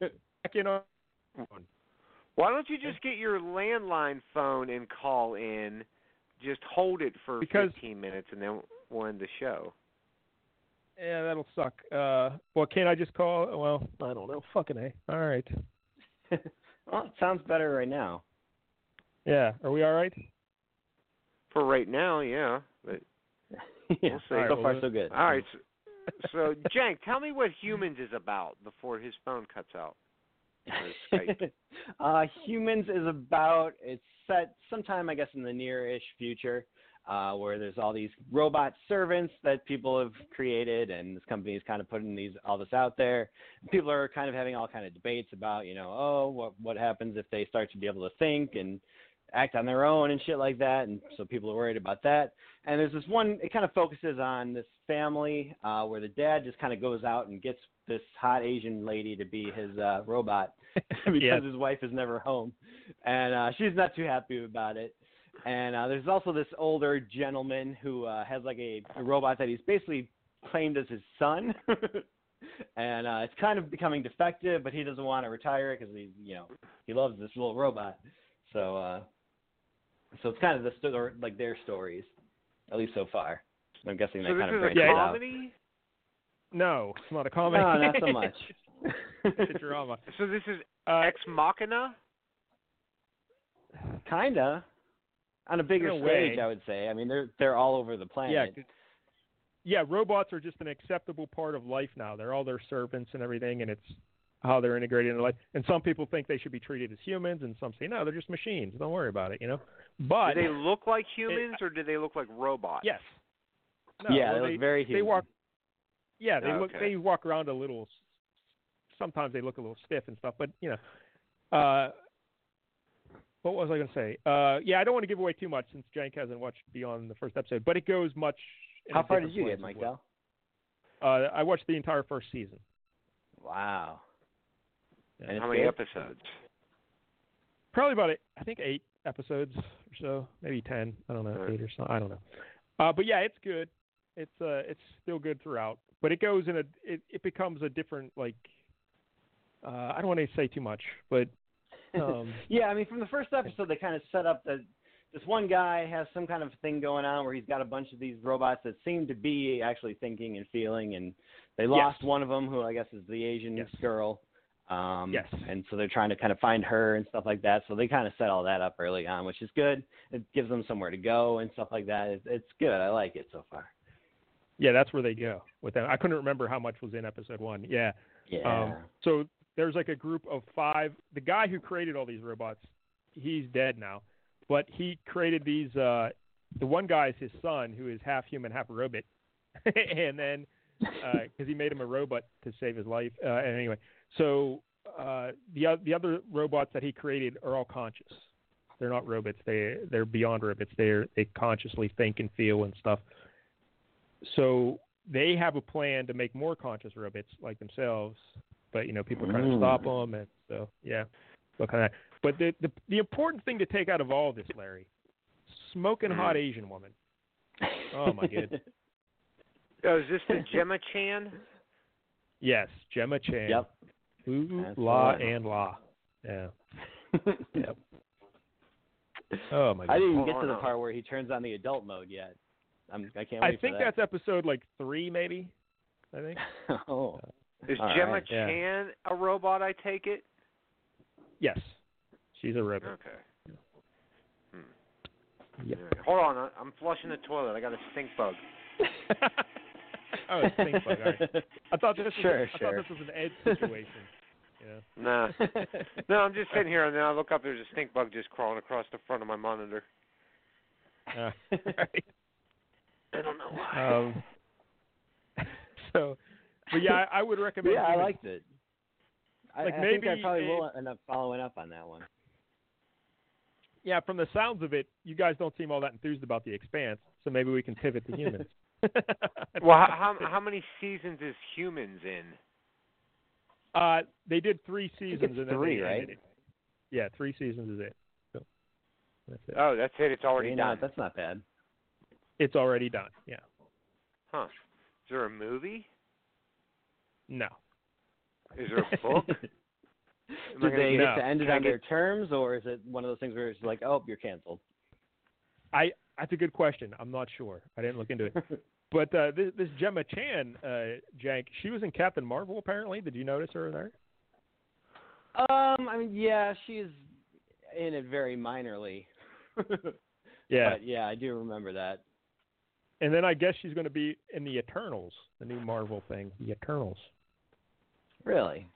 [SPEAKER 3] back in on.
[SPEAKER 2] Why don't you just get your landline phone and call in? Just hold it for
[SPEAKER 3] Because-
[SPEAKER 2] 15 minutes and then we'll end the show.
[SPEAKER 3] Yeah, that'll suck. Uh, well, can't I just call? Well, I don't know. Fucking a. All right.
[SPEAKER 6] well, it sounds better right now.
[SPEAKER 3] Yeah. Are we all right?
[SPEAKER 2] For right now, yeah. But
[SPEAKER 6] yeah.
[SPEAKER 2] We'll see.
[SPEAKER 6] so far, so good.
[SPEAKER 2] all right. So, so Jank, tell me what Humans is about before his phone cuts out. Skype.
[SPEAKER 6] uh, humans is about it's set sometime I guess in the near-ish future, uh, where there's all these robot servants that people have created, and this company is kind of putting these all this out there. People are kind of having all kind of debates about you know oh what what happens if they start to be able to think and act on their own and shit like that, and so people are worried about that. And there's this one it kind of focuses on this family uh, where the dad just kind of goes out and gets this hot Asian lady to be his uh, robot because
[SPEAKER 3] Yes.
[SPEAKER 6] his wife is never home, and uh, she's not too happy about it. And uh, there's also this older gentleman who uh, has like a, a robot that he's basically claimed as his son, and uh, it's kind of becoming defective, but he doesn't want to retire because he, you know, he loves this little robot. So, uh, so it's kind of the sto- like their stories, at least so far. I'm guessing that
[SPEAKER 2] so this is
[SPEAKER 6] kind of
[SPEAKER 2] a
[SPEAKER 6] branches out.
[SPEAKER 2] comedy.
[SPEAKER 3] No, it's not a comedy.
[SPEAKER 6] No, not so much.
[SPEAKER 3] it's a drama.
[SPEAKER 2] So this is
[SPEAKER 3] Uh,
[SPEAKER 2] Ex Machina.
[SPEAKER 6] Kinda. On a bigger
[SPEAKER 3] In a
[SPEAKER 6] stage,
[SPEAKER 3] way.
[SPEAKER 6] I would say. I mean, they're they're all over the
[SPEAKER 3] yeah,
[SPEAKER 6] planet.
[SPEAKER 3] 'cause- yeah. Robots are just an acceptable part of life now. They're all their servants and everything, and it's how they're integrated into life. And some people think they should be treated as humans, and some say no, they're just machines. Don't worry about it, you know. But
[SPEAKER 2] do they look like humans or do they look like robots?
[SPEAKER 3] yes, no,
[SPEAKER 6] yeah,
[SPEAKER 3] well,
[SPEAKER 6] they look very human.
[SPEAKER 3] they walk yeah they
[SPEAKER 2] Oh,
[SPEAKER 3] look
[SPEAKER 2] okay.
[SPEAKER 3] they walk around a little s- sometimes they look a little stiff and stuff but you know uh what was i going to say uh yeah i don't want to give away too much since jank hasn't watched beyond the first episode but it goes much in
[SPEAKER 6] How
[SPEAKER 3] a
[SPEAKER 6] far
[SPEAKER 3] different
[SPEAKER 6] did you
[SPEAKER 3] place
[SPEAKER 6] get,
[SPEAKER 3] as
[SPEAKER 6] Mike?
[SPEAKER 3] well.
[SPEAKER 6] Dell?
[SPEAKER 3] uh i watched the entire first season
[SPEAKER 6] Wow. And it's
[SPEAKER 2] How many
[SPEAKER 6] good?
[SPEAKER 2] episodes?
[SPEAKER 3] probably about eight, I think eight episodes or so, maybe ten. I don't know,
[SPEAKER 2] Alright.
[SPEAKER 3] eight or so. I don't know. Uh, but yeah, it's good. It's uh, it's still good throughout. But it goes in a it, it becomes a different like. Uh, I don't want to say too much, but um,
[SPEAKER 6] yeah, I mean, from the first episode, they kind of set up that this one guy has some kind of thing going on where he's got a bunch of these robots that seem to be actually thinking and feeling, and they lost one of them, who I guess is the Asian
[SPEAKER 3] Yes.
[SPEAKER 6] girl. Um,
[SPEAKER 3] Yes.
[SPEAKER 6] And so they're trying to kind of find her and stuff like that. So they kind of set all that up early on, which is good. It gives them somewhere to go and stuff like that. It's, it's good. I like it so
[SPEAKER 3] Um,
[SPEAKER 6] far.
[SPEAKER 3] yeah, that's where they go with them. I couldn't remember how much was in episode one. Yeah.
[SPEAKER 6] Yeah.
[SPEAKER 3] Um, so there's like a group of five. The guy who created all these robots, he's dead now, but he created these. Uh, the one guy is his son, who is half human, half robot, and then because he made him a robot to save his life. Uh, and anyway, so uh, the oth- the other robots that he created are all conscious. They're not robots. They they're beyond robots. They they consciously think and feel and stuff. So they have a plan to make more conscious robots like themselves, but you know people are trying to
[SPEAKER 6] Mm.
[SPEAKER 3] stop them, and so yeah, look at that. But the, the the important thing to take out of all this, Larry, smoking hot
[SPEAKER 6] Mm-hmm.
[SPEAKER 3] Asian woman. oh, my good.
[SPEAKER 2] Oh, is this the Gemma Chan?
[SPEAKER 3] Yes, Gemma Chan.
[SPEAKER 6] yep.
[SPEAKER 3] Ooh,
[SPEAKER 6] That's
[SPEAKER 3] la
[SPEAKER 6] the one.
[SPEAKER 3] and la. Yeah. Yep. Oh my god.
[SPEAKER 6] I didn't even
[SPEAKER 2] Hold
[SPEAKER 6] get to
[SPEAKER 2] on,
[SPEAKER 6] the
[SPEAKER 2] hold
[SPEAKER 6] part where he turns on the adult mode yet. I'm, I can't wait
[SPEAKER 3] I
[SPEAKER 6] for
[SPEAKER 3] think
[SPEAKER 6] that.
[SPEAKER 3] that's episode like three, maybe. I think.
[SPEAKER 6] that's. oh.
[SPEAKER 2] Is
[SPEAKER 6] All
[SPEAKER 2] Gemma
[SPEAKER 6] right,
[SPEAKER 3] yeah.
[SPEAKER 2] Chan a robot? I take it.
[SPEAKER 3] Yes. She's a robot.
[SPEAKER 2] Okay.
[SPEAKER 3] Yep.
[SPEAKER 2] Alright, Hold on, I- I'm flushing the toilet. I got a stink bug.
[SPEAKER 3] oh, it's Pink Floyd, all right. I thought this
[SPEAKER 6] Sure,
[SPEAKER 3] was a, I
[SPEAKER 6] sure.
[SPEAKER 3] thought this was an Ed situation. yeah.
[SPEAKER 2] Nah. No, I'm just sitting here and then I look up. There's a stink bug just crawling across the front of my monitor.
[SPEAKER 3] Uh,
[SPEAKER 2] I don't know why.
[SPEAKER 3] um, so, but yeah, I, I would recommend.
[SPEAKER 6] yeah, I
[SPEAKER 3] Human-
[SPEAKER 6] liked it. I,
[SPEAKER 3] Like,
[SPEAKER 6] I think
[SPEAKER 3] maybe
[SPEAKER 6] I probably
[SPEAKER 3] a-
[SPEAKER 6] will end up following up on that one.
[SPEAKER 3] Yeah, from the sounds of it, you guys don't seem all that enthused about the expanse, so maybe we can pivot to humans.
[SPEAKER 2] Well, how how- how many seasons is Humans in?
[SPEAKER 3] Uh, they did three seasons
[SPEAKER 6] it's
[SPEAKER 3] and then
[SPEAKER 6] three,
[SPEAKER 3] they
[SPEAKER 6] right?
[SPEAKER 3] ended it. Yeah, three seasons is it. So, that's
[SPEAKER 6] Uh,
[SPEAKER 3] it.
[SPEAKER 2] Oh, that's it. It's already
[SPEAKER 6] You know,
[SPEAKER 2] done.
[SPEAKER 6] that's not bad.
[SPEAKER 3] It's already done. Yeah.
[SPEAKER 2] Huh? Is there a movie?
[SPEAKER 3] No.
[SPEAKER 2] Is there a book? Am I
[SPEAKER 6] Did
[SPEAKER 2] gonna
[SPEAKER 6] they
[SPEAKER 2] get-
[SPEAKER 6] get to end it
[SPEAKER 2] Can I
[SPEAKER 6] on their
[SPEAKER 2] get-
[SPEAKER 6] terms, or is it one of those things where it's like, oh, you're canceled?
[SPEAKER 3] I that's a good question. I'm not sure. I didn't look into it. But uh, this, this Gemma Chan, uh, Jank, she was in Captain Marvel apparently. Did you notice her there?
[SPEAKER 6] Um, I mean, yeah, she's in it very minorly.
[SPEAKER 3] Yeah.
[SPEAKER 6] But yeah, I do remember that.
[SPEAKER 3] And then I guess she's going to be in the Eternals, the new Marvel thing, the Eternals.
[SPEAKER 6] Really?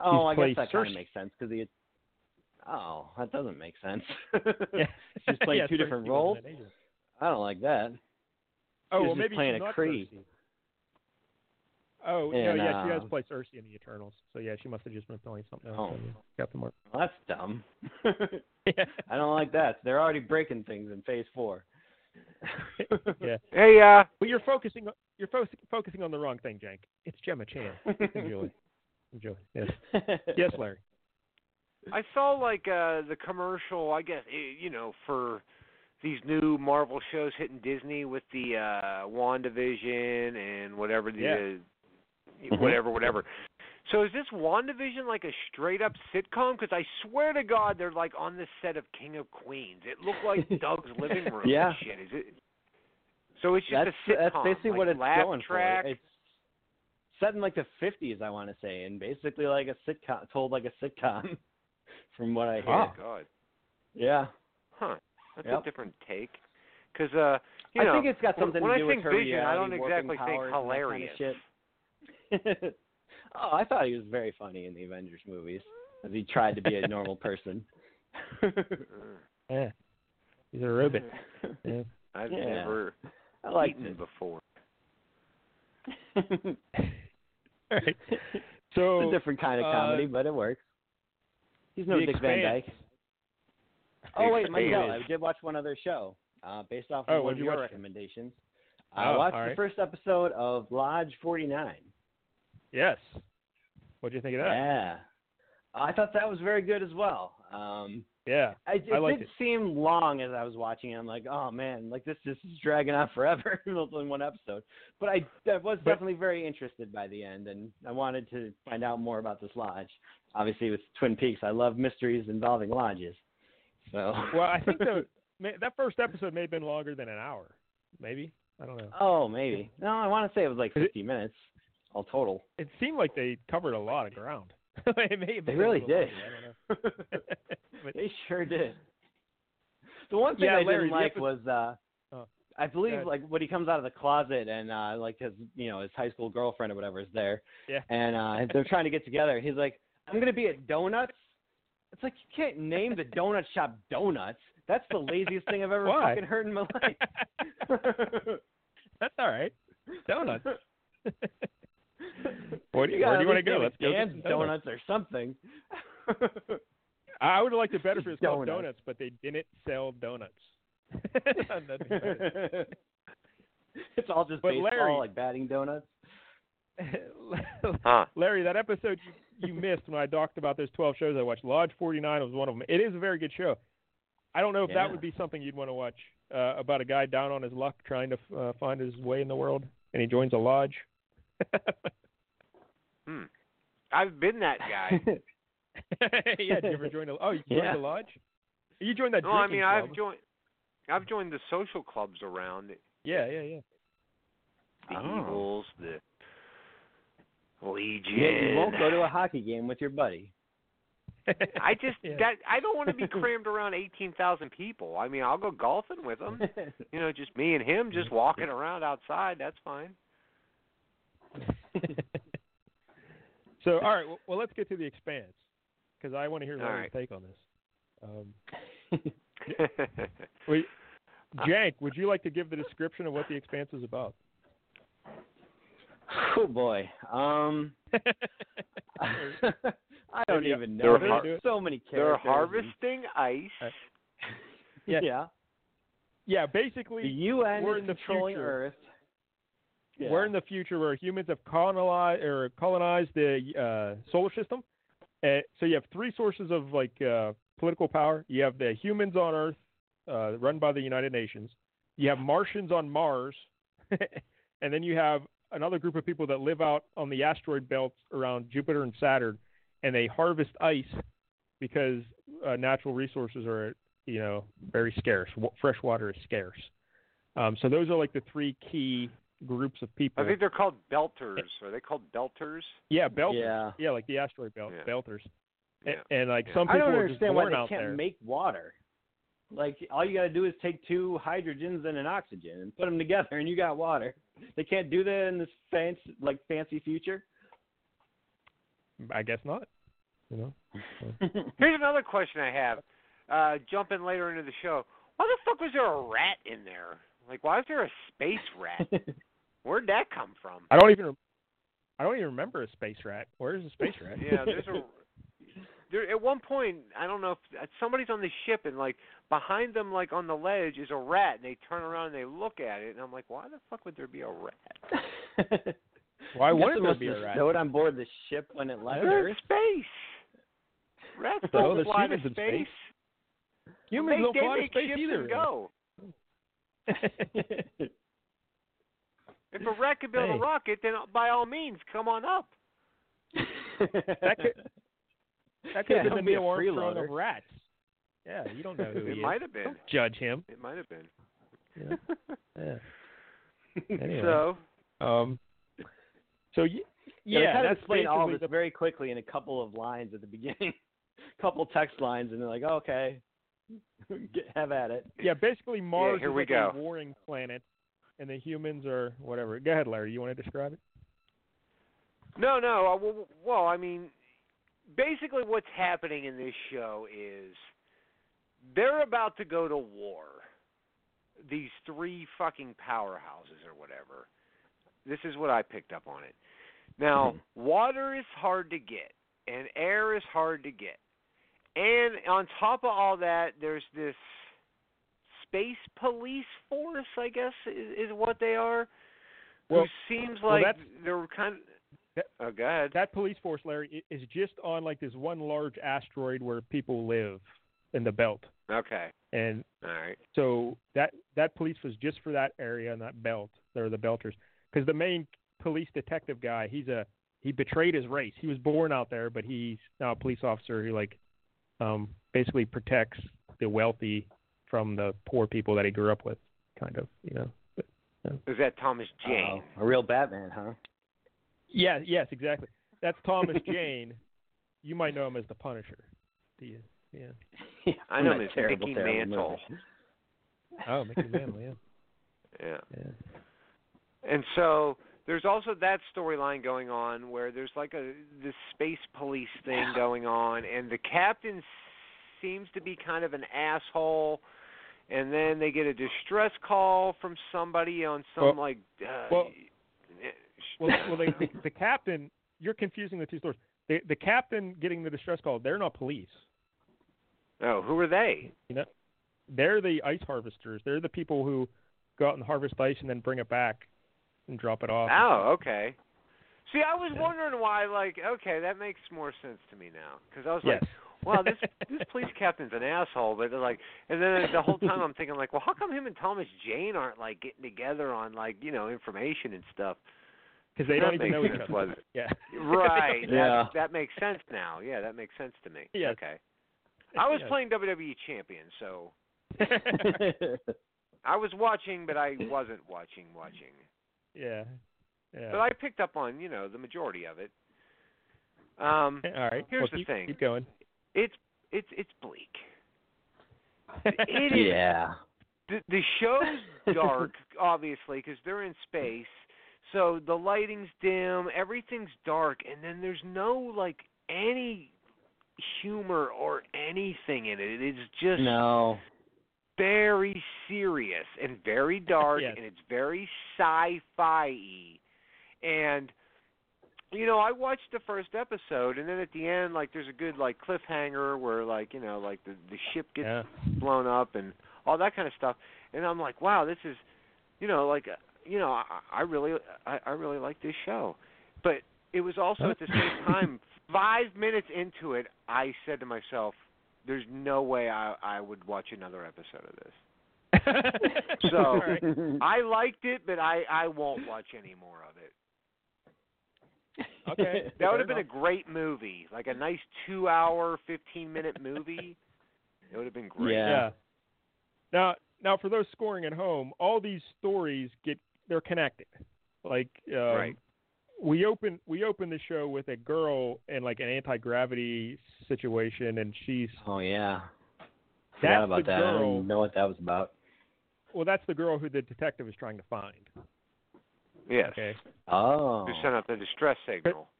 [SPEAKER 6] Oh, I guess
[SPEAKER 3] played
[SPEAKER 6] that kind
[SPEAKER 3] Cersei.
[SPEAKER 6] of makes sense because the. Oh, that doesn't make sense.
[SPEAKER 3] Yeah.
[SPEAKER 6] She's played
[SPEAKER 3] Yeah,
[SPEAKER 6] two different
[SPEAKER 3] Cersei wasn't
[SPEAKER 6] roles?
[SPEAKER 3] in it either.
[SPEAKER 6] I don't like that.
[SPEAKER 3] Oh,
[SPEAKER 6] was
[SPEAKER 3] well,
[SPEAKER 6] just
[SPEAKER 3] maybe
[SPEAKER 6] playing
[SPEAKER 3] she's
[SPEAKER 6] a
[SPEAKER 3] not
[SPEAKER 6] Kree.
[SPEAKER 3] Cersei. Oh,
[SPEAKER 6] And,
[SPEAKER 3] no, yeah, she
[SPEAKER 6] uh,
[SPEAKER 3] has played Cersei in the Eternals. So yeah, she must have just been playing something else.
[SPEAKER 6] Oh.
[SPEAKER 3] on the Captain Marvel.
[SPEAKER 6] Well, that's dumb. I
[SPEAKER 3] Yeah.
[SPEAKER 6] don't like that. They're already breaking things in Phase Four.
[SPEAKER 3] yeah.
[SPEAKER 2] Hey, uh,
[SPEAKER 3] But you're focusing on- you're fo- focusing on the wrong thing, Jank. It's Gemma Chan. Enjoy. Enjoy. Yes. Yes, Larry.
[SPEAKER 2] I saw like uh the commercial, I guess i you know, for these new Marvel shows hitting Disney with the uh WandaVision and whatever the uh,
[SPEAKER 6] Mm-hmm.
[SPEAKER 2] whatever whatever. So is this WandaVision like a straight up sitcom cuz I swear to god they're like on the set of King of Queens. It looked like Doug's living room and
[SPEAKER 6] Yeah.
[SPEAKER 2] shit. Is it So it's just
[SPEAKER 6] that's
[SPEAKER 2] a sitcom.
[SPEAKER 6] that's basically
[SPEAKER 2] like
[SPEAKER 6] what it's
[SPEAKER 2] laugh
[SPEAKER 6] going
[SPEAKER 2] track.
[SPEAKER 6] for. It's set in like the fifties, I want to say, and basically like a sitcom, told like a sitcom, from what I hear.
[SPEAKER 2] Oh, god.
[SPEAKER 6] Yeah,
[SPEAKER 2] Huh. That's
[SPEAKER 6] Yep.
[SPEAKER 2] a different take. Cuz uh you
[SPEAKER 6] I
[SPEAKER 2] know,
[SPEAKER 6] think it's got
[SPEAKER 2] when-
[SPEAKER 6] something
[SPEAKER 2] when
[SPEAKER 6] to
[SPEAKER 2] I
[SPEAKER 6] do
[SPEAKER 2] think
[SPEAKER 6] with her
[SPEAKER 2] vision, I don't
[SPEAKER 6] reality warping
[SPEAKER 2] exactly think
[SPEAKER 6] powers and that kinda shit. oh, I thought he was very funny in the Avengers movies, as he tried to be a normal person.
[SPEAKER 3] Yeah. He's a robot. Yeah.
[SPEAKER 2] I've
[SPEAKER 6] Yeah.
[SPEAKER 2] never
[SPEAKER 6] I liked
[SPEAKER 2] eaten before.
[SPEAKER 6] it.
[SPEAKER 3] All right.
[SPEAKER 6] it's a
[SPEAKER 3] So
[SPEAKER 6] different kind of
[SPEAKER 3] uh,
[SPEAKER 6] comedy, but it works. He's no
[SPEAKER 3] The
[SPEAKER 6] Dick Van
[SPEAKER 3] Expanse.
[SPEAKER 6] Dyke. Oh wait,
[SPEAKER 2] Expanse.
[SPEAKER 6] Miguel, I did watch one other show uh, based off of
[SPEAKER 3] Oh,
[SPEAKER 6] one
[SPEAKER 3] what'd
[SPEAKER 6] of
[SPEAKER 3] you
[SPEAKER 6] your
[SPEAKER 3] watch?
[SPEAKER 6] recommendations. I
[SPEAKER 3] Oh,
[SPEAKER 6] watched
[SPEAKER 3] all
[SPEAKER 6] the
[SPEAKER 3] right.
[SPEAKER 6] first episode of Lodge 49.
[SPEAKER 3] yes. What do you think of that?
[SPEAKER 6] Yeah, I thought that was very good as well. Um,
[SPEAKER 3] Yeah.
[SPEAKER 6] I, it
[SPEAKER 3] I liked
[SPEAKER 6] did
[SPEAKER 3] it.
[SPEAKER 6] seem long as I was watching it. I'm like, oh man, like this just is dragging on forever in one episode. But I, I was
[SPEAKER 3] But-
[SPEAKER 6] definitely very interested by the end, and I wanted to find out more about this lodge. Obviously, with Twin Peaks, I love mysteries involving lodges. So
[SPEAKER 3] Well, I think the ma- that first episode may have been longer than an hour. Maybe. I don't know.
[SPEAKER 6] oh maybe no, I want to say it was like
[SPEAKER 3] Is it-
[SPEAKER 6] 50 minutes all total.
[SPEAKER 3] It seemed like they covered a lot of ground. it may have
[SPEAKER 6] They
[SPEAKER 3] been a
[SPEAKER 6] really
[SPEAKER 3] little
[SPEAKER 6] did.
[SPEAKER 3] longer, I don't know. But-
[SPEAKER 6] They sure did. The one thing
[SPEAKER 3] Yeah,
[SPEAKER 6] I
[SPEAKER 3] Larry,
[SPEAKER 6] didn't
[SPEAKER 3] the
[SPEAKER 6] like
[SPEAKER 3] epi-
[SPEAKER 6] was uh
[SPEAKER 3] Oh,
[SPEAKER 6] I believe
[SPEAKER 3] ahead.
[SPEAKER 6] like when he comes out of the closet and uh like his you know, his high school girlfriend or whatever is there.
[SPEAKER 3] Yeah.
[SPEAKER 6] And uh they're trying to get together. He's like, I'm gonna be at donuts. It's like you can't name the donut shop donuts. That's the laziest thing I've ever
[SPEAKER 3] Why?
[SPEAKER 6] fucking heard in my life.
[SPEAKER 3] That's all right. Donuts. Where do you, where do
[SPEAKER 6] You gotta
[SPEAKER 3] you
[SPEAKER 6] at
[SPEAKER 3] want to go?
[SPEAKER 6] least name it
[SPEAKER 3] Let's go get
[SPEAKER 6] Dan's
[SPEAKER 3] some
[SPEAKER 6] donuts or something.
[SPEAKER 3] I would have liked it better if it was called
[SPEAKER 6] Donuts.
[SPEAKER 3] donuts, but they didn't sell donuts. Nothing better.
[SPEAKER 6] it's all just
[SPEAKER 3] But
[SPEAKER 6] baseball,
[SPEAKER 3] Larry-
[SPEAKER 6] like batting donuts.
[SPEAKER 2] Huh.
[SPEAKER 3] Larry, that episode you, you missed when I talked about those 12 shows I watched. Lodge 49 was one of them. It is a very good show. I don't know if
[SPEAKER 6] Yeah.
[SPEAKER 3] that would be something you'd want to watch uh, about a guy down on his luck trying to uh, find his way in the world, and he joins a lodge.
[SPEAKER 2] Hmm. I've been that guy.
[SPEAKER 3] yeah, did you ever join a? Oh, you joined
[SPEAKER 6] Yeah.
[SPEAKER 3] a lodge. You joined that.
[SPEAKER 2] no, I
[SPEAKER 3] drinking
[SPEAKER 2] mean
[SPEAKER 3] club.
[SPEAKER 2] I've joined I've joined the social clubs around the
[SPEAKER 3] Yeah, yeah, yeah.
[SPEAKER 6] Oh.
[SPEAKER 2] Eagles, the Legion.
[SPEAKER 6] Yeah, you won't go to a hockey game with your buddy.
[SPEAKER 2] I just
[SPEAKER 3] Yeah.
[SPEAKER 2] that I don't want to be crammed around 18,000 people. I mean, I'll go golfing with
[SPEAKER 3] Um,
[SPEAKER 2] them. You know, just me and him just walking around outside, that's fine.
[SPEAKER 3] so, all right, well, well, let's get to the expanse because I want to hear
[SPEAKER 2] All
[SPEAKER 3] Larry's
[SPEAKER 2] right.
[SPEAKER 3] take on this. Um, wait,
[SPEAKER 2] Uh,
[SPEAKER 3] Jank, would you like to give the description of what the expanse is about?
[SPEAKER 6] oh boy. Um I don't
[SPEAKER 3] Maybe, uh,
[SPEAKER 6] even
[SPEAKER 3] they're
[SPEAKER 6] know. There's
[SPEAKER 3] har-
[SPEAKER 6] so many characters.
[SPEAKER 2] They're
[SPEAKER 6] and-
[SPEAKER 2] harvesting ice.
[SPEAKER 3] Uh,
[SPEAKER 6] Yeah.
[SPEAKER 3] Yeah. yeah,
[SPEAKER 6] The
[SPEAKER 3] basically,
[SPEAKER 6] UN
[SPEAKER 3] we're
[SPEAKER 6] is
[SPEAKER 3] in the
[SPEAKER 6] controlling
[SPEAKER 3] future.
[SPEAKER 6] Earth. Yeah.
[SPEAKER 3] we're in the future where humans have colonized or colonized the uh, solar system. And so you have three sources of like uh, political power. You have the humans on Earth, uh, run by the United Nations. You have Martians on Mars, and then you have another group of people that live out on the asteroid belts around Jupiter and Saturn, and they harvest ice because uh, natural resources are you know very scarce. W- fresh water is scarce. Um, so those are like the three key groups of people.
[SPEAKER 2] I think they're called belters. Are they called belters?
[SPEAKER 3] Yeah, belters.
[SPEAKER 6] Yeah.
[SPEAKER 3] like the asteroid belt
[SPEAKER 2] Yeah.
[SPEAKER 3] belters. A-
[SPEAKER 2] Yeah.
[SPEAKER 3] And, like
[SPEAKER 2] Yeah.
[SPEAKER 3] some
[SPEAKER 6] I
[SPEAKER 3] people
[SPEAKER 6] don't
[SPEAKER 3] are just
[SPEAKER 6] understand why
[SPEAKER 3] born
[SPEAKER 6] they
[SPEAKER 3] out
[SPEAKER 6] can't
[SPEAKER 3] there.
[SPEAKER 6] make water. Like all you got to do is take two hydrogens and an oxygen and put them together, and you got water. They can't do that in this fancy, like fancy future.
[SPEAKER 3] I guess not. You know.
[SPEAKER 2] Here's another question I have. Uh, jumping later into the show. Why the fuck was there a rat in there? Like, why is there a space rat? Where'd that come from?
[SPEAKER 3] I don't even. I don't even remember a space rat. Where is a space rat?
[SPEAKER 2] Yeah, there's a. There, at one point, I don't know if uh, somebody's on the ship and like behind them, like on the ledge, is a rat, and they turn around and they look at it, and I'm like, why the fuck would there be a rat?
[SPEAKER 3] Why
[SPEAKER 6] I guess
[SPEAKER 3] wouldn't
[SPEAKER 6] it
[SPEAKER 3] there
[SPEAKER 6] must
[SPEAKER 3] be a
[SPEAKER 6] have
[SPEAKER 3] rat?
[SPEAKER 6] snowed on board the ship when it left
[SPEAKER 2] They're in
[SPEAKER 6] Earth.
[SPEAKER 2] space. Rats
[SPEAKER 3] No,
[SPEAKER 2] don't
[SPEAKER 3] there's
[SPEAKER 2] fly to
[SPEAKER 3] humans in
[SPEAKER 2] space.
[SPEAKER 3] space. Humans
[SPEAKER 2] they,
[SPEAKER 3] don't
[SPEAKER 2] they
[SPEAKER 3] fly to
[SPEAKER 2] make
[SPEAKER 3] space
[SPEAKER 2] ships
[SPEAKER 3] either.
[SPEAKER 2] And go. If a rat could build
[SPEAKER 3] Hey.
[SPEAKER 2] a rocket, then by all means, come on up.
[SPEAKER 3] That could- That could
[SPEAKER 6] Yeah,
[SPEAKER 3] have been
[SPEAKER 6] don't
[SPEAKER 3] the
[SPEAKER 6] be a
[SPEAKER 3] Neil Armstrong
[SPEAKER 6] freeloader.
[SPEAKER 3] of rats. Yeah, you don't know who he
[SPEAKER 2] It
[SPEAKER 3] is. Oh.
[SPEAKER 2] might have been.
[SPEAKER 3] Don't judge him.
[SPEAKER 2] It might have been.
[SPEAKER 3] Yeah. yeah. Anyway.
[SPEAKER 2] So
[SPEAKER 3] Um, so y- yeah,
[SPEAKER 6] Yeah, they kind of
[SPEAKER 3] that's
[SPEAKER 6] explain all
[SPEAKER 3] basically
[SPEAKER 6] this very quickly in a couple of lines at the beginning, couple text lines, and they're like, okay, get, have at it.
[SPEAKER 3] the- yeah, basically Mars
[SPEAKER 2] here
[SPEAKER 3] is
[SPEAKER 2] we
[SPEAKER 3] like
[SPEAKER 2] go.
[SPEAKER 3] a warring planet, and the humans are whatever. Go ahead, Larry. You want to describe it?
[SPEAKER 2] no, no. uh, Well, well, I mean, basically, what's happening in this show is they're about to go to war. These three fucking powerhouses, or whatever. This is what I picked up on it. Now,
[SPEAKER 3] Mm-hmm.
[SPEAKER 2] water is hard to get, and air is hard to get. And on top of all that, there's this space police force, I guess, is, is what they are.
[SPEAKER 3] Well-
[SPEAKER 2] who seems
[SPEAKER 3] well,
[SPEAKER 2] like
[SPEAKER 3] that's-
[SPEAKER 2] they're kind of.
[SPEAKER 3] That-
[SPEAKER 2] oh, go ahead.
[SPEAKER 3] That police force, Larry, i- is just on like this one large asteroid where people live in the belt,
[SPEAKER 2] okay.
[SPEAKER 3] and
[SPEAKER 2] All right.
[SPEAKER 3] So that that police was just for that area and that belt. They're the belters because the main police detective guy, he's a he betrayed his race. He was born out there, but he's now a police officer who like um, basically protects the wealthy from the poor people that he grew up with, kind of. You know.
[SPEAKER 2] Is that Thomas Jane?
[SPEAKER 6] Uh-oh, a real Batman, huh?
[SPEAKER 3] Yeah. Yes. Exactly. That's Thomas Jane. You might know him as the Punisher. Do you? Yeah.
[SPEAKER 6] Yeah,
[SPEAKER 2] I
[SPEAKER 6] from
[SPEAKER 2] know
[SPEAKER 6] that
[SPEAKER 2] him as
[SPEAKER 6] terrible,
[SPEAKER 2] Mickey
[SPEAKER 6] terrible
[SPEAKER 2] Mantle.
[SPEAKER 6] movie.
[SPEAKER 3] Oh, Mickey Mantle. Yeah.
[SPEAKER 2] Yeah.
[SPEAKER 3] Yeah.
[SPEAKER 2] And so there's also that storyline going on where there's like a this space police thing going on, and the captain seems to be kind of an asshole. And then they get a distress call from somebody on some
[SPEAKER 3] Well-
[SPEAKER 2] like. Uh,
[SPEAKER 3] well-
[SPEAKER 2] eh,
[SPEAKER 3] Well, well they, the, the captain, you're confusing the two stories. The, the captain getting the distress call, they're not police.
[SPEAKER 2] oh, who are they?
[SPEAKER 3] You know, they're the ice harvesters. They're the people who go out and harvest ice and then bring it back and drop it off.
[SPEAKER 2] Oh, okay. See, I was
[SPEAKER 3] Yeah.
[SPEAKER 2] wondering why. Like, okay, that makes more sense to me now because I was like,
[SPEAKER 3] yes.
[SPEAKER 2] wow, this this police captain's an asshole. But they're like, and then the whole time I'm thinking like, well, how come him and Thomas Jane aren't like getting together on like you know information and stuff?
[SPEAKER 3] because they
[SPEAKER 2] that
[SPEAKER 3] don't even know
[SPEAKER 2] makes
[SPEAKER 3] each
[SPEAKER 2] sense,
[SPEAKER 3] other.
[SPEAKER 2] wasn't
[SPEAKER 3] Yeah.
[SPEAKER 2] Right.
[SPEAKER 6] Yeah.
[SPEAKER 2] That that makes sense now. Yeah, that makes sense to me.
[SPEAKER 3] Yes.
[SPEAKER 2] Okay. I was
[SPEAKER 3] Yes.
[SPEAKER 2] playing WWE Champion, so I was watching, but I wasn't watching watching.
[SPEAKER 3] yeah. Yeah.
[SPEAKER 2] But I picked up on you know the majority of it. Um,
[SPEAKER 3] All right.
[SPEAKER 2] here's
[SPEAKER 3] well,
[SPEAKER 2] the
[SPEAKER 3] keep,
[SPEAKER 2] thing.
[SPEAKER 3] Keep going.
[SPEAKER 2] it's it's it's bleak. It is
[SPEAKER 6] yeah.
[SPEAKER 2] the, the show's dark, obviously, because they're in space. So the lighting's dim, everything's dark, and then there's no like any humor or anything in it. It's just
[SPEAKER 6] No.
[SPEAKER 2] very serious and very dark,
[SPEAKER 3] Yes.
[SPEAKER 2] and it's very sci-fi. And you know, I watched the first episode, and then at the end, like, there's a good like cliffhanger where like you know, like the the ship gets
[SPEAKER 3] Yeah.
[SPEAKER 2] blown up and all that kind of stuff. And I'm like, wow, this is, you know, like, uh, you know, I, I really, I, I really like this show. But it was also at the same time, five minutes into it, I said to myself, there's no way I, I would watch another episode of this. So-
[SPEAKER 3] All right.
[SPEAKER 2] I liked it, but I, I won't watch any more of it.
[SPEAKER 3] Okay.
[SPEAKER 2] That
[SPEAKER 3] Fair
[SPEAKER 2] would have been a
[SPEAKER 3] enough.
[SPEAKER 2] great movie, like a nice two-hour, fifteen-minute movie. It would have been great.
[SPEAKER 6] Yeah.
[SPEAKER 3] Yeah. Now, now for those scoring at home, all these stories get they're connected. Like um,
[SPEAKER 2] Right.
[SPEAKER 3] we open we open the show with a
[SPEAKER 2] Oh.
[SPEAKER 3] girl in like an anti gravity situation, and she's
[SPEAKER 6] Oh yeah. Forgot
[SPEAKER 3] That's
[SPEAKER 6] about
[SPEAKER 3] the
[SPEAKER 6] that. I
[SPEAKER 3] girl.
[SPEAKER 6] didn't know what that was about.
[SPEAKER 3] Well, that's the girl who the detective is trying to find.
[SPEAKER 2] Yes.
[SPEAKER 3] Okay.
[SPEAKER 6] Oh.
[SPEAKER 2] Who sent out the distress signal?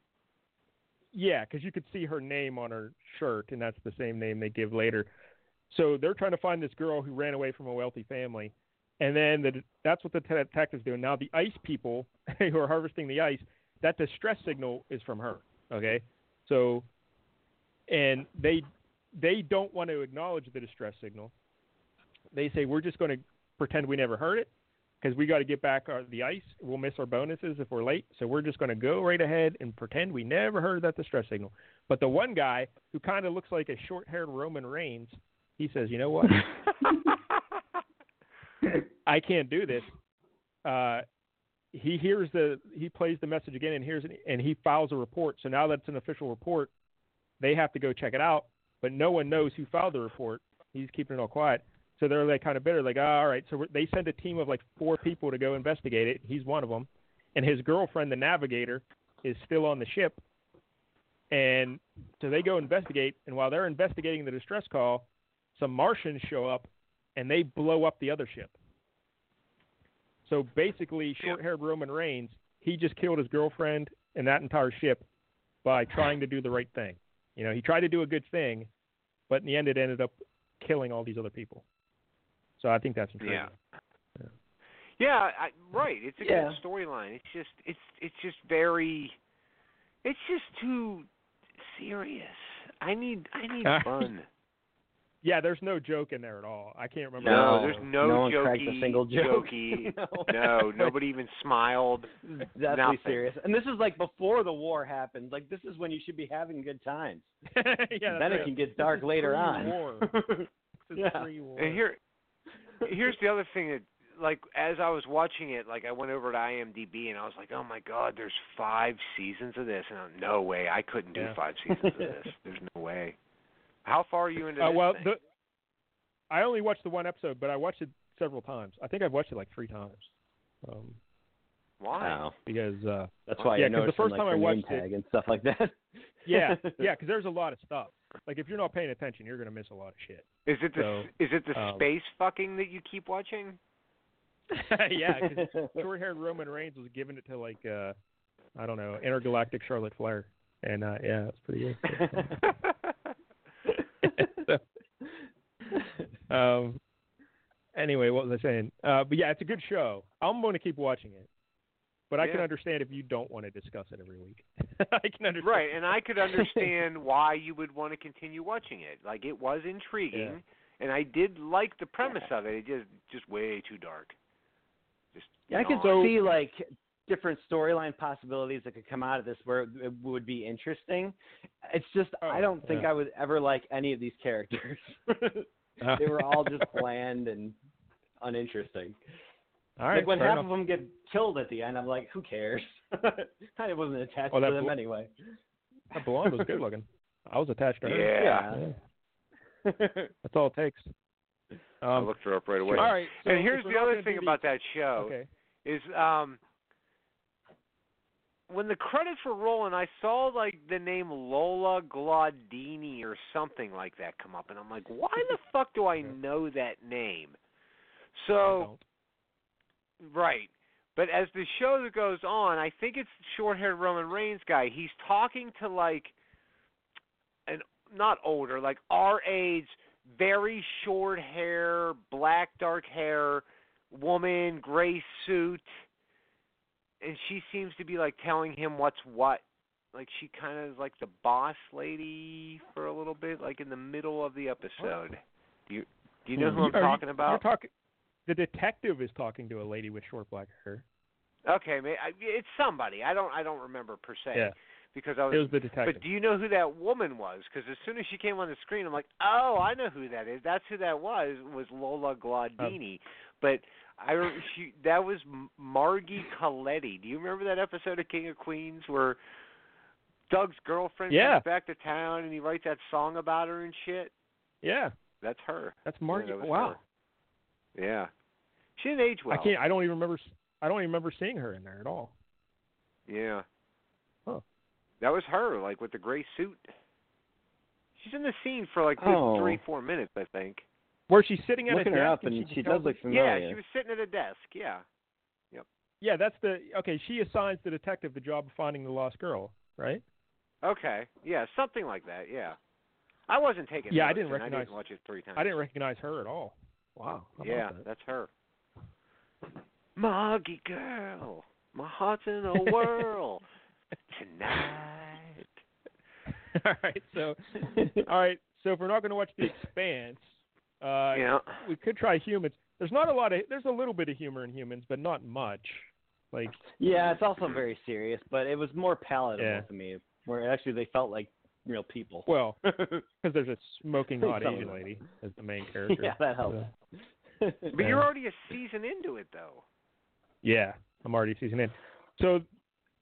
[SPEAKER 3] Yeah, because you could see her name on her shirt, and that's the same name they give later. So they're trying to find this girl who ran away from a wealthy family, and then the, that's what the te- detectives do. Now the ice people who are harvesting the ice, that distress signal is from her. Okay, so and they they don't want to acknowledge the distress signal. They say we're just going to pretend we never heard it because we got to get back our, the ice. We'll miss our bonuses if we're late, so we're just going to go right ahead and pretend we never heard that distress signal. But the one guy who kind of looks like a short-haired Roman Reigns, he says, "You know what? I can't do this." Uh, he hears the he plays the message again and hears it, and he files a report. So now that's an official report. They have to go check it out, but no one knows who filed the report. He's keeping it all quiet. So they're like kind of bitter, like, all right. So we're, they send a team of like four people to go investigate it. He's one of them, and his girlfriend, the navigator, is still on the ship. And so they go investigate, and while they're investigating the distress call, some Martians show up, and they blow up the other ship. So basically, short-haired Roman Reigns, he just killed his girlfriend and that entire ship by trying to do the right thing. You know, he tried to do a good thing, but in the end, it ended up killing all these other people. So I think that's intriguing.
[SPEAKER 2] Yeah. Yeah, I, right. It's a
[SPEAKER 6] Yeah.
[SPEAKER 2] good storyline. It's just it's it's just very it's just too serious. I need I need
[SPEAKER 3] Alright.
[SPEAKER 2] fun.
[SPEAKER 3] Yeah, there's no joke in there at all. I can't remember.
[SPEAKER 2] No, there's no,
[SPEAKER 6] no one cracked a
[SPEAKER 2] jokey,
[SPEAKER 6] single joke.
[SPEAKER 2] jokey.
[SPEAKER 6] No.
[SPEAKER 2] no, nobody even smiled. Hmm.
[SPEAKER 6] That's
[SPEAKER 2] Nothing.
[SPEAKER 6] serious. And this is like before the war happened. Like this is when you should be having good times.
[SPEAKER 3] yeah, that's
[SPEAKER 6] then
[SPEAKER 3] right.
[SPEAKER 6] it can get dark later on.
[SPEAKER 3] This is
[SPEAKER 6] Yeah.
[SPEAKER 3] pre-war.
[SPEAKER 2] And here, here's the other thing that, like, as I was watching it, like, I went over to IMDb and I was like, oh my god, there's five seasons of this, and I'm, no way, I couldn't do
[SPEAKER 3] Yeah.
[SPEAKER 2] five seasons of this. There's no way. How far are you into
[SPEAKER 3] Uh,
[SPEAKER 2] this
[SPEAKER 3] well,
[SPEAKER 2] thing?
[SPEAKER 3] the, I only watched the one episode, but I watched it several times. I think I've watched it like three times. Um,
[SPEAKER 2] Why?
[SPEAKER 6] Wow.
[SPEAKER 3] because uh,
[SPEAKER 6] Oh, That's why
[SPEAKER 3] Yeah,
[SPEAKER 6] I
[SPEAKER 3] 'cause the
[SPEAKER 6] noticed
[SPEAKER 3] first
[SPEAKER 6] in, like,
[SPEAKER 3] time I
[SPEAKER 6] her name
[SPEAKER 3] watched it-
[SPEAKER 6] tag and stuff like that.
[SPEAKER 3] yeah, yeah, because there's a lot of stuff. Like if you're not paying attention, you're gonna miss a lot of shit.
[SPEAKER 2] Is it the
[SPEAKER 3] So,
[SPEAKER 2] is it the
[SPEAKER 3] um,
[SPEAKER 2] space fucking that you keep watching?
[SPEAKER 3] yeah, 'cause short-haired Roman Reigns was giving it to like uh, I don't know, intergalactic Charlotte Flair, and uh, yeah, it's pretty good. So, um, anyway, what was I saying? Uh, but yeah, it's a good show. I'm going to keep watching it, but I can
[SPEAKER 2] Yeah.
[SPEAKER 3] understand if you don't want to discuss it every week. I can understand.
[SPEAKER 2] Right, and I could understand why you would want to continue watching it. Like it was intriguing, and I did like the premise of it. It just just way too dark. Just
[SPEAKER 6] Yeah, I could
[SPEAKER 2] gone.
[SPEAKER 6] see like different storyline possibilities that could come out of this where it would be interesting. It's just I
[SPEAKER 3] Oh,
[SPEAKER 6] don't think
[SPEAKER 3] yeah.
[SPEAKER 6] I would ever like any of these characters.
[SPEAKER 3] Uh,
[SPEAKER 6] they were all just bland and uninteresting.
[SPEAKER 3] all right.
[SPEAKER 6] like when
[SPEAKER 3] fair
[SPEAKER 6] half
[SPEAKER 3] enough.
[SPEAKER 6] of them get killed at the end, I'm like, who cares? I wasn't attached
[SPEAKER 3] Oh, that
[SPEAKER 6] to them
[SPEAKER 3] bl-
[SPEAKER 6] anyway.
[SPEAKER 3] That blonde was good looking. I was attached to her.
[SPEAKER 2] Yeah.
[SPEAKER 3] Yeah. That's all it takes.
[SPEAKER 2] I
[SPEAKER 3] Um,
[SPEAKER 2] looked her up right away.
[SPEAKER 3] All right. so
[SPEAKER 2] and
[SPEAKER 3] if
[SPEAKER 2] here's
[SPEAKER 3] we're
[SPEAKER 2] the
[SPEAKER 3] not
[SPEAKER 2] other
[SPEAKER 3] gonna
[SPEAKER 2] thing
[SPEAKER 3] do the-
[SPEAKER 2] about that show
[SPEAKER 3] Okay.
[SPEAKER 2] is um when the credits were rolling, I saw like the name Lola Glaudini or something like that come up, and I'm like, why the fuck do I know that name? So. Right. But as the show that goes on, I think it's the short-haired Roman Reigns guy. He's talking to like an not older, like our age, very short hair, black dark hair woman, gray suit, and she seems to be like telling him what's what. Like she kind of is like the boss lady for a little bit, like in the middle of the episode. Do you do you know who I'm
[SPEAKER 3] Hmm. Are you-
[SPEAKER 2] talking about?
[SPEAKER 3] You're talking. The detective is talking to a lady with short black hair.
[SPEAKER 2] Okay, ma- I- it's somebody. I don't I don't remember per se
[SPEAKER 3] Yeah.
[SPEAKER 2] because I
[SPEAKER 3] It was
[SPEAKER 2] was.
[SPEAKER 3] the detective.
[SPEAKER 2] But do you know who that woman was? Because as soon as she came on the screen, I'm like, oh, I know who that is. That's who that was. Was Lola Glaudini?
[SPEAKER 3] Oh.
[SPEAKER 2] but I re- she that was M- Margie Coletti. Do you remember that episode of King of Queens where Doug's girlfriend
[SPEAKER 3] Yeah.
[SPEAKER 2] comes back to town and he writes that song about her and shit?
[SPEAKER 3] yeah,
[SPEAKER 2] That's her.
[SPEAKER 3] that's Margie.
[SPEAKER 2] that was
[SPEAKER 3] wow.
[SPEAKER 2] Yeah, she didn't age well.
[SPEAKER 3] I can't. I don't even remember. s- I don't even remember seeing her in there at all.
[SPEAKER 2] Yeah.
[SPEAKER 3] Huh.
[SPEAKER 2] That was her, like with the gray suit. She's in the scene for like
[SPEAKER 6] Oh.
[SPEAKER 2] three, four minutes, I think.
[SPEAKER 3] Where she's sitting at
[SPEAKER 6] Looking
[SPEAKER 3] a desk
[SPEAKER 6] her up,
[SPEAKER 3] and, she,
[SPEAKER 6] and she
[SPEAKER 3] can tell
[SPEAKER 6] does look
[SPEAKER 2] Yeah,
[SPEAKER 6] familiar.
[SPEAKER 2] she was sitting at a desk. Yeah.
[SPEAKER 3] Yeah, that's the okay. She assigns the detective the job of finding the lost girl, right?
[SPEAKER 2] Okay. Yeah, something like that. Yeah. I wasn't taking.
[SPEAKER 3] Yeah, I
[SPEAKER 2] notes,
[SPEAKER 3] didn't
[SPEAKER 2] and I
[SPEAKER 3] recognize-
[SPEAKER 2] didn't watch it three times.
[SPEAKER 3] I didn't recognize her at all. Wow. how about
[SPEAKER 2] Yeah,
[SPEAKER 3] that?
[SPEAKER 2] that's her. Moggy girl, my heart's in a whirl tonight.
[SPEAKER 3] all right. So, all right. So if we're not going to watch The Expanse, uh,
[SPEAKER 2] yeah.
[SPEAKER 3] we could try Humans. There's not a lot of. There's a little bit of humor in Humans, but not much. Like
[SPEAKER 6] Yeah, it's also very serious, but it was more palatable
[SPEAKER 3] Yeah.
[SPEAKER 6] to me, where actually they felt like real people.
[SPEAKER 3] well, because there's a smoking hot
[SPEAKER 6] Some of
[SPEAKER 3] Asian
[SPEAKER 6] them.
[SPEAKER 3] lady as the main character.
[SPEAKER 6] yeah, that helped.
[SPEAKER 3] So-
[SPEAKER 2] But you're already a season into it, though.
[SPEAKER 3] Yeah, I'm already season in. So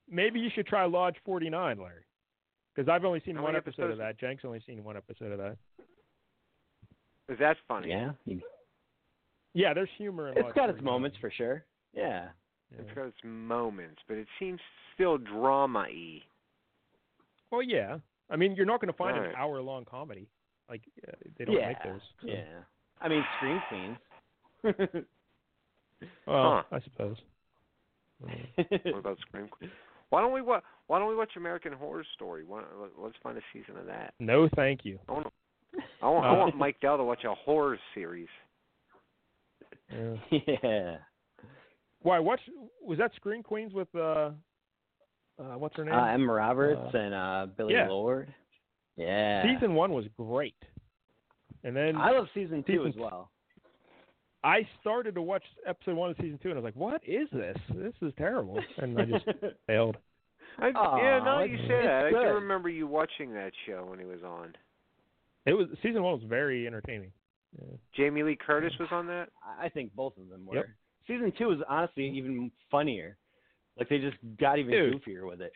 [SPEAKER 3] maybe you should try Lodge 49, Larry, because I've only seen
[SPEAKER 2] How
[SPEAKER 3] one
[SPEAKER 2] many
[SPEAKER 3] episode of
[SPEAKER 2] episodes?
[SPEAKER 3] that. Jank's only seen one episode of that.
[SPEAKER 2] 'Cause That's funny.
[SPEAKER 6] yeah, you-
[SPEAKER 3] Yeah, there's humor in
[SPEAKER 6] it's
[SPEAKER 3] Lodge
[SPEAKER 6] got its
[SPEAKER 3] 49.
[SPEAKER 6] moments for sure. Yeah,
[SPEAKER 3] Yeah.
[SPEAKER 2] It's got its moments, but it seems still drama-y.
[SPEAKER 3] Well, yeah. I mean, you're not going to find an
[SPEAKER 2] Right.
[SPEAKER 3] hour-long comedy. Like uh, they don't
[SPEAKER 6] yeah,
[SPEAKER 3] make those. so-
[SPEAKER 6] yeah. I mean, Scream Queens.
[SPEAKER 3] Well,
[SPEAKER 2] Huh.
[SPEAKER 3] I suppose.
[SPEAKER 2] What about Scream Queen? Why don't we wa- Why don't we watch American Horror Story? Why, let's find a season of that.
[SPEAKER 3] No, thank you.
[SPEAKER 2] I want, I
[SPEAKER 3] Uh,
[SPEAKER 2] want Mike Dell to watch a horror series.
[SPEAKER 3] Yeah.
[SPEAKER 6] yeah.
[SPEAKER 3] Why? What was that? Screen Queens with uh, uh what's her name?
[SPEAKER 6] Uh, Emma Roberts
[SPEAKER 3] Uh,
[SPEAKER 6] and uh, Billy
[SPEAKER 3] yeah.
[SPEAKER 6] Lord. Yeah.
[SPEAKER 3] season one was great, and then
[SPEAKER 6] I love season two
[SPEAKER 3] season
[SPEAKER 6] as well.
[SPEAKER 3] I started to watch episode one of season two, and I was like, "What is this? This is terrible!" And I just failed.
[SPEAKER 2] I, yeah,
[SPEAKER 6] Aw,
[SPEAKER 2] now that you
[SPEAKER 6] it's-
[SPEAKER 2] say that, I
[SPEAKER 6] it's
[SPEAKER 2] do
[SPEAKER 6] good.
[SPEAKER 2] remember you watching that show when he was on.
[SPEAKER 3] It was season one was very entertaining. Yeah.
[SPEAKER 2] Jamie Lee Curtis was on that.
[SPEAKER 6] I- I think both of them were.
[SPEAKER 3] Yep.
[SPEAKER 6] Season two was honestly even funnier. Like they just got even
[SPEAKER 3] Dude.
[SPEAKER 6] goofier with it.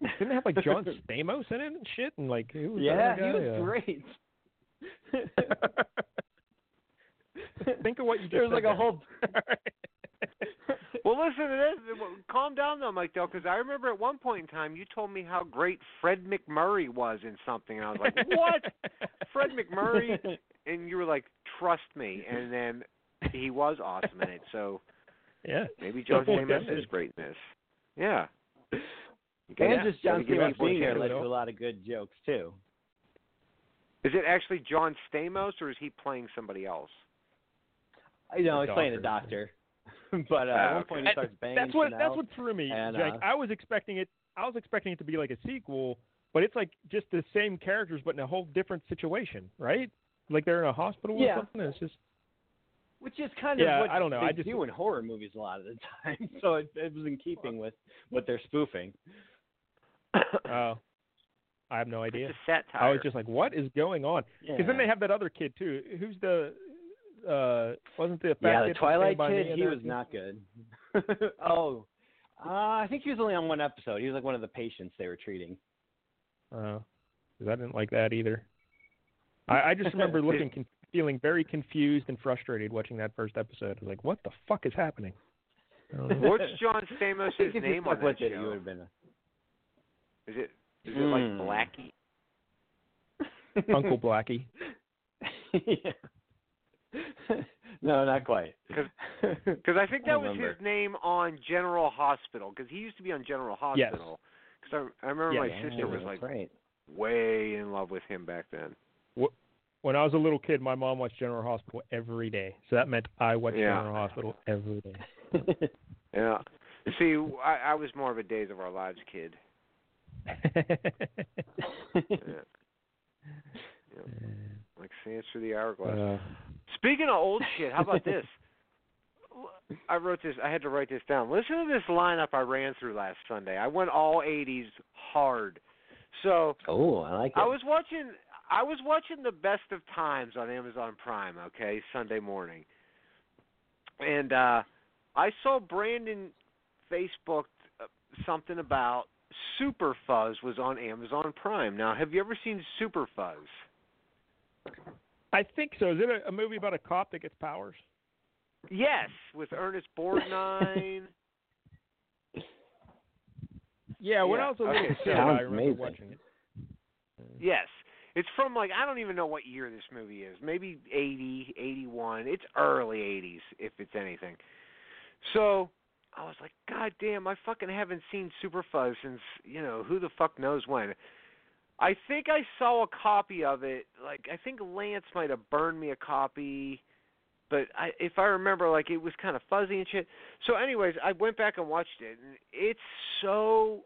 [SPEAKER 3] Didn't it have like John Stamos in it and shit, and like who was
[SPEAKER 6] yeah,
[SPEAKER 3] that
[SPEAKER 6] he
[SPEAKER 3] guy?
[SPEAKER 6] was
[SPEAKER 3] Uh,
[SPEAKER 6] great.
[SPEAKER 3] Think of what you just
[SPEAKER 6] there was
[SPEAKER 3] said
[SPEAKER 6] like
[SPEAKER 3] there.
[SPEAKER 6] a whole
[SPEAKER 2] Well, listen to this. Well, Calm down though, Mike Dell, because I remember at one point in time you told me how great Fred McMurray was in something, and I was like, "What? Fred McMurray?" And you were like, "Trust me." And then he was awesome in it. So
[SPEAKER 3] Yeah.
[SPEAKER 2] maybe John
[SPEAKER 3] Double
[SPEAKER 2] Stamos
[SPEAKER 3] definite.
[SPEAKER 2] is great in this. Yeah. You
[SPEAKER 6] and
[SPEAKER 2] gotta-
[SPEAKER 6] just John
[SPEAKER 2] gotta give
[SPEAKER 6] Stamos
[SPEAKER 2] people a
[SPEAKER 6] being there
[SPEAKER 2] chance.
[SPEAKER 6] led to
[SPEAKER 3] though.
[SPEAKER 6] a lot of good jokes too.
[SPEAKER 2] Is it actually John Stamos or is he playing somebody else?
[SPEAKER 6] You know,
[SPEAKER 3] The
[SPEAKER 6] he's playing a
[SPEAKER 3] doctor.
[SPEAKER 6] doctor, but uh, at
[SPEAKER 2] Ah,
[SPEAKER 6] one
[SPEAKER 2] okay.
[SPEAKER 6] point he starts banging.
[SPEAKER 3] That's what
[SPEAKER 6] Chanel.
[SPEAKER 3] that's what threw me,
[SPEAKER 6] and,
[SPEAKER 3] Jack.
[SPEAKER 6] uh,
[SPEAKER 3] I was expecting it. I was expecting it to be like a sequel, but it's like just the same characters, but in a whole different situation, right? Like they're in a hospital
[SPEAKER 6] Yeah.
[SPEAKER 3] or something. and It's just
[SPEAKER 6] Which is kind of
[SPEAKER 3] Yeah,
[SPEAKER 6] what
[SPEAKER 3] I don't know.
[SPEAKER 6] they
[SPEAKER 3] I just-
[SPEAKER 6] do in horror movies a lot of the time, so it, it was in keeping with what they're spoofing.
[SPEAKER 3] uh, I have no idea.
[SPEAKER 2] It's a satire.
[SPEAKER 3] I was just like, what is going on?
[SPEAKER 6] Yeah.
[SPEAKER 3] Because then they have that other kid too. Who's the uh wasn't the fat
[SPEAKER 6] yeah, the
[SPEAKER 3] kid from
[SPEAKER 6] Twilight
[SPEAKER 3] Stand By Me
[SPEAKER 6] kid,
[SPEAKER 3] in
[SPEAKER 6] he
[SPEAKER 3] there?
[SPEAKER 6] was not good. oh, uh, I think he was only on one episode. He was like one of the patients they were treating.
[SPEAKER 3] Oh, 'cause I didn't like that either. I, I just remember looking, con- feeling very confused and frustrated watching that first episode. I was like, "What the fuck is happening?" I don't know.
[SPEAKER 2] What's John
[SPEAKER 6] I
[SPEAKER 2] Stamos'
[SPEAKER 6] think if you
[SPEAKER 2] name on
[SPEAKER 6] stuck with
[SPEAKER 2] that
[SPEAKER 6] it, you
[SPEAKER 2] show?
[SPEAKER 6] would have been.
[SPEAKER 2] Is it is it
[SPEAKER 6] Mm.
[SPEAKER 2] like Blackie?
[SPEAKER 6] A...
[SPEAKER 3] Uncle Blackie.
[SPEAKER 6] yeah. no, not quite.
[SPEAKER 2] 'Cause- Because I think
[SPEAKER 6] I
[SPEAKER 2] that was
[SPEAKER 6] remember.
[SPEAKER 2] his name on General Hospital. Because he used to be on General
[SPEAKER 3] Yes.
[SPEAKER 2] Hospital. Because I, I remember
[SPEAKER 3] Yeah,
[SPEAKER 2] my
[SPEAKER 6] Yeah,
[SPEAKER 2] sister was like
[SPEAKER 6] that's right.
[SPEAKER 2] way in love with him back then.
[SPEAKER 3] When I was a little kid, my mom watched General Hospital every day, so that meant I watched
[SPEAKER 2] Yeah.
[SPEAKER 3] General Hospital every day.
[SPEAKER 2] Yeah. uh, See, I, I was more of a Days of Our Lives kid. Yeah. yeah. Like Sands Through the Hourglass.
[SPEAKER 3] Uh,
[SPEAKER 2] Speaking of old shit, how about this? I wrote this. I had to write this down. Listen to this lineup I ran through last Sunday. I went all '80s hard. So
[SPEAKER 6] oh, I like it.
[SPEAKER 2] I was watching. I was watching the best of times on Amazon Prime. Okay, Sunday morning, and uh I saw Brandon Facebooked uh, something about Super Fuzz was on Amazon Prime. Now, have you ever seen Super Fuzz?
[SPEAKER 3] I think so. Is it a, a movie about a cop that gets powers?
[SPEAKER 2] Yes, with Ernest Borgnine.
[SPEAKER 3] Yeah. When
[SPEAKER 2] Yeah.
[SPEAKER 3] I was a little
[SPEAKER 2] Okay,
[SPEAKER 3] kid,
[SPEAKER 6] sounds
[SPEAKER 3] I remember
[SPEAKER 6] amazing.
[SPEAKER 3] watching it.
[SPEAKER 2] Yes. It's from like I don't even know what year this movie is. Maybe eighty, eighty-one. It's early 80s if it's anything. So, I was like, God damn, I fucking haven't seen Super Fuzz since, you know, who the fuck knows when. I think I saw a copy of it. Like I think Lance might have burned me a copy, but I if I remember like it was kind of fuzzy and shit. So anyways, I went back and watched it and it's so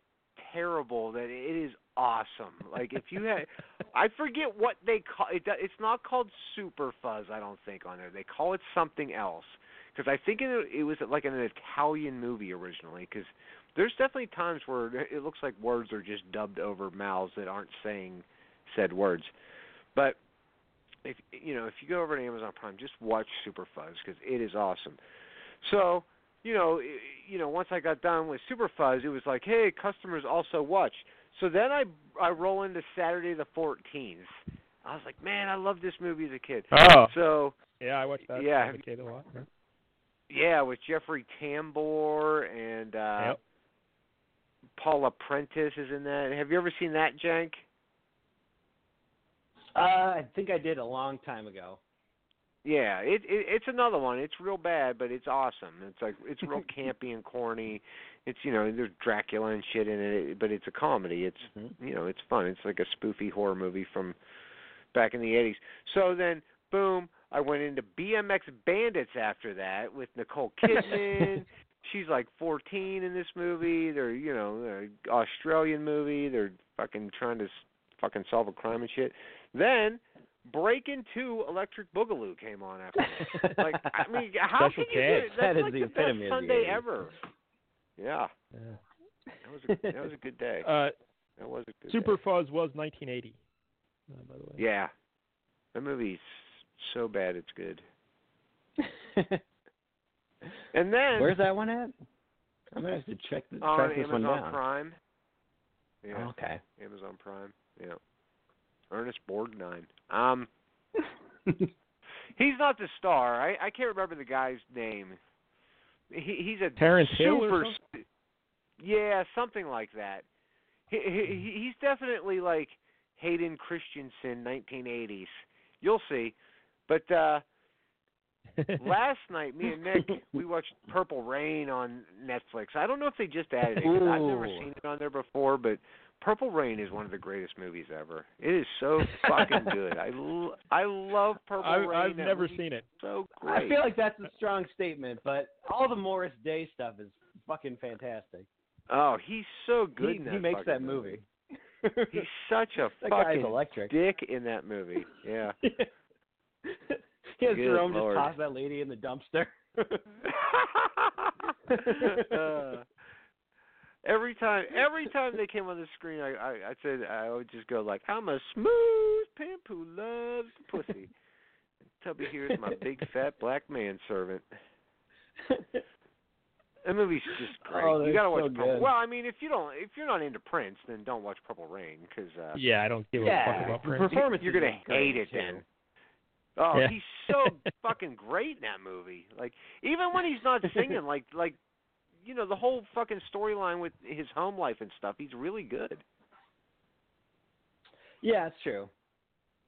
[SPEAKER 2] terrible that it is awesome. Like if you had I forget what they call it. do- It's not called Super Fuzz, I don't think, on there. They call it something else because I think it, it was like an Italian movie originally. Because there's definitely times where it looks like words are just dubbed over mouths that aren't saying said words. But if you know, if you go over to Amazon Prime, just watch Super Fuzz because it is awesome. So you know, i- you know, once I got done with Super Fuzz, it was like, hey, customers also watch. So then I I roll into Saturday the 14th. I was like, man, I loved this movie as a kid.
[SPEAKER 3] Oh,
[SPEAKER 2] So
[SPEAKER 3] yeah, I watched that.
[SPEAKER 2] Yeah.
[SPEAKER 3] as a kid a lot. yeah.
[SPEAKER 2] yeah, with Jeffrey Tambor and uh
[SPEAKER 3] Yep.
[SPEAKER 2] Paula Prentice is in that. Have you ever seen that, Jank?
[SPEAKER 6] Uh, I think I did a long time ago.
[SPEAKER 2] Yeah, it, it it's another one. It's real bad, but it's awesome. It's like it's real campy and corny. It's you know there's Dracula and shit in it, but it's a comedy. It's
[SPEAKER 6] Mm-hmm.
[SPEAKER 2] you know it's fun. It's like a spoofy horror movie from back in the '80s. So then, boom, I went into BMX Bandits after that with Nicole Kidman. She's like 14 in this movie. They're you know they're an Australian movie. They're fucking trying to s- fucking solve a crime and shit. Then Break Into Electric Boogaloo came on after. that. Like I mean, how
[SPEAKER 3] Special
[SPEAKER 2] can you do
[SPEAKER 3] K.
[SPEAKER 2] it? That's
[SPEAKER 6] That is
[SPEAKER 2] like
[SPEAKER 6] the
[SPEAKER 2] the
[SPEAKER 6] epitome
[SPEAKER 2] best
[SPEAKER 6] of the
[SPEAKER 2] Sunday
[SPEAKER 6] 80s.
[SPEAKER 2] ever. Yeah, that was a, that was a good day.
[SPEAKER 3] Uh,
[SPEAKER 2] That was a good
[SPEAKER 3] Super
[SPEAKER 2] Day.
[SPEAKER 3] Fuzz was 1980. Uh, by the way.
[SPEAKER 2] Yeah, that movie's so bad it's good. And then
[SPEAKER 6] Where's that one at? I'm gonna have to check, the,
[SPEAKER 2] on
[SPEAKER 6] track this
[SPEAKER 2] Amazon
[SPEAKER 6] one down.
[SPEAKER 2] Prime. Yeah,
[SPEAKER 6] Okay.
[SPEAKER 2] Amazon Prime. Yeah, Ernest Borgnine. Um, he's not the star. I I can't remember the guy's name. He he's a
[SPEAKER 3] Terrence Hill or
[SPEAKER 2] super. s- yeah, something like that. He, he he's definitely like Hayden Christensen, 1980s. You'll see. But uh last night, me and Nick, we watched Purple Rain on Netflix. I don't know if they just added it. 'cause I've never
[SPEAKER 6] Ooh.
[SPEAKER 2] seen it on there before, but Purple Rain is one of the greatest movies ever. It is so fucking good. I l- I love Purple
[SPEAKER 3] I,
[SPEAKER 2] Rain.
[SPEAKER 3] I've
[SPEAKER 2] That
[SPEAKER 3] never
[SPEAKER 2] movie's
[SPEAKER 3] seen it.
[SPEAKER 2] So great.
[SPEAKER 6] I feel like that's a strong statement, but all the Morris Day stuff is fucking fantastic.
[SPEAKER 2] oh, he's so good.
[SPEAKER 6] he,
[SPEAKER 2] in
[SPEAKER 6] he makes
[SPEAKER 2] fucking
[SPEAKER 6] that movie.
[SPEAKER 2] He's such a
[SPEAKER 6] that guy's
[SPEAKER 2] fucking
[SPEAKER 6] electric.
[SPEAKER 2] dick in that movie. Yeah.
[SPEAKER 6] he has
[SPEAKER 2] Good
[SPEAKER 6] Jerome
[SPEAKER 2] lord.
[SPEAKER 6] just toss that lady in the dumpster.
[SPEAKER 2] Uh, every time, every time they came on the screen, I, I, I said I would just go like, "I'm a smooth pimp who loves pussy." Tubby here is my big fat black man servant. That movie's just great.
[SPEAKER 6] Oh,
[SPEAKER 2] you
[SPEAKER 6] that's
[SPEAKER 2] gotta watch
[SPEAKER 6] so
[SPEAKER 2] Purple.
[SPEAKER 6] good.
[SPEAKER 2] Well, I mean, if you don't, if you're not into Prince, then don't watch Purple Rain because uh,
[SPEAKER 3] Yeah, I don't give a fuck
[SPEAKER 6] yeah,
[SPEAKER 3] about
[SPEAKER 6] the
[SPEAKER 3] Prince.
[SPEAKER 6] performance.
[SPEAKER 2] you're gonna
[SPEAKER 6] is great,
[SPEAKER 2] hate it
[SPEAKER 6] too.
[SPEAKER 2] then. Oh,
[SPEAKER 3] Yeah.
[SPEAKER 2] he's so fucking great in that movie. Like even when he's not singing, like like you know the whole fucking storyline with his home life and stuff. He's really good.
[SPEAKER 6] Yeah, it's true.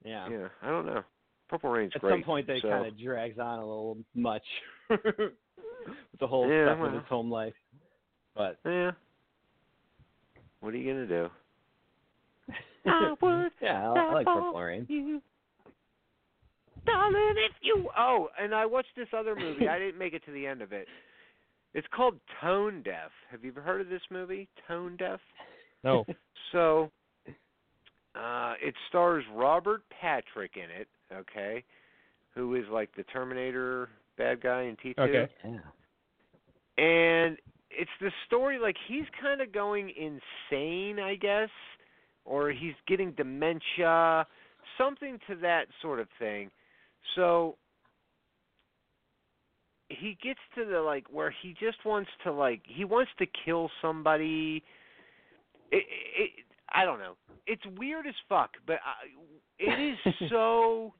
[SPEAKER 6] Yeah.
[SPEAKER 2] Yeah, I don't know. Purple Rain's
[SPEAKER 6] At
[SPEAKER 2] great.
[SPEAKER 6] some point, they
[SPEAKER 2] so.
[SPEAKER 6] kind of drags on a little much with the whole
[SPEAKER 2] Yeah,
[SPEAKER 6] stuff with
[SPEAKER 2] well.
[SPEAKER 6] his home life. But
[SPEAKER 2] Yeah. What are you gonna do? I would
[SPEAKER 6] yeah, I, I like
[SPEAKER 2] love
[SPEAKER 6] Purple Rain.
[SPEAKER 2] You, darling, if you. Oh, and I watched this other movie. I didn't make it to the end of it. It's called Tone Deaf. Have you ever heard of this movie, Tone Deaf?
[SPEAKER 3] No.
[SPEAKER 2] So uh it stars Robert Patrick in it, okay? Who is like the Terminator bad guy in T2.
[SPEAKER 3] Okay.
[SPEAKER 6] Yeah.
[SPEAKER 2] And it's the story like he's kind of going insane, I guess, or he's getting dementia, something to that sort of thing. So he gets to the like where he just wants to like he wants to kill somebody it, it, I don't know. It's weird as fuck, but I, it is so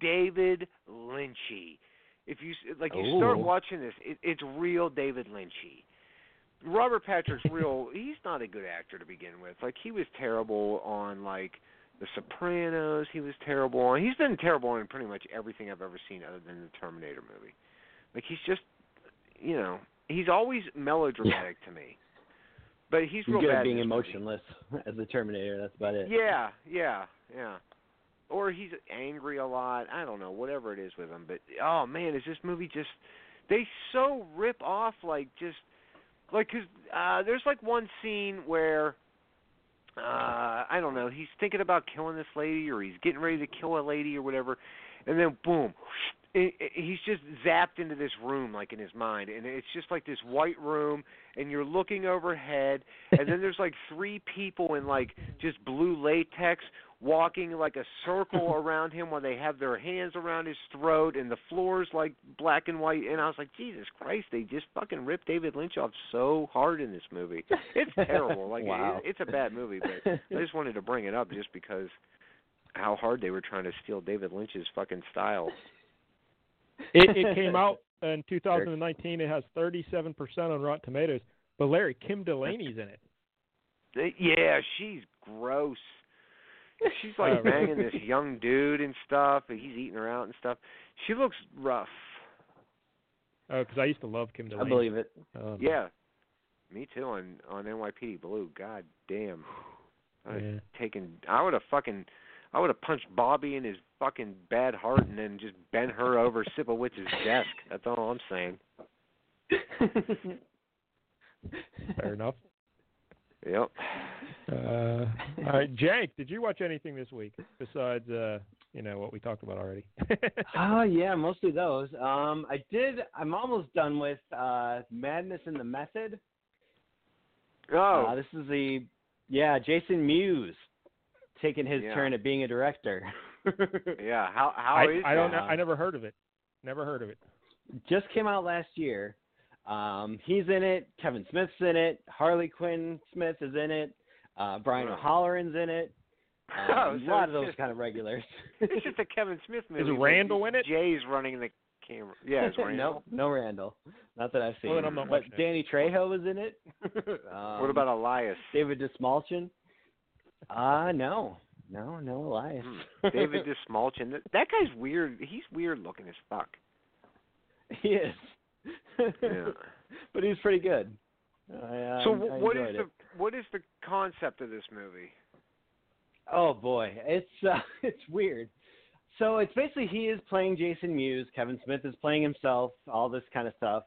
[SPEAKER 2] David Lynchy. If you s- like, you start
[SPEAKER 6] Ooh.
[SPEAKER 2] watching this, it, it's real David Lynchy. Robert Patrick's real. he's not a good actor to begin with. Like he was terrible on like The Sopranos, he was terrible on. He's been terrible on pretty much everything I've ever seen other than the Terminator movie. Like he's just, you know, he's always melodramatic to me. But he's
[SPEAKER 6] You're
[SPEAKER 2] real
[SPEAKER 6] good
[SPEAKER 2] bad
[SPEAKER 6] at
[SPEAKER 2] in
[SPEAKER 6] being
[SPEAKER 2] this movie.
[SPEAKER 6] emotionless as the Terminator. That's about it.
[SPEAKER 2] Yeah, yeah, yeah. Or he's angry a lot. I don't know, whatever it is with him. But oh man, is this movie just? They so rip off like just like 'cause uh, there's like one scene where uh I don't know, he's thinking about killing this lady or he's getting ready to kill a lady or whatever, and then boom. It, it, he's just zapped into this room like in his mind and it's just like this white room and you're looking overhead and then there's like three people in like just blue latex walking like a circle around him while they have their hands around his throat and the floor's like black and white and I was like Jesus Christ they just fucking ripped David Lynch off so hard in this movie. It's terrible. Like
[SPEAKER 6] Wow.
[SPEAKER 2] it, it's a bad movie but I just wanted to bring it up just because how hard they were trying to steal David Lynch's fucking style.
[SPEAKER 3] It, it came out in 2019. It has 37% on Rotten Tomatoes. But Larry, Kim Delaney's in it.
[SPEAKER 2] They- Yeah, she's gross. She's like
[SPEAKER 3] Uh,
[SPEAKER 2] banging this young dude and stuff, and he's eating her out and stuff. She looks rough.
[SPEAKER 3] Oh, because I used to love Kim
[SPEAKER 6] I
[SPEAKER 3] Delaney.
[SPEAKER 6] believe it.
[SPEAKER 3] Um,
[SPEAKER 2] Yeah, me too. On on NYPD Blue. God damn. I would
[SPEAKER 3] yeah.
[SPEAKER 2] have taken. I would have fucking. I would have punched Bobby in his fucking bad heart and then just bent her over Sipowicz's desk. That's all I'm saying.
[SPEAKER 3] Fair enough.
[SPEAKER 2] Yep.
[SPEAKER 3] Uh, all right, Jake, did you watch anything this week besides uh, you know what we talked about already?
[SPEAKER 6] Oh yeah, mostly those. Um, I did. I'm almost done with uh, Madness in the Method.
[SPEAKER 2] Oh,
[SPEAKER 6] Uh, this is the yeah Jason Mewes taking his
[SPEAKER 2] Yeah.
[SPEAKER 6] turn at being a director.
[SPEAKER 2] yeah. How how
[SPEAKER 3] I,
[SPEAKER 2] is
[SPEAKER 3] I don't know.
[SPEAKER 6] that?
[SPEAKER 3] I never heard of it. Never heard of it.
[SPEAKER 6] Just came out last year. Um, he's in it. Kevin Smith's in it. Harley Quinn Smith is in it. Uh, Brian
[SPEAKER 2] Wow.
[SPEAKER 6] O'Halloran's in it. Um,
[SPEAKER 2] Oh,
[SPEAKER 6] a
[SPEAKER 2] so
[SPEAKER 6] lot of
[SPEAKER 2] it's
[SPEAKER 6] those
[SPEAKER 2] just-
[SPEAKER 6] kind of regulars.
[SPEAKER 2] It's just a Kevin Smith movie.
[SPEAKER 3] Is
[SPEAKER 2] but
[SPEAKER 3] Randall in it?
[SPEAKER 2] Jay's running the camera. Yeah, it's Randall.
[SPEAKER 6] no, no Randall. Not that I've seen.
[SPEAKER 3] Well, then I'm not
[SPEAKER 6] but
[SPEAKER 3] watching it.
[SPEAKER 6] Danny Trejo was in it. um,
[SPEAKER 2] What about Elias?
[SPEAKER 6] David Dismalchin? Uh no. No, no Elias.
[SPEAKER 2] Hmm. David Dismalchin. That, that guy's weird. He's weird looking as fuck.
[SPEAKER 6] he is.
[SPEAKER 2] Yeah.
[SPEAKER 6] But he's pretty good. I, uh,
[SPEAKER 2] so
[SPEAKER 6] I
[SPEAKER 2] wh- what is
[SPEAKER 6] enjoyed
[SPEAKER 2] the
[SPEAKER 6] it.
[SPEAKER 2] what is the concept of this movie?
[SPEAKER 6] Oh boy, it's uh, it's weird. So it's basically he is playing Jason Mewes, Kevin Smith is playing himself, all this kind of stuff.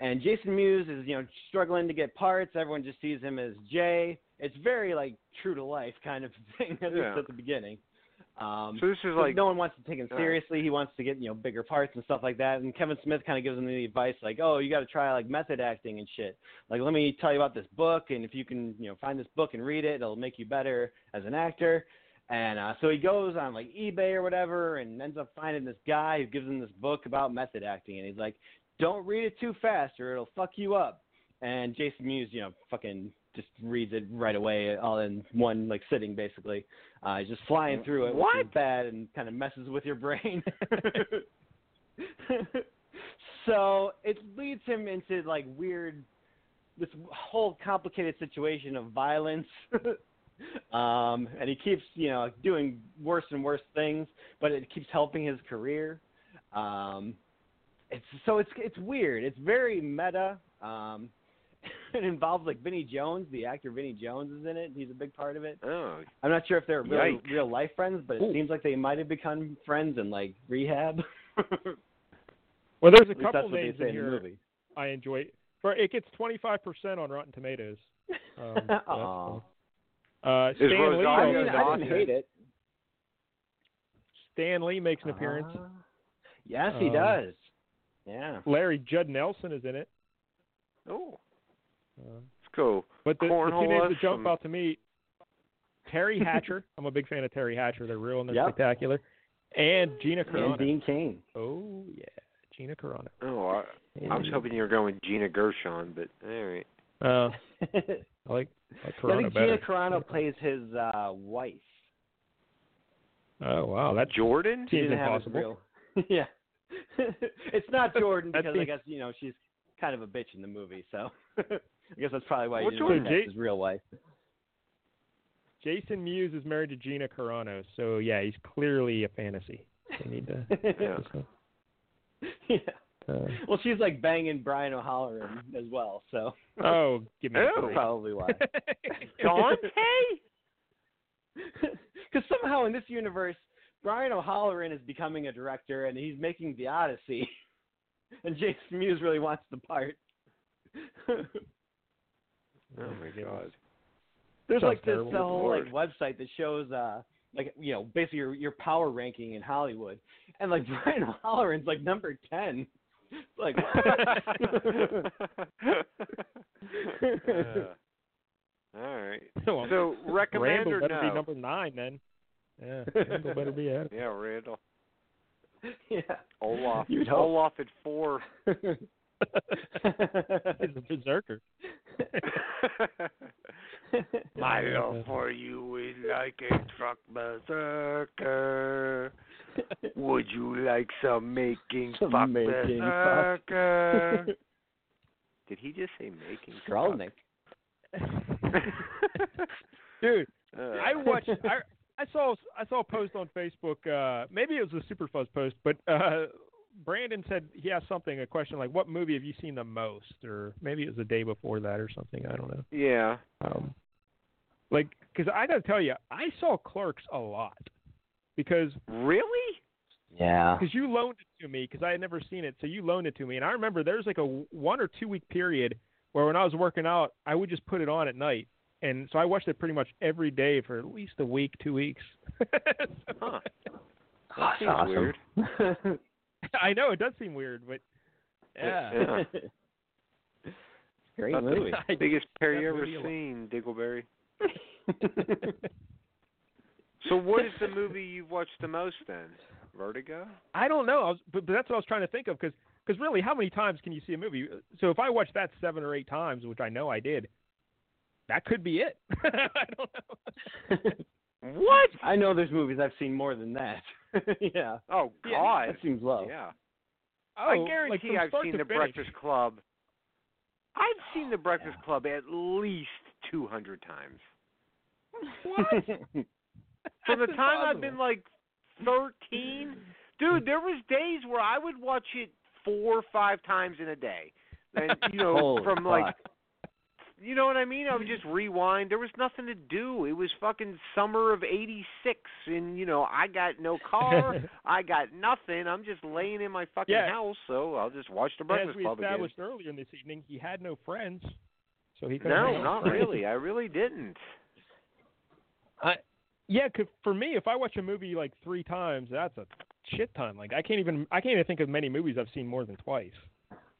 [SPEAKER 6] And Jason Mewes is, you know, struggling to get parts. Everyone just sees him as Jay. It's very like true to life kind of thing at least
[SPEAKER 2] Yeah.
[SPEAKER 6] at the beginning. Um,
[SPEAKER 2] So this is
[SPEAKER 6] But
[SPEAKER 2] like
[SPEAKER 6] no one wants to take him
[SPEAKER 2] Right.
[SPEAKER 6] seriously. He wants to get you know bigger parts and stuff like that. And Kevin Smith kind of gives him the advice like, oh, you got to try like method acting and shit. Like, let me tell you about this book, and if you can you know find this book and read it, it'll make you better as an actor. And uh, so he goes on like eBay or whatever, and ends up finding this guy who gives him this book about method acting, and he's like, don't read it too fast or it'll fuck you up. And Jason Mewes, you know, fucking just reads it right away, all in one like sitting basically. Uh, he's just flying through it, which is
[SPEAKER 2] What?
[SPEAKER 6] bad and kind of messes with your brain. so it leads him into like weird, this whole complicated situation of violence. um, and he keeps, you know, doing worse and worse things, but it keeps helping his career. Um, it's so it's it's weird. It's very meta. Um, it involves like Vinny Jones, the actor Vinny Jones is in it. He's a big part of it.
[SPEAKER 2] oh
[SPEAKER 6] I'm not sure if they're really
[SPEAKER 2] Yikes.
[SPEAKER 6] real life friends, but it
[SPEAKER 3] Ooh.
[SPEAKER 6] seems like they might have become friends in like rehab.
[SPEAKER 3] Well, there's a
[SPEAKER 6] At least that's
[SPEAKER 3] couple
[SPEAKER 6] what they
[SPEAKER 3] names
[SPEAKER 6] say
[SPEAKER 3] in
[SPEAKER 6] in the
[SPEAKER 3] here
[SPEAKER 6] movie.
[SPEAKER 3] I enjoy. For it gets 25% on Rotten Tomatoes. Um, that's
[SPEAKER 6] Aw.
[SPEAKER 3] cool. Uh, Stan Lee.
[SPEAKER 2] Rosario
[SPEAKER 6] I
[SPEAKER 2] Dario
[SPEAKER 6] mean, I
[SPEAKER 2] Dawson.
[SPEAKER 6] didn't hate it.
[SPEAKER 3] Stan Lee makes an appearance.
[SPEAKER 6] Ah. yes, he
[SPEAKER 3] Um,
[SPEAKER 6] does. Yeah.
[SPEAKER 3] Larry Judd Nelson is in it.
[SPEAKER 2] oh,
[SPEAKER 3] Uh,
[SPEAKER 2] it's cool.
[SPEAKER 3] But the, the two
[SPEAKER 2] Cornhole
[SPEAKER 3] names
[SPEAKER 2] us
[SPEAKER 3] that jump
[SPEAKER 2] from-
[SPEAKER 3] out to me, Terry Hatcher. I'm a big fan of Terry Hatcher. They're real and they're
[SPEAKER 6] Yep.
[SPEAKER 3] spectacular. And Gina
[SPEAKER 6] And
[SPEAKER 3] Carano.
[SPEAKER 6] Dean Kane.
[SPEAKER 3] Oh yeah, Gina Carano.
[SPEAKER 2] Oh, I, I was hoping you were going with Gina Gershon, but all right.
[SPEAKER 3] Uh,
[SPEAKER 6] I think
[SPEAKER 3] I like, I like Carano
[SPEAKER 6] Gina
[SPEAKER 3] better.
[SPEAKER 6] Carano plays his uh, wife.
[SPEAKER 3] oh wow, that
[SPEAKER 2] Jordan?
[SPEAKER 6] She
[SPEAKER 3] seems
[SPEAKER 6] didn't have his
[SPEAKER 3] impossible.
[SPEAKER 6] real. yeah. it's not Jordan
[SPEAKER 3] That
[SPEAKER 6] because I
[SPEAKER 3] seems-
[SPEAKER 6] guess you know she's kind of a bitch in the movie, so I guess that's probably why
[SPEAKER 2] Well,
[SPEAKER 6] you
[SPEAKER 3] Jordan
[SPEAKER 6] didn't
[SPEAKER 3] J-
[SPEAKER 6] his real wife.
[SPEAKER 3] Jason Mewes is married to Gina Carano, so yeah, he's clearly a fantasy. They need to.
[SPEAKER 6] yeah.
[SPEAKER 3] uh,
[SPEAKER 6] Well, she's like banging Brian O'Halloran as well, so
[SPEAKER 3] oh, give me a
[SPEAKER 6] that's
[SPEAKER 3] break.
[SPEAKER 6] probably why.
[SPEAKER 2] Dante?
[SPEAKER 6] Because somehow in this universe, Brian O'Halloran is becoming a director and he's making The Odyssey, and Jason Mewes really wants the part.
[SPEAKER 3] Oh my goodness.
[SPEAKER 6] There's
[SPEAKER 3] Sounds
[SPEAKER 6] like this uh,
[SPEAKER 3] terrible.
[SPEAKER 6] the whole like
[SPEAKER 2] Lord.
[SPEAKER 6] website that shows uh like you know basically your your power ranking in Hollywood, and like Brian O'Halloran's like number ten. It's Like what?
[SPEAKER 2] Uh, all right.
[SPEAKER 3] Well,
[SPEAKER 2] So recommend
[SPEAKER 3] Randall
[SPEAKER 2] or
[SPEAKER 3] better
[SPEAKER 2] no?
[SPEAKER 3] be number nine then. Yeah, Randall better be at it.
[SPEAKER 2] yeah, Randall.
[SPEAKER 6] yeah.
[SPEAKER 2] Olaf.
[SPEAKER 6] You'd hope.
[SPEAKER 2] Olaf at four.
[SPEAKER 3] He's a berserker.
[SPEAKER 7] My love for you is like a truck berserker. Would you like some making
[SPEAKER 6] Some
[SPEAKER 7] fuck
[SPEAKER 6] making fuck.
[SPEAKER 7] berserker? Did he just say making
[SPEAKER 6] Skrulnik.
[SPEAKER 3] Dude,
[SPEAKER 7] fuck? Uh,
[SPEAKER 3] I watched. I, I saw. I saw a post on Facebook. Uh, maybe it was a Super Fuzz post, but uh, Brandon said he asked something, a question like, "What movie have you seen the most?" Or maybe it was the day before that or something. I don't know.
[SPEAKER 2] Yeah.
[SPEAKER 3] Um, like, because I gotta tell you, I saw Clerks a lot because
[SPEAKER 2] Really?
[SPEAKER 6] Yeah.
[SPEAKER 3] because you loaned it to me because I had never seen it. So you loaned it to me, and I remember there was like a w- one or two week period where when I was working out, I would just put it on at night, and so I watched it pretty much every day for at least a week, two weeks.
[SPEAKER 2] Huh.
[SPEAKER 6] Oh, That's
[SPEAKER 2] seems weird.
[SPEAKER 6] awesome.
[SPEAKER 3] I know it does seem weird, but yeah,
[SPEAKER 2] Yeah.
[SPEAKER 6] Great
[SPEAKER 2] That's
[SPEAKER 6] movie.
[SPEAKER 2] Biggest pair
[SPEAKER 3] That
[SPEAKER 2] you ever
[SPEAKER 3] movie alone.
[SPEAKER 2] seen, Diggleberry. So what is the movie you've watched the most then? Vertigo?
[SPEAKER 3] I don't know. I was, but, but that's what I was trying to think of because really, how many times can you see a movie? So if I watched that seven or eight times, which I know I did, that could be it. I don't know.
[SPEAKER 2] What?
[SPEAKER 6] I know there's movies I've seen more than that. yeah.
[SPEAKER 2] Oh
[SPEAKER 3] Yeah,
[SPEAKER 2] God.
[SPEAKER 6] That seems low.
[SPEAKER 2] Yeah.
[SPEAKER 3] Oh,
[SPEAKER 2] I
[SPEAKER 3] like,
[SPEAKER 2] guarantee
[SPEAKER 3] from
[SPEAKER 2] I've
[SPEAKER 3] start
[SPEAKER 2] seen
[SPEAKER 3] to
[SPEAKER 2] The
[SPEAKER 3] finish. Oh,
[SPEAKER 2] Breakfast Club. I've seen The Breakfast Club at least 200 times. From the
[SPEAKER 3] That's
[SPEAKER 2] time I've
[SPEAKER 3] impossible.
[SPEAKER 2] been like 13, dude, there was days where I would watch it four or five times in a day. And you know,
[SPEAKER 6] Holy
[SPEAKER 2] from like
[SPEAKER 6] fuck.
[SPEAKER 2] you know what I mean? I would just rewind. There was nothing to do. It was fucking summer of '86, and you know I got no car, I got nothing. I'm just laying in my fucking
[SPEAKER 3] Yeah.
[SPEAKER 2] house, so I'll just watch the
[SPEAKER 3] as
[SPEAKER 2] Breakfast
[SPEAKER 3] we
[SPEAKER 2] Club again.
[SPEAKER 3] established earlier in this evening, he had no friends, so he couldn't hang
[SPEAKER 2] No,
[SPEAKER 3] out
[SPEAKER 2] not
[SPEAKER 3] with friends.
[SPEAKER 2] really. I really didn't.
[SPEAKER 3] Yeah, 'cause for me, if I watch a movie like three times, that's a shit ton. Like I can't even I can't even think of many movies I've seen more than twice,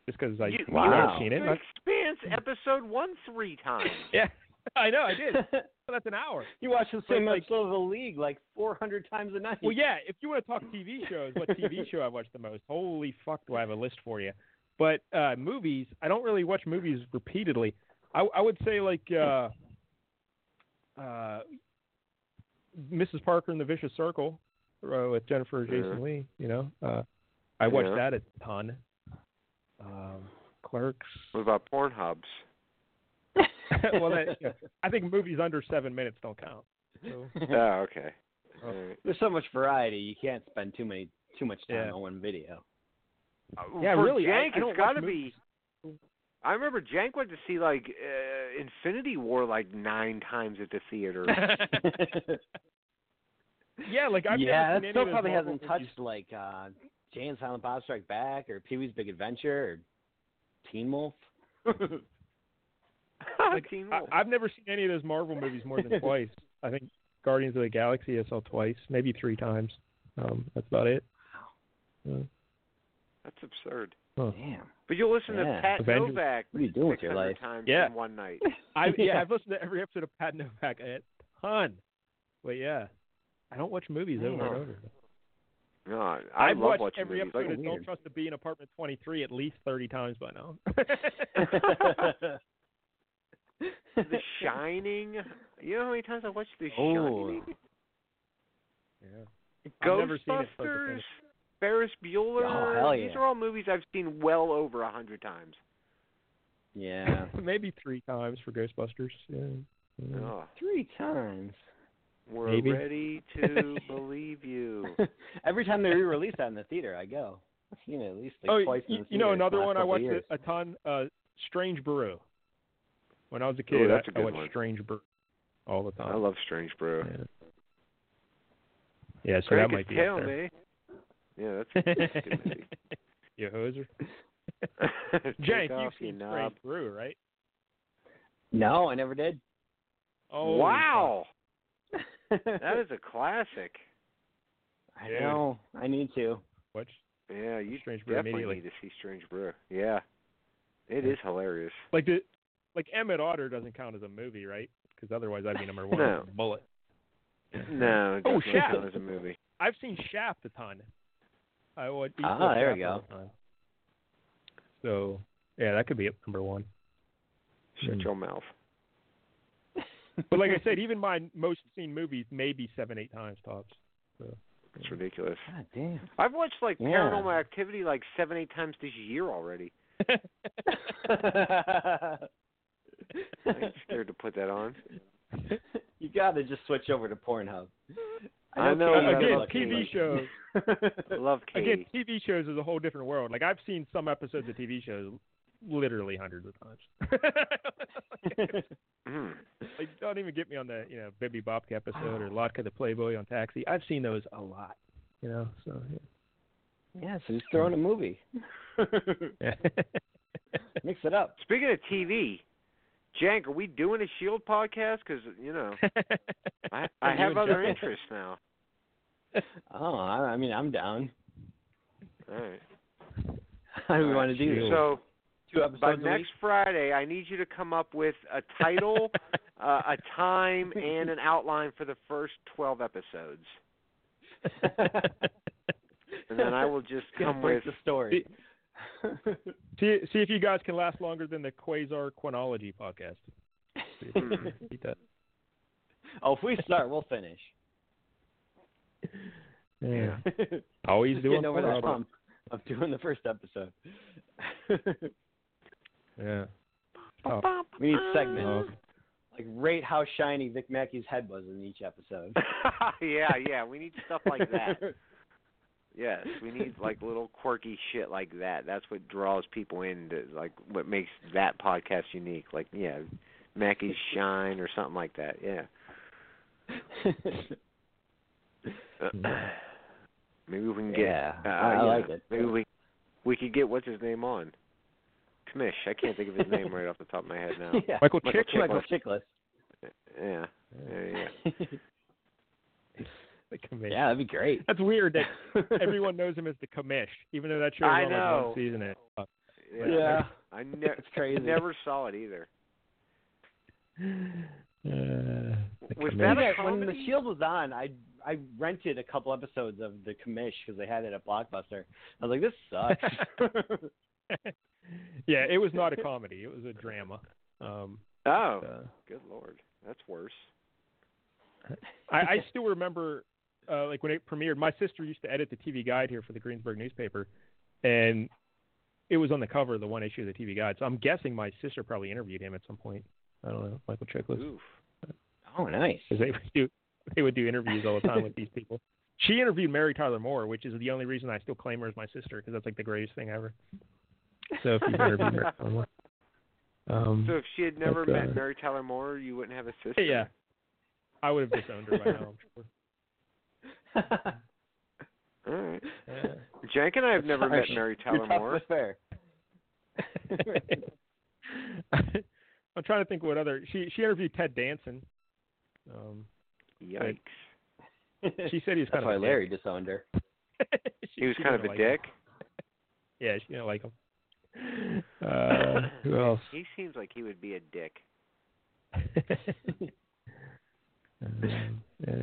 [SPEAKER 3] just because I
[SPEAKER 2] You- you
[SPEAKER 3] I've
[SPEAKER 6] Wow.
[SPEAKER 3] seen
[SPEAKER 2] The
[SPEAKER 3] it. and I-
[SPEAKER 2] Expanse episode one three times.
[SPEAKER 3] yeah, I know I did. Well, that's an hour.
[SPEAKER 6] you watch the same
[SPEAKER 3] But, like-
[SPEAKER 6] episode of The League like 400 times a night.
[SPEAKER 3] Well, yeah. If you want to talk TV shows, what TV show I watched the most? Holy fuck, do I have a list for you? But uh movies, I don't really watch movies repeatedly. I, I would say like uh uh Mrs. Parker and the Vicious Circle uh, with Jennifer Jason
[SPEAKER 2] Yeah.
[SPEAKER 3] Lee. You know, uh, I watched
[SPEAKER 2] Yeah.
[SPEAKER 3] that a ton. Um, Clerks.
[SPEAKER 2] What about Pornhubs?
[SPEAKER 3] well, that, yeah. I think movies under seven minutes don't count. So,
[SPEAKER 2] Oh, okay. All right.
[SPEAKER 6] There's so much variety. You can't spend too many too much time
[SPEAKER 3] Yeah.
[SPEAKER 6] on one video.
[SPEAKER 3] yeah,
[SPEAKER 2] For
[SPEAKER 3] really. I-
[SPEAKER 2] Jank,
[SPEAKER 3] I, don't
[SPEAKER 2] it's got to
[SPEAKER 3] watch movies.
[SPEAKER 2] be. I remember Jank went to see like uh, Infinity War like nine times at the theater.
[SPEAKER 3] Yeah, like I've
[SPEAKER 6] yeah,
[SPEAKER 3] never
[SPEAKER 6] that
[SPEAKER 3] seen
[SPEAKER 6] still
[SPEAKER 3] any of those
[SPEAKER 6] probably
[SPEAKER 3] Marvel
[SPEAKER 6] hasn't
[SPEAKER 3] movies.
[SPEAKER 6] touched like uh, Jay and Silent Bob Strike Back or Pee Wee's Big Adventure or Teen Wolf.
[SPEAKER 3] Like,
[SPEAKER 2] Teen
[SPEAKER 3] I,
[SPEAKER 2] Wolf.
[SPEAKER 3] I've never seen any of those Marvel movies more than twice. I think Guardians of the Galaxy I saw twice, maybe three times. Um, that's about it. Uh,
[SPEAKER 2] That's absurd.
[SPEAKER 6] Damn,
[SPEAKER 2] But you'll listen
[SPEAKER 6] Yeah.
[SPEAKER 2] to Pat
[SPEAKER 3] Avengers.
[SPEAKER 2] Novak
[SPEAKER 6] what are you doing with your
[SPEAKER 2] 600
[SPEAKER 6] life?
[SPEAKER 2] times
[SPEAKER 3] Yeah.
[SPEAKER 2] in one night.
[SPEAKER 3] I, yeah,
[SPEAKER 6] Yeah.
[SPEAKER 3] I've listened to every episode of Pat Novak a ton. But yeah, I don't watch movies over and
[SPEAKER 2] Oh.
[SPEAKER 3] over.
[SPEAKER 2] No, I I
[SPEAKER 3] have
[SPEAKER 2] love
[SPEAKER 3] watched
[SPEAKER 2] watching
[SPEAKER 3] every
[SPEAKER 2] movies.
[SPEAKER 3] episode
[SPEAKER 2] Like,
[SPEAKER 3] of Don't Trust the Bee in Apartment 23 at least 30 times by now.
[SPEAKER 2] The Shining. You know how many times I watched The
[SPEAKER 6] Oh.
[SPEAKER 2] Shining?
[SPEAKER 3] yeah. I've never seen it, but
[SPEAKER 2] Ghostbusters.
[SPEAKER 3] it's-
[SPEAKER 2] Ferris Bueller.
[SPEAKER 6] Oh, hell
[SPEAKER 2] These
[SPEAKER 6] yeah.
[SPEAKER 2] are all movies I've seen well over a hundred times.
[SPEAKER 6] yeah.
[SPEAKER 3] Maybe three times for Ghostbusters. Yeah.
[SPEAKER 6] Hmm.
[SPEAKER 2] Oh,
[SPEAKER 6] Three times.
[SPEAKER 2] we're
[SPEAKER 3] Maybe.
[SPEAKER 2] ready to believe you.
[SPEAKER 6] Every time they re-release that in the theater, I go. I've seen it at least like
[SPEAKER 3] oh,
[SPEAKER 6] twice.
[SPEAKER 3] you,
[SPEAKER 6] in the
[SPEAKER 3] you know
[SPEAKER 6] theater in the
[SPEAKER 3] another
[SPEAKER 6] last
[SPEAKER 3] one I
[SPEAKER 6] couple
[SPEAKER 3] watched
[SPEAKER 6] years.
[SPEAKER 3] a, a ton. Uh, Strange Brew. When I was a kid,
[SPEAKER 7] that's
[SPEAKER 3] I-
[SPEAKER 7] a good
[SPEAKER 3] I watched
[SPEAKER 7] one.
[SPEAKER 3] Strange Brew all the time.
[SPEAKER 7] I love Strange Brew.
[SPEAKER 3] yeah. yeah, so
[SPEAKER 7] Crank
[SPEAKER 3] that
[SPEAKER 7] his
[SPEAKER 3] might be
[SPEAKER 7] tail,
[SPEAKER 3] up there.
[SPEAKER 7] me. Yeah, that's, that's a good movie.
[SPEAKER 3] you hoser.
[SPEAKER 7] Take
[SPEAKER 3] Jake,
[SPEAKER 7] off
[SPEAKER 3] you've
[SPEAKER 7] your
[SPEAKER 3] seen
[SPEAKER 7] knob.
[SPEAKER 3] Strange Brew, right?
[SPEAKER 6] No, I never did.
[SPEAKER 3] Oh
[SPEAKER 2] wow, that
[SPEAKER 6] I
[SPEAKER 2] is a classic.
[SPEAKER 3] Dude.
[SPEAKER 6] know. I need to.
[SPEAKER 3] Watch
[SPEAKER 7] Yeah, you
[SPEAKER 3] Strange Brew
[SPEAKER 7] definitely
[SPEAKER 3] immediately.
[SPEAKER 7] need to see Strange Brew. Yeah, it is hilarious.
[SPEAKER 3] Like the like Emmett Otter doesn't count as a movie, right? Because otherwise, I'd be number one.
[SPEAKER 7] No.
[SPEAKER 3] with a Bullet.
[SPEAKER 7] No, it
[SPEAKER 3] Oh,
[SPEAKER 7] doesn't
[SPEAKER 3] Shaft.
[SPEAKER 7] count as a movie.
[SPEAKER 3] I've seen Shaft a ton. I would. used to
[SPEAKER 6] Ah,
[SPEAKER 3] watch
[SPEAKER 6] there we
[SPEAKER 3] Shaft all
[SPEAKER 6] go.
[SPEAKER 3] the time. So yeah, that could be at number one.
[SPEAKER 7] Shut
[SPEAKER 3] Hmm.
[SPEAKER 7] your mouth.
[SPEAKER 3] But like I said, even my most seen movies maybe seven, eight times tops. Mm.
[SPEAKER 7] It's ridiculous.
[SPEAKER 6] God damn.
[SPEAKER 2] I've watched like
[SPEAKER 6] Yeah.
[SPEAKER 2] Paranormal Activity like seven, eight times this year already.
[SPEAKER 7] I'm scared to put that on.
[SPEAKER 6] you gotta just switch over to Pornhub.
[SPEAKER 7] I know, but-
[SPEAKER 6] Katie doesn't
[SPEAKER 3] Again,
[SPEAKER 6] look
[SPEAKER 3] TV
[SPEAKER 6] English.
[SPEAKER 3] shows.
[SPEAKER 7] I love
[SPEAKER 3] Again,
[SPEAKER 7] Katie.
[SPEAKER 3] TV shows is a whole different world. Like I've seen some episodes of TV shows literally hundreds of times.
[SPEAKER 7] Mm.
[SPEAKER 3] like, don't even get me on the you know Bibby Bobcat episode or Lotka the Playboy on Taxi. I've seen those a lot. You know, so
[SPEAKER 6] yeah, so just throw in a movie.
[SPEAKER 3] yeah.
[SPEAKER 6] Mix it up.
[SPEAKER 2] Speaking of TV, Jank, are we doing a Shield E podcast? Because you know, I, I
[SPEAKER 3] You
[SPEAKER 2] have
[SPEAKER 3] and
[SPEAKER 2] other
[SPEAKER 3] Jeff.
[SPEAKER 2] interests now.
[SPEAKER 6] Oh, I, I mean, I'm down.
[SPEAKER 7] All right.
[SPEAKER 6] How
[SPEAKER 3] Ah,
[SPEAKER 6] do we want to do this?
[SPEAKER 2] So
[SPEAKER 6] two
[SPEAKER 2] by
[SPEAKER 6] episodes a
[SPEAKER 2] next Friday, I need you to come up with a title, uh, a time, and an outline for the first twelve episodes,
[SPEAKER 6] week?
[SPEAKER 2] and then I will just
[SPEAKER 6] Gonna
[SPEAKER 2] come
[SPEAKER 6] break
[SPEAKER 2] with.
[SPEAKER 6] the story.
[SPEAKER 3] see see if you guys can last longer than the Quasar Quinology podcast. See if you
[SPEAKER 6] Hmm.
[SPEAKER 3] can beat that.
[SPEAKER 6] oh, if we start, we'll finish.
[SPEAKER 3] Yeah.
[SPEAKER 6] Just
[SPEAKER 3] Always doing
[SPEAKER 6] getting over that
[SPEAKER 3] Quinology.
[SPEAKER 6] hump of doing the first episode.
[SPEAKER 3] Yeah. Oh.
[SPEAKER 6] we
[SPEAKER 3] Uh,
[SPEAKER 6] need segments.
[SPEAKER 3] No.
[SPEAKER 6] Like rate how shiny Vic Mackey's head was in each episode.
[SPEAKER 2] yeah, yeah, we need stuff like that. Yes, we need like little quirky shit like that. That's what draws people in. To, like what makes that podcast unique. Like yeah, Mackey's Shine or something like that. Yeah. Maybe we can get.
[SPEAKER 6] Mm-hmm. Yeah,
[SPEAKER 2] uh,
[SPEAKER 6] I- I
[SPEAKER 2] yeah,
[SPEAKER 6] like it.
[SPEAKER 2] Maybe we we could get what's his name on. Kamish. I can't think of his name right off the top of my head now.
[SPEAKER 6] yeah.
[SPEAKER 3] Michael
[SPEAKER 7] Michael
[SPEAKER 3] Chick.
[SPEAKER 6] Michael Chickless.
[SPEAKER 2] Yeah. Yeah. yeah.
[SPEAKER 6] yeah, that'd be great.
[SPEAKER 3] That's weird that everyone knows him as the commish, even though that show's
[SPEAKER 2] I
[SPEAKER 3] only one
[SPEAKER 2] know.
[SPEAKER 3] season. in. Uh,
[SPEAKER 2] yeah.
[SPEAKER 6] yeah.
[SPEAKER 2] I ne-
[SPEAKER 6] It's crazy.
[SPEAKER 2] never saw it either.
[SPEAKER 3] the
[SPEAKER 2] Was
[SPEAKER 3] commish.
[SPEAKER 2] that a
[SPEAKER 6] Yeah, when the
[SPEAKER 2] comedy?
[SPEAKER 6] Shield was on, I I rented a couple episodes of The Commish because they had it at Blockbuster. I was like, this sucks.
[SPEAKER 3] yeah, it was not a comedy. It was a drama. Um,
[SPEAKER 2] Oh,
[SPEAKER 3] uh,
[SPEAKER 2] good lord, that's worse.
[SPEAKER 3] I, I still remember, uh, like when it premiered. My sister used to edit the TV guide here for the Greensburg newspaper, and it was on the cover of the one issue of the TV guide. So I'm guessing my sister probably interviewed him at some point. I don't know, Michael Chiklis.
[SPEAKER 2] Oof.
[SPEAKER 6] oh, nice.
[SPEAKER 3] because they would do they would do interviews all the time with these people. She interviewed Mary Tyler Moore, which is the only reason I still claim her as my sister because that's like the greatest thing ever. So if you interviewed Mary Tyler Moore,
[SPEAKER 2] So
[SPEAKER 3] um,
[SPEAKER 2] if she had never
[SPEAKER 3] But, uh,
[SPEAKER 2] met Mary Tyler Moore, you wouldn't have a sister.
[SPEAKER 3] yeah, I would have disowned her by now. I'm sure.
[SPEAKER 2] All right.
[SPEAKER 3] Yeah.
[SPEAKER 2] Jank and I have never
[SPEAKER 6] Sorry.
[SPEAKER 2] met Mary
[SPEAKER 6] Your
[SPEAKER 2] Tyler
[SPEAKER 6] talk
[SPEAKER 2] Moore.
[SPEAKER 6] was fair.
[SPEAKER 3] I'm trying to think what other she she interviewed Ted Danson. Um,
[SPEAKER 2] Yikes.
[SPEAKER 3] she said he was
[SPEAKER 6] That's
[SPEAKER 3] kind
[SPEAKER 6] why
[SPEAKER 3] of a
[SPEAKER 6] Larry disowned her.
[SPEAKER 3] dick. She-
[SPEAKER 2] He was
[SPEAKER 3] she
[SPEAKER 2] kind
[SPEAKER 3] didn't
[SPEAKER 2] of a
[SPEAKER 3] like him.
[SPEAKER 2] dick.
[SPEAKER 3] Yeah, she didn't like him. Uh, who else?
[SPEAKER 2] He seems like he would be a dick.
[SPEAKER 3] Um, yeah. Well,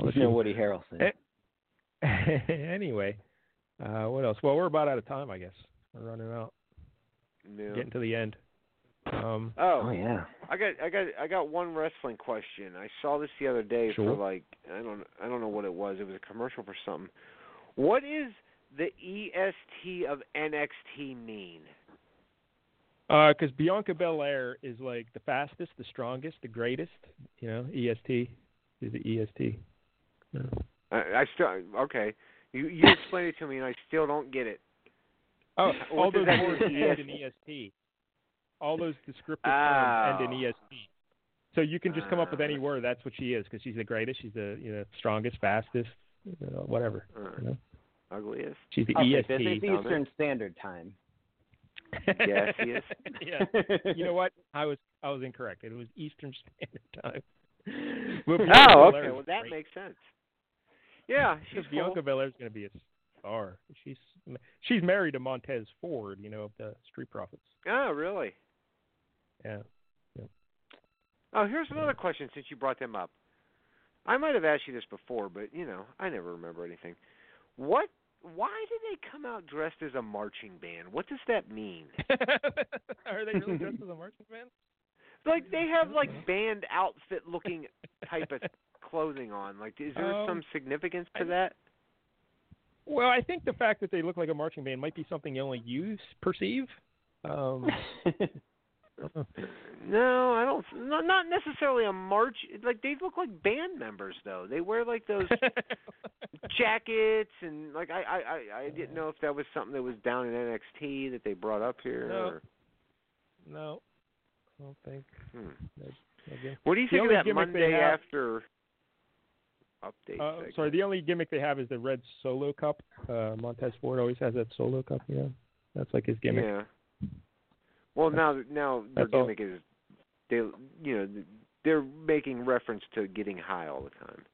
[SPEAKER 6] You
[SPEAKER 3] let's
[SPEAKER 6] know
[SPEAKER 3] see.
[SPEAKER 6] Woody Harrelson.
[SPEAKER 3] Eh. anyway, uh, what else? Well, we're about out of time, I guess. We're running out,
[SPEAKER 2] No.
[SPEAKER 3] getting to the end. Um,
[SPEAKER 2] Oh,
[SPEAKER 6] Oh yeah.
[SPEAKER 2] I got I got I got one wrestling question. I saw this the other day
[SPEAKER 3] Sure.
[SPEAKER 2] for like I don't I don't know what it was. It was a commercial for something. E What is the EST of NXT mean?
[SPEAKER 3] Because Uh, Bianca Belair is like the fastest, the strongest, the greatest. You know, EST is it EST? No.
[SPEAKER 2] I, I still okay. You you explain it to me, and I still don't get it.
[SPEAKER 3] Oh,
[SPEAKER 2] What
[SPEAKER 3] all those
[SPEAKER 2] does that E
[SPEAKER 3] words
[SPEAKER 2] mean?
[SPEAKER 3] end in EST. All those descriptive terms end in
[SPEAKER 2] Oh.
[SPEAKER 3] EST. So you can just come up with any
[SPEAKER 2] Ah.
[SPEAKER 3] word. That's what she is because she's the greatest. She's the you know strongest, fastest, you know, whatever.
[SPEAKER 2] Uh,
[SPEAKER 3] You know?
[SPEAKER 2] ugliest.
[SPEAKER 3] She's the E
[SPEAKER 6] I'll take this.
[SPEAKER 3] EST.
[SPEAKER 6] It's Eastern Standard Time.
[SPEAKER 2] Yes, yes.
[SPEAKER 3] yeah. You know what? I was I was incorrect. It was Eastern Standard Time. But Bianca
[SPEAKER 2] Oh,
[SPEAKER 3] Belair
[SPEAKER 2] okay.
[SPEAKER 3] is
[SPEAKER 2] Well, that
[SPEAKER 3] great.
[SPEAKER 2] makes sense. Yeah, she's
[SPEAKER 3] Because
[SPEAKER 2] cool.
[SPEAKER 3] Bianca Belair's going to be a star. She's she's married to Montez Ford, you know, of the Street Profits.
[SPEAKER 2] Oh, really?
[SPEAKER 3] Yeah.
[SPEAKER 2] Oh, here's another question since you brought them up. I might have asked you this before, but you know, I never remember anything. What why do they come out dressed as a marching band? What does that mean?
[SPEAKER 3] Are they really dressed as a marching band?
[SPEAKER 2] Like they have like band outfit looking type of clothing on. Like is there
[SPEAKER 3] Um,
[SPEAKER 2] some significance
[SPEAKER 3] I-
[SPEAKER 2] to that?
[SPEAKER 3] Well, I think the fact that they look like a marching band might be something only you s- perceive. Um, I don't know.
[SPEAKER 2] No, I don't no, not necessarily a march like they look like band members though. They wear like those jackets and like I I I, I didn't know if that was something that was down in NXT that they brought up here.
[SPEAKER 3] No.
[SPEAKER 2] Or,
[SPEAKER 3] no, I don't think.
[SPEAKER 2] hmm.
[SPEAKER 3] I guess.
[SPEAKER 2] What do you
[SPEAKER 3] The
[SPEAKER 2] think
[SPEAKER 3] only
[SPEAKER 2] of that
[SPEAKER 3] gimmick they
[SPEAKER 2] Monday
[SPEAKER 3] have-
[SPEAKER 2] after update?
[SPEAKER 3] Uh,
[SPEAKER 2] segment?
[SPEAKER 3] sorry, the only gimmick they have is the red solo cup. Uh, Montez Ford always has that solo cup, you know. That's like his gimmick.
[SPEAKER 2] Yeah. Well, now now their
[SPEAKER 3] That's all.
[SPEAKER 2] gimmick is they you know they're making reference to getting high all the time.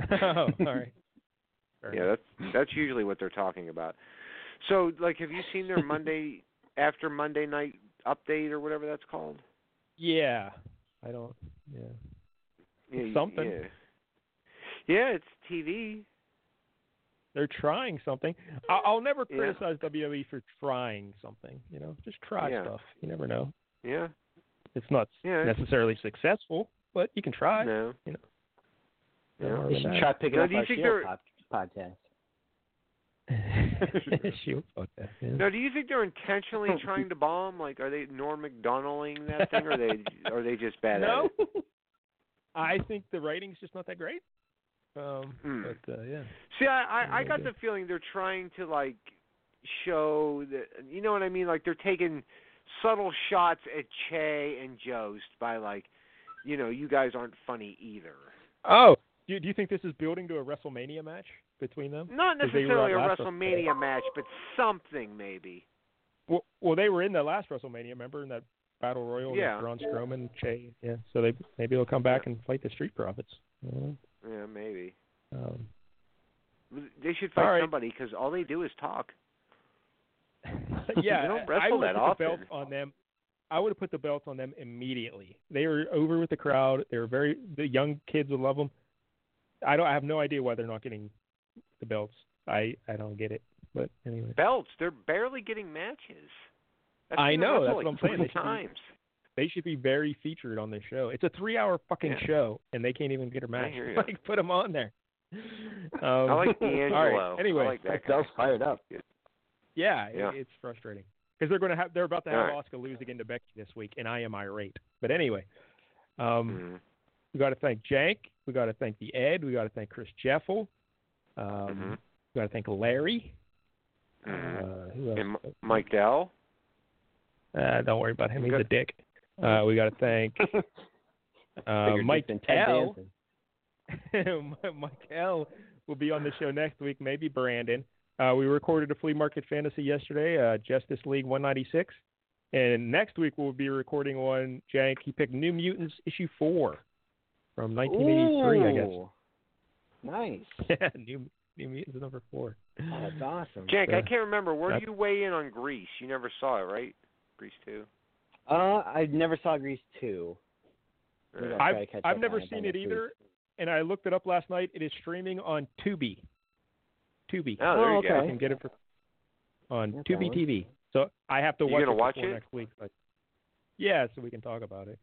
[SPEAKER 3] oh, all right. Fair
[SPEAKER 2] Yeah,
[SPEAKER 3] enough.
[SPEAKER 2] that's that's usually what they're talking about. So, like, have you seen their Monday after Monday night update or whatever that's called?
[SPEAKER 3] yeah. I don't. Yeah.
[SPEAKER 2] Yeah, you-
[SPEAKER 3] Something.
[SPEAKER 2] Yeah. Yeah, it's TV.
[SPEAKER 3] They're trying something. I- I'll never
[SPEAKER 2] Yeah.
[SPEAKER 3] criticize WWE for trying something. You know, just try
[SPEAKER 2] Yeah.
[SPEAKER 3] stuff. You never know.
[SPEAKER 2] Yeah.
[SPEAKER 3] It's not
[SPEAKER 2] Yeah.
[SPEAKER 3] necessarily successful, but you can try.
[SPEAKER 2] No.
[SPEAKER 3] you know.
[SPEAKER 2] Yeah.
[SPEAKER 3] Don't worry
[SPEAKER 6] We should
[SPEAKER 3] about
[SPEAKER 6] try picking
[SPEAKER 2] Now,
[SPEAKER 6] up
[SPEAKER 2] do you
[SPEAKER 6] our
[SPEAKER 2] think
[SPEAKER 6] Shield
[SPEAKER 2] they're-
[SPEAKER 6] pod- podcast.
[SPEAKER 3] it. Shoot, fuck that, yeah.
[SPEAKER 2] Now, do you think they're intentionally trying to bomb? Like, are they Norm Macdonalding that thing, or they are they just bad at
[SPEAKER 3] no.
[SPEAKER 2] it?
[SPEAKER 3] I think the rating's just not that great. Um,
[SPEAKER 2] Hmm.
[SPEAKER 3] but uh, yeah.
[SPEAKER 2] See, I I, I
[SPEAKER 3] Yeah,
[SPEAKER 2] got
[SPEAKER 3] yeah.
[SPEAKER 2] the feeling they're trying to like show that you know what I mean. Like they're taking subtle shots at Che and Jost by like, you know, you guys aren't funny either.
[SPEAKER 3] Oh, do, do you think this is building to a WrestleMania match between them?
[SPEAKER 2] Not
[SPEAKER 3] 'Cause they were
[SPEAKER 2] necessarily a
[SPEAKER 3] on last WrestleMania.
[SPEAKER 2] WrestleMania match, but something maybe.
[SPEAKER 3] Well, well, they were in that last WrestleMania, remember, in that battle royal
[SPEAKER 2] Yeah.
[SPEAKER 3] with Braun Strowman, and Che. Yeah, so they maybe they'll come back and fight the Street Profits. I don't
[SPEAKER 2] Yeah, maybe.
[SPEAKER 3] know. Um,
[SPEAKER 2] They should fight
[SPEAKER 3] All right.
[SPEAKER 2] somebody because all they do is talk.
[SPEAKER 3] yeah,
[SPEAKER 2] They don't
[SPEAKER 3] I- I
[SPEAKER 2] wrestle
[SPEAKER 3] would
[SPEAKER 2] that
[SPEAKER 3] put the belt
[SPEAKER 2] often.
[SPEAKER 3] on them. I would have put the belt on them immediately. They were over with the crowd. They were very the young kids would love them. I don't. I have no idea why they're not getting the belts. I I don't get it. But anyway,
[SPEAKER 2] Belts, they're barely getting matches. That's
[SPEAKER 3] I
[SPEAKER 2] been
[SPEAKER 3] know,
[SPEAKER 2] wrestled,
[SPEAKER 3] that's
[SPEAKER 2] like,
[SPEAKER 3] what I'm saying.
[SPEAKER 2] three
[SPEAKER 3] They should be-
[SPEAKER 2] times.
[SPEAKER 3] they should be very featured on this show. It's a three-hour fucking
[SPEAKER 2] Yeah.
[SPEAKER 3] show, and they can't even get a match.
[SPEAKER 2] hear ya.
[SPEAKER 3] Like put them on there. Um,
[SPEAKER 2] I like
[SPEAKER 3] All
[SPEAKER 2] D'Angelo.
[SPEAKER 3] right. Anyway,
[SPEAKER 2] I like that
[SPEAKER 6] That
[SPEAKER 2] guy.
[SPEAKER 6] girl's fired up.
[SPEAKER 3] Yeah, it-
[SPEAKER 2] Yeah.
[SPEAKER 3] it's frustrating because they're going to have they're about to have
[SPEAKER 2] All right.
[SPEAKER 3] Oscar lose again to Becky this week, and I am irate. But anyway, um,
[SPEAKER 2] Mhm.
[SPEAKER 3] we got to thank Jank, we got to thank the Ed, we got to thank Chris Jeffel, um,
[SPEAKER 2] Mhm.
[SPEAKER 3] we got to thank Larry.
[SPEAKER 2] Mhm.
[SPEAKER 3] Uh, who else?
[SPEAKER 2] And M- Mike Dell.
[SPEAKER 3] Uh, don't worry about him; he's
[SPEAKER 2] Good.
[SPEAKER 3] a dick. Uh, we got to thank uh,
[SPEAKER 6] Bigger
[SPEAKER 3] Mike
[SPEAKER 6] dick than Ted
[SPEAKER 3] L.
[SPEAKER 6] Danson.
[SPEAKER 3] Mike L. will be on the show next week. Maybe Brandon. Uh, we recorded a flea market fantasy yesterday, uh, Justice League 196, and next week we'll be recording one. Jank, he picked New Mutants issue four from 1983,
[SPEAKER 6] Ooh. Nice.
[SPEAKER 3] I guess. Yeah, New New Mutants number four.
[SPEAKER 6] Oh, That's awesome.
[SPEAKER 2] Jank, I
[SPEAKER 3] Yeah.
[SPEAKER 2] can't remember. Where
[SPEAKER 3] That-
[SPEAKER 2] do you weigh in on Greece? You never saw it, right? Greece two.
[SPEAKER 6] Uh, I never saw Grease two. Maybe I'll
[SPEAKER 2] Uh,
[SPEAKER 6] try
[SPEAKER 3] I've-
[SPEAKER 6] to catch
[SPEAKER 3] I've
[SPEAKER 6] up
[SPEAKER 3] never
[SPEAKER 6] on by
[SPEAKER 3] seen it
[SPEAKER 6] next week.
[SPEAKER 3] either. And I looked it up last night. It is streaming on Tubi. Tubi.
[SPEAKER 2] Oh, there
[SPEAKER 6] Oh,
[SPEAKER 2] you go.
[SPEAKER 3] I
[SPEAKER 6] okay.
[SPEAKER 3] can get it for on
[SPEAKER 6] That's
[SPEAKER 3] Tubi
[SPEAKER 6] odd.
[SPEAKER 3] TV. So I have to
[SPEAKER 2] You
[SPEAKER 3] watch
[SPEAKER 2] gonna
[SPEAKER 3] it
[SPEAKER 2] watch
[SPEAKER 3] before
[SPEAKER 2] it?
[SPEAKER 3] next week. But yeah, so we can talk about it.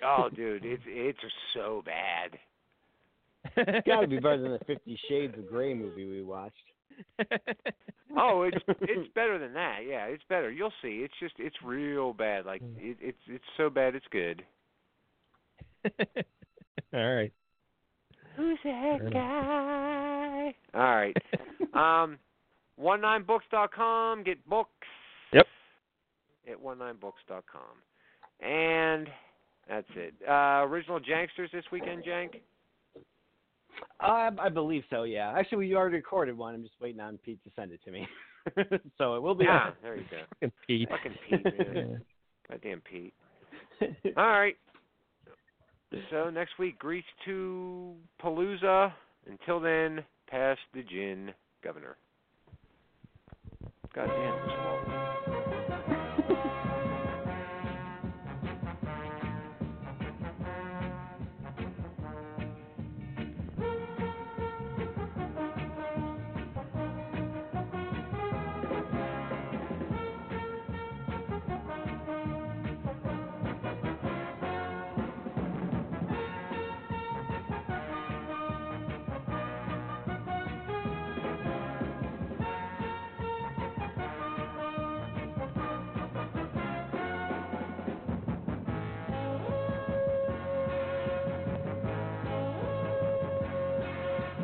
[SPEAKER 2] Oh, dude, it's it's so bad.
[SPEAKER 6] It's got to be better than the Fifty Shades of Grey movie we watched.
[SPEAKER 2] oh, it's it's better than that. Yeah, it's better. You'll see. It's just it's real bad. Like
[SPEAKER 3] Mm.
[SPEAKER 2] it, it's it's so bad it's good.
[SPEAKER 3] All right.
[SPEAKER 2] Who's that
[SPEAKER 3] Fair
[SPEAKER 2] guy? All right. Um, one nine com. Get books.
[SPEAKER 3] Yep.
[SPEAKER 2] At one nine com, and that's it. Uh, original Janksters this weekend, Jank.
[SPEAKER 6] I, I believe so. Yeah. Actually, we already recorded one. I'm just waiting on Pete to send it to me. so it will be.
[SPEAKER 2] Yeah, there you go.
[SPEAKER 3] Fucking Pete.
[SPEAKER 2] Fucking Pete, man. Goddamn Pete. All right. So next week, Greece to Palooza. Until then, pass the gin, Governor. Goddamn. this wall.